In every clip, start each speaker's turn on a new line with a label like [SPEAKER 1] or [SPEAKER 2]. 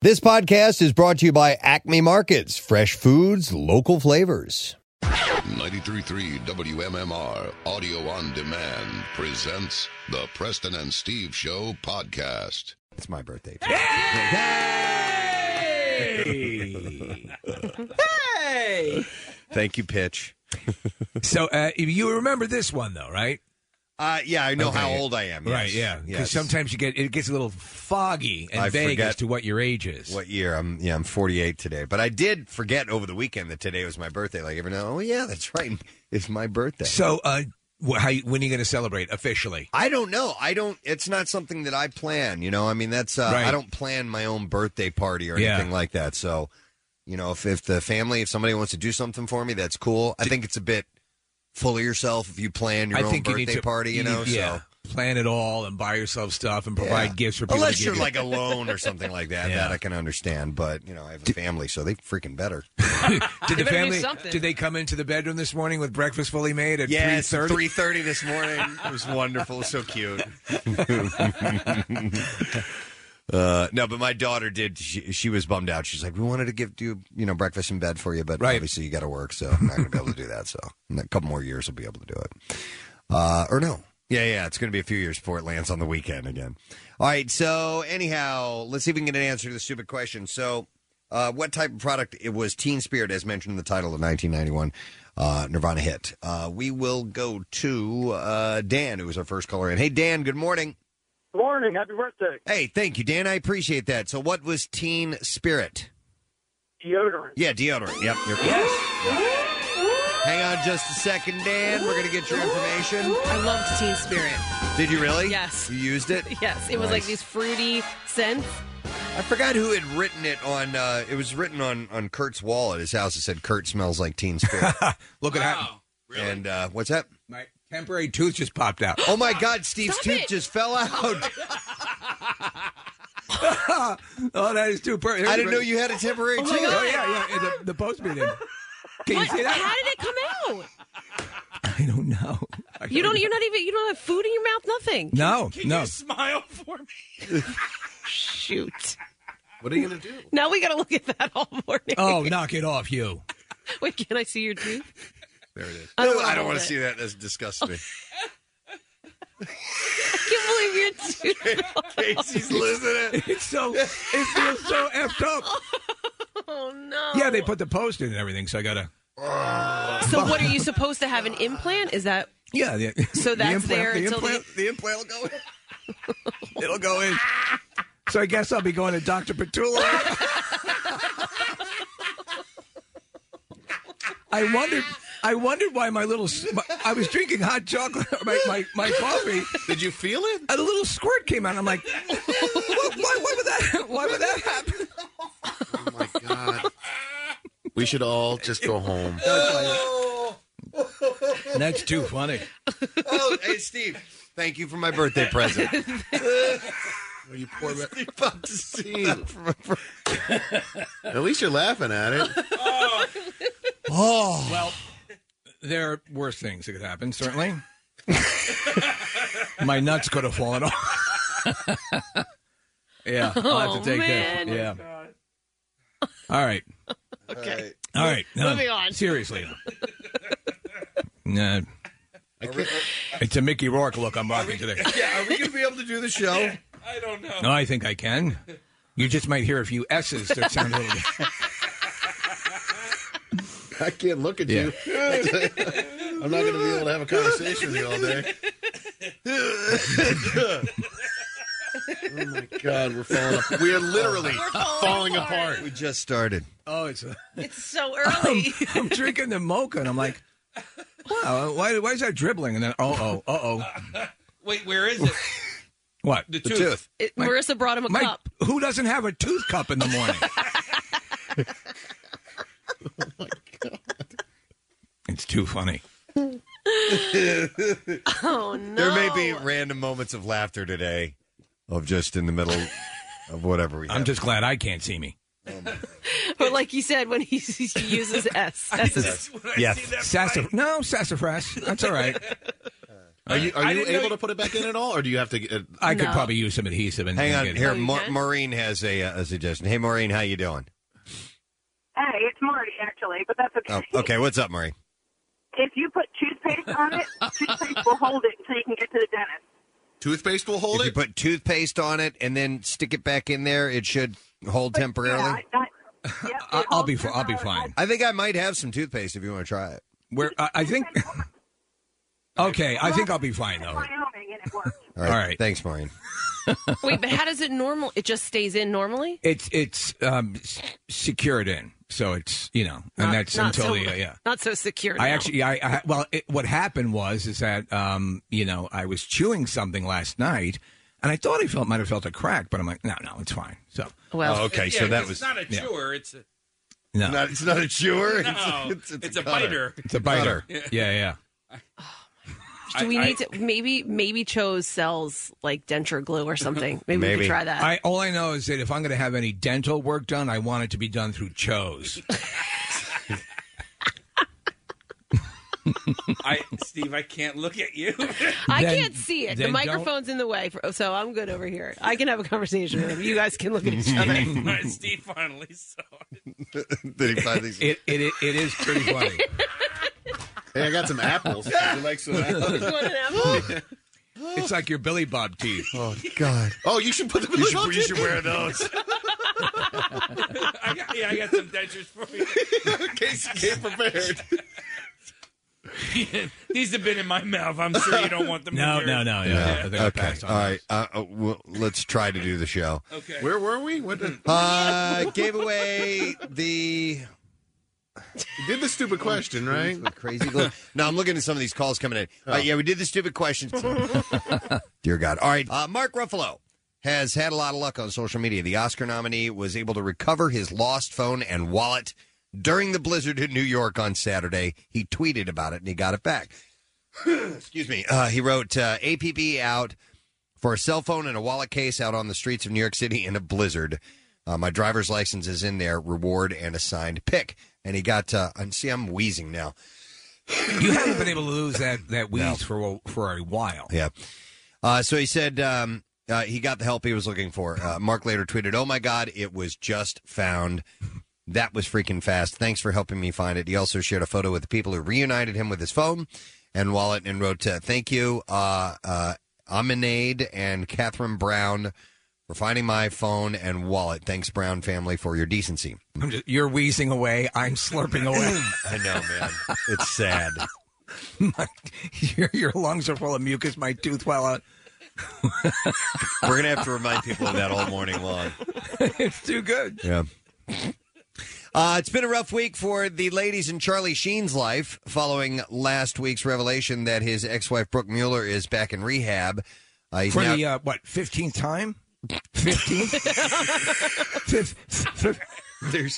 [SPEAKER 1] This podcast is brought to you by Acme Markets, fresh foods, local flavors.
[SPEAKER 2] 933 WMMR Audio on Demand presents the Preston and Steve Show podcast.
[SPEAKER 1] It's my birthday.
[SPEAKER 3] Hey!
[SPEAKER 4] Thank you, Pitch.
[SPEAKER 3] so uh, you remember this one though, right?
[SPEAKER 4] Uh, yeah, I know how
[SPEAKER 1] Okay.
[SPEAKER 4] old I am.
[SPEAKER 3] Right,
[SPEAKER 4] yes.
[SPEAKER 3] yeah. Because
[SPEAKER 4] Yes.
[SPEAKER 3] sometimes you get it gets a little foggy and
[SPEAKER 4] I
[SPEAKER 3] vague
[SPEAKER 4] forget
[SPEAKER 3] as to what your age is.
[SPEAKER 4] What year? I'm yeah, I'm 48 today. But I did forget over the weekend that today was my birthday. Like every now, oh yeah, that's right, it's my birthday.
[SPEAKER 3] So uh, wh- how, you- when are you going to celebrate officially?
[SPEAKER 4] I don't know. I don't. It's not something that I plan. You know, I mean, that's uh,
[SPEAKER 3] Right.
[SPEAKER 4] I don't plan my own birthday party or
[SPEAKER 3] Yeah.
[SPEAKER 4] anything like that. So, you know, if if the family, if somebody wants to do something for me, that's cool. I think it's a bit full of yourself if you plan your
[SPEAKER 3] I
[SPEAKER 4] own
[SPEAKER 3] think
[SPEAKER 4] birthday
[SPEAKER 3] you need to
[SPEAKER 4] party. You know,
[SPEAKER 3] need- yeah,
[SPEAKER 4] so
[SPEAKER 3] plan it all and buy yourself stuff and provide
[SPEAKER 4] Yeah.
[SPEAKER 3] gifts for people.
[SPEAKER 4] unless
[SPEAKER 3] to
[SPEAKER 4] you're
[SPEAKER 3] give you.
[SPEAKER 4] like alone or something like that,
[SPEAKER 3] Yeah.
[SPEAKER 4] that I can understand. But you know, I have a family, so they freaking better.
[SPEAKER 3] did the
[SPEAKER 5] better do
[SPEAKER 3] family?
[SPEAKER 5] something.
[SPEAKER 3] Did they come into the bedroom this morning with breakfast fully made at
[SPEAKER 4] Yes,
[SPEAKER 3] three thirty?
[SPEAKER 4] three thirty this morning. It was wonderful, so cute. uh, no, but my daughter did. She, she was bummed out. She's like, "We wanted to give you, you know, breakfast in bed for you, but
[SPEAKER 3] Right.
[SPEAKER 4] obviously you got to work, so I'm not going to be able to do that. So in a couple more years, I'll be able to do it, uh, or no." Yeah, yeah, it's going to be a few years before it lands on the weekend again. All right, so anyhow, let's see if we can get an answer to the stupid question. So, uh, what type of product? It was Teen Spirit, as mentioned in the title of 1991 uh, Nirvana hit. Uh, we will go to uh, Dan, who was our first caller in. Hey, Dan, good morning.
[SPEAKER 6] Morning. Happy birthday.
[SPEAKER 4] Hey, thank you, Dan. I appreciate that. So, what was Teen Spirit?
[SPEAKER 6] Deodorant.
[SPEAKER 4] Yeah, deodorant. Yep, you're yes. Hang on just a second, Dan. We're going to get your information.
[SPEAKER 5] I loved Teen Spirit.
[SPEAKER 4] Did you really?
[SPEAKER 5] Yes.
[SPEAKER 4] You used it?
[SPEAKER 5] Yes, it was like
[SPEAKER 4] Nice.
[SPEAKER 5] these fruity scents.
[SPEAKER 4] I forgot who had written it on. Uh, it was written on on Kurt's wall at his house. It said, "Kurt smells like Teen Spirit."
[SPEAKER 3] Look at that!
[SPEAKER 4] And uh, what's that?
[SPEAKER 3] My temporary tooth just popped out.
[SPEAKER 4] Oh my God! Steve's
[SPEAKER 5] Stop
[SPEAKER 4] tooth
[SPEAKER 5] it.
[SPEAKER 4] just fell out.
[SPEAKER 3] oh, that is too perfect.
[SPEAKER 4] I didn't know you had a temporary tooth.
[SPEAKER 3] Oh yeah, yeah. and The, the postman. did. Can you
[SPEAKER 5] What? How
[SPEAKER 3] see
[SPEAKER 5] did
[SPEAKER 3] that?
[SPEAKER 5] it come out?
[SPEAKER 3] I don't know. I
[SPEAKER 5] You don't. You're not even. You don't have food in your mouth. Nothing.
[SPEAKER 3] No, no.
[SPEAKER 5] Shoot. What are you gonna do? Now we gotta look at that all morning.
[SPEAKER 3] Oh, knock it off, you.
[SPEAKER 5] Wait, can I see your tooth? There it is.
[SPEAKER 4] No, I don't want to see that. That's disgusting.
[SPEAKER 5] I can't believe your tooth.
[SPEAKER 4] Casey's losing it.
[SPEAKER 3] It's so it feels so effed up.
[SPEAKER 5] Oh no.
[SPEAKER 3] Yeah, they put the post in and everything, so I gotta.
[SPEAKER 5] So what are you supposed to have an implant? Is that?
[SPEAKER 3] Yeah, the,
[SPEAKER 5] So that's there
[SPEAKER 3] the
[SPEAKER 5] until the-
[SPEAKER 3] implant, the implant will go in. It'll go in. So I guess I'll be going to Doctor Petula. I wondered. I wondered why my little. s- My, I was drinking hot chocolate, my my, my coffee.
[SPEAKER 7] Did you feel it?
[SPEAKER 3] and a little squirt came out. I'm like, why, why, why would that? Why would that happen?
[SPEAKER 7] Oh my god. We should all just go home.
[SPEAKER 3] That's too funny.
[SPEAKER 4] Oh, hey Steve, thank you for my birthday present.
[SPEAKER 7] You poor ba-
[SPEAKER 4] You're about to see.
[SPEAKER 7] At least you're laughing at it.
[SPEAKER 4] Oh,
[SPEAKER 3] Well, there are worse things that could happen, certainly. My nuts could have fallen off. yeah, I'll have to
[SPEAKER 5] Oh,
[SPEAKER 3] take
[SPEAKER 5] man.
[SPEAKER 3] that. Yeah. All right.
[SPEAKER 5] Okay.
[SPEAKER 3] All right. No,
[SPEAKER 5] Moving on.
[SPEAKER 3] Seriously. Nah,
[SPEAKER 7] I can't-
[SPEAKER 3] it's a Mickey Rourke look I'm rocking today.
[SPEAKER 4] yeah. Are we gonna be able to do the show?
[SPEAKER 3] No, I think I can. You just might hear a few S's that sound a little.
[SPEAKER 7] I can't look at you. I'm not going to be able to have a conversation with you all day. oh my god, we're falling. Apart. We are literally
[SPEAKER 5] falling
[SPEAKER 7] falling
[SPEAKER 5] apart.
[SPEAKER 7] apart.
[SPEAKER 4] We just started.
[SPEAKER 3] Oh, it's. A-
[SPEAKER 5] It's so early.
[SPEAKER 3] Um, I'm drinking the mocha, and I'm like, wow, why, why is that dribbling? And then, oh, oh, uh oh.
[SPEAKER 8] Wait, where is it?
[SPEAKER 3] What?
[SPEAKER 8] The tooth.
[SPEAKER 4] The tooth.
[SPEAKER 5] It- Marissa brought him a
[SPEAKER 3] My,
[SPEAKER 5] cup.
[SPEAKER 3] who doesn't have a tooth cup in the morning?
[SPEAKER 7] Oh,
[SPEAKER 3] It's too funny.
[SPEAKER 5] Oh no.
[SPEAKER 4] There may be random moments of laughter today, of just in the middle of whatever we.
[SPEAKER 3] I'm
[SPEAKER 4] have.
[SPEAKER 3] just glad I can't see me.
[SPEAKER 5] But like you said, when he, he uses S, S is
[SPEAKER 4] yes.
[SPEAKER 3] Sassafras. No, sassafras. That's all right.
[SPEAKER 7] Are you,
[SPEAKER 4] I
[SPEAKER 7] are you
[SPEAKER 4] didn't know
[SPEAKER 7] able
[SPEAKER 4] you-
[SPEAKER 7] to put it back in at all, or do you have to? Get, uh,
[SPEAKER 4] I could No. probably
[SPEAKER 7] use some adhesive.
[SPEAKER 9] and-
[SPEAKER 4] Hang
[SPEAKER 9] and
[SPEAKER 4] on
[SPEAKER 9] get it.
[SPEAKER 4] here.
[SPEAKER 9] Oh, you
[SPEAKER 4] Ma-
[SPEAKER 9] can?
[SPEAKER 4] Maureen has a, uh, a suggestion. Hey, Maureen, how you doing?
[SPEAKER 10] Hey, it's Marty actually, but that's okay.
[SPEAKER 4] Oh, okay, what's up, Maureen?
[SPEAKER 10] If you put toothpaste on it, toothpaste will hold it until you can get to the dentist.
[SPEAKER 4] Toothpaste will hold if it. You put toothpaste on it and then stick it back in there. It should hold temporarily.
[SPEAKER 3] I- I'll be fi- I'll be fine.
[SPEAKER 4] I think I might have some toothpaste if you want to try it.
[SPEAKER 3] Where I, I think. okay, I think I'll be fine though.
[SPEAKER 10] Wyoming, and it works.
[SPEAKER 4] All right. Thanks, Maureen.
[SPEAKER 5] Wait, but how does it normal? It just stays in normally.
[SPEAKER 3] It's it's um, s- secured in, so it's you know, and
[SPEAKER 5] Not-
[SPEAKER 3] that's
[SPEAKER 5] not
[SPEAKER 3] until
[SPEAKER 5] so-
[SPEAKER 3] the uh, yeah.
[SPEAKER 5] Not so secure.
[SPEAKER 3] I
[SPEAKER 5] now.
[SPEAKER 3] actually, I, I well, it, what happened was is that um, you know I was chewing something last night, and I thought I felt might have felt a crack, but I'm like, no, no, it's fine. So
[SPEAKER 7] Well- Oh, okay, so
[SPEAKER 9] Yeah,
[SPEAKER 7] that
[SPEAKER 9] 'cause
[SPEAKER 7] was-
[SPEAKER 9] it's not a
[SPEAKER 3] yeah.
[SPEAKER 9] chewer. It's a,
[SPEAKER 3] No.
[SPEAKER 7] Not- it's not a chewer.
[SPEAKER 9] No,
[SPEAKER 7] It's- it's- it's a
[SPEAKER 9] a,
[SPEAKER 7] cutter.
[SPEAKER 9] biter.
[SPEAKER 3] It's a biter.
[SPEAKER 9] Cutter.
[SPEAKER 3] Yeah, yeah.
[SPEAKER 5] Do we
[SPEAKER 3] I-
[SPEAKER 5] need to maybe maybe chose sells like denture glue or something? Maybe, we could try that.
[SPEAKER 3] I all I know is that if I'm going to have any dental work done, I want it to be done through Cho's.
[SPEAKER 9] I, Steve, I can't look at you.
[SPEAKER 5] I can't see it. The
[SPEAKER 9] then don't-
[SPEAKER 5] microphone's in the way, for, so I'm good over here. I can have a conversation with him. You guys can look at each other.
[SPEAKER 9] Steve finally saw
[SPEAKER 7] Did he find these?
[SPEAKER 3] It, it, it is pretty funny.
[SPEAKER 7] hey, I got some apples. Would you like some apples?
[SPEAKER 5] You want an apple?
[SPEAKER 3] it's like your Billy Bob teeth.
[SPEAKER 4] Oh God!
[SPEAKER 7] Oh, you should put the.
[SPEAKER 3] You should- you should wear
[SPEAKER 7] those.
[SPEAKER 9] I got, yeah, I got some dentures for you.
[SPEAKER 7] In case you came prepared.
[SPEAKER 9] These have been in my mouth. I'm sure you don't want them. in yours.
[SPEAKER 4] Okay. All right. Uh, uh, well, let's try to do the show.
[SPEAKER 9] Okay.
[SPEAKER 7] Where were we? What the-
[SPEAKER 4] Uh, gave away the.
[SPEAKER 7] You did the stupid question, right?
[SPEAKER 4] Crazy glue. No, I'm looking at some of these calls coming in. All right, yeah, we did the stupid questions. Dear God. All right. Uh, Mark Ruffalo has had a lot of luck on social media. The Oscar nominee was able to recover his lost phone and wallet during the blizzard in New York on Saturday. He tweeted about it and he got it back. Excuse me. Uh, he wrote uh, APB out for a cell phone and a wallet case out on the streets of New York City in a blizzard. Uh, my driver's license is in there, reward and a signed pick. And he got, uh, and see, I'm wheezing now.
[SPEAKER 3] You haven't been able to lose that that wheeze for a, for a while.
[SPEAKER 4] Yeah. Uh, so he said um, uh, he got the help he was looking for. Uh, Mark later tweeted, "Oh my God, it was just found. That was freaking fast. Thanks for helping me find it." He also shared a photo with the people who reunited him with his phone and wallet, and wrote, uh, "Thank you, uh, uh, Aminade and Catherine Brown." For finding my phone and wallet. Thanks, Brown family, for your decency.
[SPEAKER 3] I'm just, you're wheezing away. I'm slurping away.
[SPEAKER 4] I know, man. It's sad.
[SPEAKER 3] your, your lungs are full of mucus. My tooth fell out.
[SPEAKER 4] We're going to have to remind people of that all morning long.
[SPEAKER 3] it's too good.
[SPEAKER 4] Yeah. Uh, it's been a rough week for the ladies in Charlie Sheen's life following last week's revelation that his ex-wife Brooke Mueller is back in rehab. Uh, he's
[SPEAKER 3] for
[SPEAKER 4] now-
[SPEAKER 3] the uh, what fifteenth time? Fifteenth. Fifth. fifth-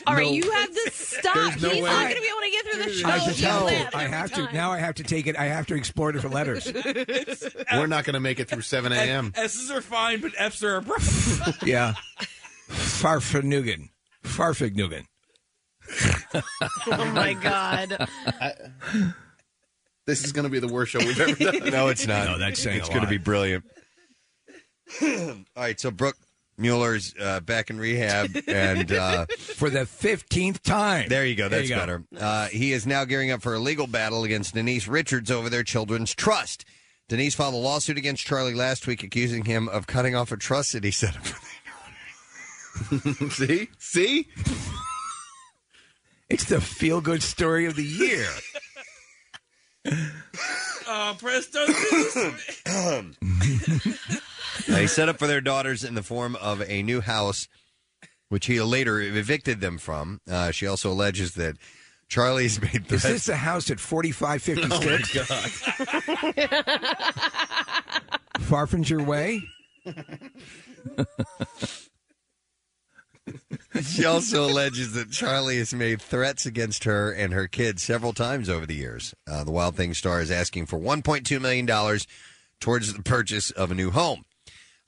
[SPEAKER 5] All right, you have to stop.
[SPEAKER 3] no
[SPEAKER 5] He's
[SPEAKER 3] way.
[SPEAKER 5] not going to be able to get through the show.
[SPEAKER 3] I have to
[SPEAKER 5] You
[SPEAKER 3] tell.
[SPEAKER 5] laugh
[SPEAKER 3] I
[SPEAKER 5] every
[SPEAKER 3] have to
[SPEAKER 5] time.
[SPEAKER 3] now. I have to take it. I have to explore different letters.
[SPEAKER 7] We're not going to make it through 7 a.m.
[SPEAKER 9] uh, S's are fine, but F's are. a-
[SPEAKER 3] Yeah. Farfanugan. Farfignugan.
[SPEAKER 5] Oh my god.
[SPEAKER 7] This is going to be the worst show we've ever done.
[SPEAKER 4] no, it's not.
[SPEAKER 3] No, that's saying
[SPEAKER 4] it's
[SPEAKER 3] a
[SPEAKER 4] going to
[SPEAKER 3] lot.
[SPEAKER 4] be brilliant. All right, so Brooke Mueller's uh, back in rehab, and uh,
[SPEAKER 3] for the fifteenth time.
[SPEAKER 4] There you go.
[SPEAKER 3] There
[SPEAKER 4] That's
[SPEAKER 3] you go.
[SPEAKER 4] better. Uh, he is now gearing up for a legal battle against Denise Richards over their children's trust. Denise filed a lawsuit against Charlie last week, accusing him of cutting off a trust that he set up.
[SPEAKER 7] See? See?
[SPEAKER 3] It's the feel good story of the year.
[SPEAKER 9] Uh, presto. this-
[SPEAKER 4] They set up for their daughters in the form of a new house, which he later evicted them from. Uh, she also alleges that Charlie's made
[SPEAKER 3] Is
[SPEAKER 4] threats.
[SPEAKER 3] this a house at forty five fifty
[SPEAKER 4] Oh,
[SPEAKER 3] six?
[SPEAKER 4] my
[SPEAKER 3] Farfinger Way.
[SPEAKER 4] she also alleges that Charlie has made threats against her and her kids several times over the years. Uh, the Wild Thing star is asking for $1.2 million towards the purchase of a new home.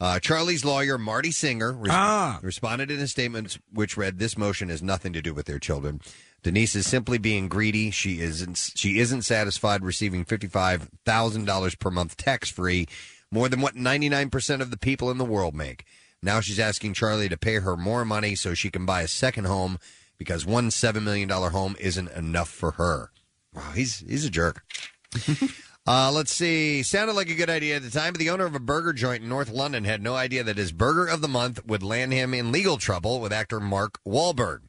[SPEAKER 4] Uh, Charlie's lawyer, Marty Singer, res- responded in a statement which read, "This motion has nothing to do with their children. Denise is simply being greedy. She isn't. She isn't satisfied receiving fifty-five thousand dollars per month tax-free, more than what ninety-nine percent of the people in the world make. Now she's asking Charlie to pay her more money so she can buy a second home because one seven million dollar home isn't enough for her. Wow, he's he's a jerk." Uh, let's see. Sounded like a good idea at the time, but the owner of a burger joint in North London had no idea that his burger of the month would land him in legal trouble with actor Mark Wahlberg.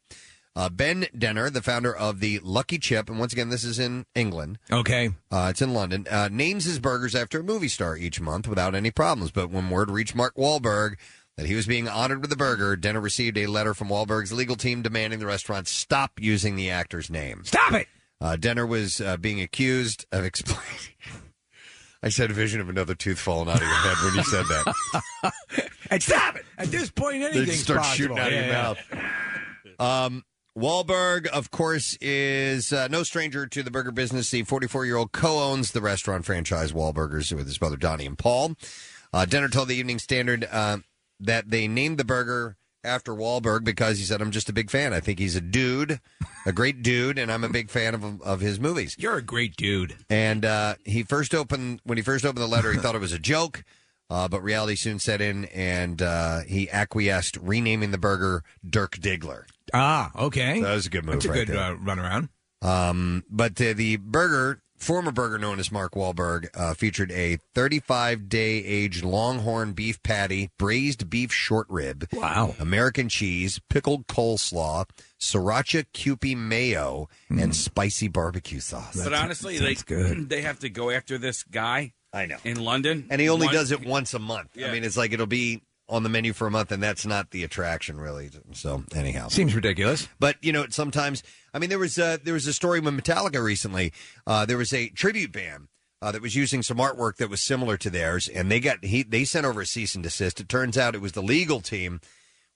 [SPEAKER 4] Uh, ben Denner, the founder of the Lucky Chip, and once again, this is in England.
[SPEAKER 3] Okay.
[SPEAKER 4] Uh, it's in London. Uh, names his burgers after a movie star each month without any problems. But when word reached Mark Wahlberg that he was being honored with a burger, Denner received a letter from Wahlberg's legal team demanding the restaurant stop using the actor's name.
[SPEAKER 3] Stop it!
[SPEAKER 4] Uh, Denner was uh, being accused of explaining. I said a vision of another tooth falling out of your head when you said that.
[SPEAKER 3] And stop it! At this point,
[SPEAKER 4] They
[SPEAKER 3] anything's
[SPEAKER 4] just start
[SPEAKER 3] possible.
[SPEAKER 4] shooting out
[SPEAKER 3] Yeah, yeah.
[SPEAKER 4] of your mouth. Um, Wahlberg, of course, is uh, no stranger to the burger business. The 44 year old co owns the restaurant franchise Wahlburgers with his brother Donnie and Paul. Uh, Denner told the Evening Standard uh, that they named the burger after Wahlberg because he said, I'm just a big fan. I think he's a dude, a great dude, and I'm a big fan of, of his movies.
[SPEAKER 3] You're a great dude.
[SPEAKER 4] And uh, he first opened when he first opened the letter, he thought it was a joke, uh, but reality soon set in, and uh, he acquiesced, renaming the burger Dirk Diggler.
[SPEAKER 3] Ah, okay.
[SPEAKER 4] that was a good move.
[SPEAKER 3] That's a
[SPEAKER 4] right
[SPEAKER 3] good
[SPEAKER 4] there.
[SPEAKER 3] uh, runaround.
[SPEAKER 4] Um, but uh, the burger, former burger known as Mark Wahlberg, uh, featured a 35 day aged longhorn beef patty, braised beef short rib, wow, American cheese, pickled coleslaw, sriracha Kewpie mayo, and spicy barbecue sauce.
[SPEAKER 9] But honestly, they they have to go after this guy.
[SPEAKER 4] I know
[SPEAKER 9] in London,
[SPEAKER 4] and he only
[SPEAKER 9] One-
[SPEAKER 4] does it once a month. I mean, it's like it'll be on the menu for a month, and that's not the attraction, really. So anyhow,
[SPEAKER 3] Seems ridiculous.
[SPEAKER 4] But you know, sometimes I mean, there was a, there was a story with Metallica recently. Uh, there was a tribute band. Uh, that was using some artwork that was similar to theirs, and they got he they sent over a cease and desist. It turns out it was the legal team.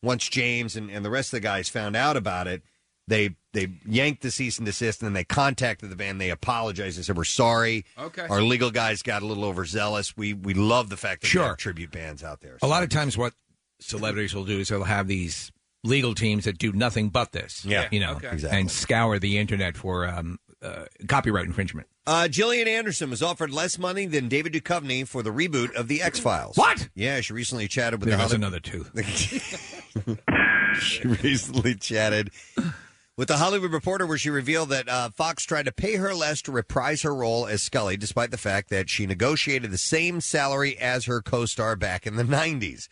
[SPEAKER 4] Once James and, and the rest of the guys found out about it, they they yanked the cease and desist, and then they contacted the band. They apologized and said, "We're sorry.
[SPEAKER 3] Okay.
[SPEAKER 4] our legal guys got a little overzealous. We we love the fact that there are tribute bands out there."
[SPEAKER 3] A lot of times, what celebrities will do is they'll have these legal teams that do nothing but this.
[SPEAKER 4] Yeah.
[SPEAKER 3] you know,
[SPEAKER 4] Okay. Exactly.
[SPEAKER 3] and scour the internet for um, uh, copyright infringement.
[SPEAKER 4] Uh, Gillian Anderson was offered less money than David Duchovny for the reboot of The X Files.
[SPEAKER 3] What?
[SPEAKER 4] Yeah, she recently chatted with
[SPEAKER 3] There
[SPEAKER 4] the
[SPEAKER 3] goes
[SPEAKER 4] Holly-
[SPEAKER 3] another two.
[SPEAKER 4] she recently chatted with the Hollywood Reporter, where she revealed that uh, Fox tried to pay her less to reprise her role as Scully, despite the fact that she negotiated the same salary as her co-star back in the '90s.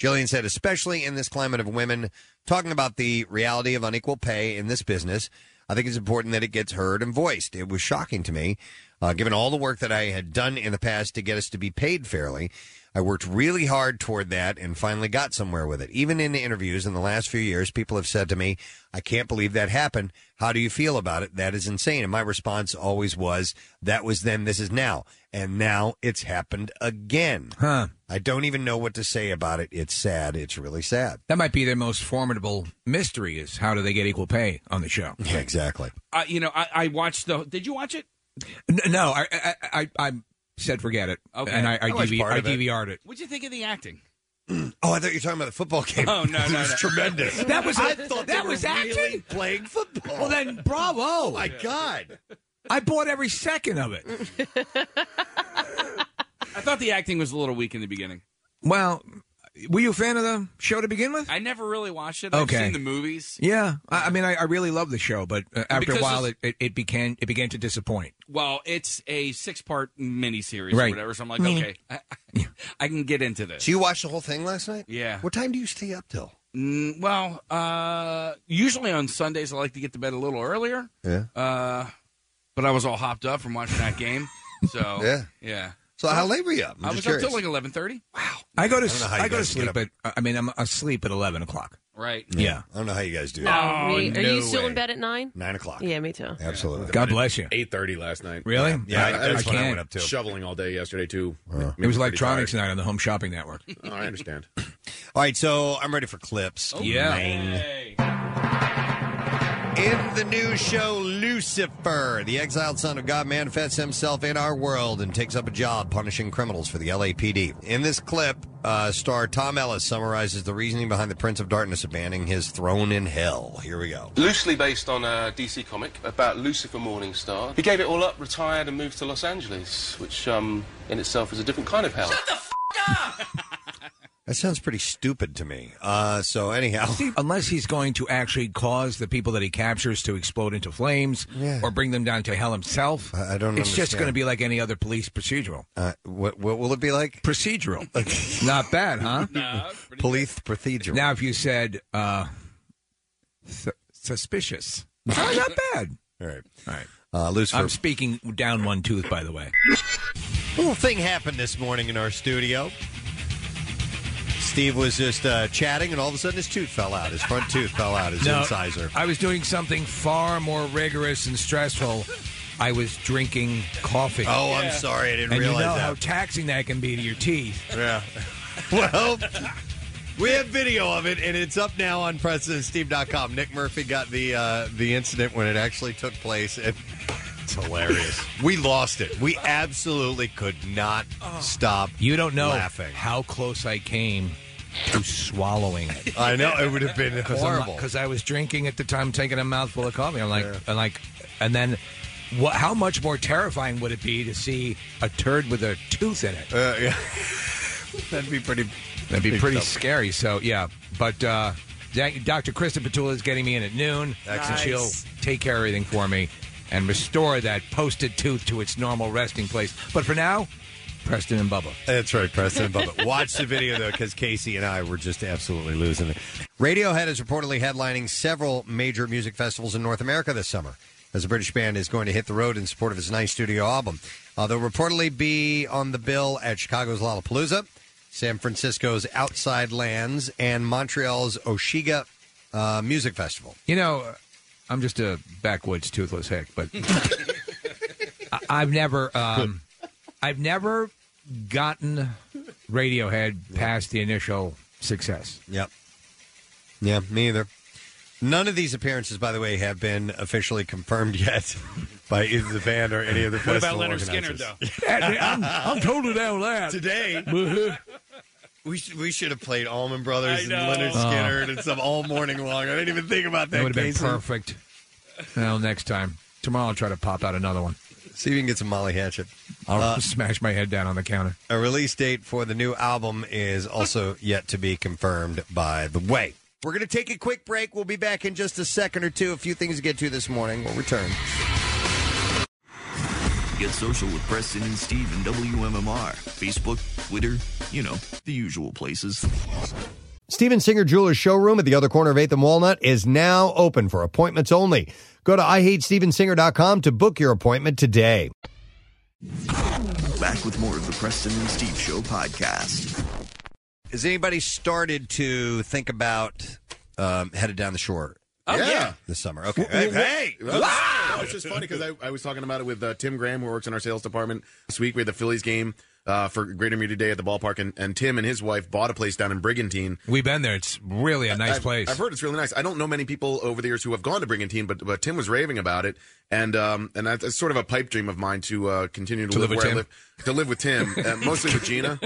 [SPEAKER 4] Jillian said, especially in this climate of women talking about the reality of unequal pay in this business, I think it's important that it gets heard and voiced. It was shocking to me, uh, given all the work that I had done in the past to get us to be paid fairly. I worked really hard toward that and finally got somewhere with it. Even in interviews in the last few years, people have said to me, I can't believe that happened. How do you feel about it? That is insane. And my response always was, that was then, this is now. And now it's happened again.
[SPEAKER 3] Huh.
[SPEAKER 4] I don't even know what to say about it. It's sad. It's really sad.
[SPEAKER 3] That might be their most formidable mystery: is how do they get equal pay on the show?
[SPEAKER 4] Yeah, exactly.
[SPEAKER 9] I, you know, I, I watched the. Did you watch it?
[SPEAKER 3] no, I, I, I, I said forget it,
[SPEAKER 9] Okay.
[SPEAKER 3] and I, I,
[SPEAKER 9] I watched
[SPEAKER 3] DV,
[SPEAKER 9] part
[SPEAKER 3] I
[SPEAKER 9] of it.
[SPEAKER 3] DVR'd it.
[SPEAKER 9] What'd you think of the acting?
[SPEAKER 4] Oh, I thought you were talking about the football game.
[SPEAKER 9] Oh, no,
[SPEAKER 4] It
[SPEAKER 9] no,
[SPEAKER 4] was
[SPEAKER 9] no.
[SPEAKER 4] tremendous.
[SPEAKER 9] That was-
[SPEAKER 4] I thought
[SPEAKER 9] that
[SPEAKER 4] they
[SPEAKER 9] was
[SPEAKER 4] were
[SPEAKER 9] acting?
[SPEAKER 4] really playing football.
[SPEAKER 3] Well, then, bravo! Oh
[SPEAKER 4] my God,
[SPEAKER 3] I bought every second of it.
[SPEAKER 9] I thought the acting was a little weak in the beginning.
[SPEAKER 3] Well, were you a fan of the show to begin with?
[SPEAKER 9] I never really watched it.
[SPEAKER 3] Okay.
[SPEAKER 9] I've seen the movies.
[SPEAKER 3] Yeah, I, I mean, I, I really love the show, but uh, after a
[SPEAKER 9] Because
[SPEAKER 3] while, it,
[SPEAKER 9] it's-
[SPEAKER 3] it, it began it began to disappoint.
[SPEAKER 9] Well, it's a six-part miniseries
[SPEAKER 3] Right.
[SPEAKER 9] or whatever. So I'm like,
[SPEAKER 3] Mini.
[SPEAKER 9] okay, I, I can get into this.
[SPEAKER 4] So you watched the whole thing last night?
[SPEAKER 9] Yeah.
[SPEAKER 4] What time do you stay up till?
[SPEAKER 9] Mm, well, uh, usually on Sundays I like to get to bed a little earlier.
[SPEAKER 4] Yeah.
[SPEAKER 9] Uh, but I was all hopped up from watching that game. So
[SPEAKER 3] Yeah.
[SPEAKER 9] yeah.
[SPEAKER 4] So how late were you up? I'm
[SPEAKER 9] i
[SPEAKER 3] just
[SPEAKER 9] was
[SPEAKER 3] curious.
[SPEAKER 9] up till like eleven thirty. Wow.
[SPEAKER 3] I go to
[SPEAKER 9] I don't know how
[SPEAKER 3] I,
[SPEAKER 9] you
[SPEAKER 3] go to
[SPEAKER 9] guys get
[SPEAKER 3] sleep,
[SPEAKER 9] up.
[SPEAKER 3] but uh, I mean, I'm asleep at eleven o'clock.
[SPEAKER 9] Right.
[SPEAKER 3] Yeah.
[SPEAKER 4] I don't know how you guys do.
[SPEAKER 3] No,
[SPEAKER 4] that.
[SPEAKER 5] Me- Are you still in bed at nine?
[SPEAKER 4] Nine o'clock.
[SPEAKER 5] Yeah, me too.
[SPEAKER 4] Absolutely.
[SPEAKER 3] God bless you.
[SPEAKER 7] Eight thirty last night.
[SPEAKER 3] Really?
[SPEAKER 7] Yeah,
[SPEAKER 3] I-
[SPEAKER 7] that's what
[SPEAKER 3] I
[SPEAKER 7] I
[SPEAKER 3] can't.
[SPEAKER 7] went up to. Shoveling all day yesterday too.
[SPEAKER 4] Uh,
[SPEAKER 3] It was electronics night on the Home Shopping Network.
[SPEAKER 7] Oh, I understand.
[SPEAKER 4] All right, so I'm ready for clips.
[SPEAKER 3] Oh, yeah.
[SPEAKER 4] Lang. In the new show, Lucifer, the exiled son of God, manifests himself in our world and takes up a job punishing criminals for the LAPD. In this clip, uh, star Tom Ellis summarizes the reasoning behind the Prince of Darkness abandoning his throne in hell. Here we go.
[SPEAKER 11] Loosely based on a DC comic about Lucifer Morningstar. He gave it all up, retired, and moved to Los Angeles, which um, in itself is a different kind of hell.
[SPEAKER 4] That sounds pretty stupid to me. Uh, so anyhow,
[SPEAKER 3] unless he's going to actually cause the people that he captures to explode into flames or bring them down to hell himself,
[SPEAKER 4] I don't.
[SPEAKER 3] It's just
[SPEAKER 4] understand.
[SPEAKER 3] going to be like any other police procedural.
[SPEAKER 4] Uh, what what will it be like?
[SPEAKER 3] Procedural. Not bad, huh?
[SPEAKER 4] police procedural.
[SPEAKER 3] Now, if you said uh, su- suspicious, Oh, not bad.
[SPEAKER 4] All right,
[SPEAKER 3] all right.
[SPEAKER 4] Uh, Lucifer.
[SPEAKER 3] I'm speaking down one tooth, by the way.
[SPEAKER 4] little thing happened this morning in our studio. Steve was just uh, chatting, and all of a sudden his tooth fell out. His front tooth fell out. His
[SPEAKER 3] No,
[SPEAKER 4] incisor.
[SPEAKER 3] I was doing something far more rigorous and stressful. I was drinking coffee.
[SPEAKER 4] Oh, I'm Yeah. sorry. I didn't
[SPEAKER 3] and
[SPEAKER 4] realize
[SPEAKER 3] you know
[SPEAKER 4] that.
[SPEAKER 3] how taxing that can be to your teeth.
[SPEAKER 4] Yeah. well, we have video of it, and it's up now on PresidentSteve.com. Nick Murphy got the uh, the incident when it actually took place, and it's hilarious. we lost it. We absolutely could not stop.
[SPEAKER 3] Oh. You don't know
[SPEAKER 4] laughing.
[SPEAKER 3] how close I came to swallowing it.
[SPEAKER 4] I know it would have been horrible.
[SPEAKER 3] Because I was drinking at the time, taking a mouthful of coffee. I'm like, and like, and then, what? How much more terrifying would it be to see a turd with a tooth in it?
[SPEAKER 4] Uh, yeah. That'd be pretty.
[SPEAKER 3] That'd be
[SPEAKER 4] big
[SPEAKER 3] pretty
[SPEAKER 4] stuff.
[SPEAKER 3] scary. So yeah, but uh, Dac- Dr. Kristen Petula is getting me in at noon,
[SPEAKER 4] Excellent.
[SPEAKER 3] and
[SPEAKER 4] Nice.
[SPEAKER 3] she'll take care of everything for me and restore that posted tooth to its normal resting place. But for now, Preston and Bubba.
[SPEAKER 4] That's right, Preston and Bubba. Watch the video though, because Casey and I were just absolutely losing it. Radiohead is reportedly headlining several major music festivals in North America this summer, as the British band is going to hit the road in support of its ninth studio album. Uh, they'll reportedly be on the bill at Chicago's Lollapalooza, San Francisco's Outside Lands, and Montreal's Oshiga uh, Music Festival.
[SPEAKER 3] You know, I'm just a backwoods toothless hick, but I- I've never, um, I've never gotten Radiohead past the initial success.
[SPEAKER 4] Yep. Yeah, me either. None of these appearances, by the way, have been officially confirmed yet by either the band or any of the
[SPEAKER 7] What about
[SPEAKER 4] festival
[SPEAKER 7] Leonard Skinner,
[SPEAKER 4] organizers.
[SPEAKER 7] I'm- I'm
[SPEAKER 3] totally down with that.
[SPEAKER 4] Today, we, sh- we should have played Allman Brothers and Leonard Skinner and some all morning long. I didn't even think about Oh. that.
[SPEAKER 3] That would have been
[SPEAKER 4] Casey.
[SPEAKER 3] perfect. Well, next time, tomorrow I'll try to pop out another one.
[SPEAKER 4] See if you can get some Molly Hatchet.
[SPEAKER 3] I'll
[SPEAKER 4] Uh,
[SPEAKER 3] smash my head down on the counter.
[SPEAKER 4] A release date for the new album is also yet to be confirmed, by the way. We're going to take a quick break. We'll be back in just a second or two. A few things to get to this morning. We'll return.
[SPEAKER 12] Get social with Preston and Steve and WMMR. Facebook, Twitter, you know, the usual places.
[SPEAKER 13] Steven Singer Jewelers showroom at the other corner of 8th and Walnut is now open for appointments only. Go to IHateStevenSinger.com to book your appointment today.
[SPEAKER 12] Back with more of the Preston and Steve Show podcast.
[SPEAKER 4] Has anybody started to think about um, headed down the shore?
[SPEAKER 7] Oh, Yeah. yeah.
[SPEAKER 4] This summer. Okay.
[SPEAKER 7] Well, well,
[SPEAKER 4] hey! Ah!
[SPEAKER 7] well, no, it's just funny because I, I was talking about it with uh, Tim Graham, who works in our sales department. This week we had the Phillies game uh, for Greater Media Day at the ballpark, and, and Tim and his wife bought a place down in Brigantine.
[SPEAKER 3] We've been there. It's really a nice
[SPEAKER 7] I've,
[SPEAKER 3] place.
[SPEAKER 7] I've heard it's really nice. I don't know many people over the years who have gone to Brigantine, but, but Tim was raving about it, and um, and that's sort of a pipe dream of mine to uh, continue to,
[SPEAKER 3] To
[SPEAKER 7] live,
[SPEAKER 3] live with
[SPEAKER 7] where I
[SPEAKER 3] Tim?
[SPEAKER 7] live, to live with Tim, uh, mostly with Gina.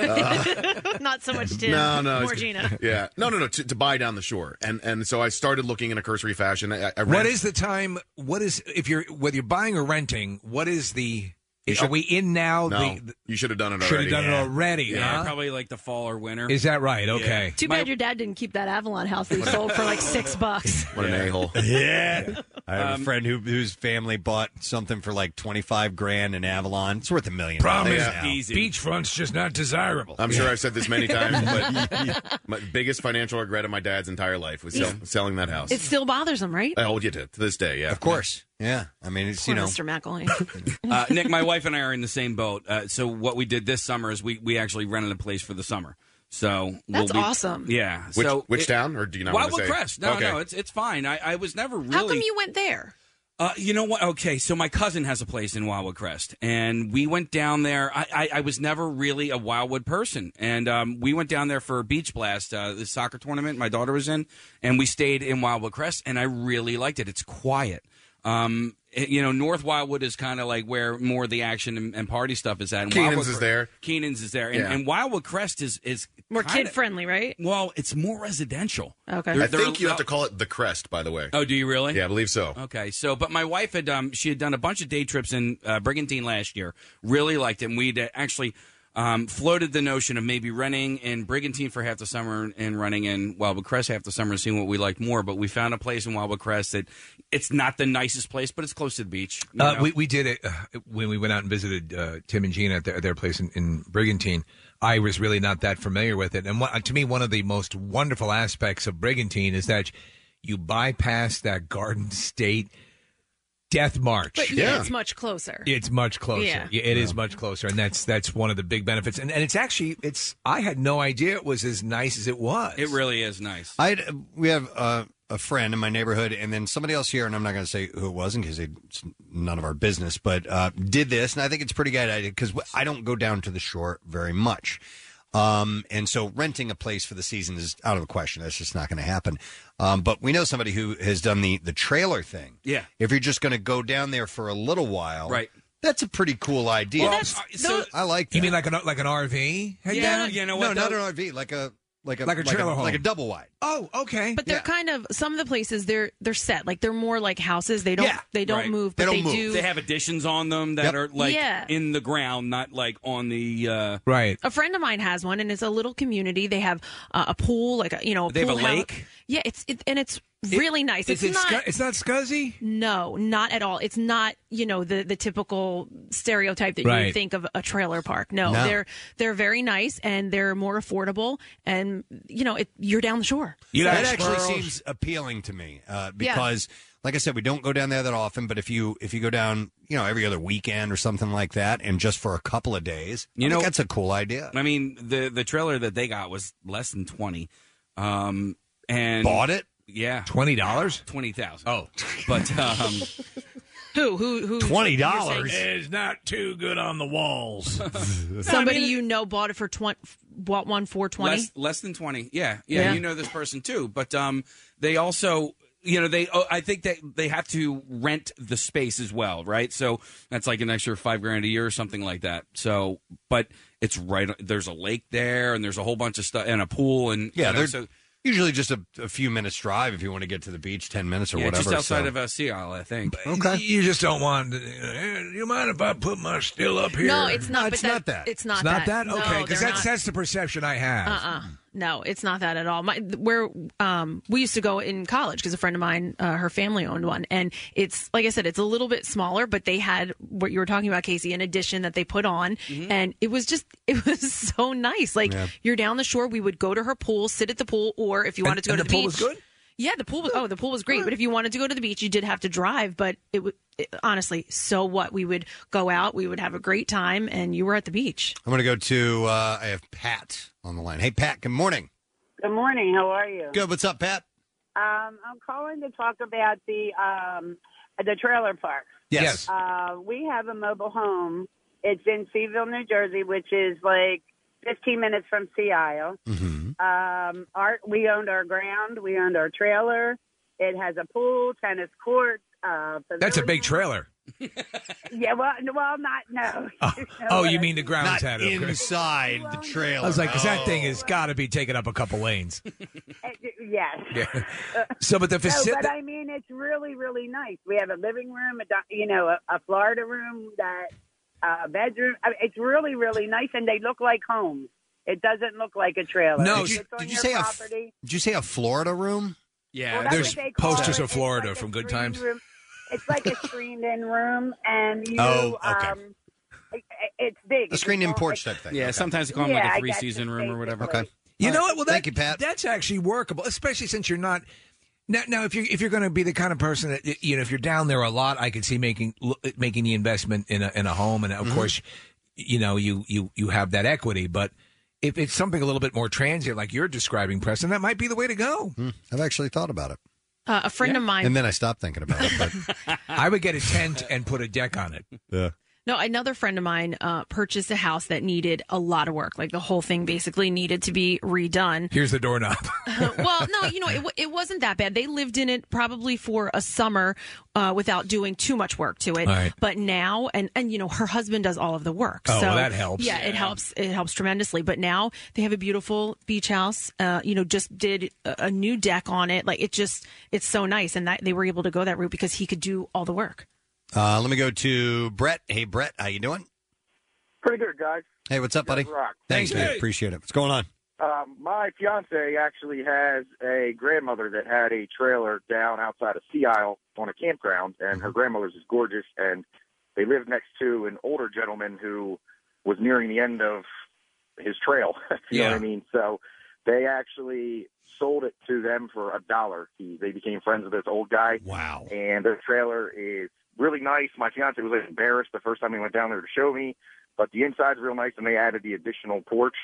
[SPEAKER 3] Uh.
[SPEAKER 5] Not so much Tim.
[SPEAKER 7] No, no,
[SPEAKER 5] More
[SPEAKER 7] it's-
[SPEAKER 5] Gina.
[SPEAKER 7] Yeah, no, no, no. To, to buy down the shore, and and so I started looking in a cursory fashion. I, I I
[SPEAKER 3] What
[SPEAKER 7] ran-
[SPEAKER 3] is the time? What is if you're whether you're buying or renting? What is the?
[SPEAKER 7] You
[SPEAKER 3] are
[SPEAKER 7] should-
[SPEAKER 3] we in now?
[SPEAKER 7] No,
[SPEAKER 3] the,
[SPEAKER 7] you should have done it.
[SPEAKER 3] Should
[SPEAKER 7] already.
[SPEAKER 3] have done it already.
[SPEAKER 9] Yeah,
[SPEAKER 3] huh?
[SPEAKER 9] probably like the fall or winter.
[SPEAKER 3] Is that right? Okay.
[SPEAKER 5] Too bad your dad didn't keep that Avalon house that he sold for like six bucks.
[SPEAKER 7] What an a hole.
[SPEAKER 4] Yeah. I have
[SPEAKER 5] Um,
[SPEAKER 4] a friend who, whose family bought something for like 25 grand in Avalon. It's worth a million.
[SPEAKER 3] Problem
[SPEAKER 4] dollars
[SPEAKER 3] is,
[SPEAKER 4] now.
[SPEAKER 3] beachfront's just not desirable.
[SPEAKER 7] I'm sure I've said this many times, but my biggest financial regret of my dad's entire life was sell- selling that house.
[SPEAKER 5] It still bothers him, right?
[SPEAKER 7] I hold you to to this day. Yeah, of
[SPEAKER 4] course. Yeah, I mean, it's
[SPEAKER 5] Poor Mr. McElhaney.
[SPEAKER 9] uh, Nick, my wife and I are in the same boat. Uh, so what we did this summer is we, we actually rented a place for the summer. So we'll
[SPEAKER 5] That's
[SPEAKER 9] be-
[SPEAKER 5] awesome.
[SPEAKER 9] Yeah.
[SPEAKER 7] Which-
[SPEAKER 9] so
[SPEAKER 7] which town, or do you not wanna
[SPEAKER 9] Wildwood
[SPEAKER 7] say?
[SPEAKER 9] Crest. No,
[SPEAKER 7] Okay.
[SPEAKER 9] no, it's it's fine. I, I was never really.
[SPEAKER 5] How come you went there?
[SPEAKER 9] Uh, you know what? Okay, so my cousin has a place in Wildwood Crest, and we went down there. I, I, I was never really a Wildwood person, and um, we went down there for Beach Blast, uh, the soccer tournament my daughter was in, and we stayed in Wildwood Crest, and I really liked it. It's quiet. Um, it- you know, North Wildwood is kind of like where more of the action and, and party stuff is at. and
[SPEAKER 7] Keenan's
[SPEAKER 9] Wildwood
[SPEAKER 7] is
[SPEAKER 9] Cre-
[SPEAKER 7] there.
[SPEAKER 9] Keenan's is there, and,
[SPEAKER 7] Yeah.
[SPEAKER 9] and Wildwood Crest is is
[SPEAKER 5] More
[SPEAKER 9] kinda-
[SPEAKER 5] kid friendly, right?
[SPEAKER 9] Well, it's more residential.
[SPEAKER 5] Okay.
[SPEAKER 7] I think you have to call it the crest, by the way.
[SPEAKER 9] Oh, do you really?
[SPEAKER 7] Yeah, I believe so.
[SPEAKER 9] Okay, so but my wife had um she had done a bunch of day trips in uh, Brigantine last year. Really liked it. And we'd uh, actually um, floated the notion of maybe renting in Brigantine for half the summer and running in Wildwood Crest half the summer and seeing what we liked more. But we found a place in Wildwood Crest that it's not the nicest place, but it's close to the beach. you
[SPEAKER 3] Uh,
[SPEAKER 9] know?
[SPEAKER 3] we, we did it uh, when we went out and visited uh, Tim and Gina at their, their place in, in Brigantine. I was really not that familiar with it. And what, to me, one of the most wonderful aspects of Brigantine is that you bypass that Garden State death march.
[SPEAKER 5] But yeah, it's much closer.
[SPEAKER 3] It's much closer.
[SPEAKER 5] Yeah.
[SPEAKER 3] Yeah. it is much closer, and that's that's one of the big benefits. And and it's actually it's I had no idea it was as nice as it was.
[SPEAKER 9] It really is nice.
[SPEAKER 4] I we have uh, a friend in my neighborhood, and then somebody else here, and I'm not going to say who it was in case it's none of our business, but uh, did this, and I think it's a pretty good idea because I don't go down to the shore very much, um, and so renting a place for the season is out of the question. That's just not going to happen. Um, but we know somebody who has done the the trailer thing.
[SPEAKER 9] Yeah.
[SPEAKER 4] if you're just going to go down there for a little while,
[SPEAKER 9] Right.
[SPEAKER 4] That's a pretty cool idea.
[SPEAKER 9] Well, that's- so-
[SPEAKER 4] I like. That.
[SPEAKER 3] You mean like an like an RV?
[SPEAKER 4] Yeah,
[SPEAKER 3] you know
[SPEAKER 4] no,
[SPEAKER 3] what,
[SPEAKER 4] not
[SPEAKER 3] though?
[SPEAKER 4] an RV, like a like a
[SPEAKER 3] Like a trailer home.
[SPEAKER 4] like a double wide.
[SPEAKER 3] Oh, okay.
[SPEAKER 5] But they're kind of some of the places they're they're set like they're more like houses. They don't they don't
[SPEAKER 9] Right.
[SPEAKER 5] move, but they, do.
[SPEAKER 9] They have additions on them that
[SPEAKER 5] Yep.
[SPEAKER 9] are like
[SPEAKER 5] Yeah.
[SPEAKER 9] in the ground, not like on the uh,
[SPEAKER 3] right.
[SPEAKER 5] a friend of mine has one, and it's a little community. They have uh, a pool, like a you know, a
[SPEAKER 9] They have
[SPEAKER 5] pool
[SPEAKER 9] a
[SPEAKER 5] house.
[SPEAKER 9] lake?
[SPEAKER 5] Yeah, it's it, and it's really nice. It's,
[SPEAKER 3] is it
[SPEAKER 5] not.
[SPEAKER 3] scu- it's not scuzzy.
[SPEAKER 5] no, not at all. It's not you know the the typical stereotype that you
[SPEAKER 3] Right.
[SPEAKER 5] think of a trailer park. No,
[SPEAKER 3] No.
[SPEAKER 5] they're they're very nice and they're more affordable, and you know it, you're down the shore.
[SPEAKER 4] that actually
[SPEAKER 5] squirrels.
[SPEAKER 4] seems appealing to me uh,
[SPEAKER 5] Yeah.
[SPEAKER 4] because, like I said, we don't go down there that often. But if you if you go down, you know, every other weekend or something like that, and just for a couple of days, you know, that's a cool idea.
[SPEAKER 9] I mean, the the trailer that they got was less than twenty, um, and
[SPEAKER 4] Bought it?
[SPEAKER 9] Yeah,
[SPEAKER 3] twenty dollars,
[SPEAKER 9] twenty thousand. Oh, but um,
[SPEAKER 5] Who who who? you're saying-
[SPEAKER 3] is not too good on the walls.
[SPEAKER 5] Somebody you know bought it for twenty, bought one for twenty.
[SPEAKER 9] less less than twenty. Yeah, yeah,
[SPEAKER 5] Yeah.
[SPEAKER 9] You know this person too, but um, they also. You know they. Oh, I think that they have to rent the space as well, right? So that's like an extra five grand a year or something like that. So, but it's right. There's a lake there, and there's a whole bunch of stuff, and a pool, and
[SPEAKER 4] yeah,
[SPEAKER 9] you know,
[SPEAKER 4] they're
[SPEAKER 9] so-
[SPEAKER 4] usually just a, a few minutes drive if you want to get to the beach, ten minutes or
[SPEAKER 9] yeah,
[SPEAKER 4] whatever.
[SPEAKER 9] just outside
[SPEAKER 4] so-
[SPEAKER 9] of uh, Seattle, I think.
[SPEAKER 3] You just don't want. to- eh, You mind if I put my still up here?
[SPEAKER 5] No, it's not. but
[SPEAKER 3] it's not that.
[SPEAKER 5] It's not,
[SPEAKER 3] It's not that.
[SPEAKER 5] No,
[SPEAKER 3] Okay,
[SPEAKER 5] they're
[SPEAKER 3] because that's
[SPEAKER 5] not.
[SPEAKER 3] that's the perception I have.
[SPEAKER 5] Uh-uh. No, it's not that at all. My, where um, we used to go in college because a friend of mine, uh, her family owned one, and it's like I said, it's a little bit smaller, but they had what you were talking about, Casey, an addition that they put on, and it was just it was so nice. Like
[SPEAKER 14] Mm-hmm. Yeah.
[SPEAKER 5] you're down the shore, we would go to her pool, sit at the pool, or if you
[SPEAKER 14] And-
[SPEAKER 5] wanted to go
[SPEAKER 14] and
[SPEAKER 5] to
[SPEAKER 14] the
[SPEAKER 5] the,
[SPEAKER 14] pool
[SPEAKER 5] beach,
[SPEAKER 14] was good?
[SPEAKER 5] Yeah, the pool was oh, the pool was great. But if you wanted to go to the beach, you did have to drive. But it was honestly, so what? We would go out, we would have a great time, and you were at the beach.
[SPEAKER 4] I'm going to go to. Uh, I have Pat on the line. Hey, Pat. Good morning.
[SPEAKER 14] Good morning. How are you?
[SPEAKER 4] Good. What's up, Pat?
[SPEAKER 14] Um, I'm calling to talk about the um, the trailer park.
[SPEAKER 4] Yes. Yes.
[SPEAKER 14] Uh, we have a mobile home. It's in Seaville, New Jersey, which is like 15 minutes from Sea Isle.
[SPEAKER 3] Mm-hmm.
[SPEAKER 14] Um, our, we owned our ground. We owned our trailer. It has a pool, tennis court. Uh,
[SPEAKER 3] That's a big
[SPEAKER 14] pavilion.
[SPEAKER 3] trailer.
[SPEAKER 14] Yeah, well, n- well, not no. You know
[SPEAKER 3] Oh,
[SPEAKER 14] what
[SPEAKER 3] you
[SPEAKER 14] I
[SPEAKER 3] mean the
[SPEAKER 4] Not
[SPEAKER 3] ground's had it, okay.
[SPEAKER 4] inside the trailer.
[SPEAKER 3] I was like, 'cause that
[SPEAKER 4] Oh.
[SPEAKER 3] thing has got to be taking up a couple lanes.
[SPEAKER 14] Yes.
[SPEAKER 3] Yeah. So, but the
[SPEAKER 14] No,
[SPEAKER 3] facility.
[SPEAKER 14] but I mean, it's really, really nice. We have a living room, a di- you know, a, a Florida room, that uh, a bedroom. I mean, it's really, really nice, and they look like homes. It doesn't look like a trailer.
[SPEAKER 4] No,
[SPEAKER 14] It's
[SPEAKER 4] did you-
[SPEAKER 14] on
[SPEAKER 4] did you
[SPEAKER 14] your
[SPEAKER 4] say a f-
[SPEAKER 14] property.
[SPEAKER 4] Did you say a Florida room?
[SPEAKER 9] Yeah,
[SPEAKER 14] Well, that's
[SPEAKER 3] there's
[SPEAKER 14] what they call
[SPEAKER 3] posters
[SPEAKER 14] it.
[SPEAKER 3] of Florida from good
[SPEAKER 14] Screened
[SPEAKER 3] times.
[SPEAKER 14] room. It's like a screened-in room, and you.
[SPEAKER 3] Oh, okay.
[SPEAKER 14] Um, it- it's big. It's
[SPEAKER 4] screen in
[SPEAKER 14] all-
[SPEAKER 4] porch type thing.
[SPEAKER 9] Yeah, sometimes they call them
[SPEAKER 14] Yeah,
[SPEAKER 9] like
[SPEAKER 14] I
[SPEAKER 9] a three
[SPEAKER 14] guess
[SPEAKER 9] season
[SPEAKER 14] it's
[SPEAKER 9] room or whatever.
[SPEAKER 4] Okay.
[SPEAKER 3] You know what? Well, that,
[SPEAKER 4] Thank you, Pat.
[SPEAKER 3] That's actually workable, especially since you're not. Now, now, if you're if you're going to be the kind of person that you know, if you're down there a lot, I could see making lo- making the investment in a in a home, and of
[SPEAKER 13] Mm-hmm.
[SPEAKER 3] course, you know, you you you have that equity. But if it's
[SPEAKER 13] Hmm.
[SPEAKER 3] something a little bit more transient, like you're describing, Preston, that might be the way to go.
[SPEAKER 4] I've actually thought about it.
[SPEAKER 5] Uh, a friend of mine.
[SPEAKER 13] And then I stopped thinking about it. But
[SPEAKER 3] I would get a tent and put a deck on it.
[SPEAKER 13] Yeah.
[SPEAKER 5] No, another friend of mine uh, purchased a house that needed a lot of work. Like the whole thing basically needed to be redone.
[SPEAKER 3] Here's the doorknob.
[SPEAKER 5] well, no, you know, it, wa- it wasn't that bad. They lived in it probably for a summer uh, without doing too much work to it.
[SPEAKER 3] All right.
[SPEAKER 5] But now, and and you know, her husband does all of the work.
[SPEAKER 3] Oh,
[SPEAKER 5] so
[SPEAKER 3] well, that helps.
[SPEAKER 5] Yeah, it
[SPEAKER 3] Yeah.
[SPEAKER 5] helps. It helps tremendously. But now they have a beautiful beach house. Uh, you know, just did a, a new deck on it. Like it just, it's so nice, and that they were able to go that route because he could do all the work.
[SPEAKER 4] Uh, let me go to Brett. Hey, Brett, how you doing?
[SPEAKER 6] Pretty good, guys.
[SPEAKER 4] Hey, what's up, buddy?
[SPEAKER 6] Guys rock.
[SPEAKER 4] Thanks, man. Appreciate it. What's going on?
[SPEAKER 6] Um, my fiance actually has a grandmother that had a trailer down outside of Sea Isle on a campground, and
[SPEAKER 4] Mm-hmm.
[SPEAKER 6] her grandmother's is gorgeous. And they live next to an older gentleman who was nearing the end of his trail. you know
[SPEAKER 15] Yeah.
[SPEAKER 6] what I mean? So they actually sold it to them for a dollar. He, they became friends with this old guy.
[SPEAKER 4] Wow.
[SPEAKER 6] And their trailer is really nice. My fiance was like, embarrassed the first time he went down there to show me, but the inside's real nice, and they added the additional porch.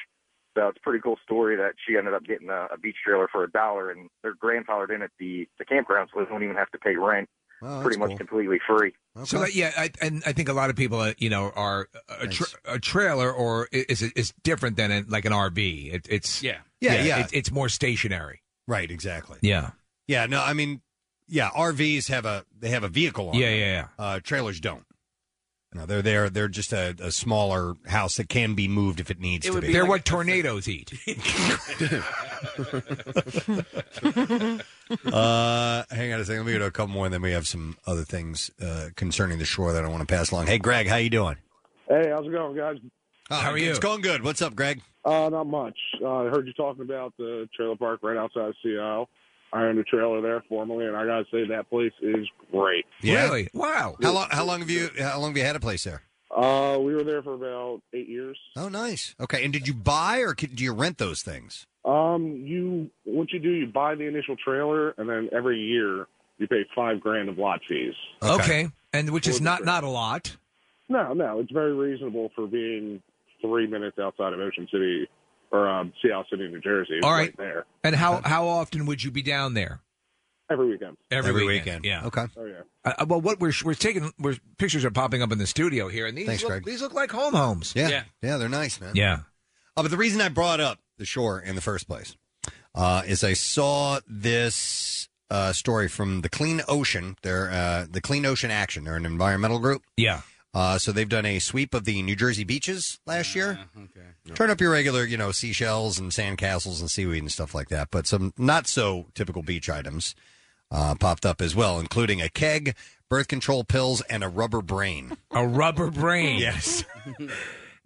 [SPEAKER 6] So it's a pretty cool story that she ended up getting a, a beach trailer for a dollar, and they're grandfathered in at the the campground, so they don't even have to pay rent.
[SPEAKER 3] that's
[SPEAKER 6] pretty much completely free.
[SPEAKER 3] So that, yeah, I, and I think a lot of people, uh, you know, are a, tra- a trailer or i- is is different than an, like an RV. It, it's
[SPEAKER 9] yeah,
[SPEAKER 4] Yeah, yeah.
[SPEAKER 3] It, it's more stationary.
[SPEAKER 4] Right, exactly.
[SPEAKER 3] Yeah.
[SPEAKER 4] Yeah, no, I mean, yeah, RVs have a they have a vehicle on.
[SPEAKER 3] Yeah,
[SPEAKER 4] them.
[SPEAKER 3] yeah, yeah.
[SPEAKER 4] Uh, trailers don't. No, they're there. They're just a, a smaller house that can be moved if it needs
[SPEAKER 3] It
[SPEAKER 4] to
[SPEAKER 3] would
[SPEAKER 4] be.
[SPEAKER 3] be They're like what a- tornadoes eat.
[SPEAKER 4] uh, hang on a second. Let me go to a couple more, and then we have some other things uh, concerning the shore that I want to pass along. Hey, Greg, how you doing?
[SPEAKER 16] Hey, how's it going, guys?
[SPEAKER 4] How are you? It's going good. What's up, Greg?
[SPEAKER 16] Uh, not much. Uh, I heard you talking about the trailer park right outside of Seattle. I owned a trailer there formerly, and I gotta say that place is great.
[SPEAKER 4] Really? Wow. How long? How long have you? How long have you had a place there?
[SPEAKER 16] Uh, we were there for about eight years.
[SPEAKER 4] Oh, nice. Okay. And did you buy or could, do you rent those things?
[SPEAKER 16] Um, you what you do, you buy the initial trailer, and then every year you pay five grand of lot fees.
[SPEAKER 3] Okay. And which is
[SPEAKER 16] Well,
[SPEAKER 3] not
[SPEAKER 16] different.
[SPEAKER 3] not a lot.
[SPEAKER 16] No, no, it's very reasonable for being three minutes outside of Ocean City or um, Seattle City, New Jersey. It's
[SPEAKER 3] All
[SPEAKER 16] right.
[SPEAKER 3] right.
[SPEAKER 16] there
[SPEAKER 3] And how how often would you be down there?
[SPEAKER 16] every weekend.
[SPEAKER 3] Every, weekend. Yeah.
[SPEAKER 4] Okay.
[SPEAKER 16] Oh yeah.
[SPEAKER 3] Uh, uh, well, what we're we're taking, we're, pictures are popping up in the studio here, and these
[SPEAKER 4] Thanks,
[SPEAKER 3] look,
[SPEAKER 4] Greg.
[SPEAKER 3] these look like home homes.
[SPEAKER 4] Yeah. yeah. they're nice, man.
[SPEAKER 3] Yeah.
[SPEAKER 4] Oh, but the reason I brought up the shore in the first place uh, is I saw this uh, story from the Clean Ocean. They're uh, the Clean Ocean Action. They're an environmental group.
[SPEAKER 3] Yeah.
[SPEAKER 4] Uh, so they've done a sweep of the New Jersey beaches last year. Okay. Turn up your regular, you know, seashells and sandcastles and seaweed and stuff like that, but some not so typical beach items uh, popped up as well, including a keg, birth control pills, and a rubber brain.
[SPEAKER 3] A rubber brain.
[SPEAKER 4] yes.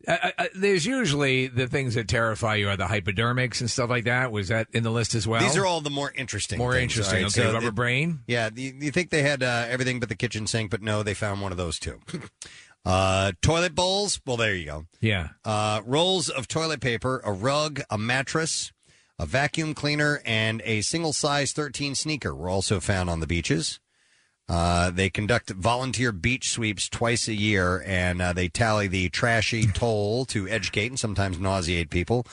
[SPEAKER 3] Uh, uh, uh, there's usually the things that terrify you are the hypodermics and stuff like that. Was that in the list as well?
[SPEAKER 4] These are all the more interesting.
[SPEAKER 3] More
[SPEAKER 4] things,
[SPEAKER 3] interesting.
[SPEAKER 4] all right?
[SPEAKER 3] Okay,
[SPEAKER 4] So
[SPEAKER 3] rubber
[SPEAKER 4] it-
[SPEAKER 3] brain.
[SPEAKER 4] Yeah, you, you think they had uh, everything but the kitchen sink, but no, they found one of those too. uh, toilet bowls. Well, there you go.
[SPEAKER 3] Yeah.
[SPEAKER 4] Uh, rolls of toilet paper, a rug, a mattress, a vacuum cleaner, and a single size 13 sneaker were also found on the beaches. Uh, they conduct volunteer beach sweeps twice a year, and uh, they tally the trashy toll to educate and sometimes nauseate people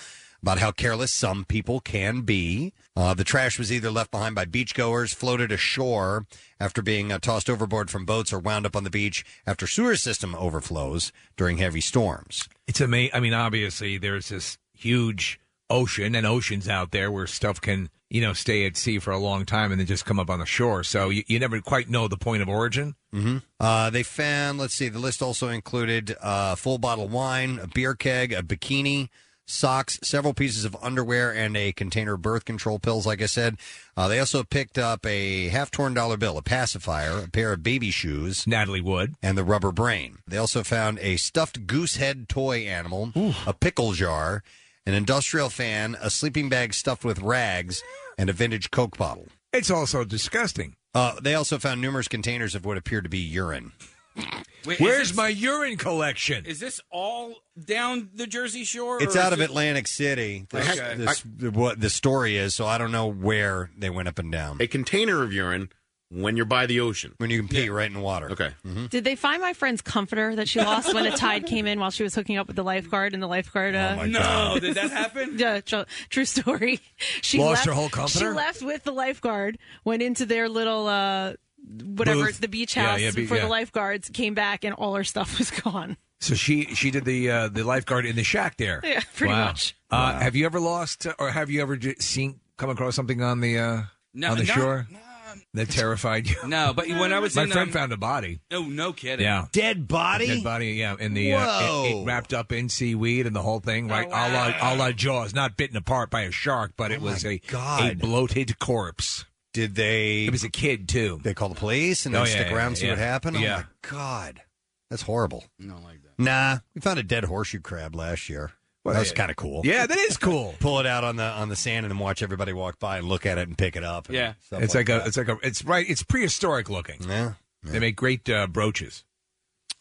[SPEAKER 4] about how careless some people can be. Uh, the trash was either left behind by beachgoers, floated ashore after being uh, tossed overboard from boats, or wound up on the beach after sewer system overflows during heavy storms.
[SPEAKER 3] It's amazing. I mean, obviously, there's this huge ocean and oceans out there where stuff can, you know, stay at sea for a long time and then just come up on the shore. So you, you never quite know the point of origin.
[SPEAKER 4] Mm-hmm. Uh, they found, let's see, the list also included uh, full bottle wine, a beer keg, a bikini, socks, several pieces of underwear, and a container of birth control pills, like I said. Uh, they also picked up a half torn dollar bill, a pacifier, a pair of baby shoes.
[SPEAKER 3] Natalie Wood.
[SPEAKER 4] And the rubber brain. They also found a stuffed goose head toy animal, a pickle jar, an industrial fan, a sleeping bag stuffed with rags, and a vintage Coke bottle.
[SPEAKER 3] It's also disgusting.
[SPEAKER 4] Uh, they also found numerous containers of what appeared to be urine.
[SPEAKER 9] Wait, is
[SPEAKER 3] Where's
[SPEAKER 9] this-
[SPEAKER 3] my urine collection?
[SPEAKER 9] Is this all down the Jersey Shore?
[SPEAKER 4] It's
[SPEAKER 9] or is
[SPEAKER 4] out of
[SPEAKER 9] it-
[SPEAKER 4] Atlantic City. This,
[SPEAKER 9] Okay.
[SPEAKER 4] this- what the story is, so I don't know where they went up and down.
[SPEAKER 7] A container of urine, When you're by the ocean.
[SPEAKER 4] When you can pee right in the water. Mm-hmm.
[SPEAKER 7] Okay.
[SPEAKER 5] Did they find my friend's comforter that she lost when the tide came in while she was hooking up with the lifeguard and the lifeguard? Uh,
[SPEAKER 9] Oh
[SPEAKER 4] Oh
[SPEAKER 9] my No, God. did that happen?
[SPEAKER 5] yeah, true, true story. She
[SPEAKER 9] Lost
[SPEAKER 5] left,
[SPEAKER 9] her whole comforter?
[SPEAKER 5] She left with the lifeguard, went into their little uh, whatever
[SPEAKER 3] Booth.
[SPEAKER 5] the beach
[SPEAKER 3] Yeah,
[SPEAKER 5] house
[SPEAKER 3] yeah, be-
[SPEAKER 5] for
[SPEAKER 3] yeah.
[SPEAKER 5] the lifeguards, came back and all her stuff was gone.
[SPEAKER 3] So she she did the uh, the lifeguard in the shack there.
[SPEAKER 5] Yeah, pretty
[SPEAKER 3] Wow.
[SPEAKER 5] much.
[SPEAKER 3] Uh, Have you ever lost uh, or have you ever j- seen come across something on the uh,
[SPEAKER 9] No,
[SPEAKER 3] on the
[SPEAKER 9] no,
[SPEAKER 3] shore that terrified you?
[SPEAKER 9] No, but when I was
[SPEAKER 3] my
[SPEAKER 9] in,
[SPEAKER 3] friend
[SPEAKER 9] um,
[SPEAKER 3] found a body.
[SPEAKER 9] No, no kidding.
[SPEAKER 3] Yeah,
[SPEAKER 4] dead body.
[SPEAKER 3] Dead body. Yeah, in the uh, it- it,
[SPEAKER 9] Whoa.
[SPEAKER 3] wrapped up in seaweed and the whole thing.
[SPEAKER 5] Oh,
[SPEAKER 3] Right, a, la, a la Jaws, not bitten apart by a shark, but it was a a
[SPEAKER 4] Oh God.
[SPEAKER 3] bloated corpse.
[SPEAKER 4] Did they? It
[SPEAKER 3] was a kid too.
[SPEAKER 4] They call the police and
[SPEAKER 3] oh,
[SPEAKER 4] then
[SPEAKER 3] yeah,
[SPEAKER 4] stick
[SPEAKER 3] yeah,
[SPEAKER 4] around and see
[SPEAKER 3] yeah.
[SPEAKER 4] what happened.
[SPEAKER 3] Yeah.
[SPEAKER 4] Oh my God, that's horrible. No, like that. Nah, we found a dead horseshoe crab last year.
[SPEAKER 3] Well,
[SPEAKER 4] that was
[SPEAKER 3] yeah.
[SPEAKER 4] kind of cool.
[SPEAKER 3] Yeah, that is cool.
[SPEAKER 4] Pull it out on the on the sand and then watch everybody walk by and look at it and pick it up. and stuff
[SPEAKER 3] it's like,
[SPEAKER 4] like,
[SPEAKER 3] a, it's like a, it's right, it's prehistoric looking.
[SPEAKER 4] Yeah,
[SPEAKER 3] they make great uh, brooches.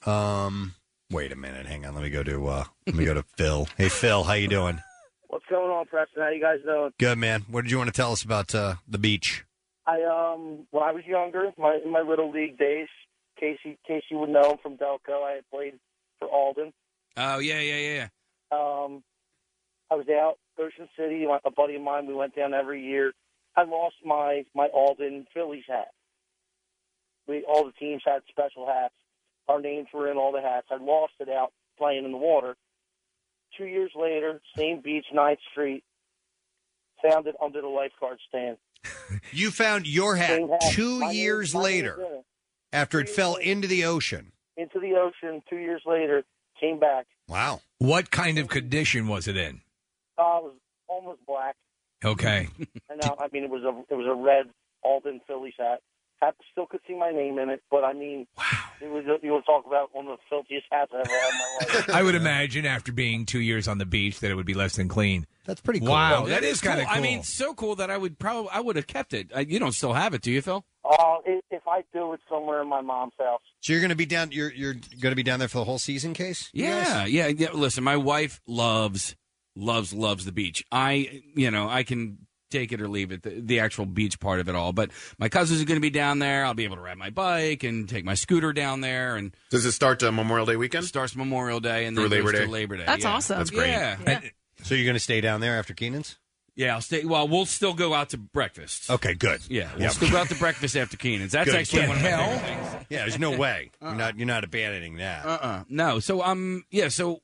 [SPEAKER 4] a. Um, wait a minute. Hang on. Let me go to uh, let me go to Phil. Hey Phil, how you doing?
[SPEAKER 15] What's going on, Preston? How you guys doing?
[SPEAKER 4] Good man. What did you want to tell us about uh, the beach?
[SPEAKER 15] I um when I was younger, my in my little league days, Casey Casey would know I'm from Delco. I had played for Alden.
[SPEAKER 9] Oh yeah, yeah, yeah, yeah.
[SPEAKER 15] Um, I was out Ocean City. My, a buddy of mine. We went down every year. I lost my my Alden Phillies hat. We all the teams had special hats. Our names were in all the hats. I lost it out playing in the water. Two years later, same beach, 9th Street, found it under the lifeguard stand.
[SPEAKER 4] You found your hat
[SPEAKER 15] Same hat.
[SPEAKER 4] two
[SPEAKER 15] My name-
[SPEAKER 4] years
[SPEAKER 15] my name's
[SPEAKER 4] later
[SPEAKER 15] in it.
[SPEAKER 4] after it fell into the ocean.
[SPEAKER 15] Into the ocean. Two years later, came back.
[SPEAKER 4] Wow.
[SPEAKER 3] What kind of condition was it in?
[SPEAKER 15] Uh, I was almost black.
[SPEAKER 3] Okay.
[SPEAKER 15] And now, I mean, it was a it was a red Alden Phillies hat. I still could see my name in it, but I mean, it was you want to talk about one of the filthiest hats I ever had in my life.
[SPEAKER 3] I would imagine after being two years on the beach that it would be less than clean.
[SPEAKER 4] That's pretty
[SPEAKER 3] Wow, that is kind of cool.
[SPEAKER 9] I mean, so cool that I would probably I would have kept it. I, you don't still have it, do you, Phil?
[SPEAKER 15] Oh, if, if I do, it's somewhere in my mom's house.
[SPEAKER 4] So you're gonna be down. You're you're gonna be down there for the whole season, case. You
[SPEAKER 9] Yeah,
[SPEAKER 4] guys?
[SPEAKER 9] yeah, yeah. Listen, my wife loves, loves, loves the beach. I, you know, I can take it or leave it, the, the actual beach part of it all. But my cousins are going to be down there. I'll be able to ride my bike and take my scooter down there. And
[SPEAKER 7] does it start uh, Memorial Day weekend?
[SPEAKER 9] Starts Memorial Day and
[SPEAKER 7] Through
[SPEAKER 9] then
[SPEAKER 7] Labor
[SPEAKER 9] goes to
[SPEAKER 7] Day.
[SPEAKER 9] Labor Day.
[SPEAKER 5] That's
[SPEAKER 9] Yeah.
[SPEAKER 5] awesome.
[SPEAKER 9] Yeah.
[SPEAKER 4] So you're gonna stay down there after Keenan's?
[SPEAKER 9] Yeah, I'll stay. Well, we'll still go out to breakfast.
[SPEAKER 4] Okay, good.
[SPEAKER 9] Yeah, we'll
[SPEAKER 4] Yeah.
[SPEAKER 9] still go out to breakfast after Keenan's. That's
[SPEAKER 4] Good.
[SPEAKER 9] actually
[SPEAKER 4] Get
[SPEAKER 9] one of my
[SPEAKER 4] hell.
[SPEAKER 9] favorite things. Uh,
[SPEAKER 4] Yeah, there's no way. You're not you're not abandoning that.
[SPEAKER 9] Uh-uh. No. So um yeah, so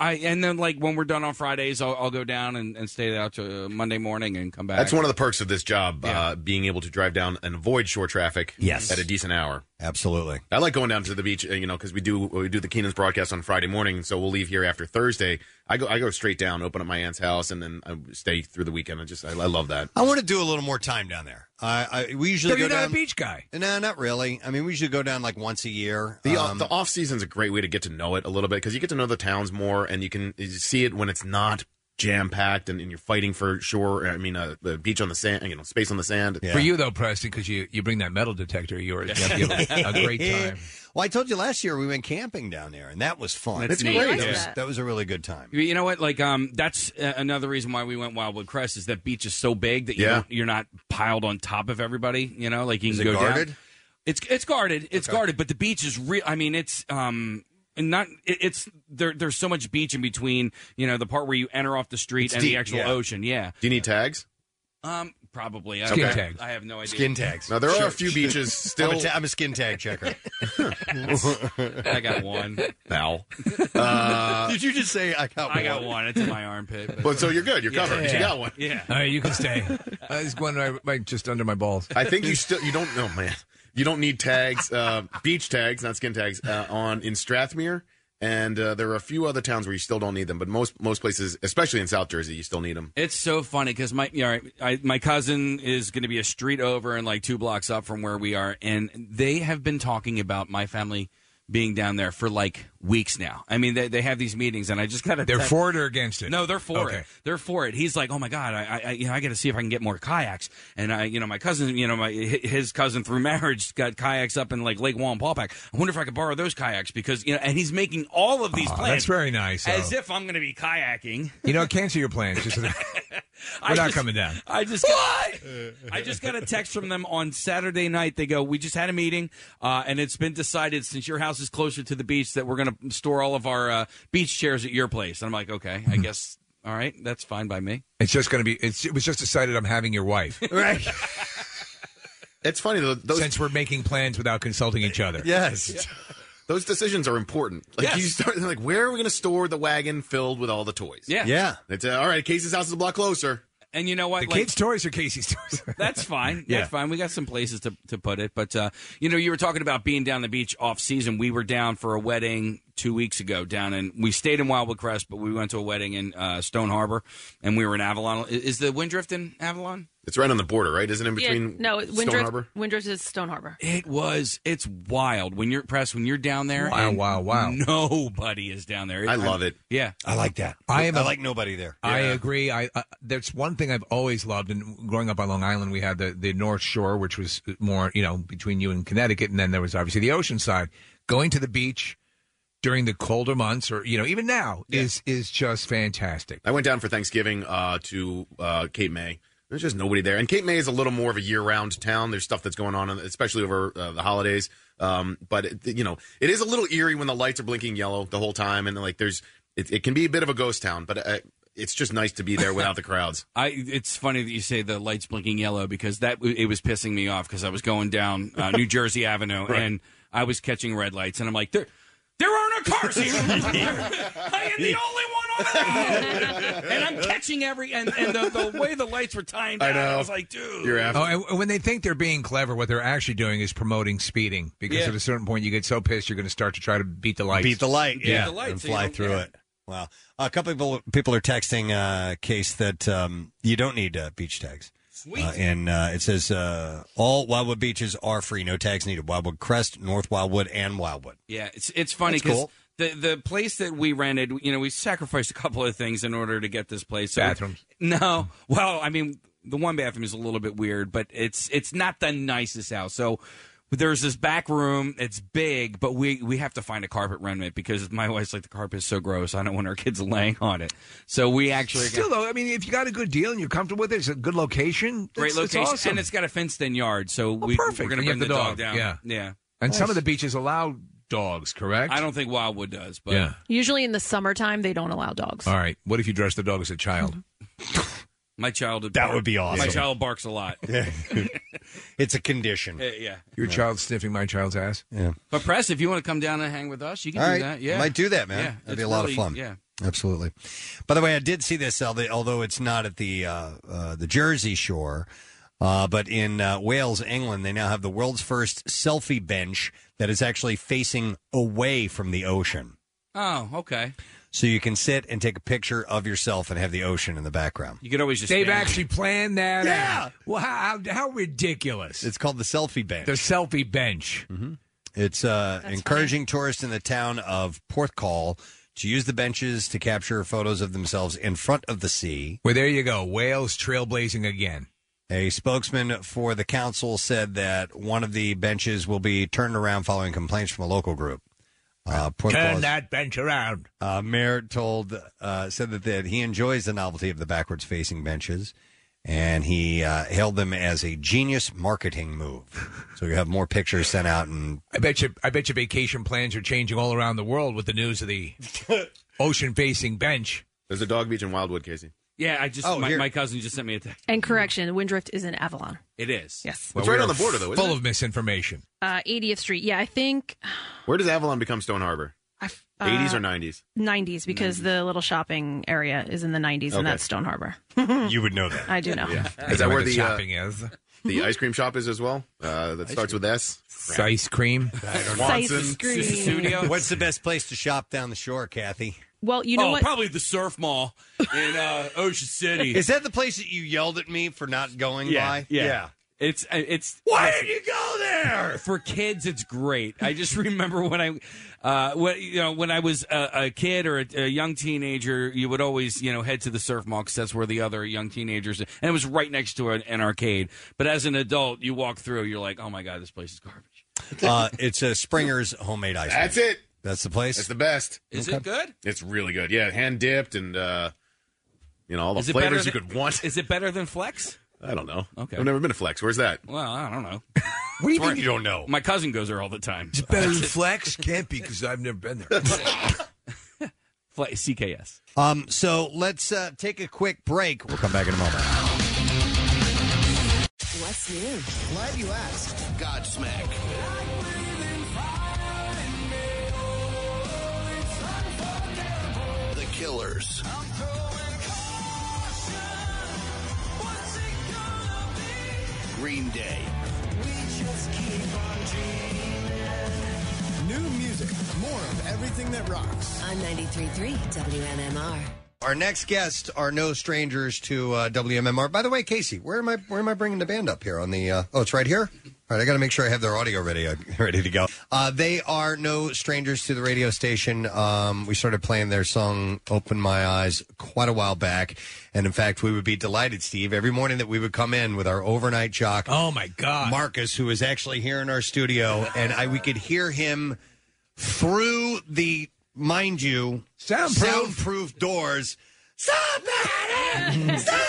[SPEAKER 9] I and then like when we're done on Fridays, I'll, I'll go down and, and stay out to uh, Monday morning and come back.
[SPEAKER 7] That's one of the perks of this job, uh, being able to drive down and avoid shore traffic
[SPEAKER 4] Yes.
[SPEAKER 7] at a decent hour.
[SPEAKER 4] Absolutely.
[SPEAKER 7] I like going down to the beach, uh, you know, because we do we do the Keenan's broadcast on Friday morning, so we'll leave here after Thursday. I go I go straight down, open up my aunt's house, and then I stay through the weekend. I just I, I love that.
[SPEAKER 4] I want to do a little more time down there. I, I we usually
[SPEAKER 7] So you're
[SPEAKER 4] go
[SPEAKER 7] not a
[SPEAKER 4] down-
[SPEAKER 7] beach
[SPEAKER 3] guy?
[SPEAKER 4] No, not really. I mean, we usually go down like once a year.
[SPEAKER 7] The,
[SPEAKER 4] Um,
[SPEAKER 7] the off season's a great way to get to know it a little bit because you get to know the towns more and you can you see it when it's not jam packed and, and you're fighting for shore. I mean, uh, the beach on the sand, you know, space on the sand.
[SPEAKER 3] For you though, Preston, because you, you bring that metal detector, you're you have to have a, a great time.
[SPEAKER 4] well, I told you last year we went camping down there, and that was fun.
[SPEAKER 9] That's That's neat. great. I like
[SPEAKER 4] That was,
[SPEAKER 9] that.
[SPEAKER 4] that was a really good time.
[SPEAKER 9] You know what? Like, um, that's uh, another reason why we went Wildwood Crest is that beach is so big that you
[SPEAKER 4] Yeah.
[SPEAKER 9] don't- you're not piled on top of everybody. You know, like you
[SPEAKER 4] Is
[SPEAKER 9] can
[SPEAKER 4] it
[SPEAKER 9] go
[SPEAKER 4] guarded?
[SPEAKER 9] down. It's it's guarded. It's guarded, but the beach is real. I mean, it's um. And not it, it's there. There's so much beach in between, you know, the part where you enter off the street
[SPEAKER 7] It's
[SPEAKER 9] and
[SPEAKER 7] deep,
[SPEAKER 9] the actual
[SPEAKER 7] yeah.
[SPEAKER 9] ocean. Yeah,
[SPEAKER 7] Do you need tags?
[SPEAKER 9] um, probably I-
[SPEAKER 7] Skin
[SPEAKER 9] I,
[SPEAKER 7] tags.
[SPEAKER 9] I have no idea.
[SPEAKER 4] Skin tags.
[SPEAKER 7] Now, there
[SPEAKER 4] Sure.
[SPEAKER 7] are a few beaches still.
[SPEAKER 4] I'm a, ta- I'm a skin tag checker.
[SPEAKER 9] I got one.
[SPEAKER 7] Now. Uh,
[SPEAKER 4] Did you just say I got
[SPEAKER 9] I got one. It's in my armpit.
[SPEAKER 7] But so you're good. You're covered. You got one.
[SPEAKER 9] Yeah.
[SPEAKER 3] All right, you can stay. Uh, I was going right, right just under my balls.
[SPEAKER 7] I think you still you don't know, man. You don't need tags, uh, beach tags, not skin tags, uh, on in Strathmere, and uh, there are a few other towns where you still don't need them. But most most places, especially in South Jersey, you still need them.
[SPEAKER 9] It's so funny because my you know, I, my cousin is going to be a street over and like two blocks up from where we are, and they have been talking about my family being down there for like weeks now. I mean, they they have these meetings, and I just got to
[SPEAKER 3] They're for it or against it?
[SPEAKER 9] No, they're for
[SPEAKER 3] Okay.
[SPEAKER 9] it. They're for it. He's like, oh my god, I, I- I you know I got to see if I can get more kayaks. And I, you know, my cousin, you know, my hi- his cousin through marriage got kayaks up in like Lake Wampaupack. I wonder if I could borrow those kayaks because you know, and he's making all of these
[SPEAKER 3] Aw,
[SPEAKER 9] plans.
[SPEAKER 3] Ah, that's very nice, oh.
[SPEAKER 9] As
[SPEAKER 3] though.
[SPEAKER 9] if I'm going to be kayaking.
[SPEAKER 3] You know, cancel your plans. Just so that-
[SPEAKER 9] I
[SPEAKER 3] We're not
[SPEAKER 9] just-
[SPEAKER 3] coming down.
[SPEAKER 9] I just got, I just got a text from them on Saturday night. They go, "We just had a meeting, uh, and it's been decided since your house is closer to the beach that we're going to store all of our uh, beach chairs at your place." And I'm like, "Okay, I guess all right, that's fine by me."
[SPEAKER 3] It's just going to be. It's, it was just decided I'm having your wife.
[SPEAKER 9] Right.
[SPEAKER 3] it's funny though. Since we're making plans without consulting each other.
[SPEAKER 7] Yes. Those decisions are important. Like you start they're like, where are we going to store the wagon filled with all the toys?
[SPEAKER 9] Yeah. Yeah.
[SPEAKER 7] It's uh, all right. Casey's house is a block closer.
[SPEAKER 9] And you know what?
[SPEAKER 7] The
[SPEAKER 9] Like-
[SPEAKER 7] kids'
[SPEAKER 3] toys are Casey's toys.
[SPEAKER 9] That's fine.
[SPEAKER 7] Yeah.
[SPEAKER 9] That's fine. We got some places to, to put it. But, uh, you know, you were talking about being down the beach off season. We were down for a wedding two weeks ago down in, we stayed in Wildwood Crest, but we went to a wedding in uh, Stone Harbor and we were in Avalon. I- Is the Windrift in Avalon?
[SPEAKER 7] It's right on the border, right? Isn't it in between
[SPEAKER 5] yeah, no, it-
[SPEAKER 7] Stone
[SPEAKER 5] Windrift,
[SPEAKER 7] Harbor?
[SPEAKER 5] Windrift is Stone Harbor.
[SPEAKER 9] It was. It's wild when you're press when you're down there.
[SPEAKER 3] Wow,
[SPEAKER 9] and
[SPEAKER 3] wow, wow.
[SPEAKER 9] Nobody is down there.
[SPEAKER 3] I love it.
[SPEAKER 9] Yeah,
[SPEAKER 3] I like that. I am. I like nobody there. I
[SPEAKER 9] Yeah.
[SPEAKER 3] agree. I, I that's one thing I've always loved. And growing up on Long Island, we had the the North Shore, which was more you know between you and Connecticut, and then there was obviously the ocean side. Going to the beach during the colder months, or you know even now, is is just fantastic.
[SPEAKER 7] I went down for Thanksgiving uh, to uh, Cape May. There's just nobody there, and Cape May is a little more of a year-round town. There's stuff that's going on, especially over uh, the holidays. Um, but it, you know, it is a little eerie when the lights are blinking yellow the whole time, and like there's, it, it can be a bit of a ghost town. But uh, it's just nice to be there without the crowds.
[SPEAKER 9] I, it's funny that you say the lights blinking yellow because that it was pissing me off because I was going down uh, New Jersey Avenue
[SPEAKER 7] Right.
[SPEAKER 9] and I was catching red lights and I'm like there there aren't a cars here I am the only one on the road and I'm catching every and, and the, the way the lights were timed
[SPEAKER 3] I
[SPEAKER 9] out, I
[SPEAKER 3] know.
[SPEAKER 9] was like dude
[SPEAKER 3] Oh, and and when they think they're being clever, what they're actually doing is promoting speeding. Because
[SPEAKER 9] Yeah.
[SPEAKER 3] at a certain point, you get so pissed, you're going to start to try to beat the lights.
[SPEAKER 4] Beat the light, yeah, and
[SPEAKER 3] so you
[SPEAKER 4] fly
[SPEAKER 3] don't-
[SPEAKER 4] through
[SPEAKER 3] yeah.
[SPEAKER 4] it. Wow, a couple people people are texting uh, case that um, you don't need uh, beach tags. Sweet. Uh, and uh, it says uh, all Wildwood beaches are free, no tags needed. Wildwood Crest, North Wildwood, and Wildwood.
[SPEAKER 9] Yeah, it's it's funny
[SPEAKER 4] That's
[SPEAKER 9] because
[SPEAKER 4] cool.
[SPEAKER 9] the the place that we rented, you know, we sacrificed a couple of things in order to get this place. So
[SPEAKER 3] Bathrooms.
[SPEAKER 9] no, well, I mean, the one bathroom is a little bit weird, but it's it's not the nicest house. So there's this back room. It's big, but we we have to find a carpet remnant because my wife's like the carpet is so gross. I don't want our kids laying on it. So we actually
[SPEAKER 3] Still, though, I mean, if you got a good deal and you're comfortable with it, it's a good location.
[SPEAKER 9] great
[SPEAKER 3] it's,
[SPEAKER 9] location,
[SPEAKER 3] it's awesome.
[SPEAKER 9] and it's got a fenced in yard. So we,
[SPEAKER 3] perfect.
[SPEAKER 9] we're going to bring
[SPEAKER 3] And you have
[SPEAKER 9] the,
[SPEAKER 3] the
[SPEAKER 9] dog,
[SPEAKER 3] dog,
[SPEAKER 9] down.
[SPEAKER 3] yeah.
[SPEAKER 9] yeah.
[SPEAKER 3] And some of the beaches allow dogs, correct?
[SPEAKER 9] I don't think Wildwood does, but
[SPEAKER 3] Yeah.
[SPEAKER 5] Usually in the summertime, they don't allow dogs.
[SPEAKER 3] All right. What if you dress the dog as a child?
[SPEAKER 9] my child that
[SPEAKER 3] would be awesome.
[SPEAKER 9] My child barks a lot.
[SPEAKER 4] Yeah. it's a condition.
[SPEAKER 9] yeah.
[SPEAKER 3] Your child sniffing my child's ass.
[SPEAKER 4] Yeah.
[SPEAKER 9] But press, if you want to come down and hang with us, you can
[SPEAKER 4] All
[SPEAKER 9] do
[SPEAKER 4] right.
[SPEAKER 9] that. Yeah,
[SPEAKER 4] Might do that, man.
[SPEAKER 9] Yeah,
[SPEAKER 4] That'd
[SPEAKER 9] it's
[SPEAKER 4] be a lot
[SPEAKER 9] really-
[SPEAKER 4] of fun.
[SPEAKER 9] Yeah,
[SPEAKER 4] Absolutely. By the way, I did see this, although although it's not at the uh, uh, the Jersey Shore, uh, but in uh, Wales, England, they now have the world's first selfie bench that is actually facing away from the ocean,
[SPEAKER 9] Oh, okay.
[SPEAKER 4] so you can sit and take a picture of yourself and have the ocean in the background.
[SPEAKER 9] You could always just.
[SPEAKER 3] They've
[SPEAKER 9] stand.
[SPEAKER 3] actually planned that.
[SPEAKER 9] Yeah.
[SPEAKER 3] out. Well, how, how- how ridiculous.
[SPEAKER 4] It's called the selfie bench.
[SPEAKER 3] The selfie bench.
[SPEAKER 4] Mm-hmm. It's uh, encouraging tourists in the town of Porthcawl to use the benches to capture photos of themselves in front of the sea.
[SPEAKER 3] Well, there you go. Wales trailblazing again.
[SPEAKER 4] A spokesman for the council said that one of the benches will be turned around following complaints from a local group. Uh,
[SPEAKER 3] Turn
[SPEAKER 4] Porthcawl's-
[SPEAKER 3] that bench around.
[SPEAKER 4] uh, Mayor told uh, said that, that he enjoys the novelty of the backwards facing benches, and he uh, hailed them as a genius marketing move. So you have more pictures sent out, and
[SPEAKER 3] I bet you. I bet your vacation plans are changing all around the world with the news of the ocean facing bench.
[SPEAKER 7] There's a dog beach in Wildwood, Casey.
[SPEAKER 9] Yeah, I just.
[SPEAKER 3] Oh,
[SPEAKER 9] my,
[SPEAKER 3] here.
[SPEAKER 9] my cousin just sent me a text.
[SPEAKER 7] Mm.
[SPEAKER 5] And correction, Windrift is in Avalon,
[SPEAKER 9] It is.
[SPEAKER 5] Yes.
[SPEAKER 3] Well,
[SPEAKER 7] it's right
[SPEAKER 3] we
[SPEAKER 7] on the
[SPEAKER 3] are
[SPEAKER 7] border, though. Isn't
[SPEAKER 3] full
[SPEAKER 7] it?
[SPEAKER 3] of misinformation.
[SPEAKER 5] uh, 80th Street. Yeah, I think
[SPEAKER 7] Where does Avalon become Stone Harbor?
[SPEAKER 5] uh,
[SPEAKER 7] 80s or 90s?
[SPEAKER 5] 90s because the little shopping area is in the 90s,
[SPEAKER 7] Okay.
[SPEAKER 5] and that's Stone Harbor.
[SPEAKER 4] you would know that.
[SPEAKER 5] I do know.
[SPEAKER 7] Is that
[SPEAKER 3] Where
[SPEAKER 7] where
[SPEAKER 3] the
[SPEAKER 7] the, uh,
[SPEAKER 3] shopping is?
[SPEAKER 7] The ice cream shop is as well. Uh, that starts with S.
[SPEAKER 3] Ice cream.
[SPEAKER 7] Swanson.
[SPEAKER 5] cream. Studio.
[SPEAKER 4] What's the best place to shop down the shore, Kathy?
[SPEAKER 5] Well, you know
[SPEAKER 9] oh,
[SPEAKER 5] what?
[SPEAKER 9] probably the surf mall in uh, Ocean City.
[SPEAKER 4] Is that the place that you yelled at me for not going
[SPEAKER 9] yeah,
[SPEAKER 4] by?
[SPEAKER 9] Yeah. It's uh, it's.
[SPEAKER 4] Why did you go there?
[SPEAKER 9] For kids, it's great. I just remember when I, uh, when, you know, when I was a, a kid or a, a young teenager, you would always, you know, head to the surf mall because that's where the other young teenagers, and it was right next to an, an arcade. But as an adult, you walk through, you're like, oh my god, this place is garbage.
[SPEAKER 4] uh, it's a Springer's homemade ice.
[SPEAKER 7] That's
[SPEAKER 4] cream.
[SPEAKER 7] it.
[SPEAKER 4] That's the place.
[SPEAKER 7] It's the best.
[SPEAKER 9] Is it good?
[SPEAKER 7] It's really good. Yeah, hand dipped and uh, You know, all the
[SPEAKER 9] Is it better
[SPEAKER 7] flavors you
[SPEAKER 9] than-
[SPEAKER 7] could want.
[SPEAKER 9] Is it better than
[SPEAKER 4] Uh,
[SPEAKER 9] Flex?
[SPEAKER 7] I don't know.
[SPEAKER 9] Okay.
[SPEAKER 7] I've never been to Flex. Where's that?
[SPEAKER 9] Well, I don't know.
[SPEAKER 7] What do you
[SPEAKER 9] That's
[SPEAKER 7] mean you don't know?
[SPEAKER 9] My cousin goes there all the time. It's
[SPEAKER 17] Better than Flex? Can't be because I've never been there.
[SPEAKER 9] CKS.
[SPEAKER 4] Um, so let's uh, take a quick break. We'll come back in a moment.
[SPEAKER 18] What's new? Glad you asked. Godsmack.
[SPEAKER 12] The Killers. Green Day.
[SPEAKER 18] New music. More of everything that rocks. On 93.3 WMMR.
[SPEAKER 4] Our next guests are no strangers to uh, WMMR. By the way, Casey, where am I? Where am I bringing the band up here on the? Uh, oh, it's right here. All right, I got to make sure I have their audio ready, uh, ready to go. Uh, they are no strangers to the radio station. Um, we started playing their song "Open My Eyes" quite a while back, and in fact, we would be delighted, Steve, every morning that we would come in with our overnight jock. Oh my God, Marcus, who is actually here in our studio, and I we could hear him through the, mind you, soundproof, soundproof doors. Somebody! Somebody!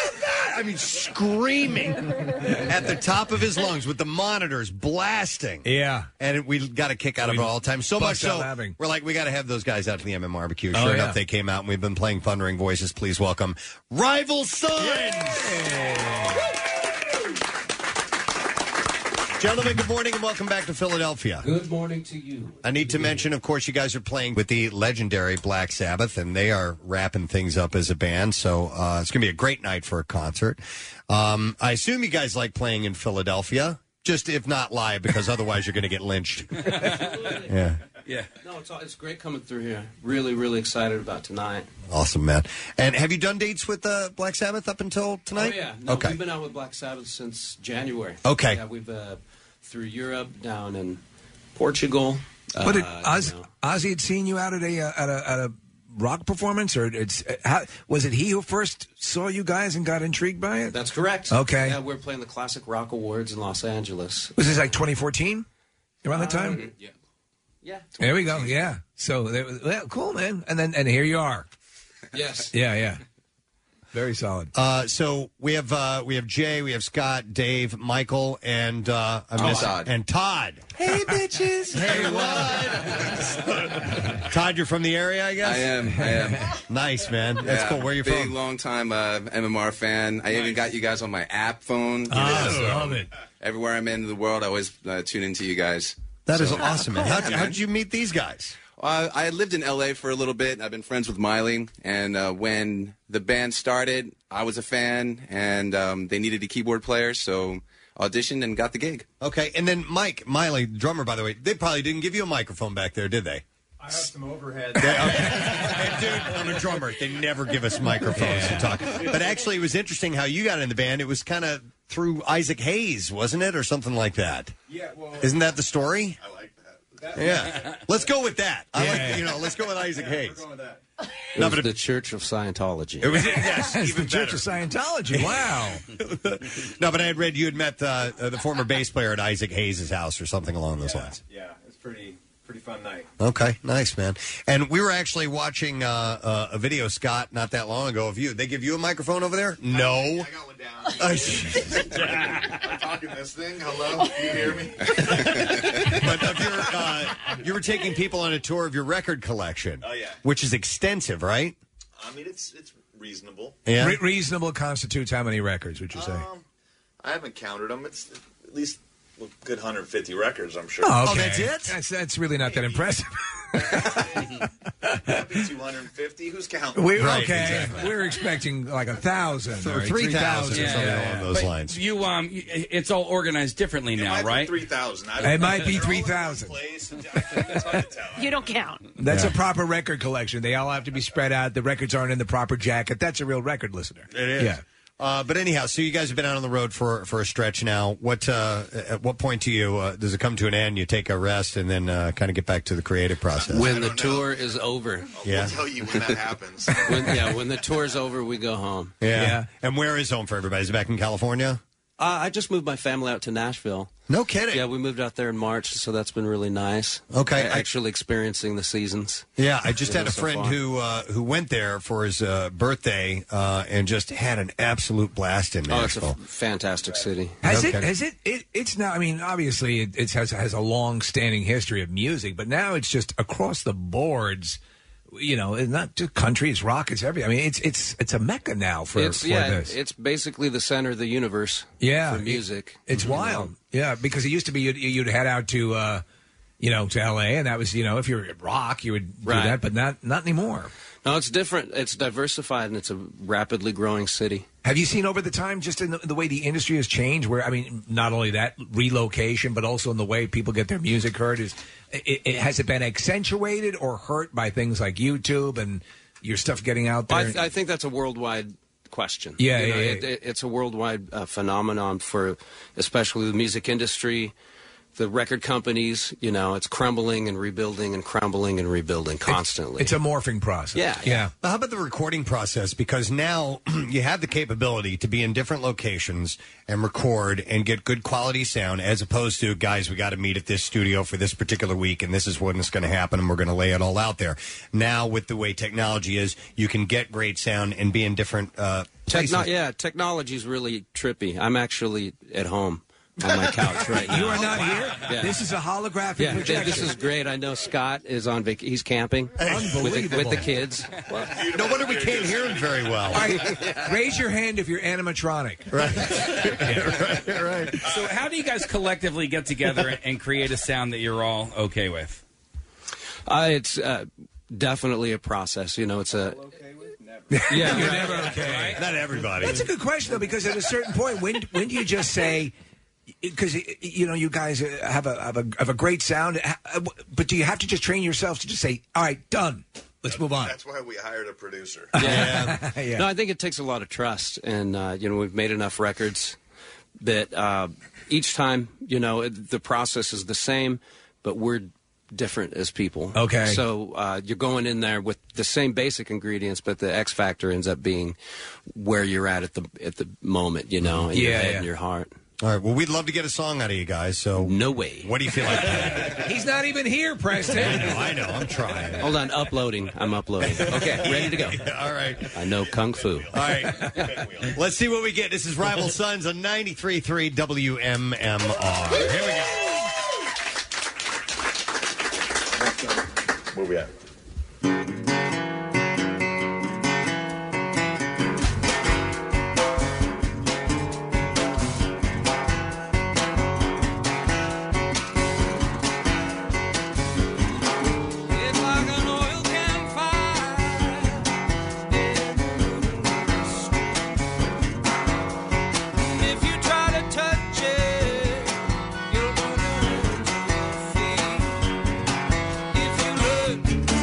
[SPEAKER 4] I mean, screaming at the top of his lungs with the monitors blasting.
[SPEAKER 3] Yeah.
[SPEAKER 4] And we got a kick out of it all the time. So much
[SPEAKER 3] Bust out
[SPEAKER 4] so,
[SPEAKER 3] laughing.
[SPEAKER 4] we're like, we got to have those guys out to the MMRBQ. Sure
[SPEAKER 3] Oh, yeah.
[SPEAKER 4] enough, they came out and we've been playing Thundering Voices. Please welcome Rival Sons! Gentlemen, good morning and welcome back to Philadelphia.
[SPEAKER 19] Good morning to you.
[SPEAKER 4] I need to mention, of course, you guys are playing with the legendary Black Sabbath, and they are wrapping things up as a band. So uh, it's going to be a great night for a concert. Um, I assume you guys like playing in Philadelphia, just if not live, because otherwise you're going to get lynched. Yeah.
[SPEAKER 19] Yeah. No, it's, all, it's great coming through here. Really, really excited about tonight.
[SPEAKER 4] Awesome, man. And have you done dates with uh, Black Sabbath up until tonight?
[SPEAKER 19] Oh, yeah. No,
[SPEAKER 4] okay.
[SPEAKER 19] We've been out with Black Sabbath since January.
[SPEAKER 4] Okay.
[SPEAKER 19] Yeah, we've uh, through Europe, down in Portugal. Uh,
[SPEAKER 17] but it,
[SPEAKER 19] you
[SPEAKER 17] Oz,
[SPEAKER 19] know.
[SPEAKER 17] Ozzy had seen you out at a uh, at a, at a rock performance, or it's uh, how, was it he who first saw you guys and got intrigued by it?
[SPEAKER 19] That's correct.
[SPEAKER 17] Okay.
[SPEAKER 19] Yeah, we're playing the Classic Rock Awards in Los Angeles.
[SPEAKER 17] Was this like 2014? Around that time?
[SPEAKER 19] Um, yeah. Yeah.
[SPEAKER 17] there we go. Yeah. So there was, well, cool, man. And then and here you are.
[SPEAKER 19] Yes.
[SPEAKER 17] Yeah, yeah. Very solid.
[SPEAKER 4] Uh, so we have uh, we have Jay, we have Scott, Dave, Michael, and uh,
[SPEAKER 20] Oh,
[SPEAKER 4] I missed-
[SPEAKER 18] Todd.
[SPEAKER 4] and Todd.
[SPEAKER 18] Hey, bitches.
[SPEAKER 4] hey, what? Todd, you're from the area, I guess.
[SPEAKER 20] I am. I am.
[SPEAKER 4] nice, man. That's cool. Where are you
[SPEAKER 20] big,
[SPEAKER 4] from?
[SPEAKER 20] long time uh, MMR fan. I even got you guys on my app phone.
[SPEAKER 4] Ah, love
[SPEAKER 20] it. Everywhere I'm in the world, I always uh, tune into you guys.
[SPEAKER 4] That is
[SPEAKER 20] So-
[SPEAKER 4] awesome, man. How, how did you meet these guys?
[SPEAKER 20] Uh, I lived in LA for a little bit. and I've been friends with Miley, and uh, when the band started, I was a fan, and um, they needed a keyboard player, so auditioned and got the gig.
[SPEAKER 4] Okay, and then Mike Miley, drummer, by the way, they probably didn't give you a microphone back there, did they?
[SPEAKER 21] I have some overhead.
[SPEAKER 4] I'm a drummer. They never give us microphones to talk. But actually, it was interesting how you got in the band. It was kind of through Isaac Hayes, wasn't it, or something like that?
[SPEAKER 21] Yeah, well- uh,
[SPEAKER 4] isn't that the story? I like that. Yeah, let's go with that. I
[SPEAKER 21] Yeah.
[SPEAKER 4] like, you know, let's go with Isaac Hayes.
[SPEAKER 19] It was the Church of Scientology.
[SPEAKER 4] It was yes,
[SPEAKER 17] It's
[SPEAKER 4] even
[SPEAKER 17] the Church
[SPEAKER 4] better.
[SPEAKER 17] of Scientology. Wow.
[SPEAKER 4] no, but I had read you had met uh, uh, the former bass player at Isaac Hayes' house or something along those lines.
[SPEAKER 21] yeah, it's pretty pretty fun night.
[SPEAKER 4] Okay, nice man. And we were actually watching uh, uh, a video, Scott, not that long ago of you. They give you a microphone over there? No. I got one
[SPEAKER 21] I'm talking this thing. Hello, can you hear me?
[SPEAKER 4] but of your, uh, you were taking people on a tour of your record collection.
[SPEAKER 21] Oh, yeah.
[SPEAKER 4] which is extensive, right?
[SPEAKER 21] I mean, it's it's reasonable. Um,
[SPEAKER 4] Yeah.
[SPEAKER 17] Re- reasonable constitutes how many records would you say?
[SPEAKER 21] I haven't counted them. It's at least a good 150 records, I'm sure.
[SPEAKER 17] Oh, okay. That's, that's really not that impressive.
[SPEAKER 21] 250. Who's counting?
[SPEAKER 17] We, okay, we're expecting like a thousand
[SPEAKER 4] So
[SPEAKER 17] or
[SPEAKER 4] 3,000 or
[SPEAKER 17] 3,000.
[SPEAKER 4] something along those
[SPEAKER 9] But
[SPEAKER 4] lines.
[SPEAKER 9] You um, y- it's all organized differently now, right?
[SPEAKER 21] Three thousand.
[SPEAKER 17] It might be 3,000.
[SPEAKER 5] You don't count.
[SPEAKER 17] That's a proper record collection. They all have to be spread out. The records aren't in the proper jacket. That's a real record listener.
[SPEAKER 4] It is.
[SPEAKER 17] Yeah.
[SPEAKER 4] Uh, but anyhow, so you guys have been out on the road for for a stretch now. What uh, at what point do you uh, does it come to an end? You take a rest and then uh, kind of get back to the creative process.
[SPEAKER 19] When the tour is over.
[SPEAKER 4] Yeah. We'll tell
[SPEAKER 21] you when that happens.
[SPEAKER 19] when, yeah, when the tour's over, we go home.
[SPEAKER 4] yeah. And where is home for everybody? Is it back in California?
[SPEAKER 19] Uh, I just moved my family out to Nashville.
[SPEAKER 4] No kidding.
[SPEAKER 19] Yeah, we moved out there in March, so that's been really nice.
[SPEAKER 4] Okay,
[SPEAKER 19] A-
[SPEAKER 4] I-
[SPEAKER 19] actually experiencing the seasons.
[SPEAKER 4] Yeah, I just
[SPEAKER 19] you
[SPEAKER 4] had
[SPEAKER 19] know,
[SPEAKER 4] a
[SPEAKER 19] so
[SPEAKER 4] friend
[SPEAKER 19] far.
[SPEAKER 4] who uh, who went there for his uh, birthday uh, and just had an absolute blast in
[SPEAKER 19] Oh, it's a
[SPEAKER 4] Nashville.
[SPEAKER 19] f- fantastic city.
[SPEAKER 3] Has it?
[SPEAKER 4] Okay.
[SPEAKER 3] Has it, it? It's now. I mean, obviously, it, it has has a long standing history of music, but now it's just across the boards. You know, it's not just country; it's rock. It's everything. I mean, it's it's it's a mecca now for,
[SPEAKER 19] it's
[SPEAKER 3] for
[SPEAKER 19] yeah,
[SPEAKER 3] this.
[SPEAKER 19] it's basically the center of the universe.
[SPEAKER 3] Yeah,
[SPEAKER 19] for music.
[SPEAKER 3] It's
[SPEAKER 19] you know.
[SPEAKER 3] wild. Yeah, because it used to be you'd, you'd head out to, uh, you know, to L.A. and that was you know if you were at rock you would do
[SPEAKER 19] Right.
[SPEAKER 3] that, but not not anymore.
[SPEAKER 19] No, it's different. It's diversified, and it's a rapidly growing city.
[SPEAKER 3] Have you seen over the time just in the, the way the industry has changed? Where I mean, not only that relocation, but also in the way people get their music heard is it, it has it been accentuated or hurt by things like YouTube and your stuff getting out there?
[SPEAKER 19] I, th- I think that's a worldwide question.
[SPEAKER 3] Yeah, yeah, yeah.
[SPEAKER 19] It, it, it's a worldwide uh, phenomenon for, especially the music industry, the record companies. You know, it's crumbling and rebuilding and crumbling and rebuilding constantly.
[SPEAKER 3] it's a morphing process.
[SPEAKER 19] Yeah,
[SPEAKER 3] yeah.
[SPEAKER 4] But how about the recording process? Because now you have the capability to be in different locations and record and get good quality sound, as opposed to guys, we got to meet at this studio for this particular week, and this is when it's going to happen, and we're going to lay it all out there. Now, with the way technology is, you can get great sound and be in different uh, places.
[SPEAKER 19] Techno- yeah, technology's really trippy. I'm actually at home on my couch right now.
[SPEAKER 3] You are not here.
[SPEAKER 19] Yeah.
[SPEAKER 3] This is a holographic
[SPEAKER 19] Yeah, th-
[SPEAKER 3] projection.
[SPEAKER 19] this is great. I know Scott is on vac- he's camping with the, with
[SPEAKER 3] Unbelievable.
[SPEAKER 19] the kids.
[SPEAKER 4] no wonder we can't hear him very well.
[SPEAKER 3] All right, raise your hand if you're animatronic.
[SPEAKER 9] right, So, how do you guys collectively get together and create a sound that you're all okay with?
[SPEAKER 19] Uh, it's uh, definitely a process. You know, it's a Yeah,
[SPEAKER 3] You're
[SPEAKER 19] right.
[SPEAKER 3] never okay.
[SPEAKER 4] Not everybody.
[SPEAKER 3] That's a good question though, because at a certain point, when when do you just say? Because you know you guys uh, have a have a have a great sound, uh, w- but do you have to just train yourself to just say, "All right, done, let's move on."
[SPEAKER 21] That's why we hired a producer.
[SPEAKER 19] Yeah.
[SPEAKER 3] Yeah.
[SPEAKER 19] Um, No, I think it takes a lot of trust, and uh, you know we've made enough records that uh, each time you know it, the process is the same, but we're different as people.
[SPEAKER 3] Okay.
[SPEAKER 19] So uh, you're going in there with the same basic ingredients, but the X factor ends up being where you're at at the at the moment. You know, in your
[SPEAKER 4] Yeah,
[SPEAKER 19] head
[SPEAKER 4] yeah.
[SPEAKER 19] and your heart.
[SPEAKER 4] All right. Well, we'd love to get a song out of you guys. So
[SPEAKER 19] no way.
[SPEAKER 4] What do you feel like?
[SPEAKER 3] He's not even here, Preston.
[SPEAKER 4] I know. I'm trying.
[SPEAKER 19] Hold on, uploading. I'm uploading. Okay, ready to go.
[SPEAKER 4] All right.
[SPEAKER 19] I know kung fu.
[SPEAKER 4] All right. Let's see what we get. This is Rival Sons on 93.3 WMMR. Here we go.
[SPEAKER 21] Where we at?
[SPEAKER 14] It's like an oil can fire, If you try to touch it, you'll burn your feet. If you look
[SPEAKER 22] "Uh,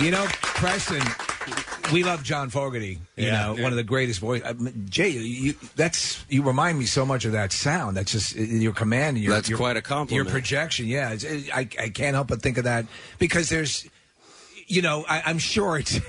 [SPEAKER 3] You know, Preston, we love John Fogerty. You
[SPEAKER 17] Yeah.
[SPEAKER 3] know, one of the greatest voice. I mean, Jay, you, you- that's you remind me so much of that sound. That's just uh, your command. and Your,
[SPEAKER 19] That's
[SPEAKER 3] your-
[SPEAKER 19] quite a compliment.
[SPEAKER 3] Your projection, yeah. It's, it, I I can't help but think of that because there's. You know, I, I'm sure it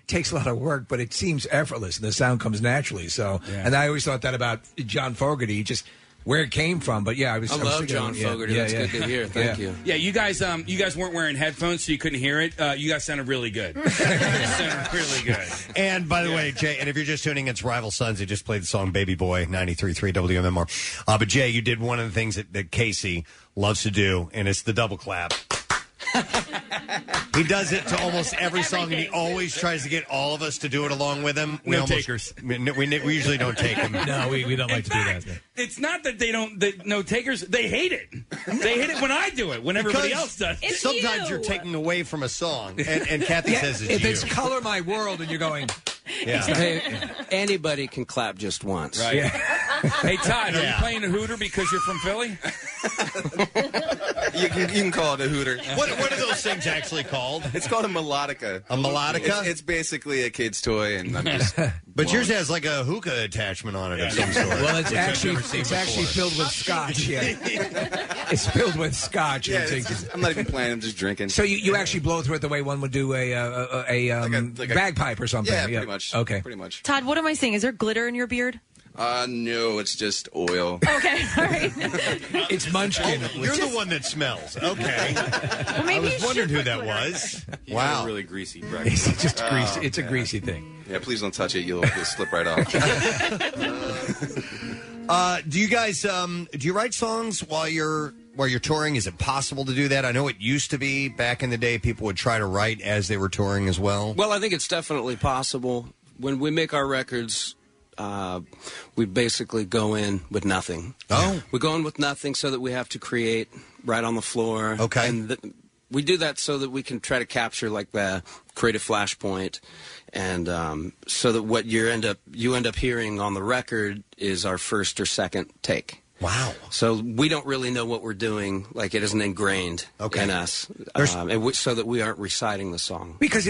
[SPEAKER 3] takes a lot of work, but it seems effortless, and the sound comes naturally. So,
[SPEAKER 19] Yeah.
[SPEAKER 3] and I always thought that about John Fogerty, just where it came from. But yeah, I was.
[SPEAKER 19] I
[SPEAKER 3] was
[SPEAKER 19] love
[SPEAKER 3] thinking-
[SPEAKER 19] John
[SPEAKER 3] yeah,
[SPEAKER 19] Fogerty.
[SPEAKER 3] yeah,
[SPEAKER 19] That's
[SPEAKER 3] yeah.
[SPEAKER 19] good to hear. Thank you.
[SPEAKER 9] Yeah, you guys, um, you guys weren't wearing headphones, so you couldn't hear it. Uh, you guys sounded really good. You sounded really good.
[SPEAKER 4] And by the way, Jay, and if you're just tuning in, it's Rival Sons. They just played the song Baby Boy, 93.3 WMMR. Uh, but Jay, you did one of the things that, that Casey loves to do, and it's the double clap. he does it to almost every song, and he always tries to get all of us to do it along with him.
[SPEAKER 9] No
[SPEAKER 4] almost-
[SPEAKER 9] takers.
[SPEAKER 4] We, we, we usually don't take them.
[SPEAKER 9] No, we- we don't like
[SPEAKER 4] to do that.
[SPEAKER 9] It's not that they don't. That no takers. They hate it. They hate it when I do it. When everybody
[SPEAKER 4] Because
[SPEAKER 9] else does.
[SPEAKER 4] Sometimes are taking away from a song, and, and Kathy
[SPEAKER 3] Yeah,
[SPEAKER 4] says it's
[SPEAKER 3] if
[SPEAKER 4] you.
[SPEAKER 3] it's color my world, and you're going.
[SPEAKER 4] Yeah.
[SPEAKER 19] Hey, anybody can clap just once.
[SPEAKER 9] Right. Hey Todd, are you
[SPEAKER 19] Yeah.
[SPEAKER 9] playing a Hooter because you're from Philly?
[SPEAKER 20] You can, you can call it a hooter.
[SPEAKER 4] What, what are those things actually called?
[SPEAKER 20] It's called a melodica.
[SPEAKER 4] A melodica?
[SPEAKER 20] It's, it's basically a kid's toy, and I'm just.
[SPEAKER 4] But yours has like a hookah attachment on it of some sort.
[SPEAKER 3] Well, it's
[SPEAKER 4] which I've
[SPEAKER 3] actually
[SPEAKER 4] never seen
[SPEAKER 3] it's actually
[SPEAKER 4] before.
[SPEAKER 3] filled with scotch. Yeah, it's filled with scotch.
[SPEAKER 20] Yeah,
[SPEAKER 3] and
[SPEAKER 20] it's
[SPEAKER 3] things.
[SPEAKER 20] just- I'm not even playing. I'm just drinking.
[SPEAKER 3] So you, you actually blow through it the way one would do a uh, a, a, um,
[SPEAKER 20] like a-
[SPEAKER 3] bagpipe or something.
[SPEAKER 20] Yeah, pretty much.
[SPEAKER 3] Okay.
[SPEAKER 20] Pretty much.
[SPEAKER 5] Todd, what am I saying? Is there glitter in your beard?
[SPEAKER 20] Uh, no, it's just oil.
[SPEAKER 5] Okay, all right.
[SPEAKER 3] it's Munchkin.
[SPEAKER 4] You're the one that smells. Okay.
[SPEAKER 5] Well, maybe
[SPEAKER 4] I was
[SPEAKER 5] you
[SPEAKER 4] wondering
[SPEAKER 5] should
[SPEAKER 4] who
[SPEAKER 5] put
[SPEAKER 4] that
[SPEAKER 5] glitter on
[SPEAKER 4] was.
[SPEAKER 20] You got a really greasy breakfast.
[SPEAKER 3] It's just
[SPEAKER 20] Oh,
[SPEAKER 3] greasy. It's a
[SPEAKER 20] man.
[SPEAKER 3] greasy thing.
[SPEAKER 20] Yeah, please don't touch it. You'll, you'll slip right off.
[SPEAKER 4] Uh, do you guys um, do you write songs while you're while you're touring? Is it possible to do that? I know it used to be back in the day. People would try to write as they were touring as well.
[SPEAKER 19] Well, I think it's definitely possible. When we make our records, uh, we basically go in with nothing.
[SPEAKER 4] Oh,
[SPEAKER 19] we go in with nothing so that we have to create right on the floor. Okay, and th- we do that so that we can try to capture like the creative flashpoint, and um, so that what you end up you end up hearing on the record is our first or second take.
[SPEAKER 4] Wow.
[SPEAKER 19] So we don't really know what we're doing. Like it isn't ingrained
[SPEAKER 4] Okay.
[SPEAKER 19] in us,
[SPEAKER 4] There's-
[SPEAKER 19] um, and we, so that we aren't reciting the song.
[SPEAKER 3] Because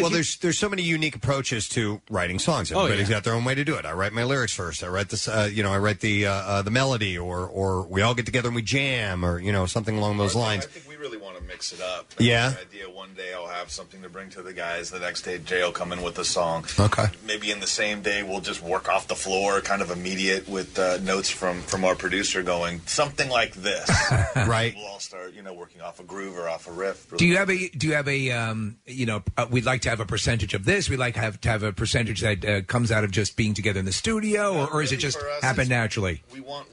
[SPEAKER 4] well, there's there's so many unique approaches to writing songs.
[SPEAKER 19] Oh,
[SPEAKER 4] Everybody's
[SPEAKER 19] yeah.
[SPEAKER 4] got their own way to do it. I write my lyrics first. I write this, uh, you know, I write the uh, uh, the melody, or or we all get together and we jam, or you know, something along those lines.
[SPEAKER 21] I think we really want to mix it up.
[SPEAKER 4] Yeah.
[SPEAKER 21] The idea one day I'll have something to bring to the guys. The next day Jay will come in with a song.
[SPEAKER 4] Okay.
[SPEAKER 21] Maybe in the same day we'll just work off the floor, kind of immediate with uh, notes from from our producer going something like this.
[SPEAKER 4] right.
[SPEAKER 21] We'll all start, you know, working off a groove or off a riff.
[SPEAKER 3] Do you have a do you have a um, you know uh, we'd like to have a percentage of this. We'd like to have to have a percentage that uh, comes out of just being together in the studio, or, or is it
[SPEAKER 21] really
[SPEAKER 3] just
[SPEAKER 21] for us,
[SPEAKER 3] happen
[SPEAKER 21] it's-
[SPEAKER 3] naturally?
[SPEAKER 21] We want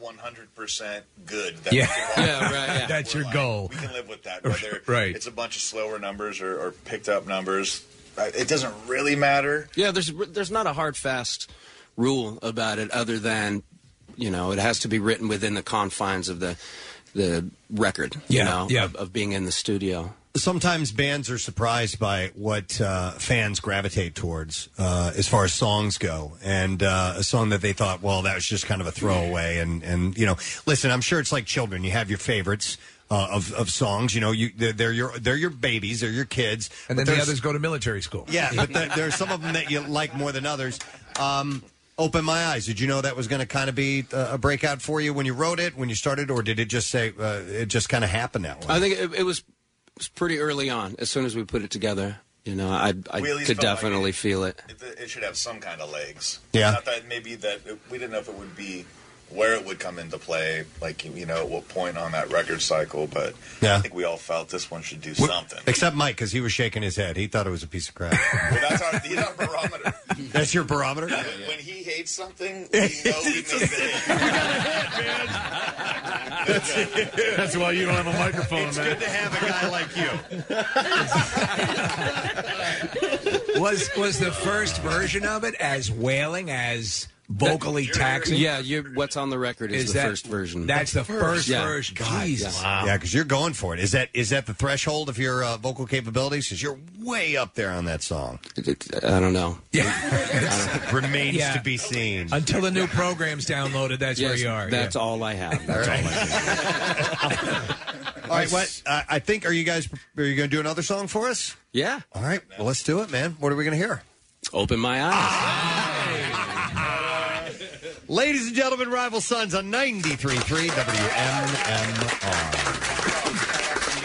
[SPEAKER 21] 100% good.
[SPEAKER 3] Yeah.
[SPEAKER 21] we can walk
[SPEAKER 3] Yeah,
[SPEAKER 21] away
[SPEAKER 3] right,
[SPEAKER 21] with.
[SPEAKER 3] yeah. That's
[SPEAKER 21] We're
[SPEAKER 3] your goal.
[SPEAKER 21] We can live with that. Whether
[SPEAKER 3] Right.
[SPEAKER 21] it's a bunch of slower numbers or, or picked up numbers, uh, it doesn't really matter.
[SPEAKER 19] Yeah, there's there's not a hard fast rule about it, other than you know it has to be written within the confines of the the record. you
[SPEAKER 4] Yeah,
[SPEAKER 19] know,
[SPEAKER 4] yeah.
[SPEAKER 19] Of, of being in the studio.
[SPEAKER 4] Sometimes bands are surprised by what uh, fans gravitate towards uh, as far as songs go, and uh, a song that they thought, well, that was just kind of a throwaway. And and you know, listen, I'm sure it's like children. You have your favorites uh, of of songs. You know, you they're, they're your they're your babies, they're your kids,
[SPEAKER 3] And
[SPEAKER 4] But
[SPEAKER 3] then the
[SPEAKER 4] there's-
[SPEAKER 3] others go to military school.
[SPEAKER 4] Yeah, but there, there are some of them that you like more than others. Um, Open my eyes. Did you know that was going to kind of be uh, a breakout for you when you wrote it, when you started, or did it just say uh, it just kind of happened that way?
[SPEAKER 19] I think it, it was it was pretty early on. As soon as we put it together, you know, I I
[SPEAKER 21] We at least
[SPEAKER 19] could
[SPEAKER 21] felt like
[SPEAKER 19] definitely feel it.
[SPEAKER 21] It, it should have some kind of legs.
[SPEAKER 19] Yeah.
[SPEAKER 21] Not that maybe that we didn't know if it would be where it would come into play, like you know, at what point on that record cycle. But
[SPEAKER 4] Yeah.
[SPEAKER 21] I think we all felt this one should do
[SPEAKER 4] Wh-
[SPEAKER 21] something.
[SPEAKER 4] Except Mike, because he was shaking his head. He thought it was a piece of crap.
[SPEAKER 21] That's our, he's our barometer.
[SPEAKER 4] That's your barometer.
[SPEAKER 21] When, when he hates something, we know he made it.
[SPEAKER 14] That's why you don't have a microphone,
[SPEAKER 21] It's
[SPEAKER 14] man.
[SPEAKER 21] good to
[SPEAKER 4] have a guy like you.
[SPEAKER 3] was was the first version of it as wailing as vocally taxing?
[SPEAKER 19] Yeah, you what's on the record is,
[SPEAKER 3] Is
[SPEAKER 19] the
[SPEAKER 3] that-
[SPEAKER 19] first version.
[SPEAKER 3] that's the first
[SPEAKER 19] Yeah.
[SPEAKER 3] version. Jesus.
[SPEAKER 4] Yeah, because you're going for it. Is that is that the threshold of your uh, vocal capabilities? Because you're way up there on that song.
[SPEAKER 19] I don't know.
[SPEAKER 4] Yeah, remains
[SPEAKER 3] Yeah.
[SPEAKER 4] to be seen.
[SPEAKER 3] Until the new program's downloaded, that's where
[SPEAKER 19] Yes,
[SPEAKER 3] you are.
[SPEAKER 19] That's all I have.
[SPEAKER 4] That's all I All right, what I I think are you guys are you going to do another song for us?
[SPEAKER 23] Yeah.
[SPEAKER 4] All right, well let's do it, man. What are we going to hear?
[SPEAKER 23] Open my eyes.
[SPEAKER 4] Ladies and gentlemen, Rival Sons on 93.3 WMMR.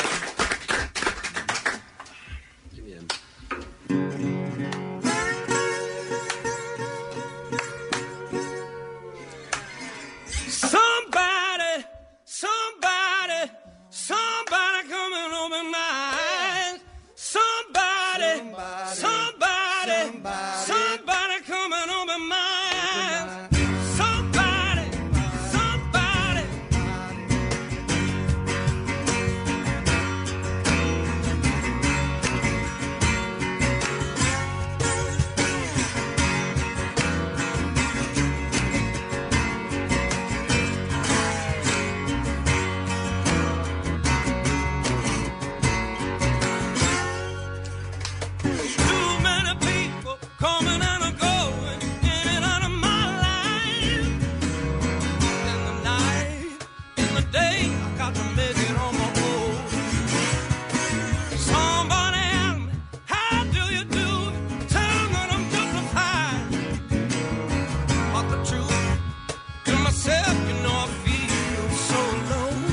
[SPEAKER 22] Somebody, somebody, somebody come and open my eyes. Somebody, somebody, somebody, come and open my eyes. Somebody, somebody. Too many people coming and a going in and out of my life. In the night, in the day, I got to make it on my own. Somebody ask me, how do you do it? Tell 'em that I'm just a fine. But the truth to myself, you know I feel so alone.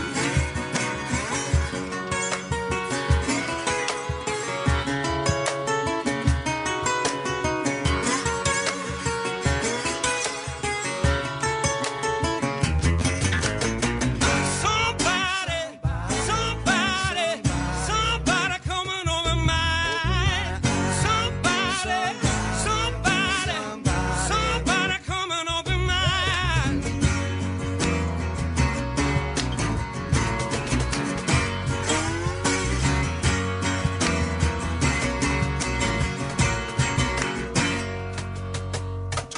[SPEAKER 22] Somebody, somebody, somebody coming over mine. Somebody, somebody, somebody coming over mine.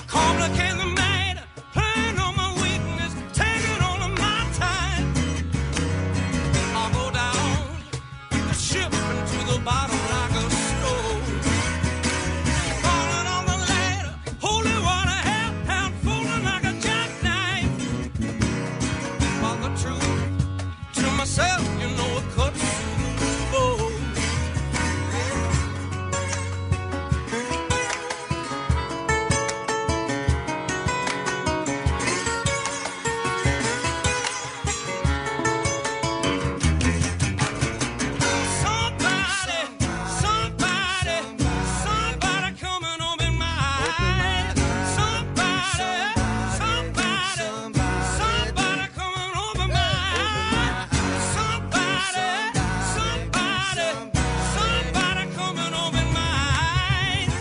[SPEAKER 22] Complicate the matter, playing on my weakness, taking all of my time. I'll go down with the ship into the bottom like a stone. Falling on the ladder, holy water, half pound, falling like a jackknife. While the truth to myself, you know it cuts through the bone. Somebody, somebody, somebody coming over my eyes. Somebody, somebody, somebody coming over my eyes. Somebody, somebody, somebody coming over my eyes.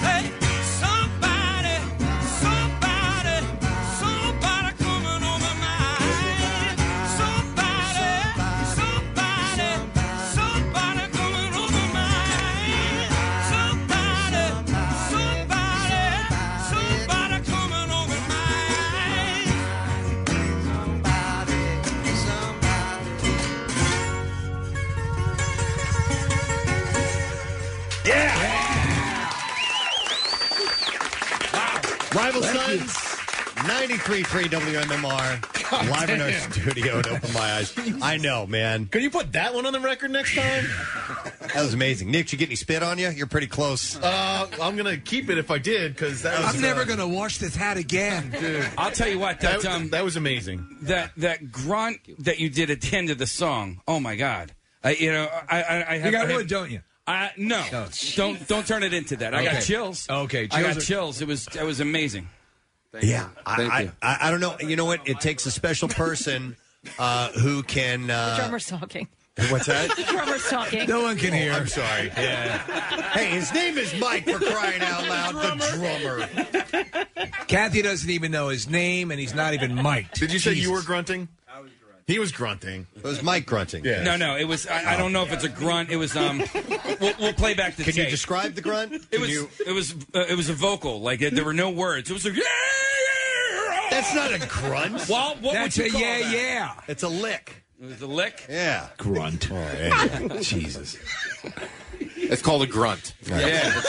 [SPEAKER 22] Hey, somebody, somebody, somebody coming over my eyes. Somebody, somebody, somebody coming over my eyes. Somebody, somebody, somebody coming over my eyes. Somebody, somebody. Yeah.
[SPEAKER 4] Rival Sons, 93.3 WMMR.
[SPEAKER 24] God
[SPEAKER 4] live in our
[SPEAKER 24] damn.
[SPEAKER 4] studio and open my eyes. I know, man.
[SPEAKER 24] Can you put that one on the record next time?
[SPEAKER 4] That was amazing. Nick, you get any spit on you? You're pretty close.
[SPEAKER 24] Uh, I'm gonna keep it if I did because that was. uh,
[SPEAKER 3] I'm never
[SPEAKER 24] gonna
[SPEAKER 3] wash this hat again.
[SPEAKER 24] Dude,
[SPEAKER 9] I'll tell you what, that,
[SPEAKER 24] that,
[SPEAKER 9] um,
[SPEAKER 24] that was amazing.
[SPEAKER 9] that that grunt that you did at the end of the song. Oh my God! I, you know, I I, I have,
[SPEAKER 3] You got
[SPEAKER 9] I have-
[SPEAKER 3] wood, don't you? Oh,
[SPEAKER 9] I, no, don't don't turn it into that. I got
[SPEAKER 3] Okay.
[SPEAKER 9] chills.
[SPEAKER 3] Okay,
[SPEAKER 9] I got
[SPEAKER 3] chills are-
[SPEAKER 9] chills. It was it was amazing.
[SPEAKER 4] yeah, I, I, I, I don't know. You know what? It takes a special person uh, who can.
[SPEAKER 17] The
[SPEAKER 4] Uh,
[SPEAKER 17] drummer's talking.
[SPEAKER 4] what's that?
[SPEAKER 17] The drummer's talking.
[SPEAKER 4] Oh, I'm sorry. Yeah. hey, his name is Mike for crying out loud. The drummer.
[SPEAKER 3] Kathy doesn't even know his name, and he's not even Mike.
[SPEAKER 24] Did you say you were grunting?
[SPEAKER 7] He was grunting. It
[SPEAKER 4] was Mike grunting.
[SPEAKER 7] Yeah.
[SPEAKER 9] No, no, it was. I, I don't know if it's a grunt. It was. Um, we'll, we'll play back the.
[SPEAKER 4] Can you
[SPEAKER 9] tape.
[SPEAKER 4] describe the grunt?
[SPEAKER 9] It was. It was. Uh, it was a vocal. Like uh, there were no words. It was a. Yeah,
[SPEAKER 4] That's not a grunt.
[SPEAKER 9] Well, what
[SPEAKER 4] That's
[SPEAKER 9] would
[SPEAKER 4] a
[SPEAKER 9] you call
[SPEAKER 4] yeah,
[SPEAKER 9] that?
[SPEAKER 4] yeah. It's a lick.
[SPEAKER 9] It was a lick.
[SPEAKER 4] Yeah.
[SPEAKER 7] Grunt.
[SPEAKER 18] Oh,
[SPEAKER 4] Jesus.
[SPEAKER 7] It's called a grunt.
[SPEAKER 9] Yeah.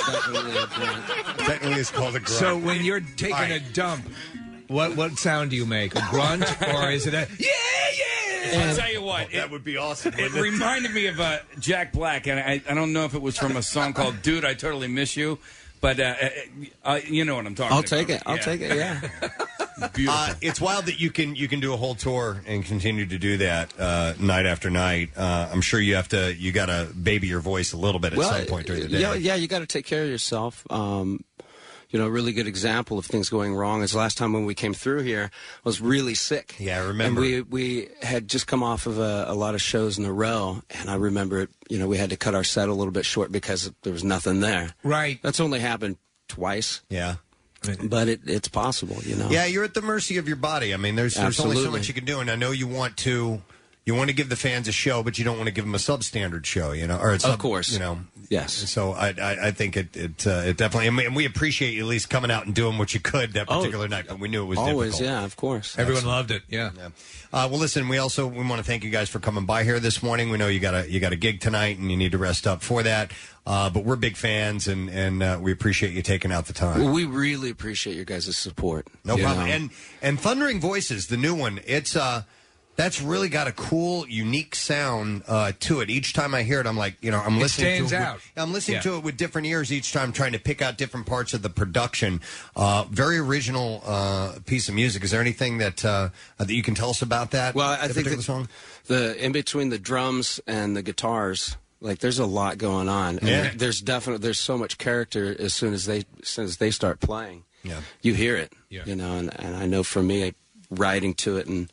[SPEAKER 4] Technically, it's called a grunt.
[SPEAKER 3] So when you're taking a dump, what what sound do you make? A grunt or is it a?
[SPEAKER 9] Yeah, yeah. I'll tell you what.
[SPEAKER 4] that would be awesome.
[SPEAKER 9] It reminded me of uh, Jack Black, and I, I don't know if it was from a song called "Dude, I Totally Miss You," but uh, uh, uh, you know what I'm talking.
[SPEAKER 19] I'll
[SPEAKER 9] about.
[SPEAKER 19] take it. I'll take it. Yeah.
[SPEAKER 4] Uh, it's wild that you can you can do a whole tour and continue to do that uh, night after night. Uh, I'm sure you have to you got to baby your voice a little bit at some point during the day.
[SPEAKER 19] Yeah, yeah you got to take care of yourself. Um, you know, a really good example of things going wrong is last time when we came through here, I was really sick.
[SPEAKER 4] Yeah, I remember.
[SPEAKER 19] And we, we had just come off of a, a lot of shows in a row, and I remember, it, you know, we had to cut our set a little bit short because there was nothing there.
[SPEAKER 3] Right.
[SPEAKER 19] That's only happened twice.
[SPEAKER 4] Yeah.
[SPEAKER 19] But it, it's possible, you know.
[SPEAKER 4] Yeah, you're at the mercy of your body. I mean, there's there's only so
[SPEAKER 19] Absolutely.
[SPEAKER 4] much you can do, and I know you want to you want to give the fans a show, but you don't want to give them a substandard show, you know, or a
[SPEAKER 19] Of
[SPEAKER 4] sub,
[SPEAKER 19] course.
[SPEAKER 4] you know,
[SPEAKER 19] yes.
[SPEAKER 4] So I I, I think it it, uh, it definitely, and we, and we appreciate you at least coming out and doing what you could that
[SPEAKER 19] Oh,
[SPEAKER 4] particular night, but we knew it was
[SPEAKER 19] always,
[SPEAKER 4] difficult.
[SPEAKER 19] yeah, of course.
[SPEAKER 4] Everyone
[SPEAKER 3] loved it. Yeah.
[SPEAKER 4] Uh, well, listen. We also we want to thank you guys for coming by here this morning. We know you got a you got a gig tonight, and you need to rest up for that. Uh, but we're big fans, and and uh, we appreciate you taking out the time.
[SPEAKER 19] We really appreciate your guys' support.
[SPEAKER 4] No
[SPEAKER 19] you
[SPEAKER 4] problem.
[SPEAKER 19] know.
[SPEAKER 4] And and Thundering Voices, the new one, it's uh that's really got a cool, unique sound uh, to it. Each time I hear it, I'm like, you know, I'm
[SPEAKER 3] It
[SPEAKER 4] listening
[SPEAKER 3] stands
[SPEAKER 4] to it. with-
[SPEAKER 3] out.
[SPEAKER 4] I'm listening
[SPEAKER 3] Yeah.
[SPEAKER 4] to it with different ears each time, trying to pick out different parts of the production. Uh, very original uh, piece of music. Is there anything that uh, that you can tell us about that?
[SPEAKER 19] Well, I
[SPEAKER 4] that
[SPEAKER 19] think
[SPEAKER 4] particular
[SPEAKER 19] the,
[SPEAKER 4] song.
[SPEAKER 19] the in between the drums and the guitars, like there's a lot going on. And
[SPEAKER 4] Yeah.
[SPEAKER 19] There's definitely there's so much character as soon as they as soon as they start playing.
[SPEAKER 4] Yeah.
[SPEAKER 19] You hear it.
[SPEAKER 4] Yeah.
[SPEAKER 19] You know, and, and I know for me writing to it and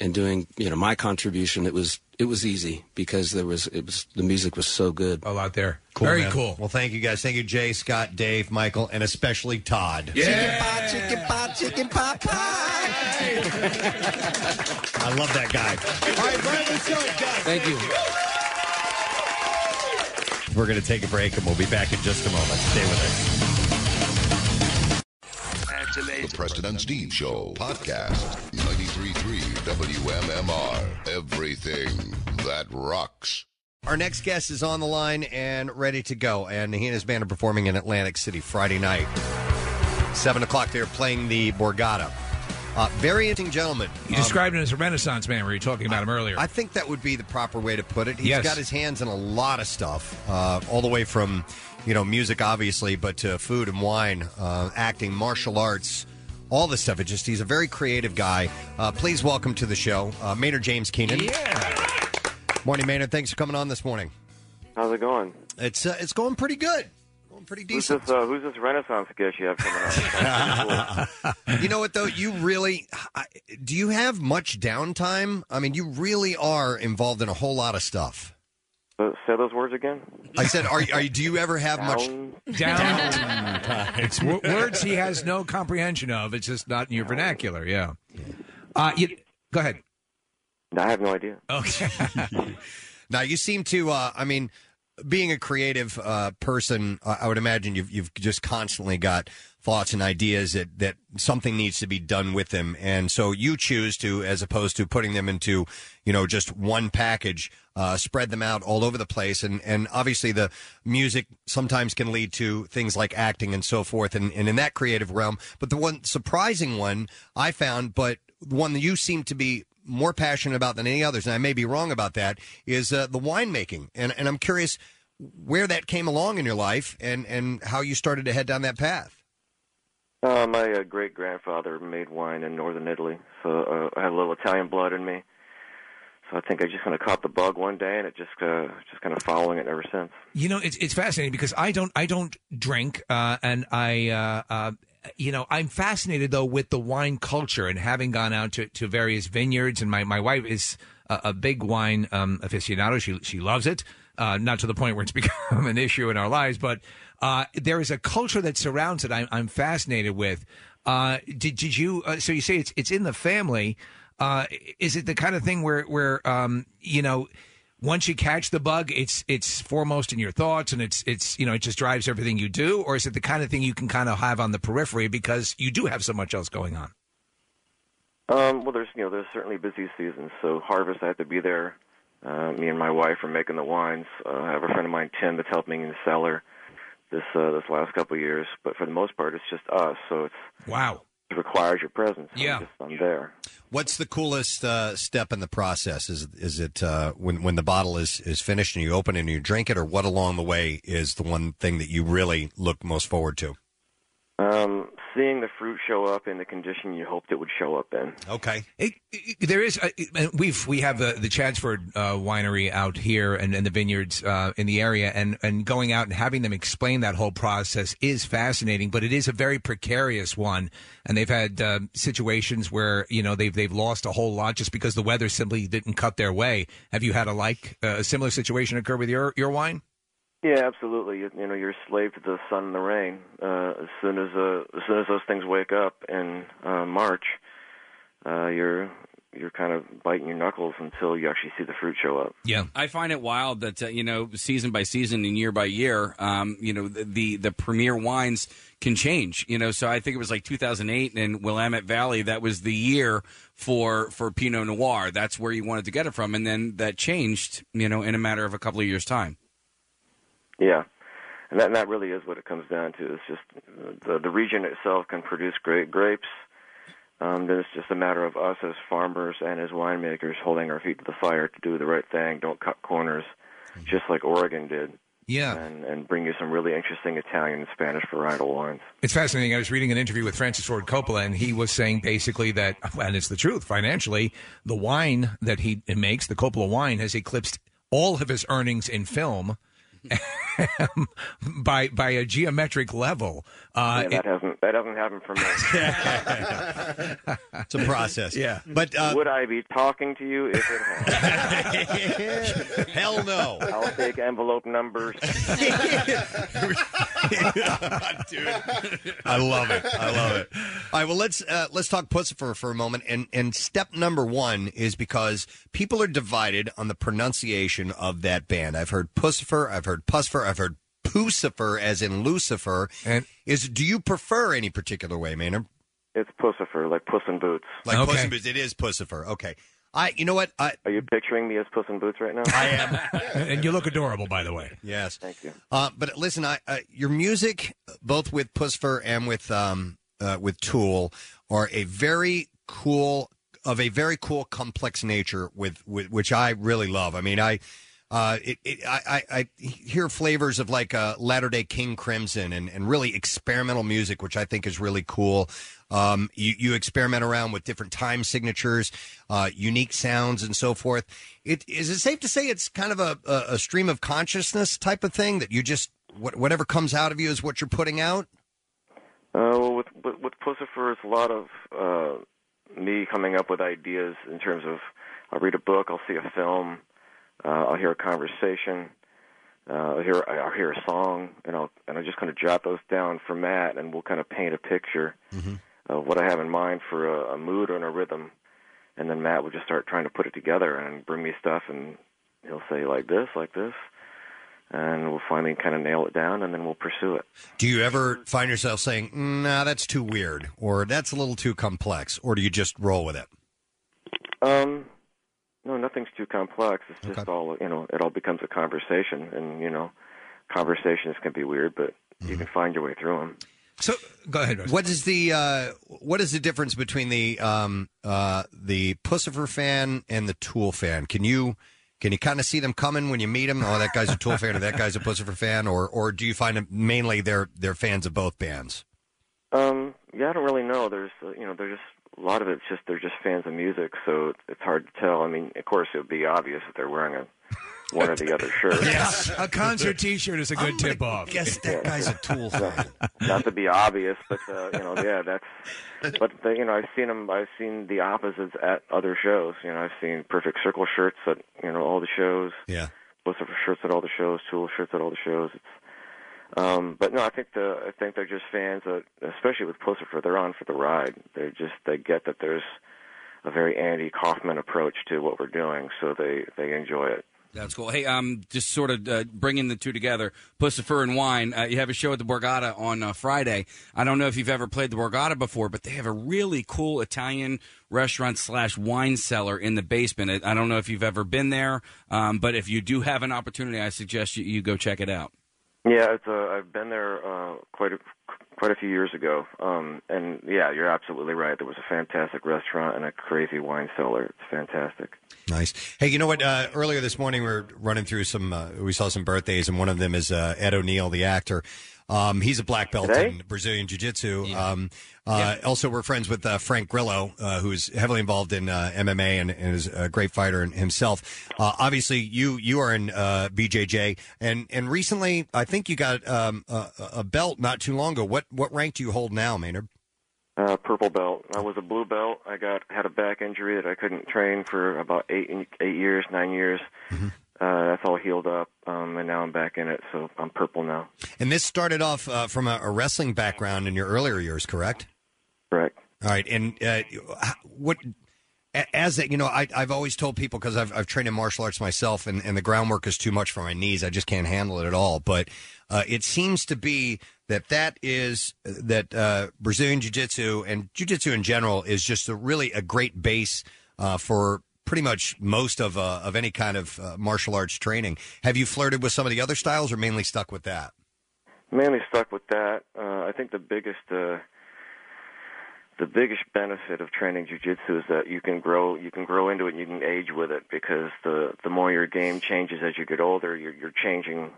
[SPEAKER 19] and doing, you know, my contribution it was it was easy because there was it was the music was so good.
[SPEAKER 3] A lot there.
[SPEAKER 19] Very
[SPEAKER 4] man.
[SPEAKER 19] cool.
[SPEAKER 4] Well, thank you guys. Thank you, Jay, Scott, Dave, Michael, and especially Todd.
[SPEAKER 25] Chicken pot, chicken pot, pie.
[SPEAKER 4] I love that guy. All right, Brian, let's go, guys.
[SPEAKER 19] Thank you.
[SPEAKER 4] We're going to take a break, and we'll be back in just a moment. Stay with us.
[SPEAKER 2] The Preston and Steve Show podcast. 93.3 WMMR. Everything that rocks.
[SPEAKER 4] Our next guest is on the line and ready to go. And he and his band are performing in Atlantic City Friday night. Seven o'clock, they're playing the Borgata. Uh, very interesting gentleman. Um,
[SPEAKER 3] You described him as a Renaissance man. We were talking about him earlier.
[SPEAKER 4] I think that would be the proper way to put it. He's
[SPEAKER 3] Yes.
[SPEAKER 4] got his hands in a lot of stuff, uh, all the way from, you know, music, obviously, but to food and wine, uh, acting, martial arts, all this stuff. It just, he's a very creative guy. Uh, please welcome to the show, uh, Maynard James Keenan. Yeah. Morning, Maynard. Thanks for coming on this morning.
[SPEAKER 26] How's it going?
[SPEAKER 4] It's uh, it's going pretty good. Going pretty decent.
[SPEAKER 26] Who's this, uh, who's this Renaissance guest you have coming on? That's pretty cool.
[SPEAKER 4] you know what though? You really I, do you have much downtime? I mean, you really are involved in a whole lot of stuff.
[SPEAKER 26] So- Uh, Say those words again.
[SPEAKER 4] I said, are, you- are you- do you ever have much
[SPEAKER 3] Downtime. it's w- words he has no comprehension of. It's just not in your vernacular. Yeah. Uh, you, go ahead.
[SPEAKER 26] I have no idea.
[SPEAKER 3] Okay.
[SPEAKER 4] now you seem to. Uh, I mean, being a creative uh, person, I I would imagine you've you've just constantly got thoughts and ideas that that something needs to be done with them, and so you choose to, as opposed to putting them into, you know, just one package, uh, spread them out all over the place, and and obviously the music sometimes can lead to things like acting and so forth, and and in that creative realm. But the one surprising one I found, but the one that you seem to be more passionate about than any others, and I may be wrong about that, is uh, the winemaking. And, and I'm curious where that came along in your life and, and how you started to head down that path.
[SPEAKER 26] Uh, my uh, great grandfather made wine in northern Italy, so uh, I had a little Italian blood in me. So I think I just kind of caught the bug one day, and it just uh, just kind of following it ever since.
[SPEAKER 3] You know, it's it's fascinating because I don't I don't drink, uh, and I uh, uh, you know I'm fascinated though with the wine culture and having gone out to, to various vineyards and my, my wife is a, a big wine um, aficionado. She she loves it, uh, not to the point where it's become an issue in our lives, but uh, there is a culture that surrounds it. I'm, I'm fascinated with. Uh, did did you? Uh, so you say it's it's in the family. uh, is it the kind of thing where where um, you know once you catch the bug, it's it's foremost in your thoughts and it's it's you know it just drives everything you do, or is it the kind of thing you can kind of have on the periphery because you do have so much else going on?
[SPEAKER 26] Um, well, there's you know there's certainly busy seasons. So harvest, I have to be there. Uh, me and my wife are making the wines. Uh, I have a friend of mine, Tim, that's helping in the cellar this uh, this last couple of years. But for the most part, it's just us. So it's
[SPEAKER 3] wow.
[SPEAKER 26] It requires your presence. Yeah, I'm, just, I'm there.
[SPEAKER 4] What's the coolest uh, step in the process? Is is it uh, when when the bottle is is finished and you open it and you drink it, or what along the way is the one thing that you really look most forward to?
[SPEAKER 26] Um, seeing the fruit show up in the condition you hoped it would show up in.
[SPEAKER 4] Okay.
[SPEAKER 3] It, it- there is uh, it- we've we have the, the Chadsford uh, winery out here and, and the vineyards uh, in the area and and going out and having them explain that whole process is fascinating but it is a very precarious one and they've had uh, situations where you know they've they've lost a whole lot just because the weather simply didn't cut their way have you had a like uh, a similar situation occur with your your wine
[SPEAKER 26] Yeah, absolutely. You, you know, you're a slave to the sun and the rain. Uh, as soon as uh, as soon as those things wake up in uh, March, uh, you're you're kind of biting your knuckles until you actually see the fruit show up.
[SPEAKER 3] Yeah,
[SPEAKER 9] I find it wild that uh, you know season by season and year by year, um, you know the, the the premier wines can change. You know, so I think it was like 2008 in Willamette Valley that was the year for for Pinot Noir. That's where you wanted to get it from, and then that changed. You know, in a matter of a couple of years' time.
[SPEAKER 26] Yeah, and that and that really is what it comes down to. It's just uh, the the region itself can produce great grapes. Um, then it's just a matter of us as farmers and as winemakers holding our feet to the fire to do the right thing. Don't cut corners,
[SPEAKER 4] Mm-hmm.
[SPEAKER 26] just like Oregon did.
[SPEAKER 3] Yeah.
[SPEAKER 26] and and bring you some really interesting Italian and Spanish varietal wines.
[SPEAKER 3] It's fascinating. I was reading an interview with Francis Ford Coppola, and he was saying basically that, and it's the truth, financially, the wine that he makes, the Coppola wine, has eclipsed all of his earnings in film by by a geometric level. Uh,
[SPEAKER 26] Yeah, that hasn't that hasn't happened for me.
[SPEAKER 4] it's a process.
[SPEAKER 3] Yeah.
[SPEAKER 4] but uh,
[SPEAKER 26] would I be talking to you if it happened?
[SPEAKER 4] Hell no!
[SPEAKER 26] I'll take envelope numbers.
[SPEAKER 4] I love it. I love it. All right, well let's uh, let's talk Pussifer for a moment. And and step number one is because people are divided on the pronunciation of that band. I've heard Pussifer, I've heard Pussifer, I've heard Pussifer as in Lucifer. And is do you prefer any particular way, Maynard?
[SPEAKER 26] It's Pussifer, like Puss in Boots.
[SPEAKER 4] Like Puss in Boots. It is Pussifer. Okay. I. You know what? I,
[SPEAKER 26] Are you picturing me as Puss in Boots right now?
[SPEAKER 4] I am.
[SPEAKER 3] and you look adorable, by the way.
[SPEAKER 4] Yes.
[SPEAKER 26] Thank you.
[SPEAKER 4] Uh, but listen, I, uh, your music, both with Pussifer and with um, uh, with Tool, are a very cool of a very cool complex nature with, with which I really love. I mean, I. Uh, it, it, I, I, I hear flavors of like uh, Latter Day King Crimson and, and really experimental music, which I think is really cool. Um, you, you experiment around with different time signatures, uh, unique sounds, and so forth. It is it safe to say it's kind of a, a, a stream of consciousness type of thing that you just what, whatever comes out of you is what you're putting out.
[SPEAKER 26] Uh, well, with, with with Pussifer, it's a lot of uh, me coming up with ideas in terms of I'll read a book, I'll see a film, uh, I'll hear a conversation, uh, I'll hear I'll hear a song, and I'll and I'm just kind of jot those down for Matt, and we'll kind of paint a picture of what I have in mind for a, a mood and a rhythm, and then Matt will just start trying to put it together and bring me stuff, and he'll say like this, like this, and we'll finally kind of nail it down, and then we'll pursue it.
[SPEAKER 4] Do you ever find yourself saying, "Nah, that's too weird," or "That's a little too complex," or do you just roll with it?
[SPEAKER 26] Um, no, nothing's too complex. It's just all you know. It all becomes a conversation, and you know, conversations can be weird, but you can find your way through them.
[SPEAKER 3] So go ahead.
[SPEAKER 4] What is the uh, what is the difference between the um, uh, the Pussifer fan and the Tool fan? Can you can you kind of see them coming when you meet them? Oh, that guy's a Tool fan, or that guy's a Pussifer fan, or or do you find them mainly they're they're fans of both bands?
[SPEAKER 26] Um, yeah, I don't really know. There's uh, you know, there's just a lot of it's just they're just fans of music, so it's hard to tell. I mean, of course, it would be obvious that they're wearing a one or the other shirt.
[SPEAKER 3] a concert T-shirt is a good tip off.
[SPEAKER 4] Guess that guy's a Tool fan.
[SPEAKER 26] not to be obvious, but uh, you know, yeah, that's. But the, you know, I've seen them. I've seen the opposites at other shows. You know, I've seen Perfect Circle shirts at you know all the shows.
[SPEAKER 4] Yeah.
[SPEAKER 26] Lucifer shirts at all the shows. Tool shirts at all the shows. It's, um, but no, I think the I think they're just fans that, especially with Lucifer, they're on for the ride. They just they get that there's a very Andy Kaufman approach to what we're doing, so they they enjoy it.
[SPEAKER 9] That's cool. Hey, um, just sort of uh, bringing the two together, Pussifer and Wine. Uh, you have a show at the Borgata on uh, Friday. I don't know if you've ever played the Borgata before, but they have a really cool Italian restaurant slash wine cellar in the basement. I I don't know if you've ever been there, um, but if you do have an opportunity, I suggest you, you go check it out.
[SPEAKER 26] Yeah, it's uh, I've been there uh, quite a quite a few years ago, um, and yeah, you're absolutely right. There was a fantastic restaurant and a crazy wine cellar. It's fantastic.
[SPEAKER 4] Nice. Hey, you know what? Uh, earlier this morning, we were running through some. Uh, we saw some birthdays, and one of them is uh, Ed O'Neill, the actor. Um, he's a black belt in Brazilian Jiu Jitsu. Um, uh, Also, we're friends with uh, Frank Grillo, uh, who's heavily involved in uh, MMA and, and is a great fighter in- himself. Uh, obviously, you you are in uh, BJJ, and and recently, I think you got um, a, a belt not too long ago. What what rank do you hold now, Maynard?
[SPEAKER 26] Uh, purple belt. I was a blue belt. I got had a back injury that I couldn't train for about eight eight years, nine years. Uh, that's all healed up, um, and now I'm back in it. So I'm purple now.
[SPEAKER 4] And this started off uh, from a, a wrestling background in your earlier years, correct?
[SPEAKER 26] Correct.
[SPEAKER 4] All right, and uh, what a- as that you know, I, I've always told people because I've, I've trained in martial arts myself, and, and the groundwork is too much for my knees. I just can't handle it at all. But uh, it seems to be that that is that uh, Brazilian jiu jitsu and jiu jitsu in general is just a really a great base uh, for pretty much most of uh, of any kind of uh, martial arts training. Have you flirted with some of the other styles, or mainly stuck with that?
[SPEAKER 26] mainly stuck with that. Uh, I think the biggest uh, the biggest benefit of training jujitsu is that you can grow you can grow into it and you can age with it because the the more your game changes as you get older, you're you're changing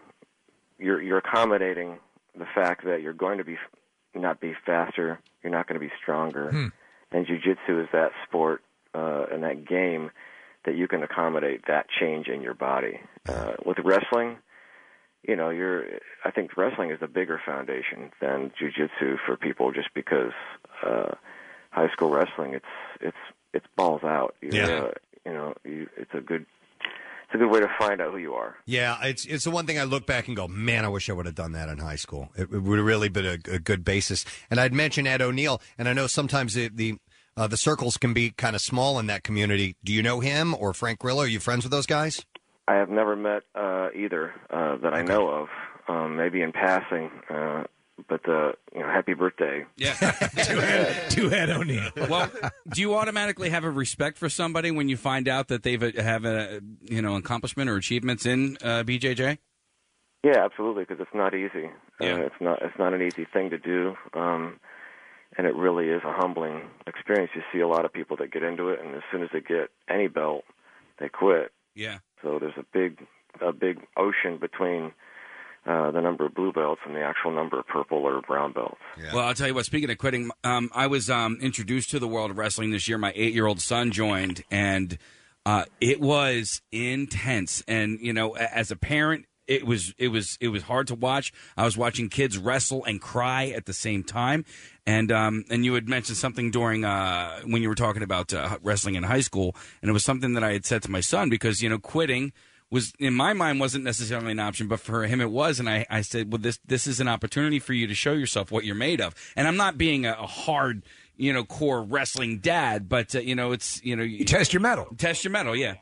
[SPEAKER 26] you're you're accommodating the fact that you're going to be not be faster, you're not going to be stronger.
[SPEAKER 22] Hmm.
[SPEAKER 26] And jujitsu is that sport uh, and that game that you can accommodate that change in your body. Uh, with wrestling, you know, you're. I think wrestling is a bigger foundation than jujitsu for people, just because uh, high school wrestling, it's it's it's balls out. You're,
[SPEAKER 4] Yeah.
[SPEAKER 26] Uh, you know, you, it's a good it's a good way to find out who you are.
[SPEAKER 4] Yeah, it's it's the one thing I look back and go, man, I wish I would have done that in high school. It, it would have really been a, a good basis. And I'd mention Ed O'Neill, and I know sometimes the the, uh, the circles can be kind of small in that community. Do you know him or Frank Grillo? Are you friends with those guys?
[SPEAKER 26] I have never met uh, either uh, that I know of. Um, maybe in passing, uh, but uh, you know, happy birthday.
[SPEAKER 9] Yeah.
[SPEAKER 3] Two head O'Neill.
[SPEAKER 9] well, do you automatically have a respect for somebody when you find out that they've uh have a you know accomplishment or achievements in uh, BJJ?
[SPEAKER 26] Yeah, absolutely, because it's not easy. Uh, it's not it's not an easy thing to do, um, and it really is a humbling experience. You see a lot of people that get into it, and as soon as they get any belt, they quit.
[SPEAKER 9] Yeah.
[SPEAKER 26] So there's a big a big ocean between uh, the number of blue belts and the actual number of purple or brown belts.
[SPEAKER 9] Well, I'll tell you what. Speaking of quitting, um, I was um, introduced to the world of wrestling this year. My eight-year-old son joined, and uh, it was intense. And you know, a- as a parent, it was it was it was hard to watch. I was watching kids wrestle and cry at the same time. And um, and you had mentioned something during uh, when you were talking about uh, wrestling in high school, and it was something that I had said to my son because you know quitting was in my mind wasn't necessarily an option, but for him it was. And I, I said, well, this this is an opportunity for you to show yourself what you're made of. And I'm not being a, a hard, you know, core wrestling dad, but uh, you know, it's you know, you,
[SPEAKER 3] test your metal,
[SPEAKER 9] test your metal, yeah.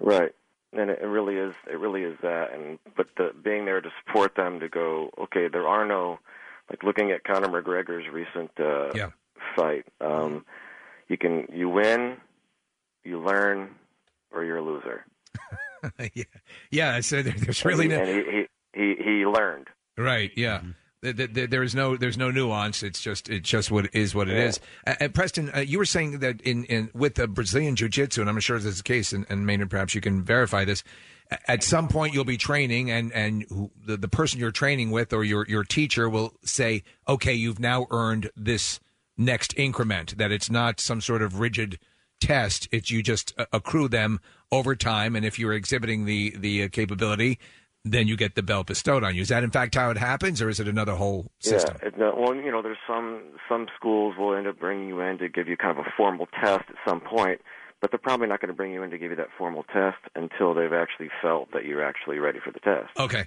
[SPEAKER 26] Right. And it it really is it really is that and but the being there to support them to go, okay, there are no like looking at Conor McGregor's recent uh fight. Um you can you win, you learn, or you're a loser.
[SPEAKER 3] yeah, yeah. So there, there's
[SPEAKER 26] and,
[SPEAKER 3] really no,
[SPEAKER 26] he, and he, he he he learned.
[SPEAKER 3] Right. Yeah.
[SPEAKER 4] Mm-hmm.
[SPEAKER 3] Th- th- th- There is no, there's no nuance. It's just, it's just what is what it is. Uh, uh, Preston, uh, you were saying that in, in with the Brazilian Jiu Jitsu, and I'm sure this is the case, and, and Maynard, perhaps you can verify this. A- At some point, you'll be training, and and who, the, the person you're training with or your your teacher will say, "Okay, you've now earned this next increment." That it's not some sort of rigid test. It's you just uh, accrue them over time, and if you're exhibiting the the uh, capability, then you get the belt bestowed on you. Is that in fact how it happens, or is it another whole system?
[SPEAKER 26] Yeah, it- no, well, you know, there's some some schools will end up bringing you in to give you kind of a formal test at some point, but they're probably not going to bring you in to give you that formal test until they've actually felt that you're actually ready for the test.
[SPEAKER 3] Okay.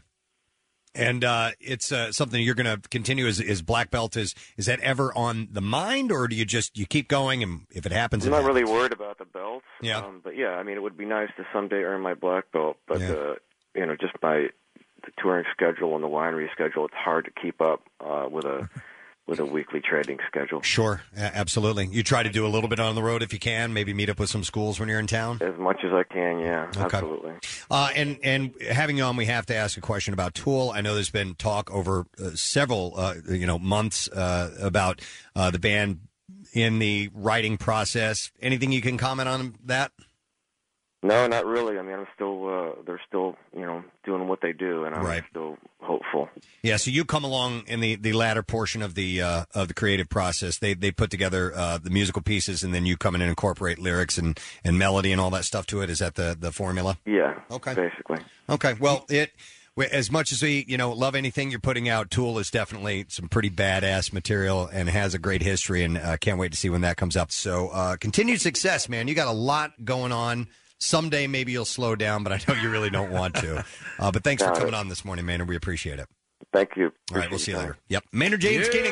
[SPEAKER 4] And uh, it's uh, something you're going to continue as, as black belt. Is is that ever on the mind, or do you just you keep going and if it happens,
[SPEAKER 26] I'm
[SPEAKER 4] it
[SPEAKER 26] not
[SPEAKER 4] happens?
[SPEAKER 26] really worried about the belt.
[SPEAKER 4] Yeah.
[SPEAKER 26] Um, but yeah, I mean, it would be nice to someday earn my black belt, but uh, you know, just by the touring schedule and the winery schedule, it's hard to keep up uh, with a with a weekly trading schedule.
[SPEAKER 4] Sure, A- absolutely. You try to do a little bit on the road if you can. Maybe meet up with some schools when you're in town.
[SPEAKER 26] As much as I can, yeah,
[SPEAKER 4] Okay.
[SPEAKER 26] absolutely.
[SPEAKER 4] Uh, and and having you on, we have to ask a question about Tool. I know there's been talk over uh, several uh, you know months uh, about uh, the band in the writing process. Anything you can comment on that?
[SPEAKER 26] No, not really. I mean, I'm still uh, they're still you know doing what they do, and I'm
[SPEAKER 4] Right.
[SPEAKER 26] still hopeful.
[SPEAKER 4] Yeah, so you come along in the, the latter portion of the uh, of the creative process. They they put together uh, the musical pieces, and then you come in and incorporate lyrics and, and melody and all that stuff to it. Is that the, the formula?
[SPEAKER 26] Yeah.
[SPEAKER 4] Okay.
[SPEAKER 26] Basically.
[SPEAKER 4] Okay. Well, it we- as much as we you know love anything you're putting out, Tool is definitely some pretty badass material and has a great history, and uh, can't wait to see when that comes up. So uh, continued success, man. You got a lot going on. Someday maybe you'll slow down, but I know you really don't want to. Uh, but thanks for
[SPEAKER 26] Got it.
[SPEAKER 4] coming on this morning, Maynard. We appreciate it.
[SPEAKER 26] Thank you.
[SPEAKER 4] All right, we'll see you later. Yep, Maynard James King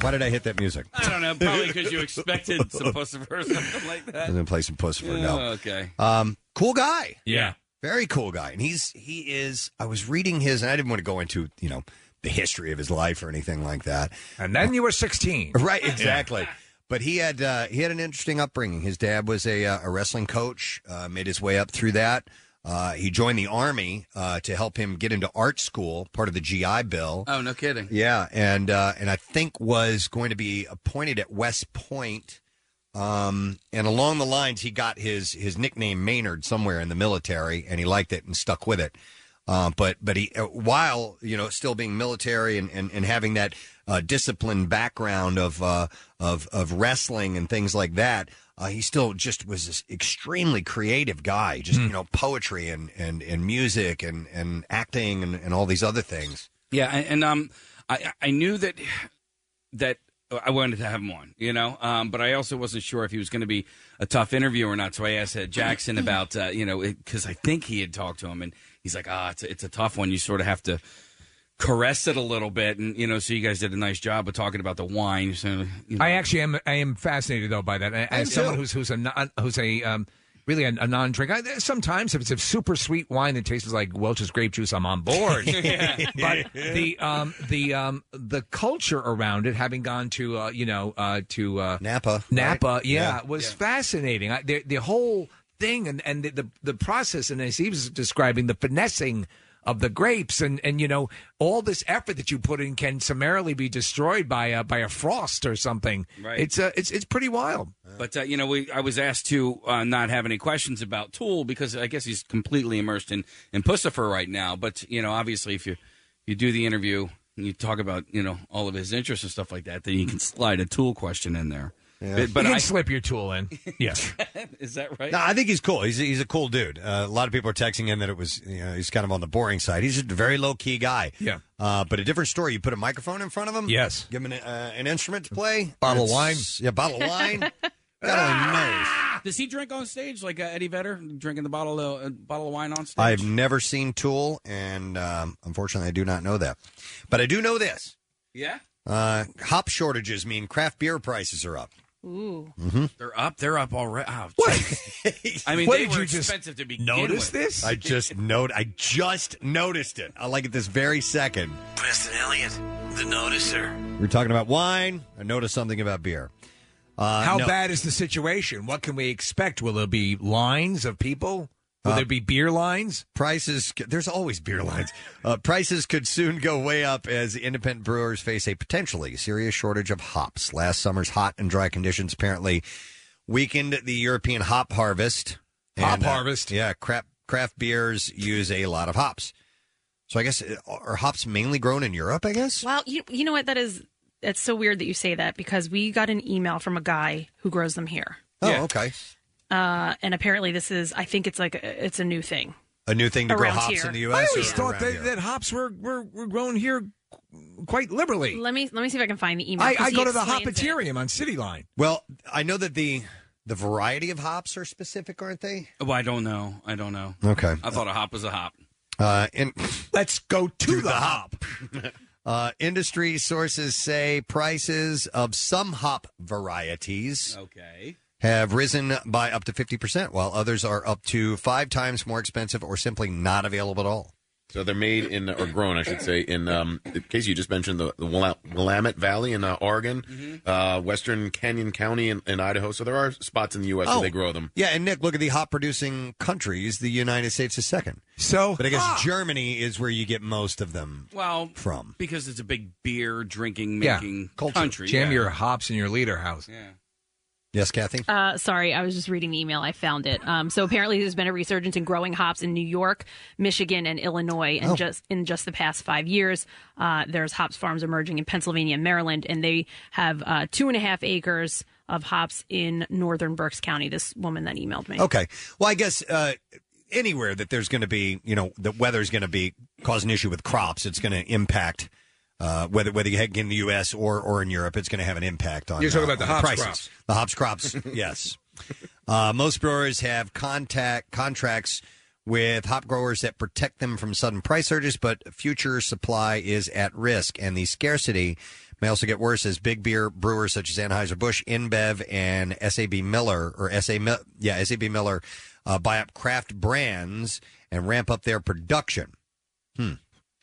[SPEAKER 4] Why did I hit that music?
[SPEAKER 9] I don't know. Probably because you expected some pussifer or something like that.
[SPEAKER 4] I'm gonna play some puss for now.
[SPEAKER 9] Oh, okay.
[SPEAKER 4] Um, cool guy.
[SPEAKER 9] Yeah.
[SPEAKER 4] Very cool guy. And he's he is I was reading his and I didn't want to go into, you know, the history of his life or anything like that.
[SPEAKER 3] And then you were 16.
[SPEAKER 4] Right, exactly. But he had uh, he had an interesting upbringing. His dad was a, uh, a wrestling coach. Uh, made his way up through that. Uh, he joined the army uh, to help him get into art school, part of the GI Bill.
[SPEAKER 9] Oh, no kidding.
[SPEAKER 4] Yeah, and uh, and I think was going to be appointed at West Point. Um, and along the lines, he got his his nickname Maynard somewhere in the military, and he liked it and stuck with it. Um, but but he uh, while you know still being military and and, and having that uh, disciplined background of uh, of of wrestling and things like that, uh, he still just was this extremely creative guy. Just you know poetry and and and music and and acting and, and all these other things.
[SPEAKER 9] Yeah, and, and um, I I knew that that I wanted to have him on, you know, um, but I also wasn't sure if he was going to be a tough interview or not. So I asked uh, Jackson about uh, you know because I think he had talked to him, and he's like, ah, it's a, it's a tough one. You sort of have to caress it a little bit, and you know, so you guys did a nice job of talking about the wine. So you know.
[SPEAKER 3] I actually am. I am fascinated though by that. As someone who's who's a non, who's a um, really a, a non-drink. I, sometimes if it's a super sweet wine that tastes like Welch's grape juice, I'm on board.
[SPEAKER 22] Yeah.
[SPEAKER 3] But the um, the um, the culture around it, having gone to uh, you know uh, to uh,
[SPEAKER 4] Napa,
[SPEAKER 3] Napa,
[SPEAKER 4] right?
[SPEAKER 3] yeah,
[SPEAKER 4] Yeah.
[SPEAKER 3] was fascinating. I, the the whole thing and and the the, the process, and as he was describing the finessing. Of the grapes and and you know all this effort that you put in can summarily be destroyed by a by a frost or something.
[SPEAKER 9] Right.
[SPEAKER 3] It's uh, it's it's pretty wild.
[SPEAKER 9] But uh, you know, we I was asked to uh, not have any questions about Tool because I guess he's completely immersed in in Pussifer right now. But you know, obviously, if you you do the interview and you talk about you know all of his interests and stuff like that, then you can slide a Tool question in there. But, but
[SPEAKER 3] you can
[SPEAKER 9] I,
[SPEAKER 3] slip your tool in. Yes.
[SPEAKER 9] is that right?
[SPEAKER 4] No, I think he's cool. He's he's a cool dude. Uh, a lot of people are texting him that it was you know he's kind of on the boring side. He's just a very low key guy.
[SPEAKER 3] Yeah.
[SPEAKER 4] Uh, but a different story. You put a microphone in front of him.
[SPEAKER 3] Yes.
[SPEAKER 4] Give him an, uh, an instrument to play.
[SPEAKER 3] Bottle of
[SPEAKER 4] It's- Yeah, bottle of wine.
[SPEAKER 9] Ah! Does he drink on stage like uh, Eddie Vedder drinking the bottle of uh, bottle of wine on stage?
[SPEAKER 4] I've never seen Tool, and um, unfortunately, I do not know that. But I do know this:
[SPEAKER 9] yeah.
[SPEAKER 4] uh, hop shortages mean craft beer prices are up.
[SPEAKER 5] Ooh.
[SPEAKER 4] Mm-hmm.
[SPEAKER 9] They're up. They're up already. Oh, what? I mean,
[SPEAKER 4] What
[SPEAKER 9] they
[SPEAKER 4] did
[SPEAKER 9] were
[SPEAKER 4] you just
[SPEAKER 9] expensive to begin with.
[SPEAKER 4] I just note. I just noticed it. I like it this very second.
[SPEAKER 12] Preston Elliott, the noticer.
[SPEAKER 4] We're talking about wine. I noticed something about beer. Uh,
[SPEAKER 3] How
[SPEAKER 4] no.
[SPEAKER 3] bad is the situation? What can we expect? Will there be lines of people? Will
[SPEAKER 4] Uh,
[SPEAKER 3] there be beer lines?
[SPEAKER 4] Prices. There's always beer lines. Uh, prices could soon go way up as independent brewers face a potentially serious shortage of hops. Last summer's hot and dry conditions apparently weakened the European hop harvest.
[SPEAKER 3] Hop
[SPEAKER 4] And, uh,
[SPEAKER 3] harvest.
[SPEAKER 4] yeah, crap, craft beers use a lot of hops. So I guess uh, are hops mainly grown in Europe? I guess.
[SPEAKER 5] Well, you you know what that is. That's so weird that you say that because we got an email from a guy who grows them here,
[SPEAKER 4] Oh, okay.
[SPEAKER 5] uh, and apparently this is. I think it's like a, it's a new thing.
[SPEAKER 4] A new thing to grow
[SPEAKER 5] Around
[SPEAKER 4] hops
[SPEAKER 5] here.
[SPEAKER 4] in the
[SPEAKER 5] I
[SPEAKER 4] U.S.
[SPEAKER 3] I
[SPEAKER 4] or
[SPEAKER 3] always thought
[SPEAKER 4] around
[SPEAKER 3] that,
[SPEAKER 4] here?
[SPEAKER 3] that hops were, were, were grown here qu- quite liberally.
[SPEAKER 5] Let me let me see if I can find the email.
[SPEAKER 3] I,
[SPEAKER 5] 'cause
[SPEAKER 3] I
[SPEAKER 5] he
[SPEAKER 3] go to the
[SPEAKER 5] explains it.
[SPEAKER 3] Hopatarium on City Line.
[SPEAKER 4] Well, I know that the the variety of hops are specific, aren't they?
[SPEAKER 9] Well, I don't know. I don't know.
[SPEAKER 4] Okay.
[SPEAKER 9] I thought a hop was a hop.
[SPEAKER 4] Uh, and
[SPEAKER 17] let's go to,
[SPEAKER 4] the, hop. uh, industry sources say prices of some hop varieties
[SPEAKER 9] Okay.
[SPEAKER 4] have risen by up to 50%, while others are up to five times more expensive or simply not available at all.
[SPEAKER 7] So they're made in or grown, I should say, in um, the case you just mentioned the, the Willa- Willamette Valley in uh, Oregon, uh, Western Canyon County in, in Idaho. So there are spots in the U.S. where they grow them.
[SPEAKER 4] Yeah, and Nick, look at the hop producing countries. The United States is second.
[SPEAKER 17] So,
[SPEAKER 4] but I guess
[SPEAKER 9] Ah.
[SPEAKER 4] Germany is where you get most of them.
[SPEAKER 9] Well,
[SPEAKER 4] From.
[SPEAKER 9] because it's a big beer drinking
[SPEAKER 4] Yeah.
[SPEAKER 9] making
[SPEAKER 4] Culture.
[SPEAKER 9] country.
[SPEAKER 4] Jam your
[SPEAKER 3] hops in your leader house.
[SPEAKER 9] Yeah.
[SPEAKER 4] Yes, Kathy.
[SPEAKER 22] Uh, sorry, I was just reading the email. I found it. Um, so apparently, there's been a resurgence in growing hops in New York, Michigan, and Illinois, and
[SPEAKER 10] Oh.
[SPEAKER 22] just in just the past five years, uh, there's hops farms emerging in Pennsylvania and Maryland, and they have uh, two and a half acres of hops in northern Berks County. This woman that emailed me.
[SPEAKER 4] Okay. Well, I guess uh, anywhere that there's going to be, you know, the weather's going to be cause an issue with crops, it's going to impact uh, whether whether you heck in the U.S. or or in Europe, it's going to have an impact on.
[SPEAKER 3] You're talking
[SPEAKER 4] uh,
[SPEAKER 3] about the
[SPEAKER 4] on
[SPEAKER 3] hops
[SPEAKER 4] prices.
[SPEAKER 3] crops.
[SPEAKER 4] The hops crops, yes. Uh, most brewers have contact contracts with hop growers that protect them from sudden price surges, but future supply is at risk, and the scarcity may also get worse as big beer brewers such as Anheuser-Busch, InBev, and SAB Miller or SA Mi- yeah SAB Miller uh, buy up craft brands and ramp up their production. Hmm.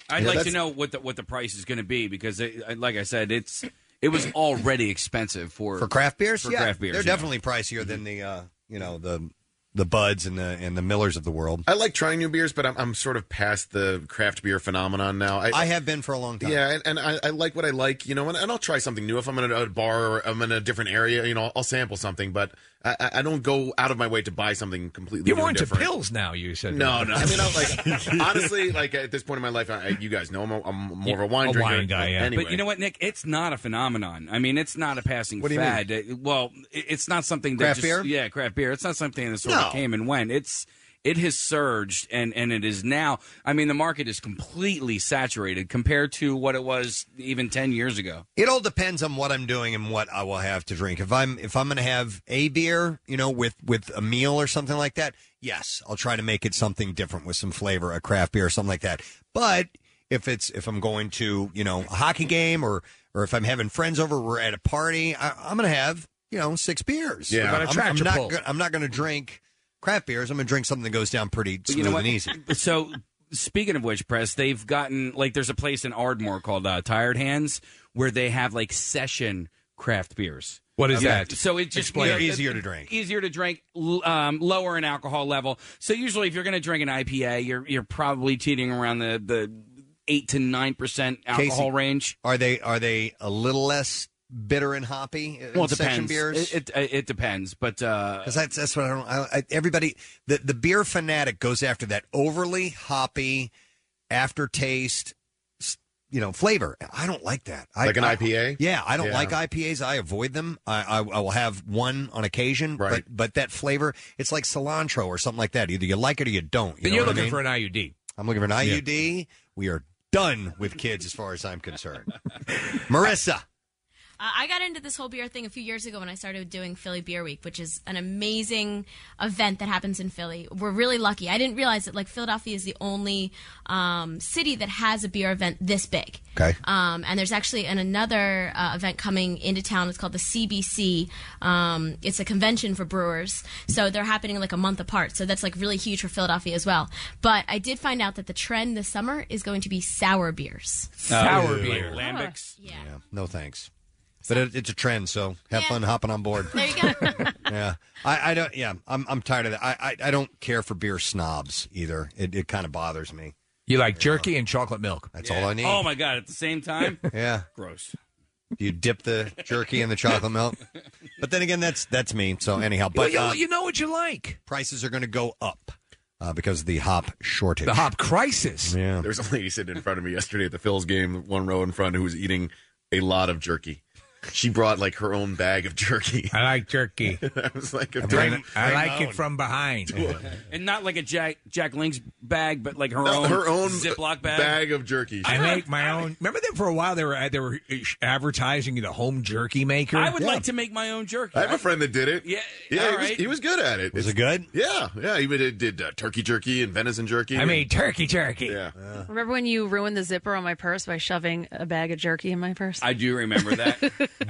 [SPEAKER 9] I'd
[SPEAKER 4] Yeah,
[SPEAKER 9] like to
[SPEAKER 4] that's-
[SPEAKER 9] know what the what the price is going to be because, it, I- like I said, it's it was already expensive for
[SPEAKER 4] for craft beers.
[SPEAKER 9] For
[SPEAKER 4] yeah,
[SPEAKER 9] craft beers,
[SPEAKER 4] they're
[SPEAKER 9] yeah.
[SPEAKER 4] definitely pricier than the uh, you know the the buds and the and the Millers of the world.
[SPEAKER 7] I like trying new beers, but I'm, I'm sort of past the craft beer phenomenon now. I,
[SPEAKER 4] I have been for a long time.
[SPEAKER 7] Yeah, and, and I, I like what I like, you know, and, and I'll try something new. If I'm in a, a bar or I'm in a different area, you know, I'll, I'll sample something, but I, I- I don't go out of my way to buy something completely
[SPEAKER 3] You're
[SPEAKER 7] new
[SPEAKER 3] more
[SPEAKER 7] and
[SPEAKER 3] into
[SPEAKER 7] different.
[SPEAKER 3] pills now. You said
[SPEAKER 7] No,
[SPEAKER 3] that.
[SPEAKER 7] no. I mean, I'm like honestly, like at this point in my life, I, you guys know I'm, a, I'm more of a wine drinker. Anyway.
[SPEAKER 9] But you know what, Nick? It's not a phenomenon. I mean, it's not a passing
[SPEAKER 7] What do you
[SPEAKER 9] fad. Uh, Well, it- it's not something that
[SPEAKER 7] Craft
[SPEAKER 9] just,
[SPEAKER 7] beer?
[SPEAKER 9] yeah, craft beer. It's not something that sort
[SPEAKER 7] No.
[SPEAKER 9] of came and went. It's it has surged and and it is now. I mean, the market is completely saturated compared to what it was even ten years ago.
[SPEAKER 4] It all depends on what I'm doing and what I will have to drink. If I'm if I'm going to have a beer, you know, with with a meal or something like that, yes, I'll try to make it something different with some flavor, a craft beer or something like that. But if it's if I'm going to you know a hockey game or or if I'm having friends over, we're at a party, I, I'm going to have you know six beers.
[SPEAKER 3] Yeah. What about a
[SPEAKER 4] I'm, I'm
[SPEAKER 3] tractor
[SPEAKER 4] not
[SPEAKER 3] pull?
[SPEAKER 4] go- I'm not going to drink craft beers. I'm going to drink something that goes down pretty
[SPEAKER 9] But
[SPEAKER 4] smooth and easy.
[SPEAKER 9] So, speaking of which, press they've gotten like there's a place in Ardmore called uh, Tired Hands where they have like session craft beers.
[SPEAKER 3] What is
[SPEAKER 9] Okay.
[SPEAKER 3] that?
[SPEAKER 9] So it's just
[SPEAKER 3] Explain.
[SPEAKER 9] you know,
[SPEAKER 3] They're easier
[SPEAKER 9] it-
[SPEAKER 3] to drink.
[SPEAKER 9] easier to drink, l- um, lower in alcohol level. So usually, if you're going to drink an IPA, you're you're probably cheating around the the eight to nine percent alcohol
[SPEAKER 4] Casey,
[SPEAKER 9] range.
[SPEAKER 4] Are they are they a little less bitter and hoppy? uh,
[SPEAKER 9] Well, it
[SPEAKER 4] session
[SPEAKER 9] depends.
[SPEAKER 4] beers.
[SPEAKER 9] It, it, it depends, but uh,
[SPEAKER 4] Because that's that's what I don't. I, I, everybody, the the beer fanatic goes after that overly hoppy aftertaste, s- you know, flavor. I don't like that. I,
[SPEAKER 7] Like an
[SPEAKER 4] I-
[SPEAKER 7] IPA?
[SPEAKER 4] Yeah, I don't
[SPEAKER 7] Yeah.
[SPEAKER 4] like IPAs. I avoid them. I, I I will have one on occasion,
[SPEAKER 3] Right.
[SPEAKER 4] but but that flavor, it's like cilantro or something like that. Either you like it or you don't. You
[SPEAKER 3] But
[SPEAKER 4] know
[SPEAKER 3] you're
[SPEAKER 4] what I
[SPEAKER 3] looking
[SPEAKER 4] mean?
[SPEAKER 3] for an E IUD.
[SPEAKER 4] I'm looking for an
[SPEAKER 3] Yeah.
[SPEAKER 4] IUD. We are done with kids as far as I'm concerned. Marissa,
[SPEAKER 27] Uh, I got into this whole beer thing a few years ago when I started doing Philly Beer Week, which is an amazing event that happens in Philly. We're really lucky. I didn't realize that like Philadelphia is the only um, city that has a beer event this big.
[SPEAKER 4] Okay.
[SPEAKER 27] Um, and there's actually an, another uh, event coming into town. It's called the CBC. Um, it's a convention for brewers, so they're happening like a month apart. So that's like really huge for Philadelphia as well. But I did find out that the trend this summer is going to be sour beers.
[SPEAKER 4] Sour beer.
[SPEAKER 27] Lambics.
[SPEAKER 4] Yeah, no thanks. But it, it's a trend, so have fun hopping on board.
[SPEAKER 27] There you go.
[SPEAKER 4] yeah, I, I don't. Yeah, I'm, I'm tired of that. I, I, I don't care for beer snobs either. It, it kind of bothers me.
[SPEAKER 3] You like jerky and chocolate milk.
[SPEAKER 4] That's all I need.
[SPEAKER 9] oh my god, at the same time,
[SPEAKER 4] Yeah,
[SPEAKER 9] gross.
[SPEAKER 4] You dip the jerky in the chocolate milk. But then again, that's that's me. So anyhow, but
[SPEAKER 3] you,
[SPEAKER 4] uh,
[SPEAKER 3] you know what you like.
[SPEAKER 4] prices are going to go up uh, because of the hop shortage.
[SPEAKER 3] The hop crisis.
[SPEAKER 4] Yeah.
[SPEAKER 7] There was a lady sitting in front of me yesterday at the Phil's game, one row in front, who was eating a lot of jerky. She brought like her own bag of jerky.
[SPEAKER 3] I like jerky.
[SPEAKER 7] I was like,
[SPEAKER 3] I like it from behind.
[SPEAKER 9] and not like a Jack Jack Link's bag, but like her
[SPEAKER 7] No,
[SPEAKER 9] own
[SPEAKER 7] her own
[SPEAKER 9] Ziploc bag.
[SPEAKER 7] bag of jerky.
[SPEAKER 3] I make my own. Remember them for a while. They were they were advertising the home jerky maker.
[SPEAKER 9] I would like to make my own jerky.
[SPEAKER 7] I have a friend that did it.
[SPEAKER 9] Yeah,
[SPEAKER 7] Yeah,
[SPEAKER 9] all
[SPEAKER 7] he, was,
[SPEAKER 9] right.
[SPEAKER 7] he was good at it.
[SPEAKER 4] Was
[SPEAKER 7] It's-
[SPEAKER 4] it good?
[SPEAKER 7] Yeah, yeah. He did, did uh, turkey jerky and venison jerky.
[SPEAKER 3] I made turkey jerky.
[SPEAKER 7] Yeah.
[SPEAKER 5] Remember when you ruined the zipper on my purse by shoving a bag of jerky in my purse?
[SPEAKER 9] I do remember that.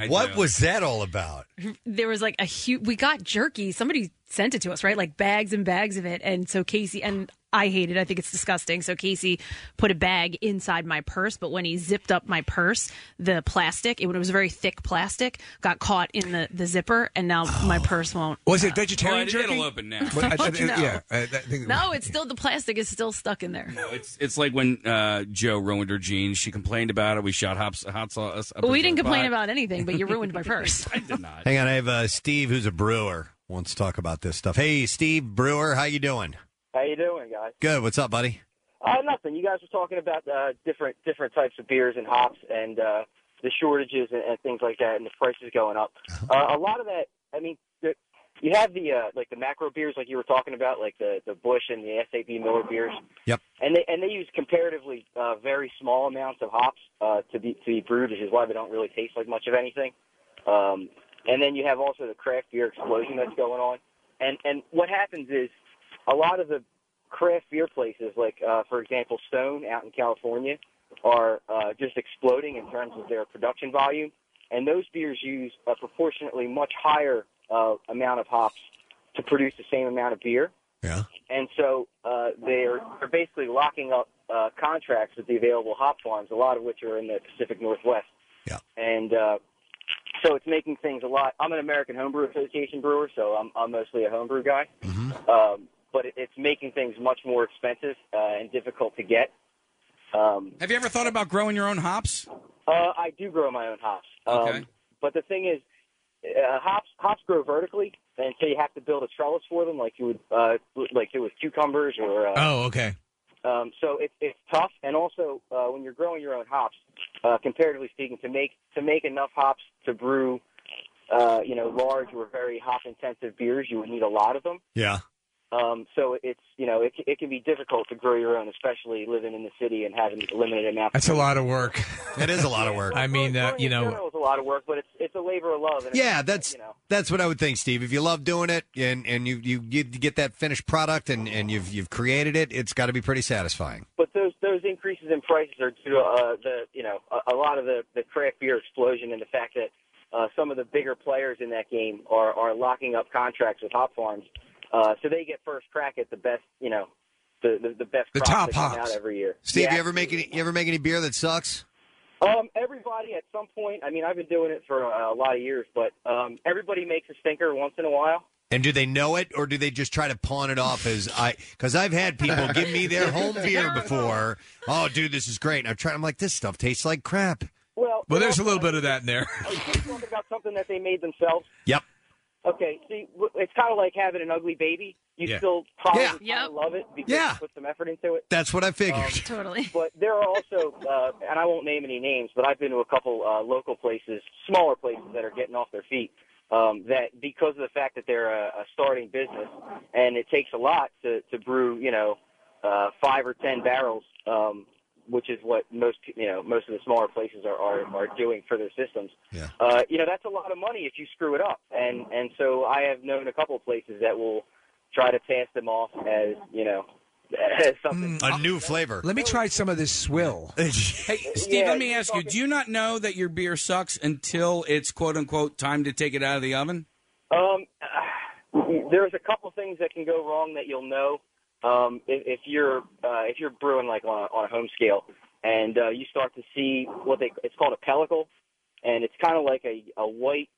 [SPEAKER 4] what was that all about?
[SPEAKER 5] there was like a huge. We got jerky. Somebody sent it to us, right? Like bags and bags of it. And so Casey and I hate it. I think it's disgusting. So Casey put a bag inside my purse, but when he zipped up my purse, the plastic, it, it was very thick plastic, got caught in the, the zipper, and now my purse won't.
[SPEAKER 17] Was it vegetarian
[SPEAKER 9] Well, it-
[SPEAKER 17] jerky?
[SPEAKER 9] it'll open now.
[SPEAKER 17] But I- I-
[SPEAKER 9] No.
[SPEAKER 17] Yeah, I- I think-
[SPEAKER 5] No, it's still the plastic is still stuck in there.
[SPEAKER 9] It's it's like when uh, Joe ruined her jeans. She complained about it. We shot hops, hot sauce. up
[SPEAKER 5] we
[SPEAKER 9] into
[SPEAKER 5] didn't
[SPEAKER 9] her
[SPEAKER 5] complain
[SPEAKER 9] butt.
[SPEAKER 5] about anything, but you ruined my purse. I
[SPEAKER 9] did not.
[SPEAKER 4] Hang on, I have uh, Steve, who's a brewer, wants to talk about this stuff. Hey, Steve Brewer, how you doing?
[SPEAKER 13] How you doing, guys?
[SPEAKER 4] Good. What's up, buddy?
[SPEAKER 13] Uh, nothing. You guys were talking about uh, different different types of beers and hops and uh, the shortages and, and things like that, and the prices going up. Uh, a lot of that. I mean, the, you have the uh, like the macro beers, like you were talking about, like the the Bush and the SAB Miller beers.
[SPEAKER 4] Yep.
[SPEAKER 13] And they and they use comparatively uh, very small amounts of hops uh, to be to be brewed, which is why they don't really taste like much of anything. Um, and then you have also the craft beer explosion that's going on. And and what happens is a lot of the craft beer places, like uh, for example Stone out in California, are uh, just exploding in terms of their production volume, and those beers use a proportionately much higher uh, amount of hops to produce the same amount of beer. Yeah. And so uh, they're they're basically locking up uh, contracts with the available hop farms, a lot of which are in the Pacific Northwest. Yeah. And uh, so it's making things a lot. I'm an American Homebrew Association brewer, so I'm, I'm mostly a homebrew guy. Um, but it, it's making things much more expensive uh, and difficult to get. Um,
[SPEAKER 9] Have you ever thought about growing your own hops?
[SPEAKER 13] uh, I do grow my own hops. Um,
[SPEAKER 9] Okay.
[SPEAKER 13] But the thing is, uh, hops hops grow vertically, and so you have to build a trellis for them, like you would uh, like do with cucumbers or uh,
[SPEAKER 3] Oh, okay.
[SPEAKER 13] um, so it, it's tough, and also uh, when you're growing your own hops, uh, comparatively speaking, to make to make enough hops to brew, uh, you know, large or very hop intensive beers, you would need a lot of them.
[SPEAKER 4] Yeah.
[SPEAKER 13] Um, so it's you know it, c- it can be difficult to grow your own, especially living in the city and having a limited amount.
[SPEAKER 3] That's a lot of work.
[SPEAKER 4] That is a lot of work.
[SPEAKER 3] I mean, uh, you
[SPEAKER 13] Of
[SPEAKER 3] know,
[SPEAKER 13] it's a lot of work, but it's it's a labor of love. And it's-
[SPEAKER 4] Yeah, that's
[SPEAKER 13] you know.
[SPEAKER 4] that's what I would think, Steve. If you love doing it and and you you get, get that finished product and and you've you've created it, it's got to be pretty satisfying.
[SPEAKER 13] But those those increases in prices are due to uh, the you know a, a lot of the the craft beer explosion and the fact that uh, some of the bigger players in that game are are locking up contracts with hop farms, uh, so they get first crack at the best you know the the, the best
[SPEAKER 4] The
[SPEAKER 13] crops
[SPEAKER 4] top
[SPEAKER 13] that come
[SPEAKER 4] hops.
[SPEAKER 13] out every year.
[SPEAKER 4] Steve,
[SPEAKER 13] Yeah.
[SPEAKER 4] you ever make any you ever make any beer that sucks?
[SPEAKER 13] Um, everybody at some point. I mean, I've been doing it for a, a lot of years, but um, everybody makes a stinker once in a while.
[SPEAKER 4] And do they know it, or do they just try to pawn it off as I? Because I've had people give me their home beer before. Oh, dude, this is great. And I'm trying. I'm like, this stuff tastes like crap.
[SPEAKER 13] Well,
[SPEAKER 3] well, there's a little bit of that in there.
[SPEAKER 13] are Oh, you talking about something that they made themselves?
[SPEAKER 4] Yep.
[SPEAKER 13] Okay, see, w- it's kind of like having an ugly baby. You
[SPEAKER 4] Yeah.
[SPEAKER 13] still probably kinda love it because you put some effort into it.
[SPEAKER 4] That's what I figured.
[SPEAKER 3] Oh,
[SPEAKER 13] totally. But there are also, uh, and I won't name any names, but I've been to a couple uh, local places, smaller places that are getting off their feet. Um, that because of the fact that they're a, a starting business, and it takes a lot to, to brew, you know, uh, five or ten barrels, um, which is what most you know most of the smaller places are are, are doing for their systems.
[SPEAKER 4] Yeah.
[SPEAKER 13] Uh, you know, that's a lot of money if you screw it up, and and so I have known a couple of places that will try to pass them off as you know as something
[SPEAKER 3] Mm, uh,
[SPEAKER 4] a new flavor.
[SPEAKER 17] Let me try some of this swill.
[SPEAKER 9] Hey, Steve, let me ask you: Do you not know that your beer sucks until it's "quote unquote" time to take it out of the oven?
[SPEAKER 13] Um, there's a couple things that can go wrong that you'll know um, if, if you're uh, if you're brewing like on a, on a home scale, and uh, you start to see what they it's called a pellicle, and it's kind of like a, a white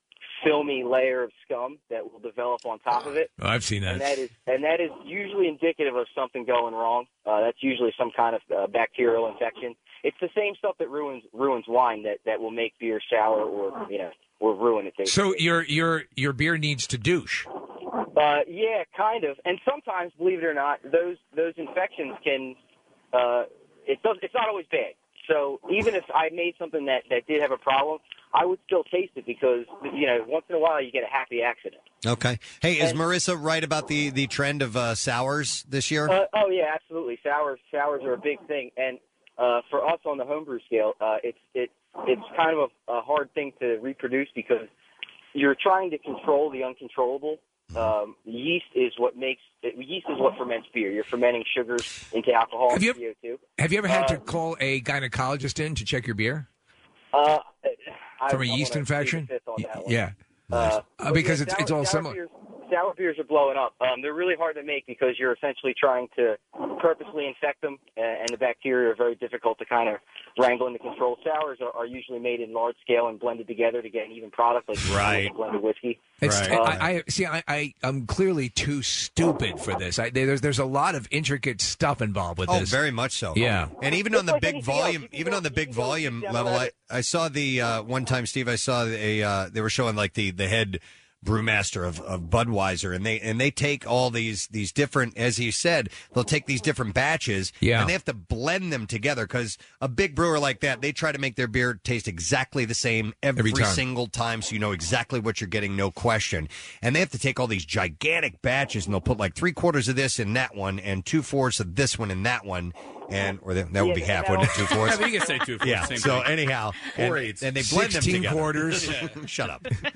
[SPEAKER 13] filmy layer of scum that will develop on top of it.
[SPEAKER 3] Oh, I've seen
[SPEAKER 13] And
[SPEAKER 3] that.
[SPEAKER 13] that is and that is usually indicative of something going wrong. Uh, that's usually some kind of uh, bacterial infection. It's the same stuff that ruins ruins wine that that will make beer sour or you know or ruin it. basically.
[SPEAKER 3] So your your your beer needs to douche.
[SPEAKER 13] Uh, yeah, kind of. And sometimes, believe it or not, those those infections can. Uh, it does. It's not always bad. So even if I made something that, that did have a problem, I would still taste it because, you know, once in a while you get a happy accident.
[SPEAKER 4] Okay. Hey, is Marissa right about the the trend of uh, sours this year?
[SPEAKER 13] Uh, oh yeah, absolutely. Sours sours are a big thing, and uh, for us on the homebrew scale, uh, it's it it's kind of a, a hard thing to reproduce because you're trying to control the uncontrollable. Um, yeast is what makes yeast is what ferments beer. You're fermenting sugars into alcohol
[SPEAKER 3] Have
[SPEAKER 13] and CO2.
[SPEAKER 3] Have you ever had
[SPEAKER 13] Uh,
[SPEAKER 3] to call a gynecologist in to check your beer
[SPEAKER 13] Uh, I-
[SPEAKER 3] from a
[SPEAKER 13] I wanna plead
[SPEAKER 3] yeast
[SPEAKER 13] the
[SPEAKER 3] infection?
[SPEAKER 13] fifth on that one.
[SPEAKER 3] Yeah.
[SPEAKER 13] Uh,
[SPEAKER 3] Uh, because
[SPEAKER 13] yeah,
[SPEAKER 3] it's it's all similar.
[SPEAKER 13] Beers, sour beers are blowing up. Um, they're really hard to make because you're essentially trying to purposely infect them, uh, and the bacteria are very difficult to kind of wrangle into control. Sours are, are usually made in large scale and blended together to get an even product, like
[SPEAKER 4] Right.
[SPEAKER 13] blended whiskey.
[SPEAKER 3] It's,
[SPEAKER 13] Um,
[SPEAKER 3] I, I see. I, I I'm clearly too stupid for this. I, there's there's a lot of intricate stuff involved with
[SPEAKER 4] Oh,
[SPEAKER 3] this.
[SPEAKER 4] very much so.
[SPEAKER 3] Yeah.
[SPEAKER 4] And even on the big volume, even on the big volume level, I, I saw the uh, one time, Steve. I saw a uh, they were showing like the the head brewmaster of, of Budweiser, and they and they take all these these different, as you said, they'll take these different batches,
[SPEAKER 3] Yeah.
[SPEAKER 4] and they have to blend them together because a big brewer like that, they try to make their beer taste exactly the same every,
[SPEAKER 3] Every time.
[SPEAKER 4] single time, so you know exactly what you're getting, no question. And they have to take all these gigantic batches, and they'll put like three quarters of this in that one, and two fourths of this one in that one, and or that, that would be
[SPEAKER 3] Yeah,
[SPEAKER 4] half,
[SPEAKER 3] that
[SPEAKER 4] wouldn't it? Two
[SPEAKER 3] all-
[SPEAKER 4] fourths.
[SPEAKER 3] I mean, you can say two-fourths,
[SPEAKER 4] Yeah.
[SPEAKER 3] same
[SPEAKER 4] So
[SPEAKER 3] thing.
[SPEAKER 4] anyhow,
[SPEAKER 3] Four
[SPEAKER 4] and,
[SPEAKER 3] eights.
[SPEAKER 4] and they blend
[SPEAKER 3] 16
[SPEAKER 4] them together.
[SPEAKER 3] quarters. Uh,
[SPEAKER 4] Shut up.
[SPEAKER 13] Yeah,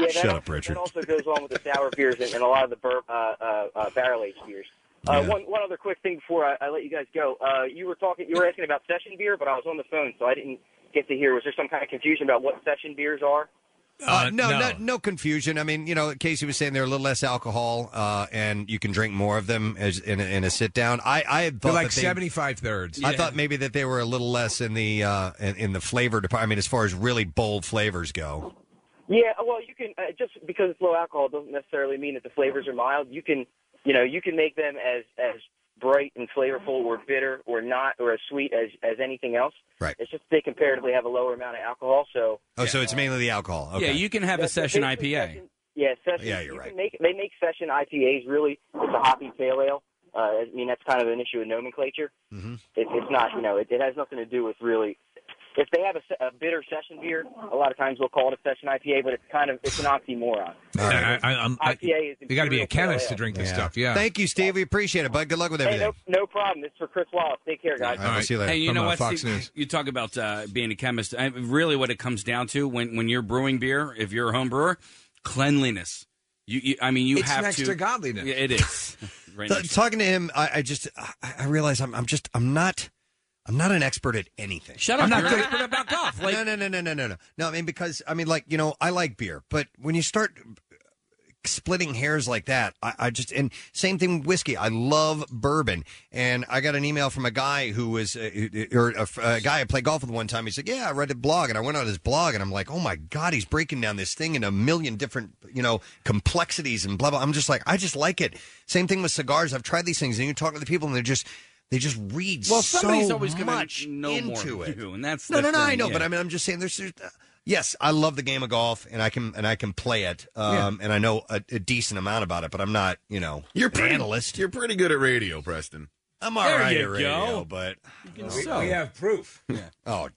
[SPEAKER 13] that
[SPEAKER 4] Shut
[SPEAKER 13] al-
[SPEAKER 4] up, Richard.
[SPEAKER 13] That also goes on with the sour beers and, and a lot of the bur- uh, uh, uh, barrel aged beers. Uh,
[SPEAKER 4] Yeah.
[SPEAKER 13] One one other quick thing before I, I let you guys go. Uh, you were talking, you were asking about session beer, but I was on the phone, so I didn't get to hear. Was there some kind of confusion about what session beers are?
[SPEAKER 4] Uh, no,
[SPEAKER 13] no.
[SPEAKER 4] no, no confusion. I mean, you know, Casey was saying they're a little less alcohol, uh, and you can drink more of them as in a, in a sit down. I, I had
[SPEAKER 3] They're
[SPEAKER 4] thought
[SPEAKER 3] like
[SPEAKER 4] that they-
[SPEAKER 3] 75 thirds.
[SPEAKER 4] I thought maybe that they were a little less in the uh, in, in the flavor department. I mean, as far as really bold flavors go.
[SPEAKER 13] Yeah, well, you can uh, just because it's low alcohol doesn't necessarily mean that the flavors are mild. You can, you know, you can make them as as bright and flavorful or bitter or not or as sweet as as anything else.
[SPEAKER 4] Right.
[SPEAKER 13] It's just they comparatively have a lower amount of alcohol, so
[SPEAKER 4] Oh, so it's mainly the alcohol. Okay.
[SPEAKER 9] Yeah, you can have a session IPA.
[SPEAKER 13] Yeah, session.
[SPEAKER 4] Yeah, you're
[SPEAKER 13] you
[SPEAKER 4] right.
[SPEAKER 13] Can make, they make session IPAs really. It's a hoppy pale ale. Uh, I mean, that's kind of an issue in nomenclature.
[SPEAKER 4] Mm-hmm.
[SPEAKER 13] It, it's not, you know, it, it has nothing to do with really. If they have a, se- a bitter session beer, a lot of times we'll call it a session IPA, but it's kind of it's an oxymoron.
[SPEAKER 3] I, I, I'm, I,
[SPEAKER 13] IPA is
[SPEAKER 3] you got to be a
[SPEAKER 13] imperial
[SPEAKER 3] chemist
[SPEAKER 13] pale
[SPEAKER 3] to
[SPEAKER 13] ale.
[SPEAKER 3] drink this stuff. Yeah.
[SPEAKER 4] Thank you, Steve. We appreciate it, bud. Good luck with
[SPEAKER 13] Hey,
[SPEAKER 4] everything.
[SPEAKER 13] no, no problem. It's for Chris Wallace. Take care, guys.
[SPEAKER 4] All right, we'll see you later.
[SPEAKER 9] Hey, you
[SPEAKER 4] From,
[SPEAKER 9] know
[SPEAKER 4] uh,
[SPEAKER 9] what?
[SPEAKER 4] Fox
[SPEAKER 9] Steve?
[SPEAKER 4] News.
[SPEAKER 9] You talk about uh, being a chemist. I, really, what it comes down to when when you're brewing beer, if you're a home brewer, cleanliness. You, you I mean, you
[SPEAKER 4] It's
[SPEAKER 9] have
[SPEAKER 4] next to godliness.
[SPEAKER 9] Yeah, it is. right
[SPEAKER 4] Th-
[SPEAKER 9] next to-
[SPEAKER 4] talking to him, I, I just I, I realize I'm I'm just I'm not I'm not an expert at anything.
[SPEAKER 9] Shut up!
[SPEAKER 4] I'm not
[SPEAKER 9] you're
[SPEAKER 4] good-
[SPEAKER 9] an expert about golf. Like,
[SPEAKER 4] no, no, no, no, no, no, no. No, I mean because I mean like you know I like beer, but when you start splitting hairs like that, I, I just and same thing with whiskey. I love bourbon, and I got an email from a guy who was uh, or a, a guy I played golf with one time. He said, "Yeah, I read a blog," and I went on his blog, and I'm like, "Oh my god, he's breaking down this thing in a million different you know complexities and blah blah." I'm just like, I just like it. Same thing with cigars. I've tried these things, and you talk to the people, and they're just they just read
[SPEAKER 9] well,
[SPEAKER 4] so
[SPEAKER 9] somebody's always gonna
[SPEAKER 4] much
[SPEAKER 9] know
[SPEAKER 4] into
[SPEAKER 9] more
[SPEAKER 4] it.
[SPEAKER 9] than you, and that's
[SPEAKER 4] No,
[SPEAKER 9] the
[SPEAKER 4] no, no.
[SPEAKER 9] Thing,
[SPEAKER 4] I know,
[SPEAKER 9] yeah.
[SPEAKER 4] but I mean, I'm just saying. There's, there's uh, yes, I love the game of golf, and I can and I can play it, um, and I know a, a decent amount about it. But I'm not, you know,
[SPEAKER 7] You're
[SPEAKER 4] an
[SPEAKER 7] pretty,
[SPEAKER 4] analyst.
[SPEAKER 7] You're pretty good at radio, Preston.
[SPEAKER 4] I'm all
[SPEAKER 7] There
[SPEAKER 4] right
[SPEAKER 7] you
[SPEAKER 4] at radio,
[SPEAKER 7] go.
[SPEAKER 4] but
[SPEAKER 7] We- so. we
[SPEAKER 3] have proof.
[SPEAKER 4] Oh,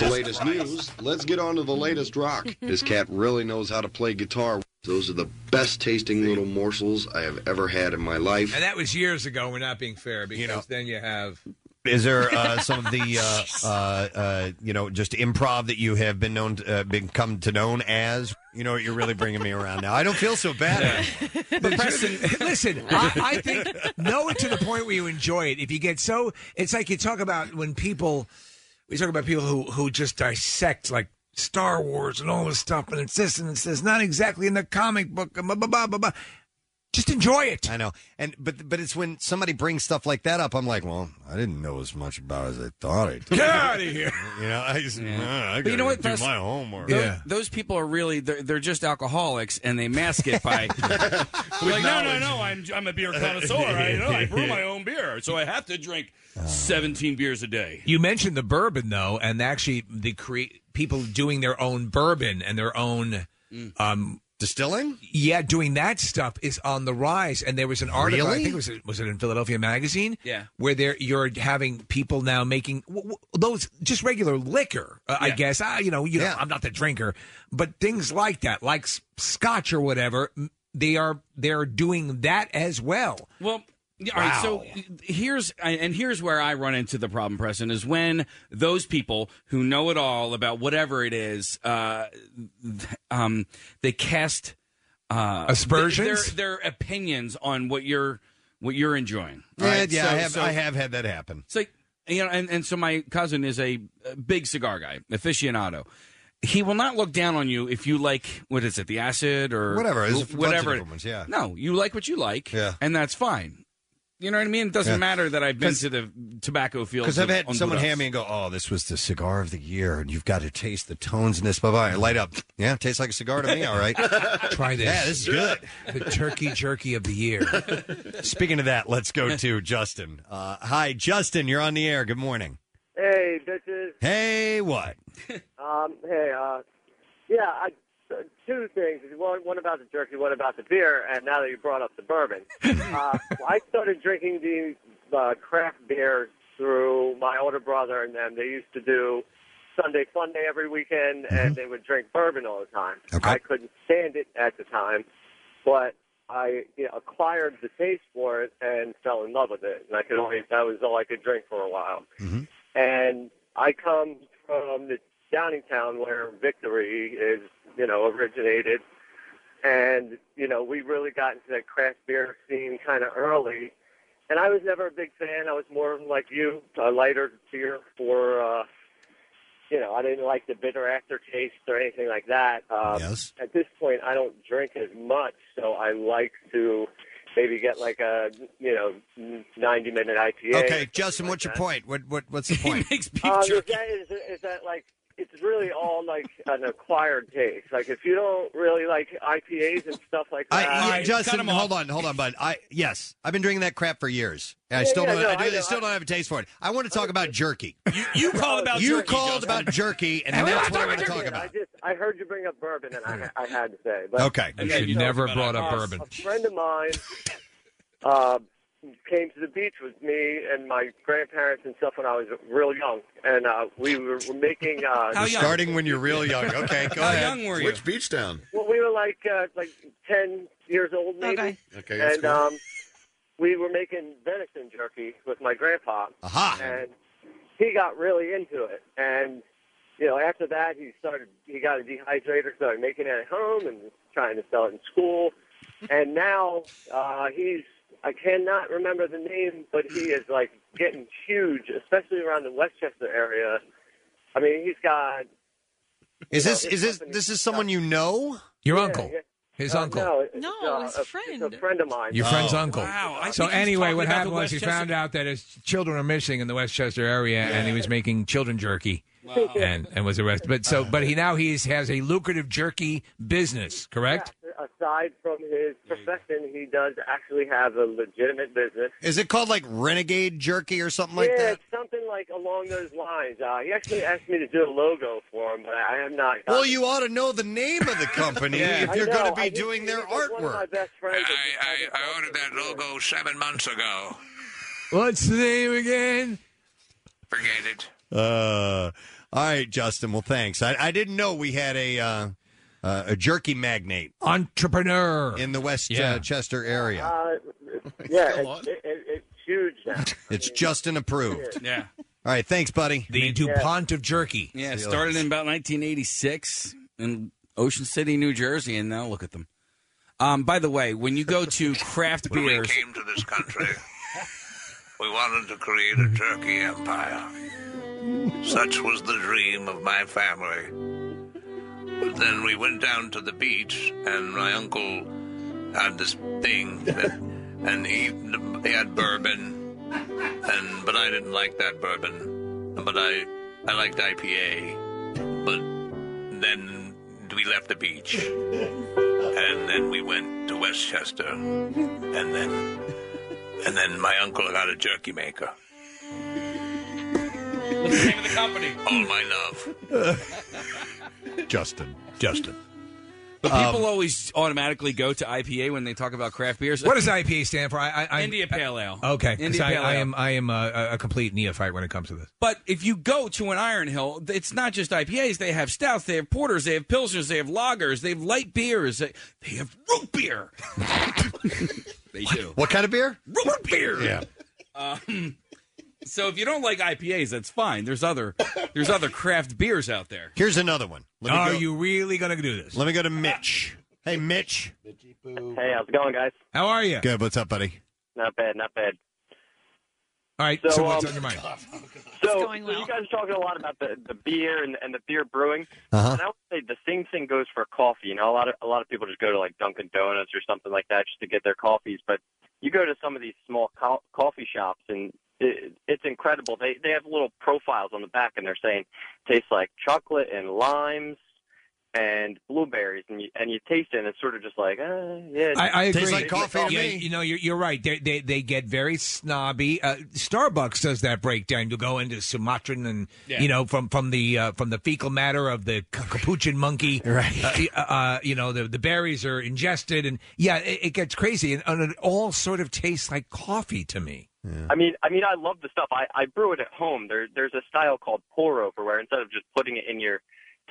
[SPEAKER 6] That's the latest
[SPEAKER 4] Christ.
[SPEAKER 6] news. Let's get on to the latest rock. this cat really knows how to play guitar. Those are the best tasting little morsels I have ever had in my life.
[SPEAKER 3] And that was years ago. We're not being fair because then you have.
[SPEAKER 4] Is there uh, some of the uh, uh, uh, you know just improv that you have been known to, uh, become to known as? You know, you're really bringing me around now. I don't feel so bad.
[SPEAKER 3] But Preston, listen, I, I think know it to the point where you enjoy it. If you get so, it's like you talk about when people, we talk about people who who just dissect like Star Wars and all this stuff, and it's this and it's this, not exactly in the comic book. and Blah blah blah blah. blah. Just enjoy it.
[SPEAKER 4] I know, and but but it's when somebody brings stuff like that up, I'm like, well, I didn't know as much about it as I thought I did.
[SPEAKER 3] Get out of here.
[SPEAKER 4] You know, I just, "Ah, I
[SPEAKER 9] But you know what?
[SPEAKER 4] gotta do
[SPEAKER 9] Preston?
[SPEAKER 4] my homework.
[SPEAKER 9] Tho- Those, people are really, they're, they're just alcoholics and they mask it by. like, no, no,
[SPEAKER 10] knowledge.
[SPEAKER 9] no, I'm, I'm a beer connoisseur. I, you know, I brew my own beer, so I have to drink 17 beers a day.
[SPEAKER 3] You mentioned the bourbon though,
[SPEAKER 9] Mm.
[SPEAKER 3] and actually the cre- people doing their own bourbon and their own um,
[SPEAKER 4] Distilling?
[SPEAKER 17] Yeah, doing that stuff is on the rise. And there was an article, I
[SPEAKER 4] Really?
[SPEAKER 17] think it was, was it in Philadelphia Magazine?
[SPEAKER 9] Yeah.
[SPEAKER 17] Where there you're having people now making w- w- those just regular liquor, uh, I
[SPEAKER 9] Yeah.
[SPEAKER 17] guess. I, you know, you know, I'm not the drinker, but things like that, like s- scotch or whatever, m- they are they're doing that as well.
[SPEAKER 9] Well, yeah, all right. So here's and here's where I run into the problem, President, is when those people who know it all about whatever it is, uh, th- um, they cast uh,
[SPEAKER 17] Aspersions?
[SPEAKER 9] their, their opinions on what you're what you're enjoying. all
[SPEAKER 4] Yeah,
[SPEAKER 9] right?
[SPEAKER 4] yeah, I
[SPEAKER 9] So-
[SPEAKER 4] have
[SPEAKER 9] so-
[SPEAKER 4] I have had that happen.
[SPEAKER 9] It's like you know, and, and so my cousin is a uh, big cigar guy, aficionado. He will not look down on you if you like what is it, the acid or
[SPEAKER 4] Whatever, there's a bunch of
[SPEAKER 9] whatever.
[SPEAKER 4] different ones, yeah.
[SPEAKER 9] No, you like what you like,
[SPEAKER 4] Yeah.
[SPEAKER 9] and that's fine. You know what I mean? It doesn't
[SPEAKER 4] Yeah.
[SPEAKER 9] matter that I've been
[SPEAKER 4] 'Cause-
[SPEAKER 9] to the tobacco fields.
[SPEAKER 4] Because I've
[SPEAKER 9] of-
[SPEAKER 4] had
[SPEAKER 9] on
[SPEAKER 4] someone
[SPEAKER 9] Buddha.
[SPEAKER 4] hand me and go, "Oh, this was the cigar of the year, and you've got to taste the tones in this." Bye bye. Light up. Yeah, tastes like a cigar to me. All right.
[SPEAKER 17] Try this.
[SPEAKER 4] Yeah, this is good.
[SPEAKER 17] The turkey jerky of the year.
[SPEAKER 4] Speaking of that, let's go to Justin. Uh, hi, Justin. You're on the air. Good morning.
[SPEAKER 10] Hey, bitches.
[SPEAKER 4] Hey, what?
[SPEAKER 10] Um, hey, uh, yeah, I, uh, two things. One, one about the jerky, one about the beer, and now that you brought up the bourbon. uh, I started drinking the uh, craft beer through my older brother and them. They used to do Sunday Sunday every weekend, and they would drink bourbon all the time. I couldn't stand it at the time, but I you know, acquired the taste for it and fell in love with it. And I could only, that was all I could drink for a while. And I come from the Downingtown where Victory is, you know, originated. And, you know, we really got into that craft beer scene kind of early. And I was never a big fan. I was more like you, a lighter beer for, uh, you know, I didn't like the bitter aftertaste or anything like that. Um,
[SPEAKER 4] yes.
[SPEAKER 10] At this point, I don't drink as much, so I like to maybe get like a, you know, 90 minute IPA.
[SPEAKER 4] Okay, Justin. What's your point? What what what's the point?
[SPEAKER 10] Um, is, that, is, is that like it's really all like an acquired taste? Like if you don't really like IPAs and stuff like
[SPEAKER 4] I,
[SPEAKER 10] that,
[SPEAKER 4] yeah, Justin, hold on, hold on, bud. I yes, I've been drinking that crap for years. And I
[SPEAKER 10] Yeah,
[SPEAKER 4] still
[SPEAKER 10] yeah,
[SPEAKER 4] don't.
[SPEAKER 10] no,
[SPEAKER 4] I, do,
[SPEAKER 10] I
[SPEAKER 4] I,
[SPEAKER 10] know.
[SPEAKER 4] still don't have a taste for it. I want to talk about jerky. You,
[SPEAKER 9] you
[SPEAKER 10] called about
[SPEAKER 4] Oh, you
[SPEAKER 10] jerky,
[SPEAKER 4] called
[SPEAKER 10] Justin.
[SPEAKER 4] about jerky, and that's what I want to talk
[SPEAKER 10] I
[SPEAKER 4] about.
[SPEAKER 10] just I heard you bring up bourbon, and I, I had to say. But
[SPEAKER 4] Okay,
[SPEAKER 10] so-
[SPEAKER 4] Uh,
[SPEAKER 10] Uh, A friend of mine uh, came to the beach with me and my grandparents and stuff when I was real young, and uh, we were were making. Uh,
[SPEAKER 4] You're Starting when you're real young. Okay, go
[SPEAKER 10] How
[SPEAKER 4] ahead.
[SPEAKER 10] young were you?
[SPEAKER 7] Which beach town?
[SPEAKER 10] Well, we were like uh, like ten years old, maybe. Okay.
[SPEAKER 7] Okay, that's
[SPEAKER 10] And
[SPEAKER 7] cool.
[SPEAKER 10] um, we were making venison jerky with my grandpa.
[SPEAKER 4] Aha.
[SPEAKER 10] And he got really into it, and you know, after that, he started. He got a dehydrator, started making it at home and trying to sell it in school. And now uh, he's. I cannot remember the name, but he is like getting huge, especially around the Westchester area. I mean, he's got
[SPEAKER 4] Is this is this this is someone you know?
[SPEAKER 17] Your
[SPEAKER 10] uncle.
[SPEAKER 17] His
[SPEAKER 10] Uh,
[SPEAKER 17] uncle.
[SPEAKER 10] No, no, it's a friend. It's a friend of mine. Uh,
[SPEAKER 17] Your friend's uncle. so anyway, what happened was he
[SPEAKER 10] Westchester-
[SPEAKER 17] found out that his children are missing in the Westchester area, and he was making children jerky,
[SPEAKER 10] Wow.
[SPEAKER 17] and and was arrested. But so, but he now he's has a lucrative jerky business, correct?
[SPEAKER 10] Aside from his profession, he does actually have a legitimate business.
[SPEAKER 4] Is it called like renegade jerky or something like
[SPEAKER 10] yeah,
[SPEAKER 4] that?
[SPEAKER 10] it's something like along those lines. Uh, he actually asked me to do a logo for him, but I have not.
[SPEAKER 4] Well, you ought to know the name of the company if you're going to be doing their
[SPEAKER 10] One of
[SPEAKER 4] artwork.
[SPEAKER 10] my best friends.
[SPEAKER 11] I, I, I ordered that logo seven months ago.
[SPEAKER 17] What's the name again?
[SPEAKER 11] Forget it.
[SPEAKER 4] Uh, all right, Justin. Well, thanks. I, I didn't know we had a uh, uh, a jerky magnate
[SPEAKER 17] entrepreneur
[SPEAKER 4] in the West
[SPEAKER 17] Yeah.
[SPEAKER 4] uh, Chester area.
[SPEAKER 10] Uh, yeah, it's, it, it, it's huge now.
[SPEAKER 4] It's Justin approved.
[SPEAKER 9] Yeah.
[SPEAKER 4] All right, thanks, buddy.
[SPEAKER 17] The DuPont of jerky.
[SPEAKER 9] Yeah, it started in about 1986 in Ocean City, New Jersey, and now look at them. Um, by the way, when you go to craft
[SPEAKER 11] When we
[SPEAKER 9] beers,
[SPEAKER 11] came to this country, we wanted to create a turkey empire. Such was the dream of my family. But then we went down to the beach, and my uncle had this thing, that, and he, he had bourbon, and but I didn't like that bourbon, but I I liked IPA, but then we left the beach, and then we went to Westchester, and then and then my uncle got a jerky maker.
[SPEAKER 9] What's the name of the company?
[SPEAKER 11] All my love.
[SPEAKER 4] Justin. Justin.
[SPEAKER 9] But
[SPEAKER 3] Um,
[SPEAKER 9] people always automatically go to IPA when they talk about craft beers.
[SPEAKER 3] What does IPA stand for? I, I, I
[SPEAKER 9] India Pale Ale.
[SPEAKER 3] Okay, 'cause
[SPEAKER 9] India
[SPEAKER 3] I,
[SPEAKER 9] Pale
[SPEAKER 3] I
[SPEAKER 9] Ale.
[SPEAKER 3] am I am a, a complete neophyte when it comes to this.
[SPEAKER 9] But if you go to an Iron Hill, it's not just IPAs. They have stouts, they have porters, they have pilsners, they have lagers, they have light beers, they, they have root beer. they do.
[SPEAKER 4] What kind of beer?
[SPEAKER 9] Root beer.
[SPEAKER 4] Yeah.
[SPEAKER 9] Um, so if you don't like IPAs, that's fine. There's other there's other craft beers out there.
[SPEAKER 4] Here's another one.
[SPEAKER 9] Are
[SPEAKER 3] you really going to do this?
[SPEAKER 4] Let me go to Mitch. Hey, Mitch.
[SPEAKER 15] Hey, how's it going, guys?
[SPEAKER 3] How are you?
[SPEAKER 4] Good. What's up, buddy?
[SPEAKER 15] Not bad, not bad.
[SPEAKER 3] All right.
[SPEAKER 15] So,
[SPEAKER 3] So, what's
[SPEAKER 15] um,
[SPEAKER 3] on your mind?
[SPEAKER 15] So, so you guys are talking a lot about the, the beer and, and the beer brewing,
[SPEAKER 4] Uh-huh.
[SPEAKER 15] and I would say the same thing goes for coffee. You know, a lot of a lot of people just go to like Dunkin' Donuts or something like that just to get their coffees. But you go to some of these small co- coffee shops, and it, it's incredible. They they have little profiles on the back, and they're saying tastes like chocolate and limes and blueberries, and you and you taste it, and it's sort of just like, uh, yeah,
[SPEAKER 3] I, I agree.
[SPEAKER 15] Tastes like coffee to
[SPEAKER 3] yeah,
[SPEAKER 15] me.
[SPEAKER 3] You know, you're, you're right. They, they they get very snobby. Uh, Starbucks does that breakdown. You go into Sumatran and
[SPEAKER 16] Yeah.
[SPEAKER 3] you know from from the uh, from the fecal matter of the ca- capuchin monkey. Right. Uh, uh, you know the the berries are ingested, and yeah, it, it gets crazy, and, and it all sort of tastes like coffee to me.
[SPEAKER 15] I mean, I mean, I love the stuff. I, I brew it at home. There, there's a style called pour over where instead of just putting it in your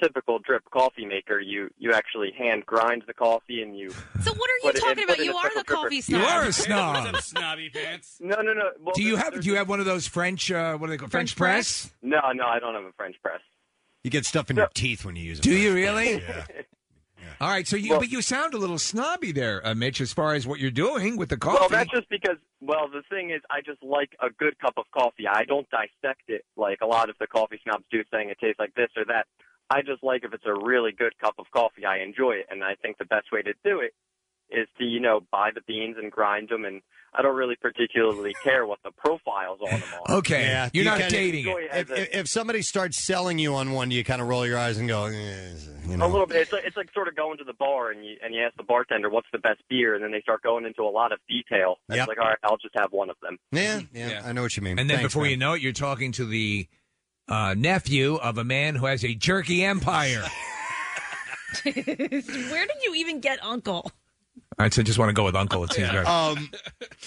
[SPEAKER 15] typical drip coffee maker, you you actually hand grind the coffee and you. So are
[SPEAKER 22] what you talking about? You are the coffee snob.
[SPEAKER 3] You are a snob.
[SPEAKER 9] snobby pants.
[SPEAKER 15] No, no, no. Well,
[SPEAKER 3] do you
[SPEAKER 15] there's-
[SPEAKER 3] have do you have one of those French uh, what do they call French, press?
[SPEAKER 15] No, no, I don't have a French press.
[SPEAKER 4] You get stuff in your teeth when you use it.
[SPEAKER 3] Do you really?
[SPEAKER 4] Yeah.
[SPEAKER 3] All right, so you but you sound a little snobby there, uh, Mitch, as far as what you're doing with the coffee.
[SPEAKER 15] Well, that's just because. Well, the thing is, I just like a good cup of coffee. I don't dissect it like a lot of the coffee snobs do, saying it tastes like this or that. I just like if it's a really good cup of coffee, I enjoy it, and I think the best way to do it is to you know buy the beans and grind them, and I don't really particularly care what the profiles on them are.
[SPEAKER 3] Okay,
[SPEAKER 4] Yeah,
[SPEAKER 3] you're
[SPEAKER 4] you
[SPEAKER 3] not
[SPEAKER 4] kinda-
[SPEAKER 3] dating it.
[SPEAKER 4] If, if, if somebody starts selling you on one, do you kind of roll your eyes and go, eh, you know?
[SPEAKER 15] A little bit. It's like, it's like sort of going to the bar and you and you ask the bartender what's the best beer, and then they start going into a lot of detail. And
[SPEAKER 3] Yep.
[SPEAKER 15] It's like, all right, I'll just have one of them.
[SPEAKER 4] Yeah, yeah, I know what you mean.
[SPEAKER 3] And then
[SPEAKER 4] Thanks,
[SPEAKER 3] before
[SPEAKER 4] man.
[SPEAKER 3] you know it, you're talking to the uh, nephew of a man who has a jerky empire.
[SPEAKER 22] Where did you even get Uncle?
[SPEAKER 3] All right, so just want to go with Uncle. It seems right.
[SPEAKER 4] Um,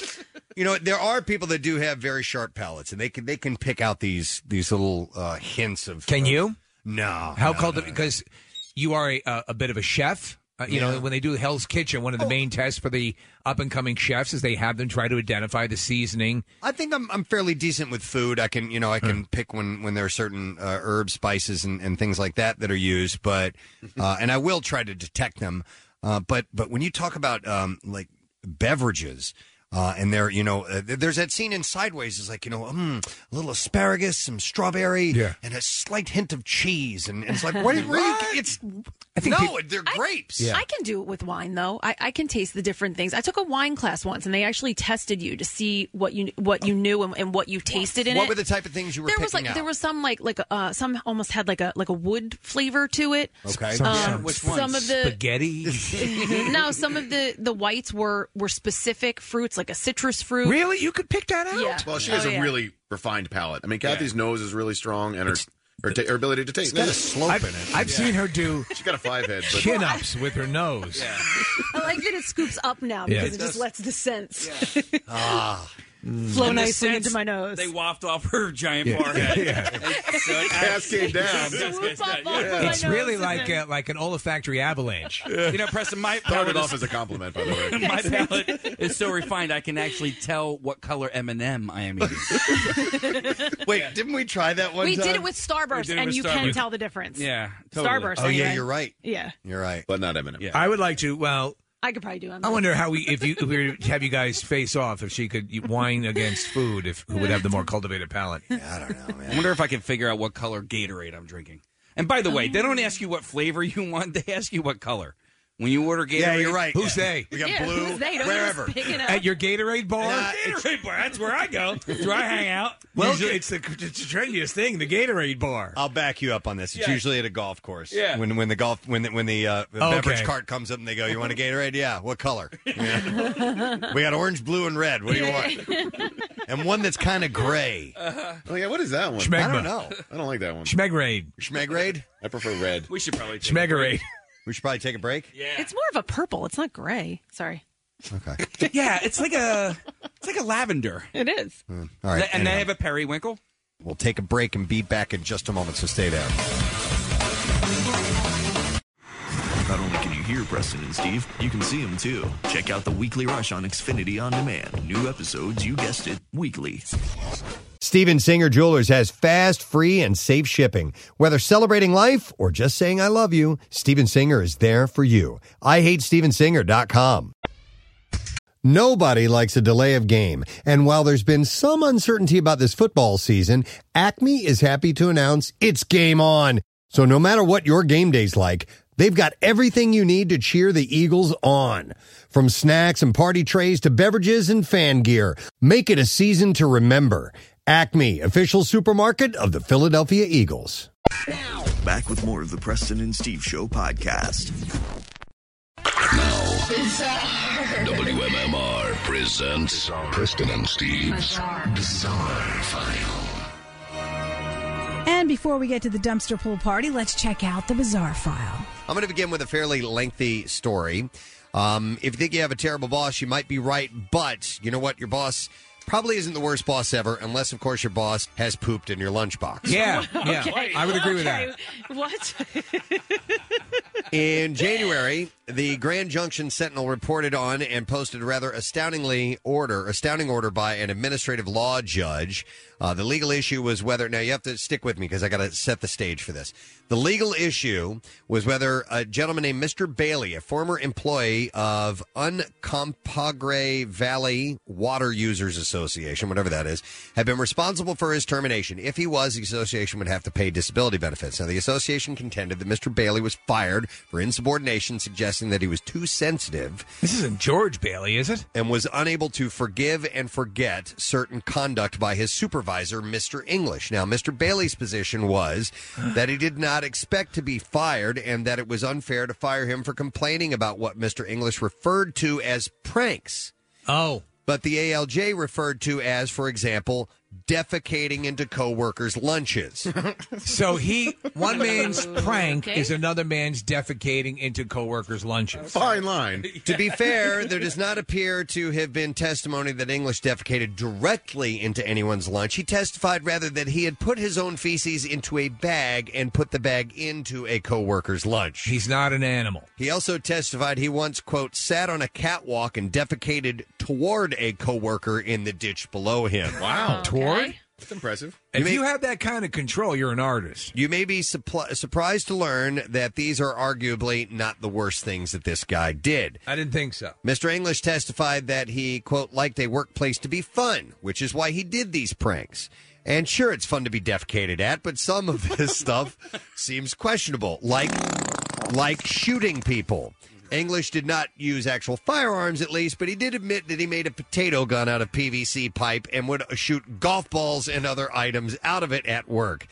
[SPEAKER 4] you know, there are people that do have very sharp palates, and they can they can pick out these these little uh, hints of.
[SPEAKER 3] Can you?
[SPEAKER 4] No.
[SPEAKER 3] How called it? Because you are a, a, a bit of a chef. Uh, you
[SPEAKER 4] Yeah.
[SPEAKER 3] know, when they do Hell's Kitchen, one of the
[SPEAKER 5] Oh.
[SPEAKER 3] main tests for the up and coming chefs is they have them try to identify the seasoning.
[SPEAKER 4] I think I'm I'm fairly decent with food. I can you know I can pick when when there are certain uh, herbs, spices, and, and things like that that are used, but uh, and I will try to detect them. Uh, but but when you talk about um, like beverages. Uh, and there, you know, uh, there's that scene in Sideways. It's like, you know, mm, a little asparagus, some strawberry, and a slight hint of cheese. And, and it's like, where, where you, it's no, they're grapes.
[SPEAKER 5] I can do it with wine though. I, I can taste the different things. I took a wine class once, and they actually tested you to see what you what you knew and, and what you tasted in
[SPEAKER 4] what
[SPEAKER 5] it.
[SPEAKER 4] were the type of things you were
[SPEAKER 5] there was
[SPEAKER 4] picking
[SPEAKER 5] like
[SPEAKER 4] out?
[SPEAKER 5] there was some like like uh some almost had like a like a wood flavor to it.
[SPEAKER 4] Okay.
[SPEAKER 5] Um,
[SPEAKER 3] which
[SPEAKER 5] some
[SPEAKER 3] one?
[SPEAKER 5] of the
[SPEAKER 3] spaghetti.
[SPEAKER 5] no, some of the the whites were were specific fruits, like a citrus fruit.
[SPEAKER 3] Really? You could pick that out?
[SPEAKER 5] Yeah.
[SPEAKER 7] Well, she
[SPEAKER 5] Oh,
[SPEAKER 7] has a
[SPEAKER 5] yeah.
[SPEAKER 7] really refined palate. I mean, Kathy's nose is really strong, and her her, ta- her ability to taste.
[SPEAKER 3] got a
[SPEAKER 4] slope
[SPEAKER 3] I've- in it. I've seen her do.
[SPEAKER 7] She's got a five head. But
[SPEAKER 3] Chin ups with her nose.
[SPEAKER 5] I like that it scoops up now
[SPEAKER 3] Yeah.
[SPEAKER 5] because
[SPEAKER 3] It
[SPEAKER 5] it, just
[SPEAKER 3] does.
[SPEAKER 5] lets the scents
[SPEAKER 4] Ah.
[SPEAKER 5] flow
[SPEAKER 9] In the
[SPEAKER 5] nicely
[SPEAKER 9] sense
[SPEAKER 5] into my nose.
[SPEAKER 9] They waft off her giant
[SPEAKER 3] Yeah.
[SPEAKER 9] forehead. So it
[SPEAKER 3] Cascade down.
[SPEAKER 9] Swoop up
[SPEAKER 3] Yeah. It's really like uh, a, like an olfactory avalanche.
[SPEAKER 9] You know, Preston, my palate
[SPEAKER 7] Started off
[SPEAKER 9] is-
[SPEAKER 7] as a compliment, by the way.
[SPEAKER 9] my palate is so refined I can actually tell what color M&M I am eating.
[SPEAKER 4] Wait, didn't we try that
[SPEAKER 5] we did
[SPEAKER 9] uh,
[SPEAKER 5] it with
[SPEAKER 9] We
[SPEAKER 5] Starburst,
[SPEAKER 9] did it
[SPEAKER 5] and
[SPEAKER 9] with
[SPEAKER 5] you
[SPEAKER 9] Starburst.
[SPEAKER 5] can tell the difference. Starburst.
[SPEAKER 4] Oh yeah,
[SPEAKER 5] anyway.
[SPEAKER 4] you're right.
[SPEAKER 5] Yeah,
[SPEAKER 4] You're right,
[SPEAKER 7] but not Eminem.
[SPEAKER 3] I would like to. Well,
[SPEAKER 5] I could probably do. it.
[SPEAKER 3] I wonder how we if you if we were to have you guys face off if she could wine against food if who would have the more cultivated palate.
[SPEAKER 9] I wonder if I can figure out what color Gatorade I'm drinking. And by the way, they don't ask you what flavor you want; they ask you what color. When you order Gatorade,
[SPEAKER 3] Yeah, you're right. Who's they?
[SPEAKER 9] We
[SPEAKER 3] got Yeah, blue, who's they? Don't you wherever. just pick it up?
[SPEAKER 9] At
[SPEAKER 3] your Gatorade bar.
[SPEAKER 9] Gatorade bar. That's where I go. That's where I hang out.
[SPEAKER 3] Well, it's the it's the trendiest thing, the Gatorade bar.
[SPEAKER 4] I'll back you up on this. It's
[SPEAKER 9] Yeah.
[SPEAKER 4] usually at a golf course.
[SPEAKER 9] Yeah.
[SPEAKER 4] When when the golf when the, when the uh, beverage cart comes up and they go, "You want a Gatorade? Yeah. What color? we got orange, blue, and red. What do you want? and one that's kind of gray.
[SPEAKER 7] Oh yeah, what is that one?
[SPEAKER 4] Schmegma. I don't know.
[SPEAKER 7] I don't like that one.
[SPEAKER 3] Schmegrade.
[SPEAKER 4] Schmegrade.
[SPEAKER 7] I prefer red.
[SPEAKER 9] We should probably
[SPEAKER 3] Schmegrade.
[SPEAKER 4] We should probably take a break.
[SPEAKER 5] It's more of a purple. It's not gray. Sorry.
[SPEAKER 4] Okay.
[SPEAKER 9] yeah, uh, it's like
[SPEAKER 3] Uh,
[SPEAKER 9] a it's like a lavender.
[SPEAKER 5] It is.
[SPEAKER 4] Hmm. All right.
[SPEAKER 9] and they
[SPEAKER 4] anyway.
[SPEAKER 9] have a periwinkle.
[SPEAKER 4] We'll take a break and be back in just a moment, so stay there.
[SPEAKER 12] Not only can you hear Preston and Steve, you can see them too. Check out the weekly rush on Xfinity On Demand. New episodes, you guessed it, weekly.
[SPEAKER 4] Steven Singer Jewelers has fast, free, and safe shipping. Whether celebrating life or just saying I love you, Steven Singer is there for you. I hate stevensinger.com. Nobody likes a delay of game. And while there's been some uncertainty about this football season, Acme is happy to announce it's game on. So no matter what your game day's like, they've got everything you need to cheer the Eagles on. From snacks and party trays to beverages and fan gear, make it a season to remember. Acme, official supermarket of the Philadelphia Eagles.
[SPEAKER 12] Back with more of the Preston and Steve Show podcast.
[SPEAKER 2] WMMR presents Preston and Steve's Bizarre, File.
[SPEAKER 16] And before we get to the dumpster pool party, let's check out the bizarre file.
[SPEAKER 4] I'm going to begin with a fairly lengthy story. Um, if you think you have a terrible boss, you might be right, but you know what? Your boss probably isn't the worst boss ever, unless, of course, your boss has pooped in your lunchbox.
[SPEAKER 3] Yeah, yeah, I would agree with that.
[SPEAKER 5] that. What?
[SPEAKER 4] In January, the Grand Junction Sentinel reported on and posted a rather astoundingly order, astounding order by an administrative law judge. Uh, the legal issue was whether. Now you have to stick with me because I got to set the stage for this. The legal issue was whether a gentleman named Mr. Bailey, a former employee of Uncompahgre Valley Water Users Association, whatever that is, had been responsible for his termination. If he was, the association would have to pay disability benefits. Now, the association contended that Mr. Bailey was fired for insubordination, suggesting that he was too sensitive.
[SPEAKER 3] This isn't George Bailey, is it?
[SPEAKER 4] And was unable to forgive and forget certain conduct by his supervisor, Mr. English. Now, Mr. Bailey's position was that he did not expect to be fired and that it was unfair to fire him for complaining about what Mr. English referred to as pranks.
[SPEAKER 3] Oh.
[SPEAKER 4] But the ALJ referred to as, for example, defecating into coworkers' lunches.
[SPEAKER 3] So he one man's prank
[SPEAKER 4] Okay.
[SPEAKER 3] is another man's defecating into coworkers' lunches.
[SPEAKER 7] Fine line.
[SPEAKER 4] to be fair, there does not appear to have been testimony that English defecated directly into anyone's lunch. He testified rather that he had put his own feces into a bag and put the bag into a coworker's lunch.
[SPEAKER 3] He's not an animal.
[SPEAKER 4] He also testified he once, quote, sat on a catwalk and defecated toward a coworker in the ditch below him.
[SPEAKER 7] Wow.
[SPEAKER 3] Toward?
[SPEAKER 7] That's impressive.
[SPEAKER 3] If you have that kind of control, you're an artist.
[SPEAKER 4] You may be suppl- surprised to learn that these are arguably not the worst things that this guy did.
[SPEAKER 3] I didn't think so.
[SPEAKER 4] Mr. English testified that he, quote, liked a workplace to be fun, which is why he did these pranks. And sure, it's fun to be defecated at, but some of this stuff seems questionable, like like shooting people. English did not use actual firearms, at least, but he did admit that he made a potato gun out of PVC pipe and would shoot golf balls and other items out of it at work.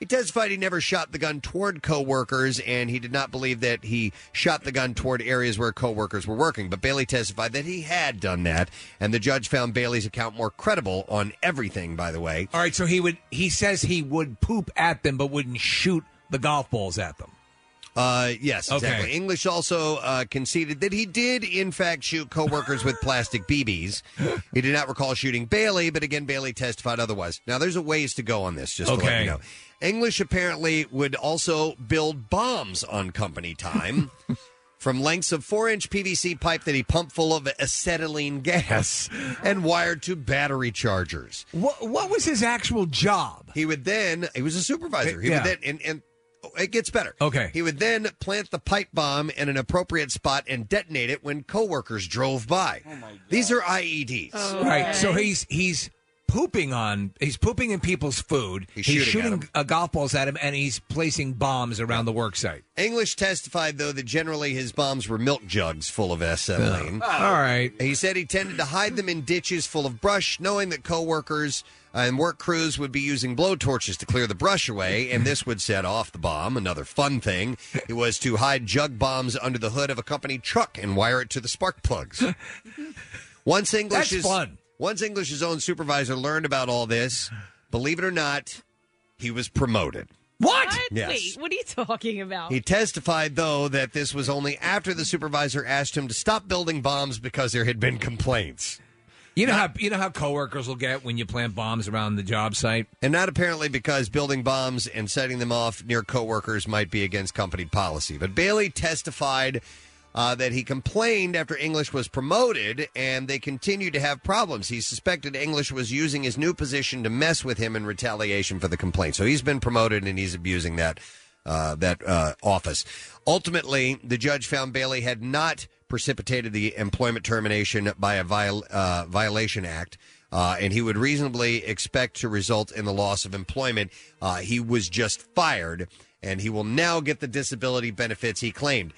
[SPEAKER 4] He testified he never shot the gun toward coworkers, and he did not believe that he shot the gun toward areas where coworkers were working. But Bailey testified that he had done that, and the judge found Bailey's account more credible on everything. By the way,
[SPEAKER 3] All right, so he would he says he would poop at them but wouldn't shoot the golf balls at them.
[SPEAKER 4] Uh, yes,
[SPEAKER 3] Okay.
[SPEAKER 4] exactly. English also uh, conceded that he did, in fact, shoot coworkers with plastic BBs. He did not recall shooting Bailey, but again, Bailey testified otherwise. Now, there's a ways to go on this, just to let
[SPEAKER 3] Okay.
[SPEAKER 4] you know. English apparently would also build bombs on company time from lengths of four inch PVC pipe that he pumped full of acetylene gas and wired to battery chargers.
[SPEAKER 3] What what was his actual job?
[SPEAKER 4] He would then he was a supervisor. He
[SPEAKER 3] Yeah.
[SPEAKER 4] would then and, and it gets better.
[SPEAKER 3] Okay.
[SPEAKER 4] He would then plant the pipe bomb in an appropriate spot and detonate it when coworkers drove by. Oh my God. These are E IEDs.
[SPEAKER 3] Right. So he's he's pooping on he's pooping in people's food. He's,
[SPEAKER 4] shooting at
[SPEAKER 3] shooting uh, golf balls at him and he's placing bombs around the work site.
[SPEAKER 4] English testified, though, that generally his bombs were milk jugs full of acetylene.
[SPEAKER 3] All right.
[SPEAKER 4] He said he tended to hide them in ditches full of brush, knowing that coworkers uh, and work crews would be using blowtorches to clear the brush away, and this would set off the bomb. Another fun thing it was to hide jug bombs under the hood of a company truck and wire it to the spark plugs. Once
[SPEAKER 3] That's
[SPEAKER 4] English's
[SPEAKER 3] fun.
[SPEAKER 4] once English's own supervisor learned about all this, believe it or not, he was promoted. What?
[SPEAKER 22] Wait,
[SPEAKER 4] Yes.
[SPEAKER 22] what are you talking about?
[SPEAKER 4] He testified, though, that this was only after the supervisor asked him to stop building bombs because there had been complaints.
[SPEAKER 3] You know how you know how coworkers will get when you plant bombs around the job site,
[SPEAKER 4] and not apparently because building bombs and setting them off near coworkers might be against company policy. But Bailey testified uh, that he complained after English was promoted, and they continued to have problems. He suspected English was using his new position to mess with him in retaliation for the complaint. So he's been promoted, and he's abusing that uh, that uh, office. Ultimately, the judge found Bailey had not precipitated the employment termination by a viol- uh, violation act. Uh, and he would reasonably expect to result in the loss of employment. Uh, he was just fired, and he will now get the disability benefits he claimed.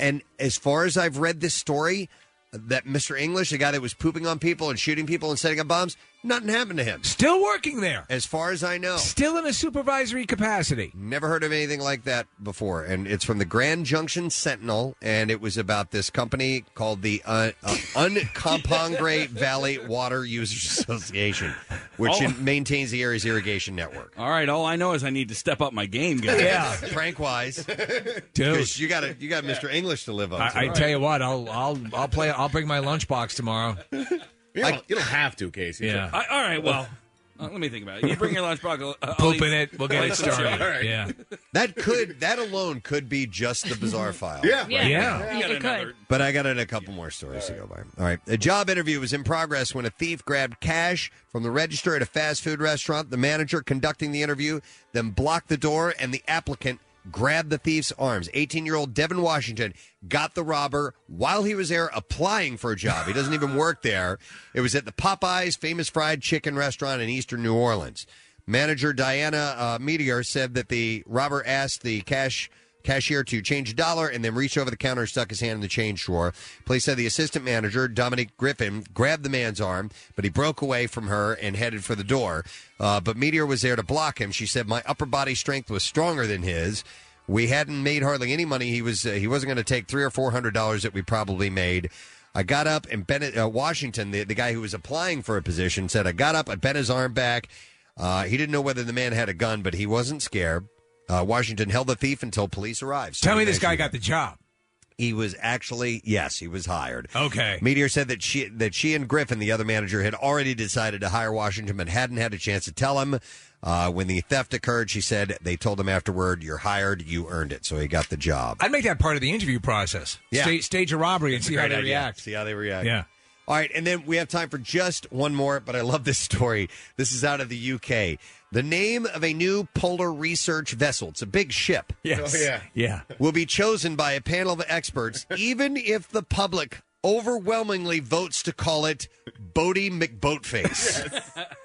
[SPEAKER 4] And as far as I've read this story, that Mr. English, the guy that was pooping on people and shooting people and setting up bombs, nothing happened to him.
[SPEAKER 3] Still working there.
[SPEAKER 4] As far as I know.
[SPEAKER 3] still in a supervisory capacity.
[SPEAKER 4] Never heard of anything like that before. And it's from the Grand Junction Sentinel, and it was about this company called the uh, uh, Uncompahgre Valley Water Users Association, which
[SPEAKER 9] Oh.
[SPEAKER 4] in- maintains the area's irrigation network.
[SPEAKER 9] All right, all I know is I need to step up my game, guys.
[SPEAKER 4] Yeah, prank wise. Because you got you got Mr. English to live up to.
[SPEAKER 3] I, I tell you what, I'll I'll I'll play. I'll bring my lunchbox tomorrow.
[SPEAKER 7] You don't, you don't have to, Casey.
[SPEAKER 3] Yeah.
[SPEAKER 9] I, all right, well, uh, let me think about it. You bring your lunchbox. I'll- I'll
[SPEAKER 3] Poop
[SPEAKER 9] eat-
[SPEAKER 3] in it, we'll get
[SPEAKER 9] I'll
[SPEAKER 3] it
[SPEAKER 9] eat some
[SPEAKER 3] started.
[SPEAKER 9] shit. All right.
[SPEAKER 3] Yeah.
[SPEAKER 4] That could that alone could be just the bizarre file.
[SPEAKER 9] Yeah.
[SPEAKER 3] Yeah. Yeah.
[SPEAKER 9] You got
[SPEAKER 3] It could.
[SPEAKER 9] another-
[SPEAKER 4] But I got in a couple more stories to go by. All right. A job interview was in progress when a thief grabbed cash from the register at a fast food restaurant. The manager conducting the interview then blocked the door, and the applicant grabbed the thief's arms. 18 year old Devin Washington got the robber while he was there applying for a job. He doesn't even work there. It was at the Popeyes famous fried chicken restaurant in eastern New Orleans. Manager Diana uh, Meteor said that the robber asked the cash cashier to change a dollar and then reached over the counter and stuck his hand in the change drawer. Police said the assistant manager, Dominic Griffin, grabbed the man's arm, but he broke away from her and headed for the door. Uh, but Meteor was there to block him. She said, My upper body strength was stronger than his. We hadn't made hardly any money. He was uh, he wasn't going to take three or four hundred dollars that we probably made. I got up and bent uh, Washington, the, the guy who was applying for a position, said I got up. I bent his arm back. Uh, he didn't know whether the man had a gun, but he wasn't scared. Uh, Washington held the thief until police arrived.
[SPEAKER 3] Tell me this guy got the job.
[SPEAKER 4] He was actually yes, he was hired.
[SPEAKER 3] Okay.
[SPEAKER 4] Meteor said that she that she and Griffin, the other manager, had already decided to hire Washington, but hadn't had a chance to tell him. Uh, when the theft occurred, she said they told him afterward, "You're hired. You earned it." So he got the job.
[SPEAKER 3] I'd make that part of the interview process.
[SPEAKER 4] Yeah.
[SPEAKER 3] Stage, stage a robbery and
[SPEAKER 4] That's a
[SPEAKER 3] see how
[SPEAKER 4] great
[SPEAKER 3] they
[SPEAKER 4] idea.
[SPEAKER 3] react.
[SPEAKER 4] See how they react.
[SPEAKER 3] Yeah.
[SPEAKER 4] All right, and then we have time for just one more, but I love this story. This is out of the UK. The name of a new polar research vessel. It's a big ship.
[SPEAKER 3] Yes. Oh, yeah. Yeah.
[SPEAKER 4] Will be chosen by a panel of experts, even if the public overwhelmingly votes to call it Bodie McBoatface.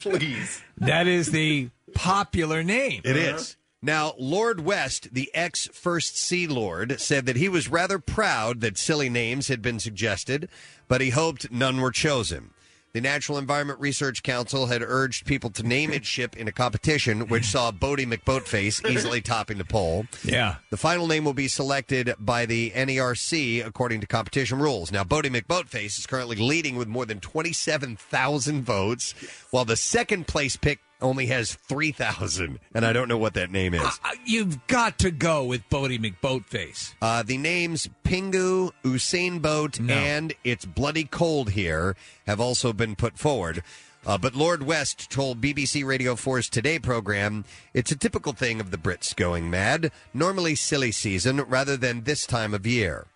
[SPEAKER 4] Please.
[SPEAKER 3] That is the popular name.
[SPEAKER 4] It is. Now, Lord West, the ex First Sea Lord, said that he was rather proud that silly names had been suggested, but he hoped none were chosen. The Natural Environment Research Council had urged people to name its ship in a competition, which saw Bodie McBoatface easily topping the poll.
[SPEAKER 3] Yeah.
[SPEAKER 4] The final name will be selected by the NERC according to competition rules. Now, Bodie McBoatface is currently leading with more than 27,000 votes, while the second place pick only has 3,000. And I don't know what that name is.
[SPEAKER 3] Uh, You've got to go with Bodie McBoatface.
[SPEAKER 4] Uh, the names Pingu, Usain Boat, and It's Bloody Cold Here have also been put forward. Uh, but Lord West told BBC Radio 4's Today program, it's a typical thing of the Brits going mad, normally silly season rather than this time of year.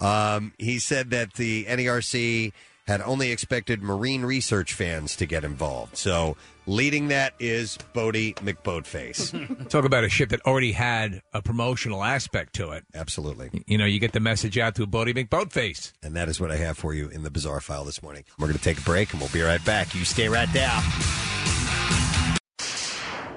[SPEAKER 4] Um, he said that the NERC had only expected marine research fans to get involved. So leading that is Bodie McBoatface.
[SPEAKER 3] Talk about a ship that already had a promotional aspect to it.
[SPEAKER 4] Absolutely.
[SPEAKER 3] You know, you get the message out through Bodie McBoatface.
[SPEAKER 4] And that is what I have for you in the bizarre file this morning. We're going to take a break and we'll be right back. You stay right there.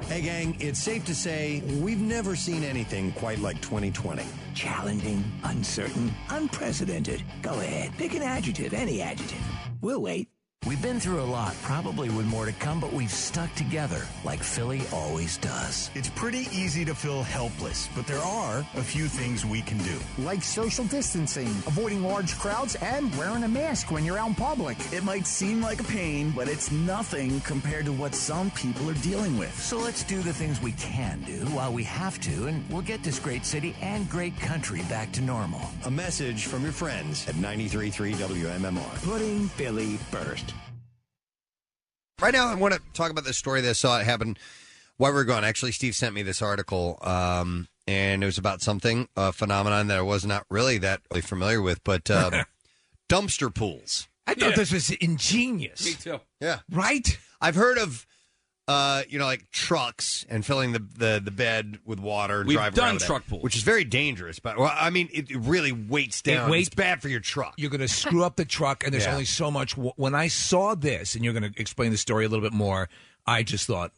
[SPEAKER 4] Hey, gang, it's safe to say we've never seen anything quite like 2020.
[SPEAKER 14] Challenging, uncertain, unprecedented. Go ahead, pick an adjective, any adjective. We'll wait. We've been through a lot, probably with more to come, but we've stuck together like Philly always does.
[SPEAKER 18] It's pretty easy to feel helpless, but there are a few things we can do.
[SPEAKER 14] Like social distancing, avoiding large crowds, and wearing a mask when you're out in public.
[SPEAKER 18] It might seem like a pain, but it's nothing compared to what some people are dealing with.
[SPEAKER 14] So let's do the things we can do while we have to, and we'll get this great city and great country back to normal.
[SPEAKER 4] A message from your friends at 93.3 WMMR.
[SPEAKER 14] Putting Philly first.
[SPEAKER 4] Right now, I want to talk about this story that I saw it happen while we were gone. Actually, Steve sent me this article, um, and it was about something, a phenomenon that I was not really that really familiar with, but uh, dumpster pools.
[SPEAKER 3] I thought this was ingenious.
[SPEAKER 9] Me too.
[SPEAKER 4] Yeah. Right? I've heard of, uh, you know, like trucks and filling the, the, the bed with water and
[SPEAKER 9] We've
[SPEAKER 4] driving
[SPEAKER 9] done
[SPEAKER 4] around with that,
[SPEAKER 9] truck pools.
[SPEAKER 4] Which is very dangerous, but well, I mean, it, it really weights
[SPEAKER 3] It
[SPEAKER 4] down.
[SPEAKER 3] weights-
[SPEAKER 4] it's bad for your truck.
[SPEAKER 3] You're going to screw up the truck, and there's
[SPEAKER 4] Yeah.
[SPEAKER 3] only so much. wa- When I saw this, and you're going to explain the story a little bit more, I just thought,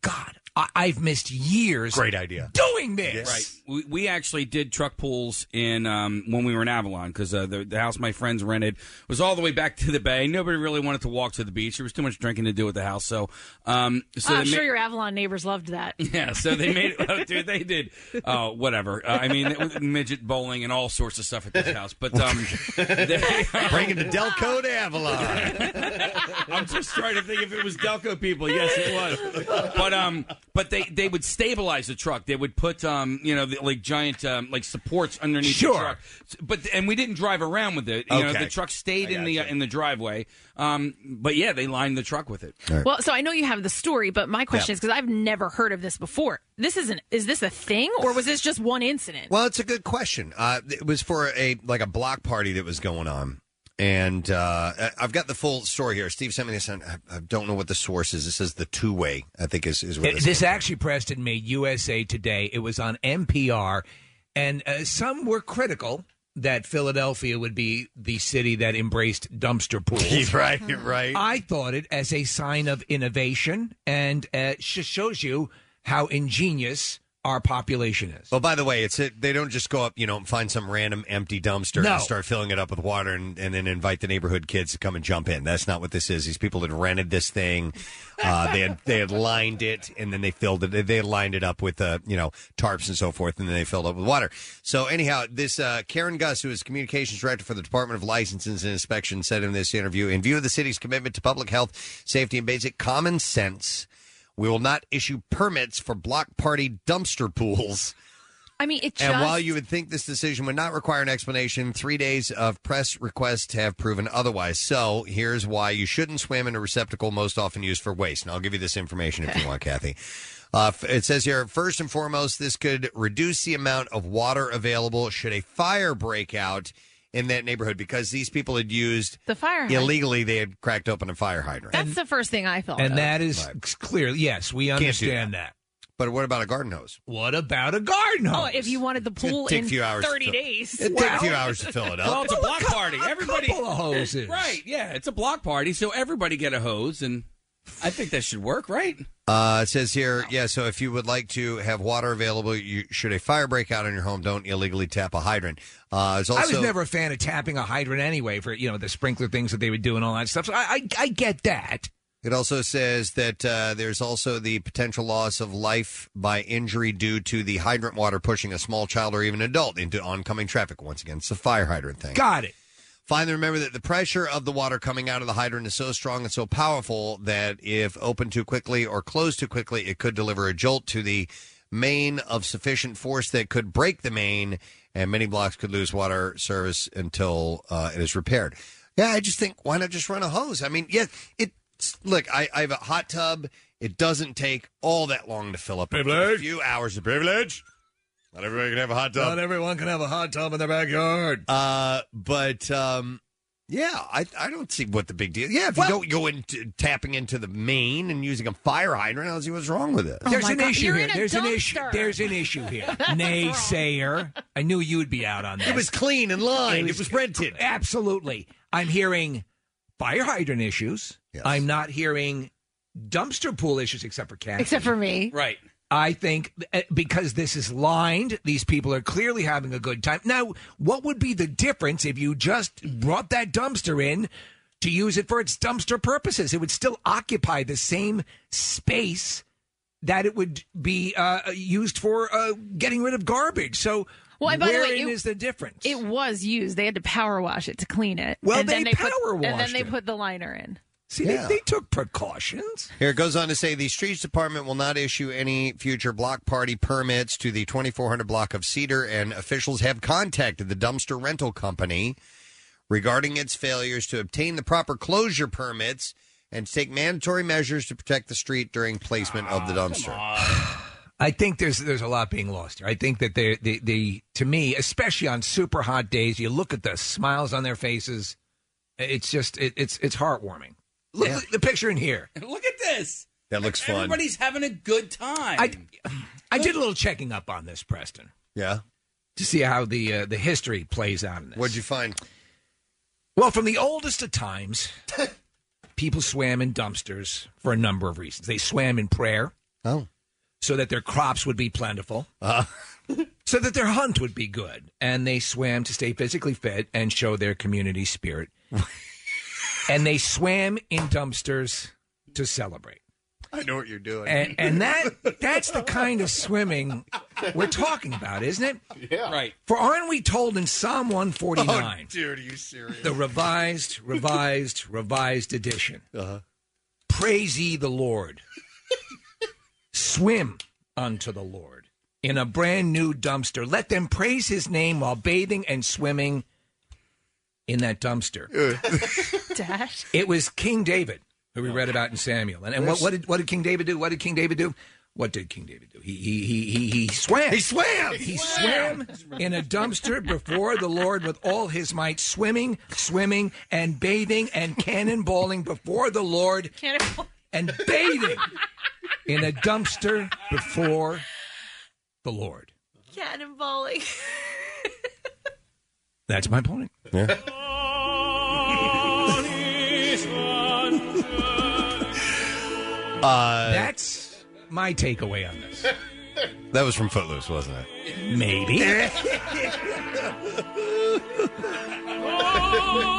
[SPEAKER 3] God, I- I've missed years.
[SPEAKER 4] Great idea.
[SPEAKER 3] Doing this.
[SPEAKER 9] Right. We, we actually did truck pools in um, when we were in Avalon because uh, the, the house my friends rented was all the way back to the bay. Nobody really wanted to walk to the beach. There was too much drinking to do at the house. So, um, so
[SPEAKER 5] Oh,
[SPEAKER 9] they
[SPEAKER 5] I'm
[SPEAKER 9] ma-
[SPEAKER 5] sure your Avalon neighbors loved that.
[SPEAKER 9] yeah, so they made it. Oh, dude, they did. Oh, whatever. Uh, I mean, it was midget bowling and all sorts of stuff at this house. But um, they,
[SPEAKER 4] bringing the Delco to Avalon.
[SPEAKER 9] I'm just trying to think if it was Delco people. Yes, it was. But um, but they they would stabilize the truck. They would put um, you know, the, like giant um, like supports underneath the
[SPEAKER 3] Sure.
[SPEAKER 9] truck. But and we didn't drive around with it. You know,
[SPEAKER 3] Okay.
[SPEAKER 9] the truck stayed in the uh, in the driveway. Um, but yeah, they lined the truck with it.
[SPEAKER 5] Well, so I know you have the story, but my question is because I've never heard of this before. This isn't. Is this a thing, or was this just one incident?
[SPEAKER 4] Well, it's a good question. Uh, it was for a like a block party that was going on, and uh, I- I've got the full story here. Steve sent me this, and I, I don't know what the source is. It says the two way. I think is is where
[SPEAKER 3] It-
[SPEAKER 4] this.
[SPEAKER 3] this actually, Preston, made USA Today. It was on NPR, and uh, some were critical that Philadelphia would be the city that embraced dumpster pools.
[SPEAKER 4] Right, right.
[SPEAKER 3] I thought it as a sign of innovation, and uh, sh- shows you how ingenious our population is.
[SPEAKER 4] Oh, by the way, it's it, they don't just go up, you know, and find some random empty dumpster
[SPEAKER 3] No.
[SPEAKER 4] and start filling it up with water, and, and then invite the neighborhood kids to come and jump in. That's not what this is. These people had rented this thing, uh, they had they had lined it, and then they filled it. They, they lined it up with uh, you know tarps and so forth, and then they filled it up with water. So anyhow, this uh, Karen Gus, who is communications director for the Department of Licenses and Inspection, said in this interview, in view of the city's commitment to public health, safety, and basic common sense. We will not issue permits for block party dumpster pools.
[SPEAKER 5] I mean, it just.
[SPEAKER 4] And while you would think this decision would not require an explanation, three days of press requests have proven otherwise. So here's why you shouldn't swim in a receptacle most often used for waste. And I'll give you this information if you want, Kathy. Uh, f- it says here, first and foremost, this could reduce the amount of water available should a fire break out in that neighborhood because these people had used
[SPEAKER 5] the fire hydrant.
[SPEAKER 4] illegally, they had cracked open a fire hydrant.
[SPEAKER 5] That's the first thing I thought.
[SPEAKER 3] and
[SPEAKER 5] of.
[SPEAKER 3] that is clear. Yes, we
[SPEAKER 4] Can't do
[SPEAKER 3] understand that.
[SPEAKER 4] But what about a garden hose?
[SPEAKER 3] What about a garden hose?
[SPEAKER 5] Oh, if you wanted the pool
[SPEAKER 4] take
[SPEAKER 5] in
[SPEAKER 4] a few hours to
[SPEAKER 5] 30
[SPEAKER 4] fill-
[SPEAKER 5] days.
[SPEAKER 4] It'd take a few hours to fill it up.
[SPEAKER 9] Well, it's a block party. Everybody
[SPEAKER 3] couple of hoses.
[SPEAKER 9] Right? Yeah, it's a block party, so everybody get a hose, and I think that should work, right?
[SPEAKER 4] Uh, it says here, yeah, so if you would like to have water available, you should a fire break out in your home, don't illegally tap a hydrant. Uh, it's also,
[SPEAKER 3] I was never a fan of tapping a hydrant anyway for you know the sprinkler things that they would do and all that stuff. So I I, I get that.
[SPEAKER 4] It also says that uh, there's also the potential loss of life by injury due to the hydrant water pushing a small child or even adult into oncoming traffic. Once again, it's the fire hydrant thing.
[SPEAKER 3] Got it.
[SPEAKER 4] Finally, remember that the pressure of the water coming out of the hydrant is so strong and so powerful that if opened too quickly or closed too quickly, it could deliver a jolt to the main of sufficient force that could break the main, and many blocks could lose water service until uh, it is repaired. Yeah, I just think why not just run a hose? I mean, yeah, it. Look, I, I have a hot tub. It doesn't take all that long to fill up. A
[SPEAKER 3] Privilege.
[SPEAKER 4] few hours of privilege. Not everybody can have a hot tub.
[SPEAKER 3] Not everyone can have a hot tub in their backyard.
[SPEAKER 4] Uh, but um, yeah, I I don't see what the big deal. Yeah, if you don't go into tapping into the main and using a fire hydrant, I don't see what's wrong with it.
[SPEAKER 3] There's an issue here. There's an issue. There's an issue here. Naysayer. I knew you would be out on this.
[SPEAKER 4] It was clean and lined. It was rented.
[SPEAKER 3] Absolutely. I'm hearing fire hydrant issues. I'm not hearing dumpster pool issues except for cats.
[SPEAKER 5] Except for me.
[SPEAKER 9] Right.
[SPEAKER 3] I think uh, because this is lined, these people are clearly having a good time. Now, what would be the difference if you just brought that dumpster in to use it for its dumpster purposes. It would still occupy the same space that it would be uh, used for uh, getting rid of garbage. So,
[SPEAKER 5] Well, and by the way,
[SPEAKER 3] wherein
[SPEAKER 5] it-
[SPEAKER 3] is the difference?
[SPEAKER 5] It was used. They had to power wash it to clean it.
[SPEAKER 3] Well,
[SPEAKER 5] and then
[SPEAKER 3] they
[SPEAKER 5] they put,
[SPEAKER 3] power
[SPEAKER 5] And then
[SPEAKER 3] washed
[SPEAKER 5] they
[SPEAKER 3] it.
[SPEAKER 5] put the liner in.
[SPEAKER 3] See,
[SPEAKER 4] Yeah.
[SPEAKER 3] they, they took precautions.
[SPEAKER 4] Here it goes on to say the streets department will not issue any future block party permits to the 2400 block of Cedar, and officials have contacted the dumpster rental company regarding its failures to obtain the proper closure permits and to take mandatory measures to protect the street during placement of the dumpster.
[SPEAKER 3] I think there's there's a lot being lost here. I think that they the the to me, especially on super hot days, you look at the smiles on their faces. It's just it, it's it's heartwarming. Look at the picture in here.
[SPEAKER 9] Look at this.
[SPEAKER 4] That looks fun.
[SPEAKER 9] Everybody's having a good time.
[SPEAKER 3] I, I did a little checking up on this, Preston,
[SPEAKER 4] yeah.
[SPEAKER 3] to see how the uh, the history plays out in this. What'd
[SPEAKER 4] you find?
[SPEAKER 3] Well, from the oldest of times, people swam in dumpsters for a number of reasons. They swam in prayer.
[SPEAKER 4] Oh.
[SPEAKER 3] So that their crops would be plentiful.
[SPEAKER 4] Uh.
[SPEAKER 3] so that their hunt would be good. And they swam to stay physically fit and show their community spirit. and they swam in dumpsters to celebrate.
[SPEAKER 4] I know what you're doing.
[SPEAKER 3] And, and that that's the kind of swimming we're talking about, isn't it?
[SPEAKER 17] Yeah.
[SPEAKER 9] Right.
[SPEAKER 3] For aren't we told in Psalm 149
[SPEAKER 17] Oh, dude, are you serious?
[SPEAKER 3] the revised, revised, revised edition.
[SPEAKER 17] Uh-huh.
[SPEAKER 3] Praise ye the Lord. Swim unto the Lord in a brand new dumpster. Let them praise his name while bathing and swimming in that dumpster.
[SPEAKER 5] Dash.
[SPEAKER 3] it was King David who we read about in Samuel. And, and what, what did what did King David do? What did King David do? What did King David do? He he he he, he swam.
[SPEAKER 4] He swam.
[SPEAKER 3] He swam in a dumpster before the Lord with all his might, swimming, swimming, and bathing and cannonballing before the Lord and bathing in a dumpster before the Lord.
[SPEAKER 5] Cannonballing.
[SPEAKER 3] That's my point.
[SPEAKER 4] Uh,
[SPEAKER 3] That's my takeaway on this.
[SPEAKER 4] That was from Footloose, wasn't it?
[SPEAKER 3] Maybe.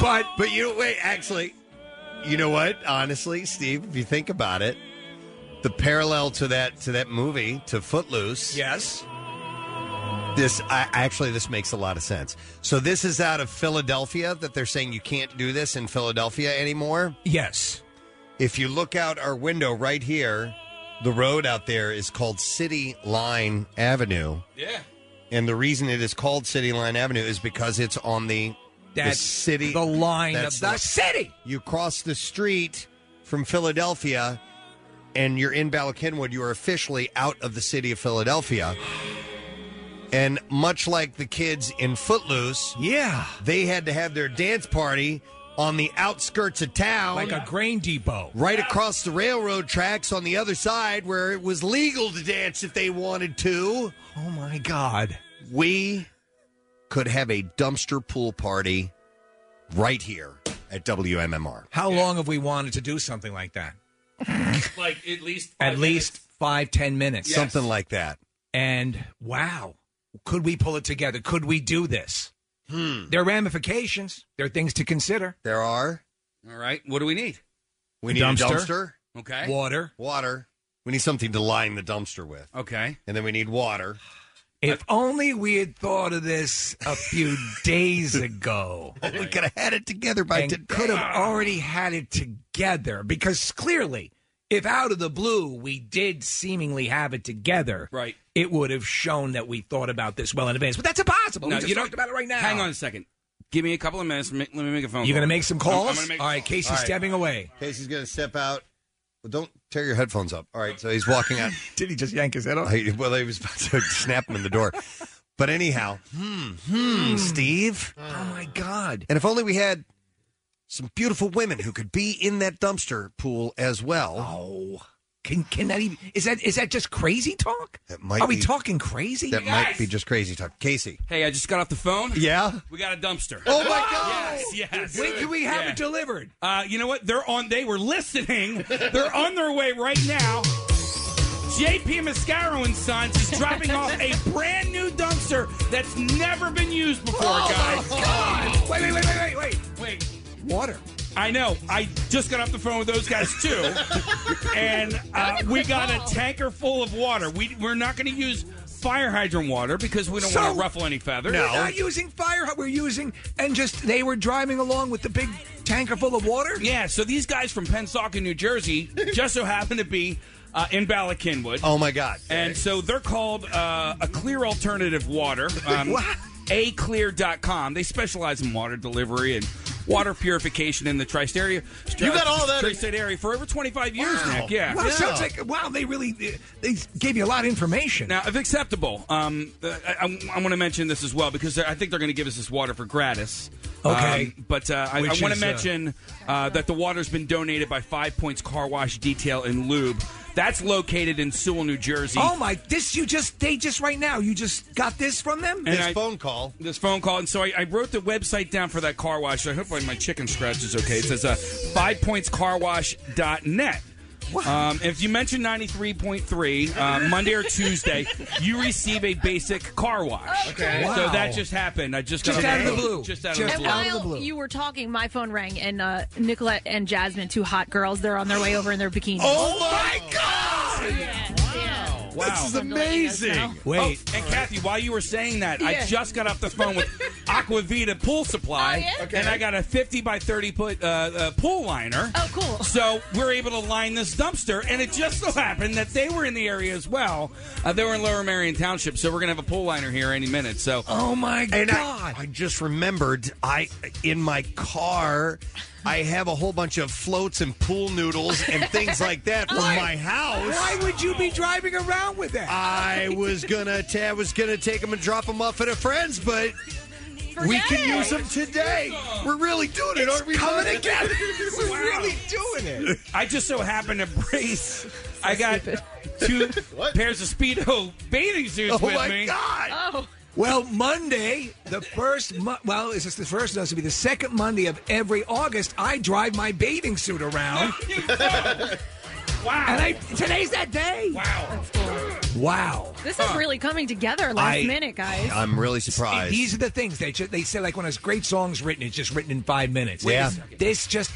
[SPEAKER 3] but
[SPEAKER 4] but you know, wait, actually, you know what? Honestly, Steve, if you think about it, the parallel to that to that movie to Footloose.
[SPEAKER 3] Yes.
[SPEAKER 4] This I, actually this makes a lot of sense. So this is out of Philadelphia that they're saying you can't do this in Philadelphia anymore.
[SPEAKER 3] Yes.
[SPEAKER 4] If you look out our window right here, the road out there is called City Line Avenue.
[SPEAKER 9] Yeah.
[SPEAKER 4] And the reason it is called City Line Avenue is because it's on the, the
[SPEAKER 3] That's
[SPEAKER 4] city
[SPEAKER 3] the line of the city.
[SPEAKER 4] You cross the street from Philadelphia and you're in Bala Cynwyd, you are officially out of the city of Philadelphia. And much like the kids in Footloose,
[SPEAKER 3] yeah,
[SPEAKER 4] they had to have their dance party on the outskirts of town,
[SPEAKER 3] like a grain depot,
[SPEAKER 4] right across the railroad tracks on the other side, where it was legal to dance if they wanted to.
[SPEAKER 3] Oh my God!
[SPEAKER 4] We could have a dumpster pool party right here at WMMR.
[SPEAKER 3] How long have we wanted to do something like that?
[SPEAKER 9] like at least
[SPEAKER 3] At least five, ten minutes.
[SPEAKER 4] Yes. Something like that.
[SPEAKER 3] And wow, could we pull it together? Could we do this?
[SPEAKER 4] Hmm.
[SPEAKER 3] There are ramifications. There are things to consider.
[SPEAKER 4] There are.
[SPEAKER 9] All right. What do we need?
[SPEAKER 4] We
[SPEAKER 3] A
[SPEAKER 4] need a dumpster.
[SPEAKER 3] dumpster.
[SPEAKER 9] Okay.
[SPEAKER 3] Water.
[SPEAKER 4] Water. We need something to line the dumpster with.
[SPEAKER 9] Okay.
[SPEAKER 4] And then we need water.
[SPEAKER 3] If only we had thought of this a few days ago.
[SPEAKER 4] we could have had it together by
[SPEAKER 3] and
[SPEAKER 4] today.
[SPEAKER 3] Could have already had it together because clearly, if out of the blue we did seemingly have it together,
[SPEAKER 9] Right.
[SPEAKER 3] it would have shown that we thought about this well in advance. But that's impossible.
[SPEAKER 9] No,
[SPEAKER 3] we just
[SPEAKER 9] you don't-
[SPEAKER 3] talked about it right now.
[SPEAKER 9] Hang on a second. Give me a couple of minutes. Ma- Let me make a phone.
[SPEAKER 3] You're
[SPEAKER 9] call.
[SPEAKER 3] going to make some
[SPEAKER 9] I'm- I'm
[SPEAKER 3] calls?
[SPEAKER 9] gonna make-
[SPEAKER 3] All right, Casey's
[SPEAKER 4] All right.
[SPEAKER 3] stepping away.
[SPEAKER 4] Casey's going to step out. Well, don't tear your headphones up. All right, so he's walking out.
[SPEAKER 3] Did he just yank his head off?
[SPEAKER 4] well, he was about to snap him in the door. But anyhow, hmm, hmm, Steve.
[SPEAKER 3] Oh my God!
[SPEAKER 4] And if only we had some beautiful women who could be in that dumpster pool as well.
[SPEAKER 3] Oh, can can that even is that is that just crazy talk?
[SPEAKER 4] That might
[SPEAKER 3] Are we
[SPEAKER 4] be-
[SPEAKER 3] talking crazy?
[SPEAKER 4] That might be just crazy talk, Casey.
[SPEAKER 9] Hey, I just got off the phone.
[SPEAKER 4] Yeah.
[SPEAKER 9] We got a dumpster.
[SPEAKER 4] Oh my God!
[SPEAKER 9] Yes, yes.
[SPEAKER 3] When can we have
[SPEAKER 9] Yeah.
[SPEAKER 3] it delivered?
[SPEAKER 9] Uh, you know what? They're on. They were listening. They're on their way right now. JP Mascaro and Sons is dropping off a brand new
[SPEAKER 3] Oh,
[SPEAKER 9] dumpster that's never been used before, guys.
[SPEAKER 3] Wait, wait, wait, wait, wait, wait.
[SPEAKER 9] Wait.
[SPEAKER 3] water.
[SPEAKER 9] I know. I just got off the phone with those guys too, and uh, we got
[SPEAKER 3] Oh.
[SPEAKER 9] a tanker full of water. We we're not going to use fire hydrant water because we don't
[SPEAKER 3] So-
[SPEAKER 9] want to ruffle any feathers.
[SPEAKER 3] We're not using fire. We're using and just they were driving along with the big tanker full of water.
[SPEAKER 9] Yeah. So these guys from Pensacola, New Jersey, just so happen to be uh, in Bala Kinwood.
[SPEAKER 4] Oh my God!
[SPEAKER 9] And so they're called uh, a clear alternative water. Um, aclear.com. They specialize in water delivery and water purification in the tri-state area.
[SPEAKER 28] You got all that-
[SPEAKER 9] tri-state area for over 25 years,
[SPEAKER 3] Wow.
[SPEAKER 9] Nick. Yeah.
[SPEAKER 3] Wow, sounds like wow. They really they gave you a lot of information.
[SPEAKER 9] Now, if acceptable, um, uh, I, want to mention this as well because I think they're going to give us this water for gratis.
[SPEAKER 3] Okay.
[SPEAKER 9] Um, but uh, I, I
[SPEAKER 3] Which
[SPEAKER 9] want to
[SPEAKER 3] is, uh,
[SPEAKER 9] mention uh, that the water's been donated by Five Points Car Wash Detail and Lube. That's located in Sewell, New Jersey.
[SPEAKER 3] Oh my! This you just they just right now you just got this from them.
[SPEAKER 9] I- This phone call. And so I, I wrote the website down for that car wash. I hope like, my chicken scratch is okay. It says uh, fivepointscarwash.net. Um, if you mention 93.3, uh, Monday or Tuesday, you receive a basic car wash.
[SPEAKER 3] Okay. Wow.
[SPEAKER 9] So that just happened. I just got
[SPEAKER 3] Just
[SPEAKER 9] a
[SPEAKER 3] out of the
[SPEAKER 9] phone.
[SPEAKER 3] blue.
[SPEAKER 9] Just out of the
[SPEAKER 5] And
[SPEAKER 9] blue.
[SPEAKER 5] while you were talking, my phone rang, and uh, Nicolette and Jasmine, two hot girls, they're on their way over in their bikinis.
[SPEAKER 9] Oh,
[SPEAKER 3] my
[SPEAKER 5] God!
[SPEAKER 9] Wow.
[SPEAKER 5] This is amazing.
[SPEAKER 9] Wait. and Kathy, while you were saying that, I
[SPEAKER 5] Yeah.
[SPEAKER 9] just got off the phone with Aquavita Pool Supply,
[SPEAKER 5] Oh, yeah? Okay.
[SPEAKER 9] and I got a 50 by 30 foot uh, uh, pool liner.
[SPEAKER 5] Oh, cool.
[SPEAKER 9] So we're able to line this dumpster, and it just so happened that they were in the area as well. Uh, they were in Lower Marion Township, so we're going to have a pool liner here any minute. So,
[SPEAKER 3] Oh,
[SPEAKER 4] And I- I, just remembered I in my car I have a whole bunch of floats and pool noodles and things like that from
[SPEAKER 3] Why-
[SPEAKER 4] my house.
[SPEAKER 3] Why would you be driving around with that?
[SPEAKER 4] I was gonna ta- I was gonna take them and drop them off at a friend's, but we
[SPEAKER 3] Forget
[SPEAKER 4] can
[SPEAKER 3] it.
[SPEAKER 4] use them today. We're really doing it,
[SPEAKER 3] It's
[SPEAKER 4] aren't we?
[SPEAKER 3] coming
[SPEAKER 4] bud?
[SPEAKER 3] together. We're really doing it.
[SPEAKER 9] I just so happened to bring. I got two pairs of Speedo bathing suits
[SPEAKER 3] Oh,
[SPEAKER 9] with
[SPEAKER 3] my
[SPEAKER 9] me.
[SPEAKER 3] God.
[SPEAKER 5] Oh.
[SPEAKER 3] Well, Monday, the first, mo- well, is this the first? No, this will be the second Monday of every August. I drive my bathing suit around.
[SPEAKER 9] wow.
[SPEAKER 3] And I, today's that day.
[SPEAKER 9] Wow.
[SPEAKER 3] Wow.
[SPEAKER 5] This is really coming together last
[SPEAKER 3] I-
[SPEAKER 5] minute, guys.
[SPEAKER 4] I'm really surprised.
[SPEAKER 3] These are the things they ju- they say. Like when a great song's written, it's just written in five minutes.
[SPEAKER 4] Wait a Yeah.
[SPEAKER 3] This, this just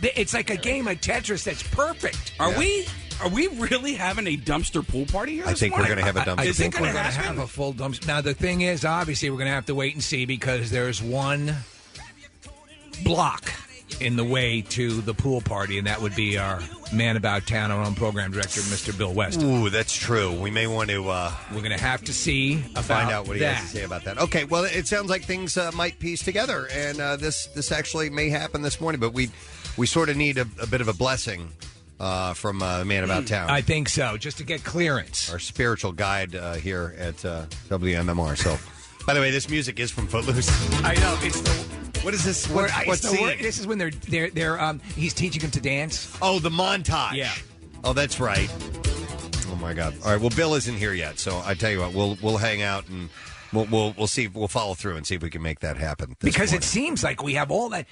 [SPEAKER 3] th- it's like a game of Tetris that's perfect.
[SPEAKER 9] Are we? Are we really having a dumpster pool party here?
[SPEAKER 4] I
[SPEAKER 9] this
[SPEAKER 4] think we're
[SPEAKER 9] morning?
[SPEAKER 4] gonna have a
[SPEAKER 3] I-
[SPEAKER 4] dumpster
[SPEAKER 3] I,
[SPEAKER 4] pool
[SPEAKER 3] think
[SPEAKER 4] party.
[SPEAKER 3] we're going to have a full dumpster. Now the thing is, obviously, we're going to have to wait and see because there's one block in the way to the pool party, and that would be our man about town, our own program director, Mr. Bill West.
[SPEAKER 4] Ooh, that's true. We may want to. Uh,
[SPEAKER 3] we're going to have to see about
[SPEAKER 4] find out what he
[SPEAKER 3] that.
[SPEAKER 4] has to say about that. Oh, Okay, well, it sounds like things uh, might piece together, and uh, this this actually may happen this morning. But we we sort of need a, a bit of a blessing uh, from uh, the man about town.
[SPEAKER 3] Hmm, I think so, just to get clearance.
[SPEAKER 4] Our spiritual guide uh, here at uh, WMMR. So, by the way, this music is from Footloose. I know it's the what is this?
[SPEAKER 3] Where-
[SPEAKER 4] What,
[SPEAKER 3] I-
[SPEAKER 4] what
[SPEAKER 3] it's the wor-
[SPEAKER 4] scene?
[SPEAKER 3] this is when they're they're they're um he's teaching him to dance.
[SPEAKER 4] Oh, the montage.
[SPEAKER 3] Yeah.
[SPEAKER 4] Oh, that's right. Oh my God! All right. Well, Bill isn't here yet, so I tell you what, we'll we'll hang out and we'll we'll, we'll see we'll follow through and see if we can make that happen. this
[SPEAKER 3] because
[SPEAKER 4] morning.
[SPEAKER 3] it seems like we have all that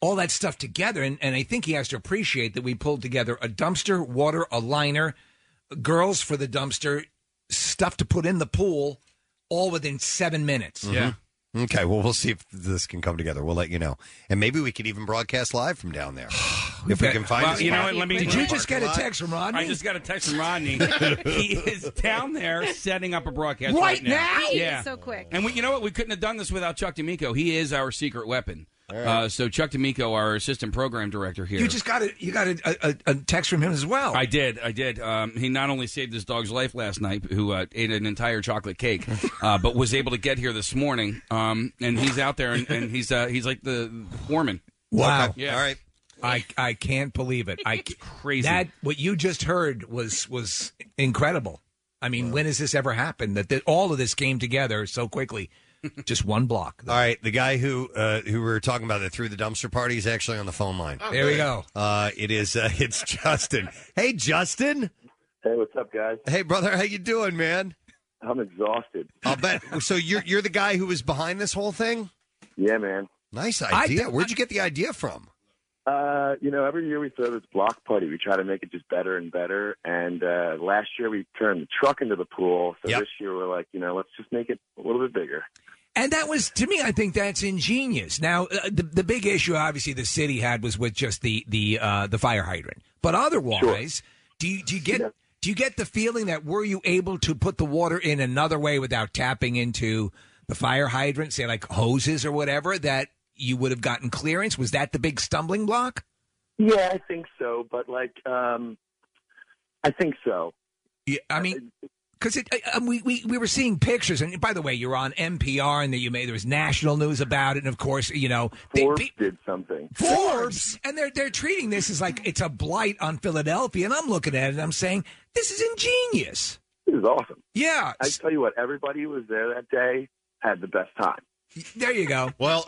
[SPEAKER 3] all that stuff together and, and i think he has to appreciate that we pulled together a dumpster water a liner girls for the dumpster stuff to put in the pool all within seven minutes
[SPEAKER 9] Mm-hmm.
[SPEAKER 4] Mhm. Okay. Well, we'll see if this can come together. We'll let you know, and maybe we could even broadcast live from down there if we can find.
[SPEAKER 9] Well,
[SPEAKER 4] a
[SPEAKER 9] you know
[SPEAKER 4] spot.
[SPEAKER 9] what? Let me.
[SPEAKER 3] Did you just get a text from Rodney?
[SPEAKER 9] I just got a text from Rodney. he is down there setting up a broadcast
[SPEAKER 3] Right
[SPEAKER 9] right, now.
[SPEAKER 3] now? He is
[SPEAKER 9] Yeah,
[SPEAKER 5] so quick.
[SPEAKER 9] And we, you know what? We couldn't have done this without Chuck D'Amico. He is our secret weapon. Uh, so Chuck D'Amico, our assistant program director here.
[SPEAKER 3] you just got a you got a, a, a text from him as well
[SPEAKER 9] I did. I did. Um, he not only saved his dog's life last night, who uh, ate an entire chocolate cake, uh, but was able to get here this morning. Um, and he's out there, and, and he's uh, he's like the foreman.
[SPEAKER 3] wow
[SPEAKER 9] Yeah.
[SPEAKER 4] all right
[SPEAKER 3] I, I can't believe it. I
[SPEAKER 9] crazy.
[SPEAKER 3] That what you just heard was was incredible. I mean, when has this ever happened that th- all of this came together so quickly? just one block.
[SPEAKER 4] All right, the guy who uh, who we were talking about that threw the dumpster party is actually on the phone line.
[SPEAKER 9] Oh,
[SPEAKER 3] There we go.
[SPEAKER 4] Uh, it is. Uh, it's Justin. Hey, Justin.
[SPEAKER 29] Hey, what's up, guys?
[SPEAKER 4] Hey, brother. How you doing, man?
[SPEAKER 29] I'm exhausted.
[SPEAKER 4] I'll bet. So you're you're the guy who was behind this whole thing.
[SPEAKER 29] Yeah, man.
[SPEAKER 4] Nice
[SPEAKER 29] I
[SPEAKER 4] idea.
[SPEAKER 29] think-
[SPEAKER 4] Where'd you get the idea from?
[SPEAKER 29] Uh, you know, every year we throw this block party. We try to make it just better and better. And uh, last year we turned the truck into the pool. So this year we're like, you know, let's just make it a little bit bigger.
[SPEAKER 3] And that was, to me, I think that's ingenious. Now, uh, the, the big issue, obviously, the city had was with just the the uh, the fire hydrant. But otherwise, do you do you get do you get the feeling that were you able to put the water in another way without tapping into the fire hydrant, say like hoses or whatever, that you would have gotten clearance? Was that the big stumbling block?
[SPEAKER 29] Yeah, I think so. But like, um, I think so.
[SPEAKER 3] Yeah, I mean, because it, I, I- we, we we were seeing pictures, and by the way, you're on NPR, and that you made there was national news about it, and of course, you know, they,
[SPEAKER 29] Forbes did something.
[SPEAKER 3] Forbes, and they're they're treating this as like it's a blight on Philadelphia, and I'm looking at it, and I'm saying this is ingenious.
[SPEAKER 29] This is awesome.
[SPEAKER 3] Yeah,
[SPEAKER 29] I tell you what, everybody who was there that day had the best time.
[SPEAKER 3] There you go.
[SPEAKER 7] Well,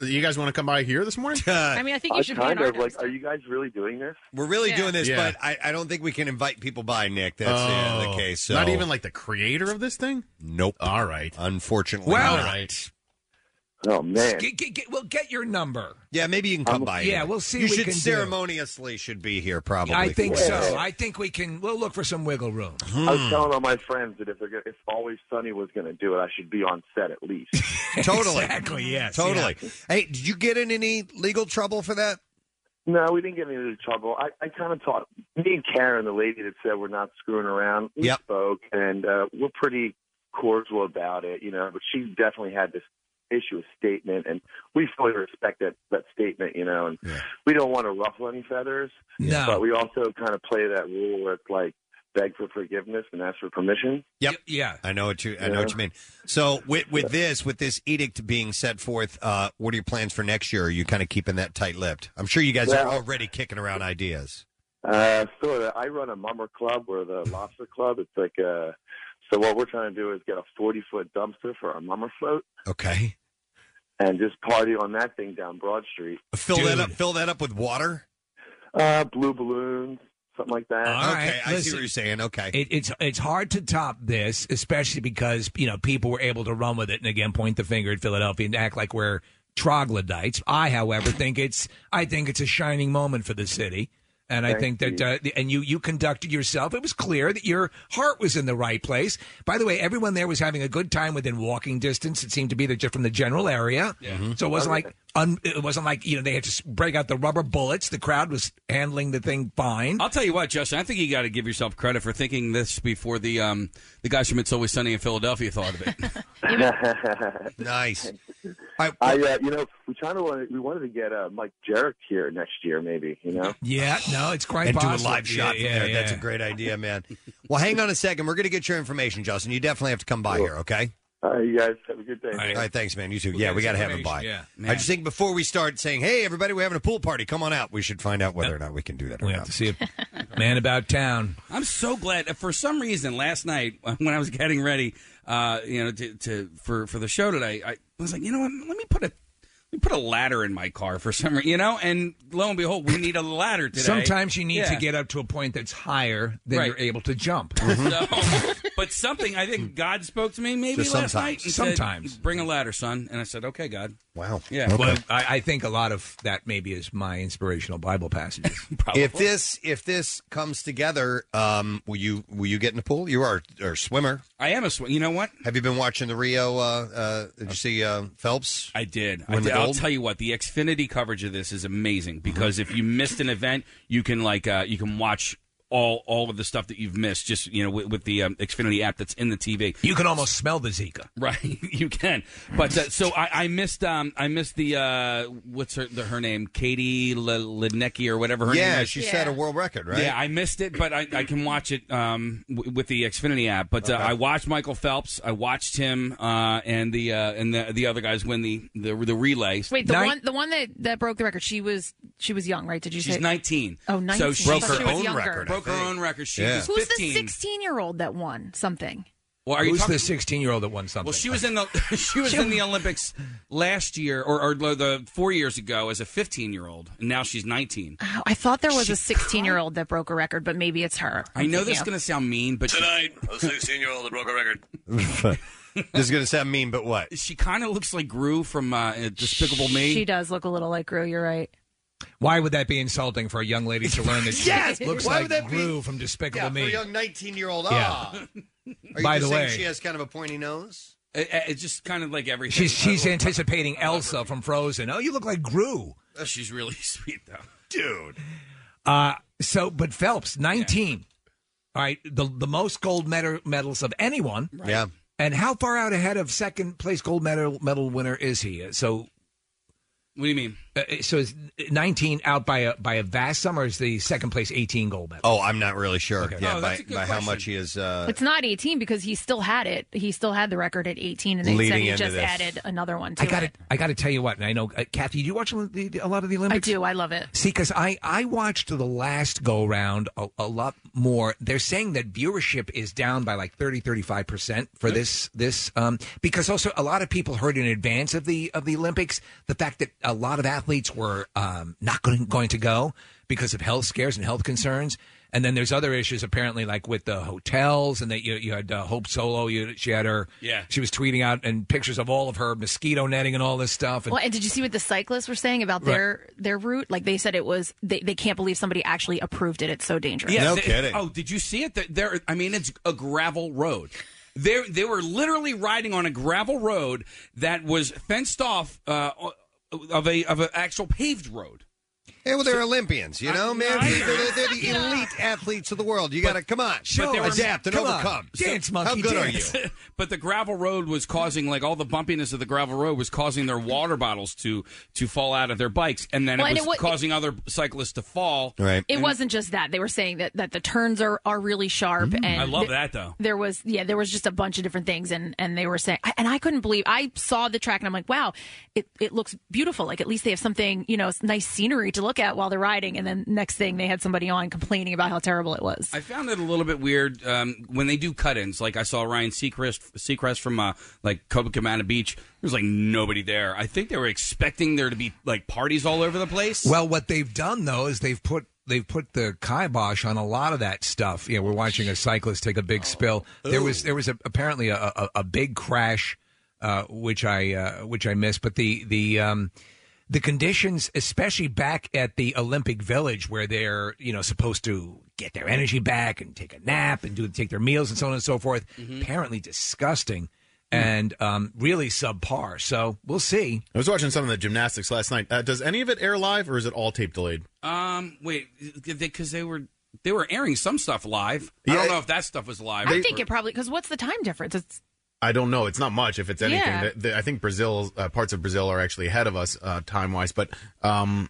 [SPEAKER 7] you guys want to come by here this morning?
[SPEAKER 29] I mean, I think you I should be kind an of, artist. like, are you guys really doing this?
[SPEAKER 4] We're really
[SPEAKER 7] Yeah.
[SPEAKER 4] doing this,
[SPEAKER 7] Yeah.
[SPEAKER 4] but I, I don't think we can invite people by, Nick. That's uh,
[SPEAKER 7] Oh,
[SPEAKER 4] the case. So.
[SPEAKER 7] Not even like the creator of this thing.
[SPEAKER 4] Nope.
[SPEAKER 7] All right.
[SPEAKER 4] Unfortunately.
[SPEAKER 7] Well-
[SPEAKER 4] not.
[SPEAKER 7] All right.
[SPEAKER 29] Oh
[SPEAKER 3] Get, get, get, well, get your number.
[SPEAKER 4] Yeah, maybe you can come by.
[SPEAKER 3] Yeah,
[SPEAKER 4] here.
[SPEAKER 3] we'll see
[SPEAKER 4] You
[SPEAKER 3] what we
[SPEAKER 4] should
[SPEAKER 3] can do.
[SPEAKER 4] ceremoniously should be here probably.
[SPEAKER 3] I think
[SPEAKER 4] for
[SPEAKER 3] so.
[SPEAKER 4] this.
[SPEAKER 3] I think we can. We'll look for some wiggle room.
[SPEAKER 4] Hmm.
[SPEAKER 29] I was telling all my friends that if they're gonna, if Always Sunny was going to do it, I should be on set at least.
[SPEAKER 4] Totally.
[SPEAKER 3] Exactly. Yes.
[SPEAKER 4] Totally. Hey, did you get in any legal trouble for that?
[SPEAKER 29] No, we didn't get into trouble. I, I kind of thought me and Karen, the lady that said we're not screwing around, we spoke and uh, we're pretty cordial about it, you know. But she definitely had this issue a statement, and we fully respect that that statement, you know. And we don't want to ruffle any feathers,
[SPEAKER 3] No.
[SPEAKER 29] but we also kind of play that rule where it's like beg for forgiveness and ask for permission.
[SPEAKER 4] Yep.
[SPEAKER 3] Yeah.
[SPEAKER 4] I know what you. I know what you mean. So with with this, with this edict being set forth, uh, what are your plans for next year? Are you kind of keeping that tight lipped? I'm sure you guys are
[SPEAKER 29] Well-
[SPEAKER 4] already kicking around ideas.
[SPEAKER 29] Uh, sort of. I run a mummer club or the lobster club. It's like uh So what we're trying to do is get a forty foot dumpster for our mummer float.
[SPEAKER 4] Okay.
[SPEAKER 29] And just party on that thing down Broad Street.
[SPEAKER 4] Fill that up. Fill that up with water.
[SPEAKER 29] Uh, blue balloons, something like that.
[SPEAKER 3] All right, listen.
[SPEAKER 4] saying. Okay,
[SPEAKER 3] It, it's it's hard to top this, especially because you know people were able to run with it and again point the finger at Philadelphia and act like we're troglodytes. I, however, think it's I think it's a shining moment for the city, and I
[SPEAKER 22] Thank
[SPEAKER 3] think that uh, the- and you you conducted yourself. It was clear that your heart was in the right place. By the way, everyone there was having a good time within walking distance. It seemed to be that just from the general area,
[SPEAKER 22] Yeah. Mhm.
[SPEAKER 3] Mm-hmm. so it wasn't like un, it wasn't like you know they had to s- break out the rubber bullets. The crowd was handling the thing fine.
[SPEAKER 9] I'll tell you what, Justin. I think you got to give yourself credit for thinking this before the um, the guys from It's Always Sunny in Philadelphia thought of it.
[SPEAKER 4] nice.
[SPEAKER 29] I, uh, you know, we trying to wanted, we wanted to get uh, Mike Jarrett here next year, maybe. You know.
[SPEAKER 3] Yeah, no, it's quite
[SPEAKER 4] and do a
[SPEAKER 3] possible.
[SPEAKER 4] live
[SPEAKER 3] Yeah,
[SPEAKER 4] shot from
[SPEAKER 3] yeah,
[SPEAKER 4] there. That's a
[SPEAKER 3] yeah.
[SPEAKER 4] great idea, man. well, hang on a second. We're going to get your information, Justin. You definitely have to come by here, okay?
[SPEAKER 29] All right, you guys have a good day.
[SPEAKER 4] All right, thanks, man. You too. yeah,
[SPEAKER 29] get
[SPEAKER 4] we
[SPEAKER 29] his
[SPEAKER 4] got to have him by.
[SPEAKER 29] information, yeah.
[SPEAKER 4] I just think before we start saying, "Hey, everybody, we're having a pool party. Come on out." We should find out whether or not we can do that. Or
[SPEAKER 3] We
[SPEAKER 4] not.
[SPEAKER 3] have to see a man about town.
[SPEAKER 9] I'm so glad. For some reason, last night when I was getting ready, uh, you know, to, to for for the show today, I was like, you know what? Let me put a let me put a ladder in my car for some reason, you know. And lo and behold, we need a ladder today.
[SPEAKER 3] Sometimes you need
[SPEAKER 9] Yeah.
[SPEAKER 3] to get up to a point that's higher than
[SPEAKER 9] Right.
[SPEAKER 3] you're able to jump.
[SPEAKER 9] So, but something I think God spoke to me maybe
[SPEAKER 3] Just
[SPEAKER 9] last
[SPEAKER 3] sometimes.
[SPEAKER 9] night. and said,
[SPEAKER 3] Sometimes.
[SPEAKER 9] bring a ladder, son. And I said, okay, God.
[SPEAKER 4] Wow.
[SPEAKER 9] Yeah.
[SPEAKER 3] Well, I, I think a lot of that maybe is my inspirational Bible passages.
[SPEAKER 4] If this if this comes together, um, will you will you get in the pool? You are a swimmer.
[SPEAKER 9] I am a swimmer. You know what?
[SPEAKER 4] Have you been watching the Rio? Uh, uh, did you see uh, Phelps?
[SPEAKER 9] I did. I
[SPEAKER 4] Win the
[SPEAKER 9] will
[SPEAKER 4] gold?
[SPEAKER 9] tell you what, the Xfinity coverage of this is amazing because if you missed an event, you can like uh, you can watch all all of the stuff that you've missed just you know with, with the um, Xfinity app that's in the TV.
[SPEAKER 3] You can almost smell the Zika.
[SPEAKER 9] Right, you can. But uh, so I, I missed um I missed the uh what's her the, her name Katie Le- Ledecky or whatever her name
[SPEAKER 4] yeah,
[SPEAKER 9] is.
[SPEAKER 4] she set a world record, right?
[SPEAKER 9] Yeah, I missed it, but I, I can watch it um, w- with the Xfinity app. But uh, I watched Michael Phelps. I watched him uh, and the uh, and the, the other guys win the the, the relays.
[SPEAKER 5] Wait, the
[SPEAKER 9] Nine-
[SPEAKER 5] one the one that, that broke the record, she was she was young, right? Did you
[SPEAKER 9] She's
[SPEAKER 5] say
[SPEAKER 9] 19.
[SPEAKER 5] Oh, 19.
[SPEAKER 9] So she
[SPEAKER 5] Broke her She was own younger. record, I
[SPEAKER 9] Broke her
[SPEAKER 5] think.
[SPEAKER 9] own record. She was
[SPEAKER 5] Who's the
[SPEAKER 9] 15.
[SPEAKER 5] sixteen year old that won something?
[SPEAKER 9] Well, are you
[SPEAKER 3] Who's
[SPEAKER 9] talking-
[SPEAKER 3] the 16 year old that won something?
[SPEAKER 9] Well, she was in the she was in the Olympics last year or, or the four years ago as a 15 year old, and now she's 19.
[SPEAKER 5] Oh, I thought there was a sixteen year old that broke a record, but maybe it's her.
[SPEAKER 9] I know this is going to sound mean, but
[SPEAKER 12] Tonight, a 16 year old that broke a record.
[SPEAKER 4] this is going to sound mean, but what?
[SPEAKER 9] She kind of looks like Gru from uh, Despicable Me.
[SPEAKER 5] She does look a little like Gru. You're right.
[SPEAKER 3] Why would that be insulting for a young lady to learn that she
[SPEAKER 4] Yes!
[SPEAKER 3] looks
[SPEAKER 4] Why
[SPEAKER 3] like
[SPEAKER 4] would that be-
[SPEAKER 3] Gru from Despicable
[SPEAKER 4] yeah, for
[SPEAKER 3] Me?
[SPEAKER 4] a young nineteen year old.
[SPEAKER 3] Yeah.
[SPEAKER 4] Ah. Are you
[SPEAKER 3] By
[SPEAKER 4] just
[SPEAKER 3] the
[SPEAKER 4] saying
[SPEAKER 3] way-
[SPEAKER 4] she has kind of a pointy nose.
[SPEAKER 9] It, it's just kind of like everything.
[SPEAKER 3] She's she's anticipating Elsa from Frozen. Oh, you look like Gru.
[SPEAKER 9] Uh, She's really sweet though,
[SPEAKER 3] dude. Uh, so, but Phelps, 19. All right, the the most gold medal, medals of anyone.
[SPEAKER 4] Yeah.
[SPEAKER 3] And how far out ahead of second place gold medal medal winner is he? Uh, So,
[SPEAKER 9] what do you mean?
[SPEAKER 3] Uh, so is 19 out by a by a vast sum, or is the second place 18 gold medal?
[SPEAKER 4] Oh, I'm not really sure. Yeah, by,
[SPEAKER 3] Oh, that's a good
[SPEAKER 4] by how
[SPEAKER 3] question.
[SPEAKER 4] much he is uh,
[SPEAKER 5] it's not 18 because he still had it. He still had the record at 18, and they said
[SPEAKER 3] Leading
[SPEAKER 5] he
[SPEAKER 3] into
[SPEAKER 5] just
[SPEAKER 3] this.
[SPEAKER 5] added another one to
[SPEAKER 3] I got
[SPEAKER 5] it.
[SPEAKER 3] to I got to tell you what, and I know uh, Kathy. Do you watch the, the- a lot of the
[SPEAKER 5] I
[SPEAKER 3] Olympics?
[SPEAKER 5] do. I love it.
[SPEAKER 3] See, because I, I watched the last go round a, a lot more. They're saying that viewership is down by like 30, 35% for this, this, um, because also a lot of people heard in advance of the, of the Olympics, the fact that a lot of athletes were, um, not going, going to go because of health scares and health concerns. And then there's other issues apparently like with the hotels and that you, you had uh, Hope Solo, you, she had her,
[SPEAKER 9] Yeah.
[SPEAKER 3] she was tweeting out and pictures of all of her mosquito netting and all this stuff. And,
[SPEAKER 5] Well, and did you see what the cyclists were saying about
[SPEAKER 3] Right.
[SPEAKER 5] their their route? Like they said, it was they, they can't believe somebody actually approved it. It's so dangerous.
[SPEAKER 9] th- Oh, did you see it? Th- There, I mean, it's a gravel road. They they were literally riding on a gravel road that was fenced off uh, of a of an actual paved road.
[SPEAKER 4] Yeah, well, they're Olympians, you know, man. They're, they're- they're the elite athletes of the world. You got to come on, show, adapt, and overcome. So, How good are you?
[SPEAKER 9] but the gravel road was causing like all the bumpiness of the gravel road was causing their water bottles to to fall out of their bikes, and then
[SPEAKER 5] Well,
[SPEAKER 9] it
[SPEAKER 5] and
[SPEAKER 9] was
[SPEAKER 5] it wa-
[SPEAKER 9] causing other cyclists to fall.
[SPEAKER 4] Right.
[SPEAKER 5] It wasn't just that. They were saying that, that the turns are, are really sharp and
[SPEAKER 9] Mm-hmm. I love
[SPEAKER 5] th-
[SPEAKER 9] that though.
[SPEAKER 5] There was yeah, there was just a bunch of different things and and they were saying I- and I couldn't believe I saw the track and I'm like, wow, it it looks beautiful. Like at least they have something, you know, s- nice scenery to look at while they're riding and then next thing they had somebody on complaining about how terrible it was.
[SPEAKER 9] I found it a little bit weird um, when they do cut-ins. Like I saw Ryan Seacrest, Seacrest from uh, like Copacabana Beach. There's like nobody there. I think they were expecting there to be like parties all over the place.
[SPEAKER 3] Well, what they've done though is they've put they've put the kibosh on a lot of that stuff. You know, we're watching a cyclist take a big spill. There was there was a, apparently a, a, a big crash, uh, which I uh, which I missed. But the the um, the conditions, especially back at the Olympic Village, where they're you know supposed to get their energy back and take a nap and do take their meals and so on and so forth, apparently disgusting and um, really subpar. So we'll see.
[SPEAKER 7] I was watching some of the gymnastics last night. Uh, does any of it air live, or is it all tape delayed?
[SPEAKER 9] Um, wait, because they, were they were airing some stuff live. I don't know if that stuff was live.
[SPEAKER 5] I think it probably because what's the time difference? It's
[SPEAKER 7] I don't know. It's not much, if it's anything.
[SPEAKER 5] Yeah.
[SPEAKER 7] The- the- I think Brazil, uh, parts of Brazil, are actually ahead of us uh, time wise. But um,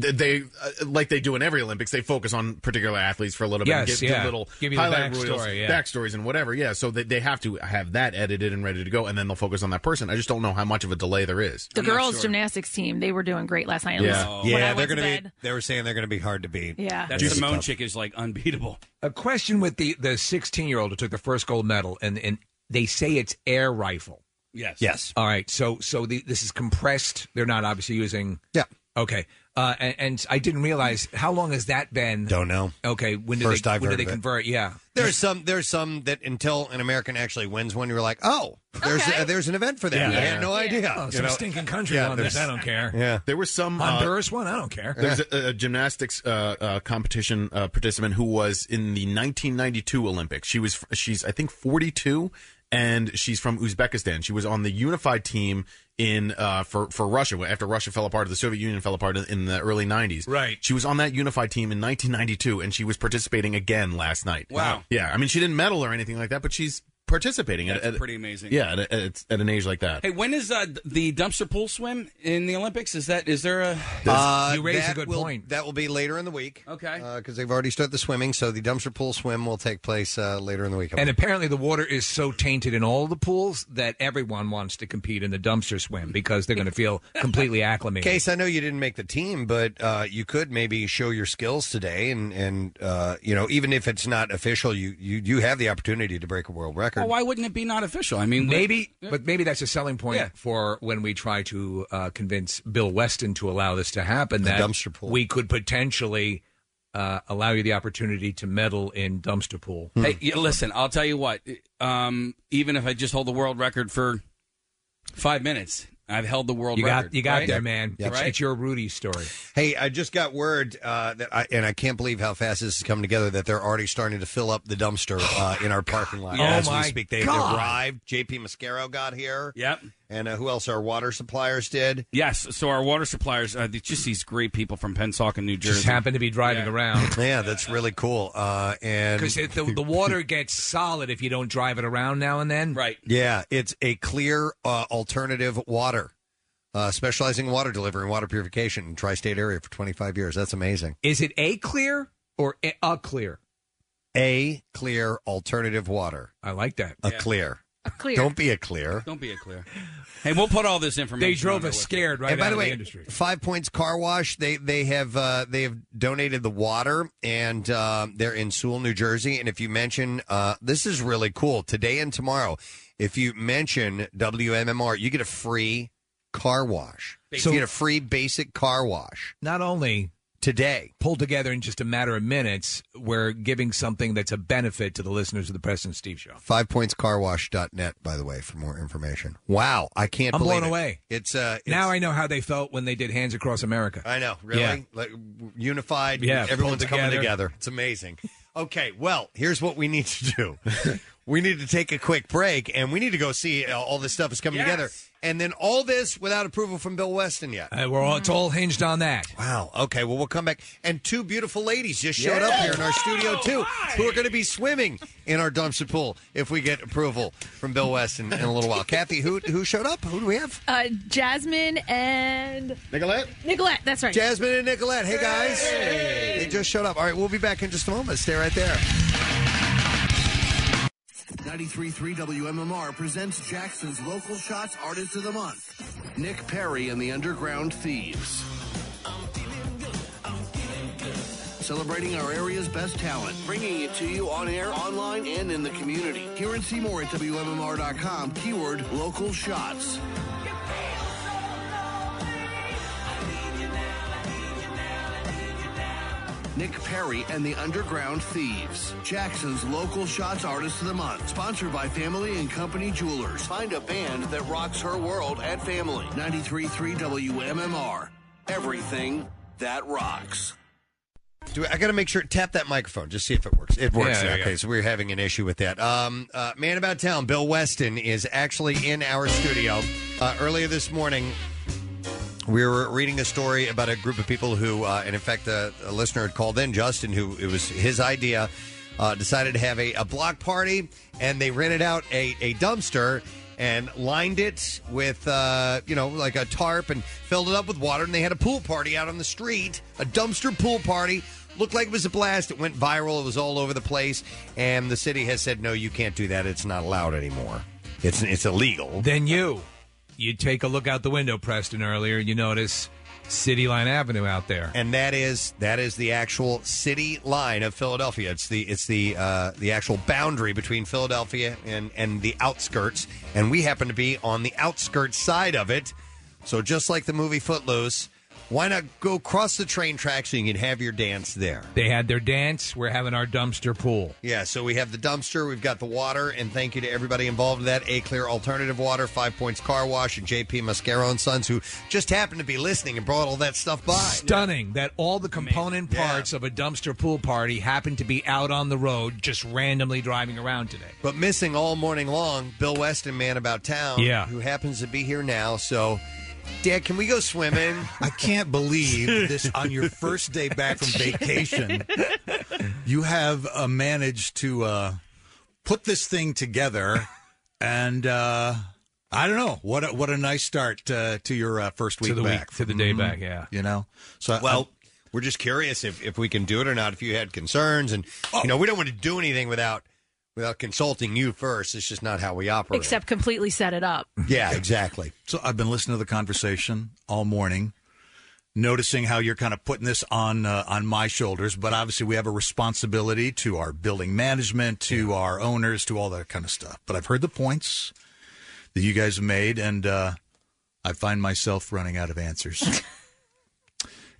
[SPEAKER 7] th- they, uh, like they do in every Olympics, they focus on particular athletes for a little
[SPEAKER 3] Yes,
[SPEAKER 7] bit, and give,
[SPEAKER 3] yeah.
[SPEAKER 7] give little
[SPEAKER 3] Give you the
[SPEAKER 7] highlight
[SPEAKER 3] backstory,
[SPEAKER 7] reels,
[SPEAKER 3] yeah.
[SPEAKER 7] backstories, and whatever. Yeah, so they, they have to have that edited and ready to go, and then they'll focus on that person. I just don't know how much of a delay there is.
[SPEAKER 5] the girls gymnastics team, they were doing great last night. At least
[SPEAKER 7] Yeah,
[SPEAKER 5] when I went
[SPEAKER 4] gonna
[SPEAKER 5] to
[SPEAKER 4] be.
[SPEAKER 5] bed.
[SPEAKER 4] They were saying they're going to be hard to beat.
[SPEAKER 5] Yeah.
[SPEAKER 9] That
[SPEAKER 3] Juicy
[SPEAKER 9] Simone
[SPEAKER 3] stuff.
[SPEAKER 9] chick is like unbeatable.
[SPEAKER 3] A question with the the 16 year old who took the first gold medal, and and they say it's air rifle.
[SPEAKER 9] Yes.
[SPEAKER 4] Yes.
[SPEAKER 3] All right. So so the, this is compressed. They're not obviously using.
[SPEAKER 4] Yeah.
[SPEAKER 3] Okay. Uh, and, and I didn't realize how long has that been?
[SPEAKER 4] Don't know.
[SPEAKER 3] Okay. When did
[SPEAKER 4] First
[SPEAKER 3] they
[SPEAKER 4] I've
[SPEAKER 3] when
[SPEAKER 4] heard
[SPEAKER 3] did
[SPEAKER 4] of
[SPEAKER 3] they
[SPEAKER 4] it.
[SPEAKER 3] convert? Yeah.
[SPEAKER 4] There's some. There's some that until an American actually wins one, you're like, oh, there's uh, there's an event for that. I had no idea.
[SPEAKER 3] Oh,
[SPEAKER 4] You
[SPEAKER 3] some
[SPEAKER 4] know?
[SPEAKER 3] stinking country
[SPEAKER 4] Yeah,
[SPEAKER 3] on this.
[SPEAKER 4] there's-
[SPEAKER 3] I don't care.
[SPEAKER 4] Yeah.
[SPEAKER 7] There was some uh,
[SPEAKER 3] Honduras one. I don't care.
[SPEAKER 7] There's a, a gymnastics uh, uh, competition uh, participant who was in the 1992 Olympics. She was she's I think 42, and she's from Uzbekistan. She was on the unified team in uh, for for Russia after Russia fell apart, the Soviet Union fell apart in, in the early 90s. Right. She was on that unified team in 1992, and she was participating again last night.
[SPEAKER 9] Wow.
[SPEAKER 7] Yeah. I mean, she didn't medal or anything like that, but she's participating. at,
[SPEAKER 9] That's
[SPEAKER 7] at-
[SPEAKER 9] pretty amazing.
[SPEAKER 7] Yeah. At, at, at an age like that.
[SPEAKER 9] Hey, when is uh, the dumpster pool swim in the Olympics? Is that is there a?
[SPEAKER 4] Uh, that will, That will be later in the week. Uh,
[SPEAKER 9] Okay.
[SPEAKER 4] Because they've already started the swimming, so the dumpster pool swim will take place uh, later in the week.
[SPEAKER 3] And apparently, the water is so tainted in all the pools that everyone wants to compete in the dumpster swim because they're going to feel completely acclimated.
[SPEAKER 4] Case, I know you didn't make the team, but uh, you could maybe show your skills today, and and uh, you know even if it's not official, you you you have the opportunity to break a world record.
[SPEAKER 9] Well, why wouldn't it be not official? I mean,
[SPEAKER 3] maybe, but maybe that's a selling point
[SPEAKER 9] Yeah.
[SPEAKER 3] for when we try to uh, convince Bill Weston to allow this to happen.
[SPEAKER 4] The
[SPEAKER 3] That
[SPEAKER 4] dumpster pool.
[SPEAKER 3] we could potentially uh, allow you the opportunity to medal in dumpster pool.
[SPEAKER 4] Hmm.
[SPEAKER 9] Hey, yeah, listen, I'll tell you what. Um, even if I just hold the world record for five minutes, I've held the world
[SPEAKER 3] You got-
[SPEAKER 9] record.
[SPEAKER 3] you got
[SPEAKER 9] right?
[SPEAKER 3] there, man.
[SPEAKER 9] Right?
[SPEAKER 3] It's your Rudy story.
[SPEAKER 4] Hey, I just got word uh, that, I, and I can't believe how fast this is coming together. That they're already starting to fill up the dumpster uh, in our parking lot
[SPEAKER 2] Oh,
[SPEAKER 4] as
[SPEAKER 2] my
[SPEAKER 4] we speak. They,
[SPEAKER 2] God.
[SPEAKER 4] they arrived. JP Mascaro got here.
[SPEAKER 9] Yep.
[SPEAKER 4] And uh, who else? Our water suppliers did.
[SPEAKER 9] Yes. So our water suppliers, uh, they're just these great people from Pensauken, New Jersey,
[SPEAKER 3] happen to be driving around.
[SPEAKER 4] Yeah, that's really cool. Uh, and
[SPEAKER 3] Because the, the water gets solid if you don't drive it around now and then.
[SPEAKER 9] Right.
[SPEAKER 4] Yeah, it's a clear uh, alternative water, uh, specializing in water delivery and water purification in tri-state area for 25 years. That's amazing.
[SPEAKER 3] Is it a clear or a, a clear?
[SPEAKER 4] A clear alternative water.
[SPEAKER 3] I like that.
[SPEAKER 4] A
[SPEAKER 9] Yeah.
[SPEAKER 4] clear.
[SPEAKER 9] A clear.
[SPEAKER 4] Don't be a clear.
[SPEAKER 9] Don't be a clear. Hey, we'll put all this information.
[SPEAKER 3] They drove
[SPEAKER 9] on
[SPEAKER 3] us
[SPEAKER 9] our
[SPEAKER 3] scared
[SPEAKER 9] website.
[SPEAKER 3] right
[SPEAKER 4] and by
[SPEAKER 3] out
[SPEAKER 4] the
[SPEAKER 3] of
[SPEAKER 4] way,
[SPEAKER 3] the industry.
[SPEAKER 4] Five Points Car Wash they they have uh, they have donated the water and uh, they're in Sewell, New Jersey. And if you mention uh, this is really cool today and tomorrow, if you mention WMMR, you get a free car wash. So
[SPEAKER 3] So-
[SPEAKER 4] you get a free basic car wash.
[SPEAKER 3] Not only
[SPEAKER 4] today
[SPEAKER 3] pulled together in just a matter of minutes, we're giving something that's a benefit to the listeners of the Preston Steve Show.
[SPEAKER 4] fivepointscarwash.net by the way for more information wow i can't
[SPEAKER 3] I'm
[SPEAKER 4] believe
[SPEAKER 3] blown
[SPEAKER 4] it.
[SPEAKER 3] away.
[SPEAKER 4] it's uh it's,
[SPEAKER 3] now I know how they felt when they did Hands Across America.
[SPEAKER 4] i know really
[SPEAKER 3] Yeah.
[SPEAKER 4] like unified
[SPEAKER 3] Yeah,
[SPEAKER 4] everyone's
[SPEAKER 3] pulled
[SPEAKER 4] coming
[SPEAKER 3] together.
[SPEAKER 4] together it's amazing okay well here's what we need to do we need to take a quick break and we need to go see uh, all this stuff is coming together and then all this without approval from bill weston yet
[SPEAKER 3] Uh, we're all, it's all hinged on that.
[SPEAKER 4] Wow. Okay. Well, we'll come back. And two beautiful ladies just showed up
[SPEAKER 3] Yeah.
[SPEAKER 4] here in our studio too, who are going to be swimming in our dumpster pool if we get approval from Bill Weston in a little while. Kathy, who who showed up? Who do we have?
[SPEAKER 5] Uh, Jasmine and
[SPEAKER 4] Nicolette.
[SPEAKER 5] Nicolette. That's right.
[SPEAKER 4] Jasmine and Nicolette. Hey guys, they just showed up. All right, we'll be back in just a moment. Stay right there.
[SPEAKER 21] 93.3 WMMR presents Jackson's Local Shots Artist of the Month, Nick Perry and the Underground Thieves. Celebrating our area's best talent, bringing it to you on air, online, and in the community. Here in Seymour at WMMR.com, keyword local shots. Nick Perry and the Underground Thieves. Jackson's local shots artist of the month. Sponsored by Family and Company Jewelers. Find a band that rocks her world at Family. 93.3 WMMR. Everything that rocks.
[SPEAKER 4] Do I got to make sure tap that microphone? Just see if it works. It works.
[SPEAKER 21] Yeah, there you
[SPEAKER 4] okay,
[SPEAKER 21] go.
[SPEAKER 4] so we're having an issue with that. Um, uh, Man about town, Bill Weston is actually in our studio. Uh, earlier this morning, we were reading a story about a group of people who, uh, and in fact, a, a listener had called in, Justin, who it was his idea, uh, decided to have a, a block party, and they rented out a, a dumpster and lined it with, uh, you know, like a tarp and filled it up with water, and they had a pool party out on the street, a dumpster pool party. Looked like it was a blast. It went viral. It was all over the place, and the city has said, "No, you can't do that. It's not allowed anymore. It's it's illegal."
[SPEAKER 3] Then you, you take a look out the window, Preston. Earlier, you notice City Line Avenue out there.
[SPEAKER 4] and that is that is the actual city line of Philadelphia. It's the it's the uh, the actual boundary between Philadelphia and and the outskirts, and we happen to be on the outskirts side of it. So just like the movie Footloose, why not go cross the train tracks and you can have your dance there?
[SPEAKER 3] They had their dance. We're having our dumpster pool.
[SPEAKER 4] Yeah, so we have the dumpster, we've got the water, and thank you to everybody involved in that. A Clear Alternative Water, Five Points Car Wash, and JP Mascaro and Sons, who just happened to be listening and brought all that stuff by.
[SPEAKER 3] Stunning that all the component parts of a dumpster pool party happened to be out on the road, just randomly driving around today.
[SPEAKER 4] But missing all morning long, Bill Weston, man about town,
[SPEAKER 3] Yeah.
[SPEAKER 4] who happens to be here now. So, Dad, can we go swimming? I can't believe
[SPEAKER 25] this on your first day back from vacation. You have uh, managed to uh, put this thing together, and uh, I don't know what a, what a nice start uh, to your uh, first week
[SPEAKER 3] the week-
[SPEAKER 25] back
[SPEAKER 3] to the day
[SPEAKER 25] Mhm.
[SPEAKER 3] back, yeah.
[SPEAKER 25] you know. So
[SPEAKER 4] Well, we're just curious if, if we can do it or not. If you had concerns, and
[SPEAKER 25] Oh.
[SPEAKER 4] you know, we don't want to do anything without without consulting you first. It's just not how we operate.
[SPEAKER 22] Except completely set it up.
[SPEAKER 4] yeah, exactly.
[SPEAKER 25] So I've been listening to the conversation all morning, noticing how you're kind of putting this on uh, on my shoulders. But obviously, we have a responsibility to our building management, to our owners, to all that kind of stuff. But I've heard the points that you guys have made, and uh, I find myself running out of answers.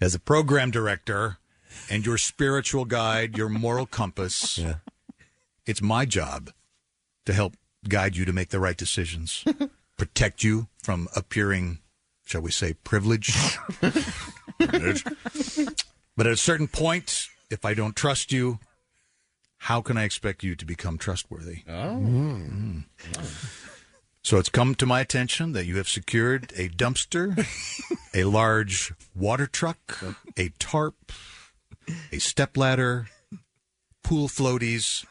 [SPEAKER 25] As a program director and your spiritual guide, your moral compass, it's my job to help guide you to make the right decisions. protect you from appearing, shall we say, privileged. Privileged. but at a certain point, if I don't trust you, how can I expect you to become trustworthy? Oh. So it's come to my attention that you have secured a dumpster, a large water truck, a tarp, a stepladder, pool floaties,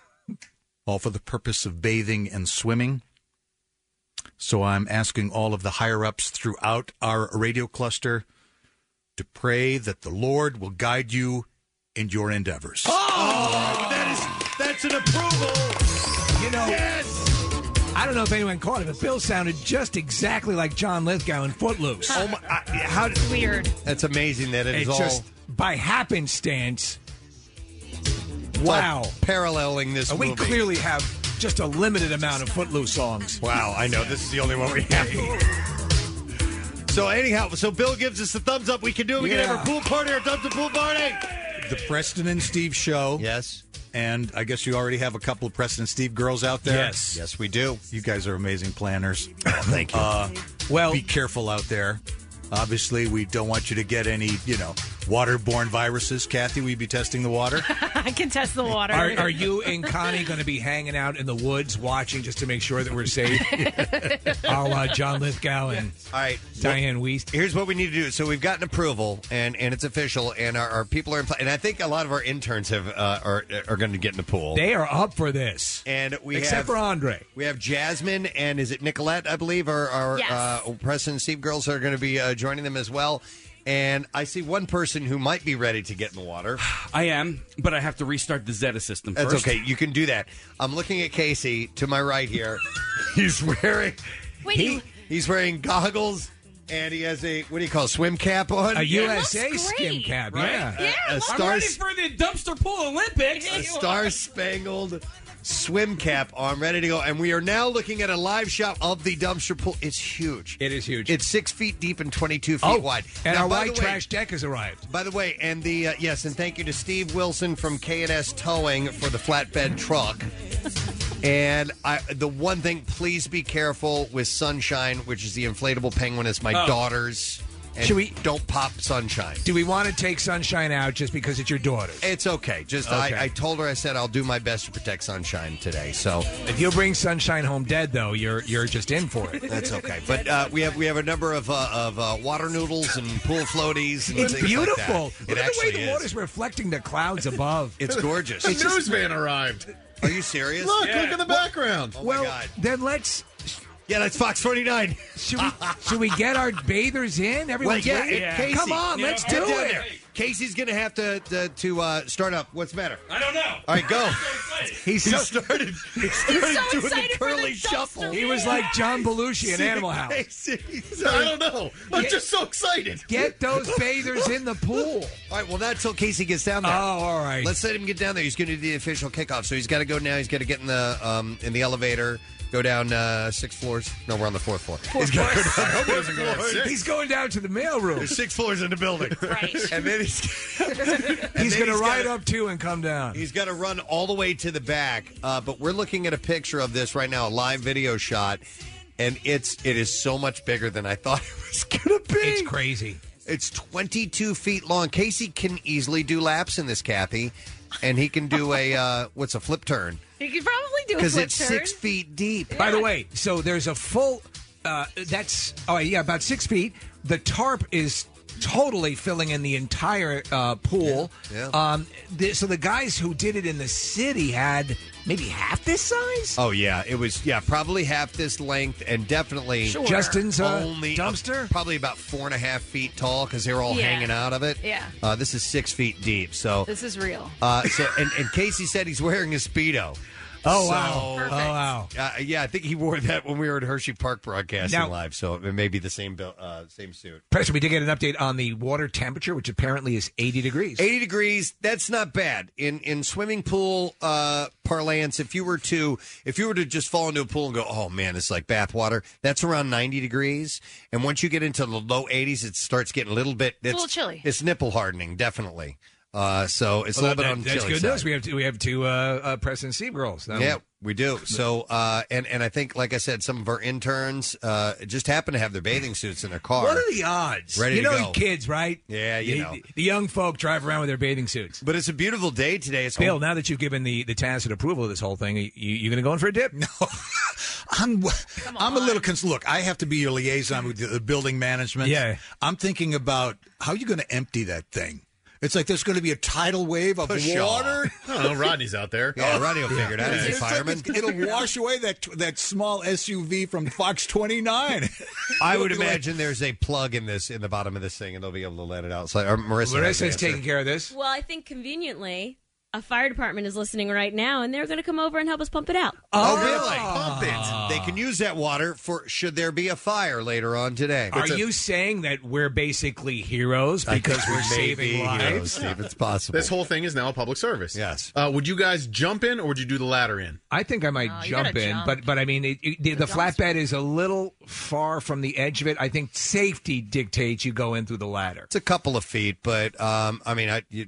[SPEAKER 25] all for the purpose of bathing and swimming. So I'm asking all of the higher ups throughout our radio cluster to pray that the Lord will guide you in your endeavors.
[SPEAKER 3] Oh, that is that's an approval. You know. I don't know if anyone caught it, but Bill sounded just exactly like John Lithgow in Footloose.
[SPEAKER 4] Oh my! how
[SPEAKER 30] weird?
[SPEAKER 4] That's amazing that it is
[SPEAKER 3] It's
[SPEAKER 4] all
[SPEAKER 3] just by happenstance. Wow!
[SPEAKER 4] paralleling this.
[SPEAKER 3] we
[SPEAKER 4] movie.
[SPEAKER 3] clearly have just a limited amount of Footloose songs.
[SPEAKER 4] Wow! I know this is the only one we have. So anyhow, so Bill gives us the thumbs up. We can do it. We
[SPEAKER 25] Yeah.
[SPEAKER 4] can have a pool party or thumbs up pool party.
[SPEAKER 25] The Preston and Steve show.
[SPEAKER 4] Yes.
[SPEAKER 25] And I guess you already have a couple of Preston and Steve girls out there.
[SPEAKER 4] Yes. Yes, we do.
[SPEAKER 25] You guys are amazing planners.
[SPEAKER 4] thank you.
[SPEAKER 25] Uh, well, be careful out there. Obviously, we don't want you to get any, you know, waterborne viruses. Kathy, will you be testing the water?
[SPEAKER 30] I can test the water.
[SPEAKER 3] Are, are you and Connie going to be hanging out in the woods watching just to make sure that we're safe? a la uh, John Lithgow and
[SPEAKER 4] All right,
[SPEAKER 3] Diane Weist.
[SPEAKER 4] Here's what we need to do. So we've gotten approval, and and it's official, and our, our people are in. pla- And I think a lot of our interns have uh, are are going to get in the pool.
[SPEAKER 3] They are up for this.
[SPEAKER 4] And we
[SPEAKER 3] Except
[SPEAKER 4] have-
[SPEAKER 3] for Andre.
[SPEAKER 4] We have Jasmine and is it Nicolette? I believe our our
[SPEAKER 3] Yes.
[SPEAKER 4] uh, Preston and Steve girls are going to be uh, joining them as well. And I see one person who might be ready to get in the water.
[SPEAKER 9] I am, but I have to restart the Zeta system
[SPEAKER 4] That's
[SPEAKER 9] first.
[SPEAKER 4] okay. You can do that. I'm looking at Casey to my right here. he's wearing
[SPEAKER 30] Wait,
[SPEAKER 4] he-
[SPEAKER 30] you-
[SPEAKER 4] he's wearing goggles and he has a what do you call it, swim cap on?
[SPEAKER 3] A USA skim cap,
[SPEAKER 4] Right?
[SPEAKER 3] yeah.
[SPEAKER 4] A- a star
[SPEAKER 9] for the dumpster pool Olympics.
[SPEAKER 4] a star spangled swim cap on, ready to go. And we are now looking at a live shot of the dumpster pool. It's huge.
[SPEAKER 3] It is huge.
[SPEAKER 4] It's six feet deep and 22 feet
[SPEAKER 3] Oh,
[SPEAKER 4] wide.
[SPEAKER 3] and
[SPEAKER 4] Now,
[SPEAKER 3] our
[SPEAKER 4] by
[SPEAKER 3] white
[SPEAKER 4] the way-
[SPEAKER 3] trash deck has arrived.
[SPEAKER 4] By the way, and the uh, yes, and thank you to Steve Wilson from K&S Towing for the flatbed truck. And I, the one thing, please be careful with Sunshine, which is the inflatable penguin. It's my
[SPEAKER 3] Oh.
[SPEAKER 4] daughter's. And
[SPEAKER 3] Should we-
[SPEAKER 4] don't pop Sunshine?
[SPEAKER 3] Do we want to take Sunshine out just because it's your daughter?
[SPEAKER 4] It's okay. Just
[SPEAKER 3] Okay.
[SPEAKER 4] I, I told her I said I'll do my best to protect Sunshine today. So
[SPEAKER 3] If you bring Sunshine home dead, though, you're you're just in for it.
[SPEAKER 4] That's okay. But uh, we have we have a number of uh, of uh, water noodles and pool floaties. And
[SPEAKER 3] It's
[SPEAKER 4] things Like that.
[SPEAKER 3] beautiful.
[SPEAKER 4] It
[SPEAKER 3] Look at the
[SPEAKER 4] actually
[SPEAKER 3] way the
[SPEAKER 4] is.
[SPEAKER 3] water's reflecting the clouds above.
[SPEAKER 4] It's gorgeous.
[SPEAKER 17] A newsman arrived.
[SPEAKER 4] Are you serious?
[SPEAKER 17] Look, look at the background.
[SPEAKER 3] well, then let's.
[SPEAKER 4] Oh, Yeah, that's Fox 49.
[SPEAKER 3] Should we, should we get our bathers in?
[SPEAKER 4] Well,
[SPEAKER 3] Everyone's
[SPEAKER 4] yeah,
[SPEAKER 3] waiting.
[SPEAKER 4] and Casey,
[SPEAKER 3] Come on, let's
[SPEAKER 4] get
[SPEAKER 3] do
[SPEAKER 4] down
[SPEAKER 3] it.
[SPEAKER 4] there. Casey's gonna have to to, to uh, start up. What's the matter?
[SPEAKER 9] I don't know.
[SPEAKER 4] All right, go. He's so started. He started
[SPEAKER 3] so
[SPEAKER 4] doing the
[SPEAKER 3] excited for
[SPEAKER 4] curly
[SPEAKER 3] the dumpster
[SPEAKER 4] shuffle.
[SPEAKER 3] He was like John Belushi in
[SPEAKER 4] See,
[SPEAKER 3] Animal House.
[SPEAKER 4] Casey's-
[SPEAKER 17] I don't know. I'm
[SPEAKER 3] Get-
[SPEAKER 17] just so excited.
[SPEAKER 3] Get those bathers in the pool.
[SPEAKER 4] All right, well, not until Casey gets down there.
[SPEAKER 3] Oh, all right.
[SPEAKER 4] Let's let him get down there. He's going to do the official kickoff, so he's got to go now. He's got to get in the um, in the elevator, go down uh, six floors. No, we're on the fourth floor. He's got to go down
[SPEAKER 17] doesn't go down six.
[SPEAKER 3] He's going down to the mailroom.
[SPEAKER 4] There's six floors in the building, and then he's then
[SPEAKER 3] He's going to
[SPEAKER 4] he's
[SPEAKER 3] ride
[SPEAKER 4] gotta-
[SPEAKER 3] up too and come down.
[SPEAKER 4] He's got to run all the way to the back, uh, but we're looking at a picture of this right now, a live video shot, and it's it is so much bigger than I thought it was gonna be.
[SPEAKER 3] It's crazy.
[SPEAKER 4] It's 22 feet long. Casey can easily do laps in this, Kathy, and he can do a uh, what's a flip turn
[SPEAKER 5] You could probably do a
[SPEAKER 4] because
[SPEAKER 5] flip
[SPEAKER 4] it's
[SPEAKER 5] turn.
[SPEAKER 4] six feet deep.
[SPEAKER 3] By the way, so there's a full. Uh, that's oh yeah, about six feet. The tarp is totally filling in the entire uh, pool.
[SPEAKER 4] Yeah,
[SPEAKER 3] Um, the, so the guys who did it in the city had maybe half this size.
[SPEAKER 4] Oh yeah, it was yeah probably half this length and definitely
[SPEAKER 3] Sure. Justin's, uh,
[SPEAKER 4] only dumpster probably about four and a half feet tall because they were all
[SPEAKER 5] Yeah.
[SPEAKER 4] hanging out of it.
[SPEAKER 5] Yeah.
[SPEAKER 4] uh, this is six feet deep. So
[SPEAKER 5] This is real.
[SPEAKER 4] Uh, so and, and Casey said he's wearing a speedo.
[SPEAKER 3] Oh
[SPEAKER 4] So,
[SPEAKER 3] wow! Oh wow!
[SPEAKER 4] Uh, yeah, I think he wore that when we were at Hershey Park broadcasting
[SPEAKER 3] Now-
[SPEAKER 4] live. So it may be the same bill, uh, same suit.
[SPEAKER 3] Preston, we did get an update on the water temperature, which apparently is 80 degrees.
[SPEAKER 4] 80 degrees, that's not bad. In in swimming pool uh parlance, if you were to if you were to just fall into a pool and go, "Oh man, it's like bath water." That's around 90 degrees. And once you get into the low 80s, it starts getting a little bit it's,
[SPEAKER 5] little chilly.
[SPEAKER 4] It's nipple hardening, definitely. Uh, so it's
[SPEAKER 3] Well,
[SPEAKER 4] a little
[SPEAKER 3] that-
[SPEAKER 4] bit on the
[SPEAKER 3] That's
[SPEAKER 4] chilly
[SPEAKER 3] good
[SPEAKER 4] side.
[SPEAKER 3] news. We have two, we have two uh, uh, Preston Steve girls. That-
[SPEAKER 4] Yeah, we do. So, uh, and and I think, like I said, some of our interns uh, just happen to have their bathing suits in their car.
[SPEAKER 3] What are the odds?
[SPEAKER 4] Ready
[SPEAKER 3] you
[SPEAKER 4] to
[SPEAKER 3] know,
[SPEAKER 4] go.
[SPEAKER 3] kids, right?
[SPEAKER 4] Yeah, you
[SPEAKER 3] the,
[SPEAKER 4] know.
[SPEAKER 3] the young folk drive around with their bathing suits.
[SPEAKER 4] But it's a beautiful day today. It's
[SPEAKER 3] Bill, now that you've given the, the tacit approval of this whole thing, you, you going to go in for a dip? No.
[SPEAKER 25] I'm I'm a little concerned. Look, I have to be your liaison with the, the building management.
[SPEAKER 3] Yeah.
[SPEAKER 25] I'm thinking about how are you going to empty that thing. It's like there's going to be a tidal wave of
[SPEAKER 7] Pshaw.
[SPEAKER 25] water.
[SPEAKER 7] I don't know, Rodney's out there. Yeah, Rodney will figure it out. He's a
[SPEAKER 25] Oh. It's like
[SPEAKER 7] fireman.
[SPEAKER 25] it's- it'll wash away that that small SUV from Fox 29.
[SPEAKER 4] I would
[SPEAKER 25] It'll be like-
[SPEAKER 4] imagine there's a plug in this in the bottom of this thing, and they'll be able to let it out. So, or Marissa, has an
[SPEAKER 3] Marissa's
[SPEAKER 4] answer.
[SPEAKER 3] taking care of this.
[SPEAKER 13] Well, I think conveniently, a fire department is listening right now, and they're going to come over and help us pump it out.
[SPEAKER 4] Oh, really?
[SPEAKER 3] Ah.
[SPEAKER 4] They can use that water for should there be a fire later on today.
[SPEAKER 3] Are you saying that we're basically heroes because we're saving lives?
[SPEAKER 4] it's possible.
[SPEAKER 7] This whole thing is now a public service. Yes. Uh, would you guys jump in or would you do the ladder in?
[SPEAKER 3] I think I
[SPEAKER 6] Oh,
[SPEAKER 3] might
[SPEAKER 7] you
[SPEAKER 3] jump
[SPEAKER 7] gotta
[SPEAKER 3] in,
[SPEAKER 7] jump.
[SPEAKER 3] but but I mean it, it- the, the flatbed is a little far from the edge of it. I think safety dictates you go in through the ladder. It's
[SPEAKER 4] a couple of feet, but um, I mean, I you,
[SPEAKER 3] you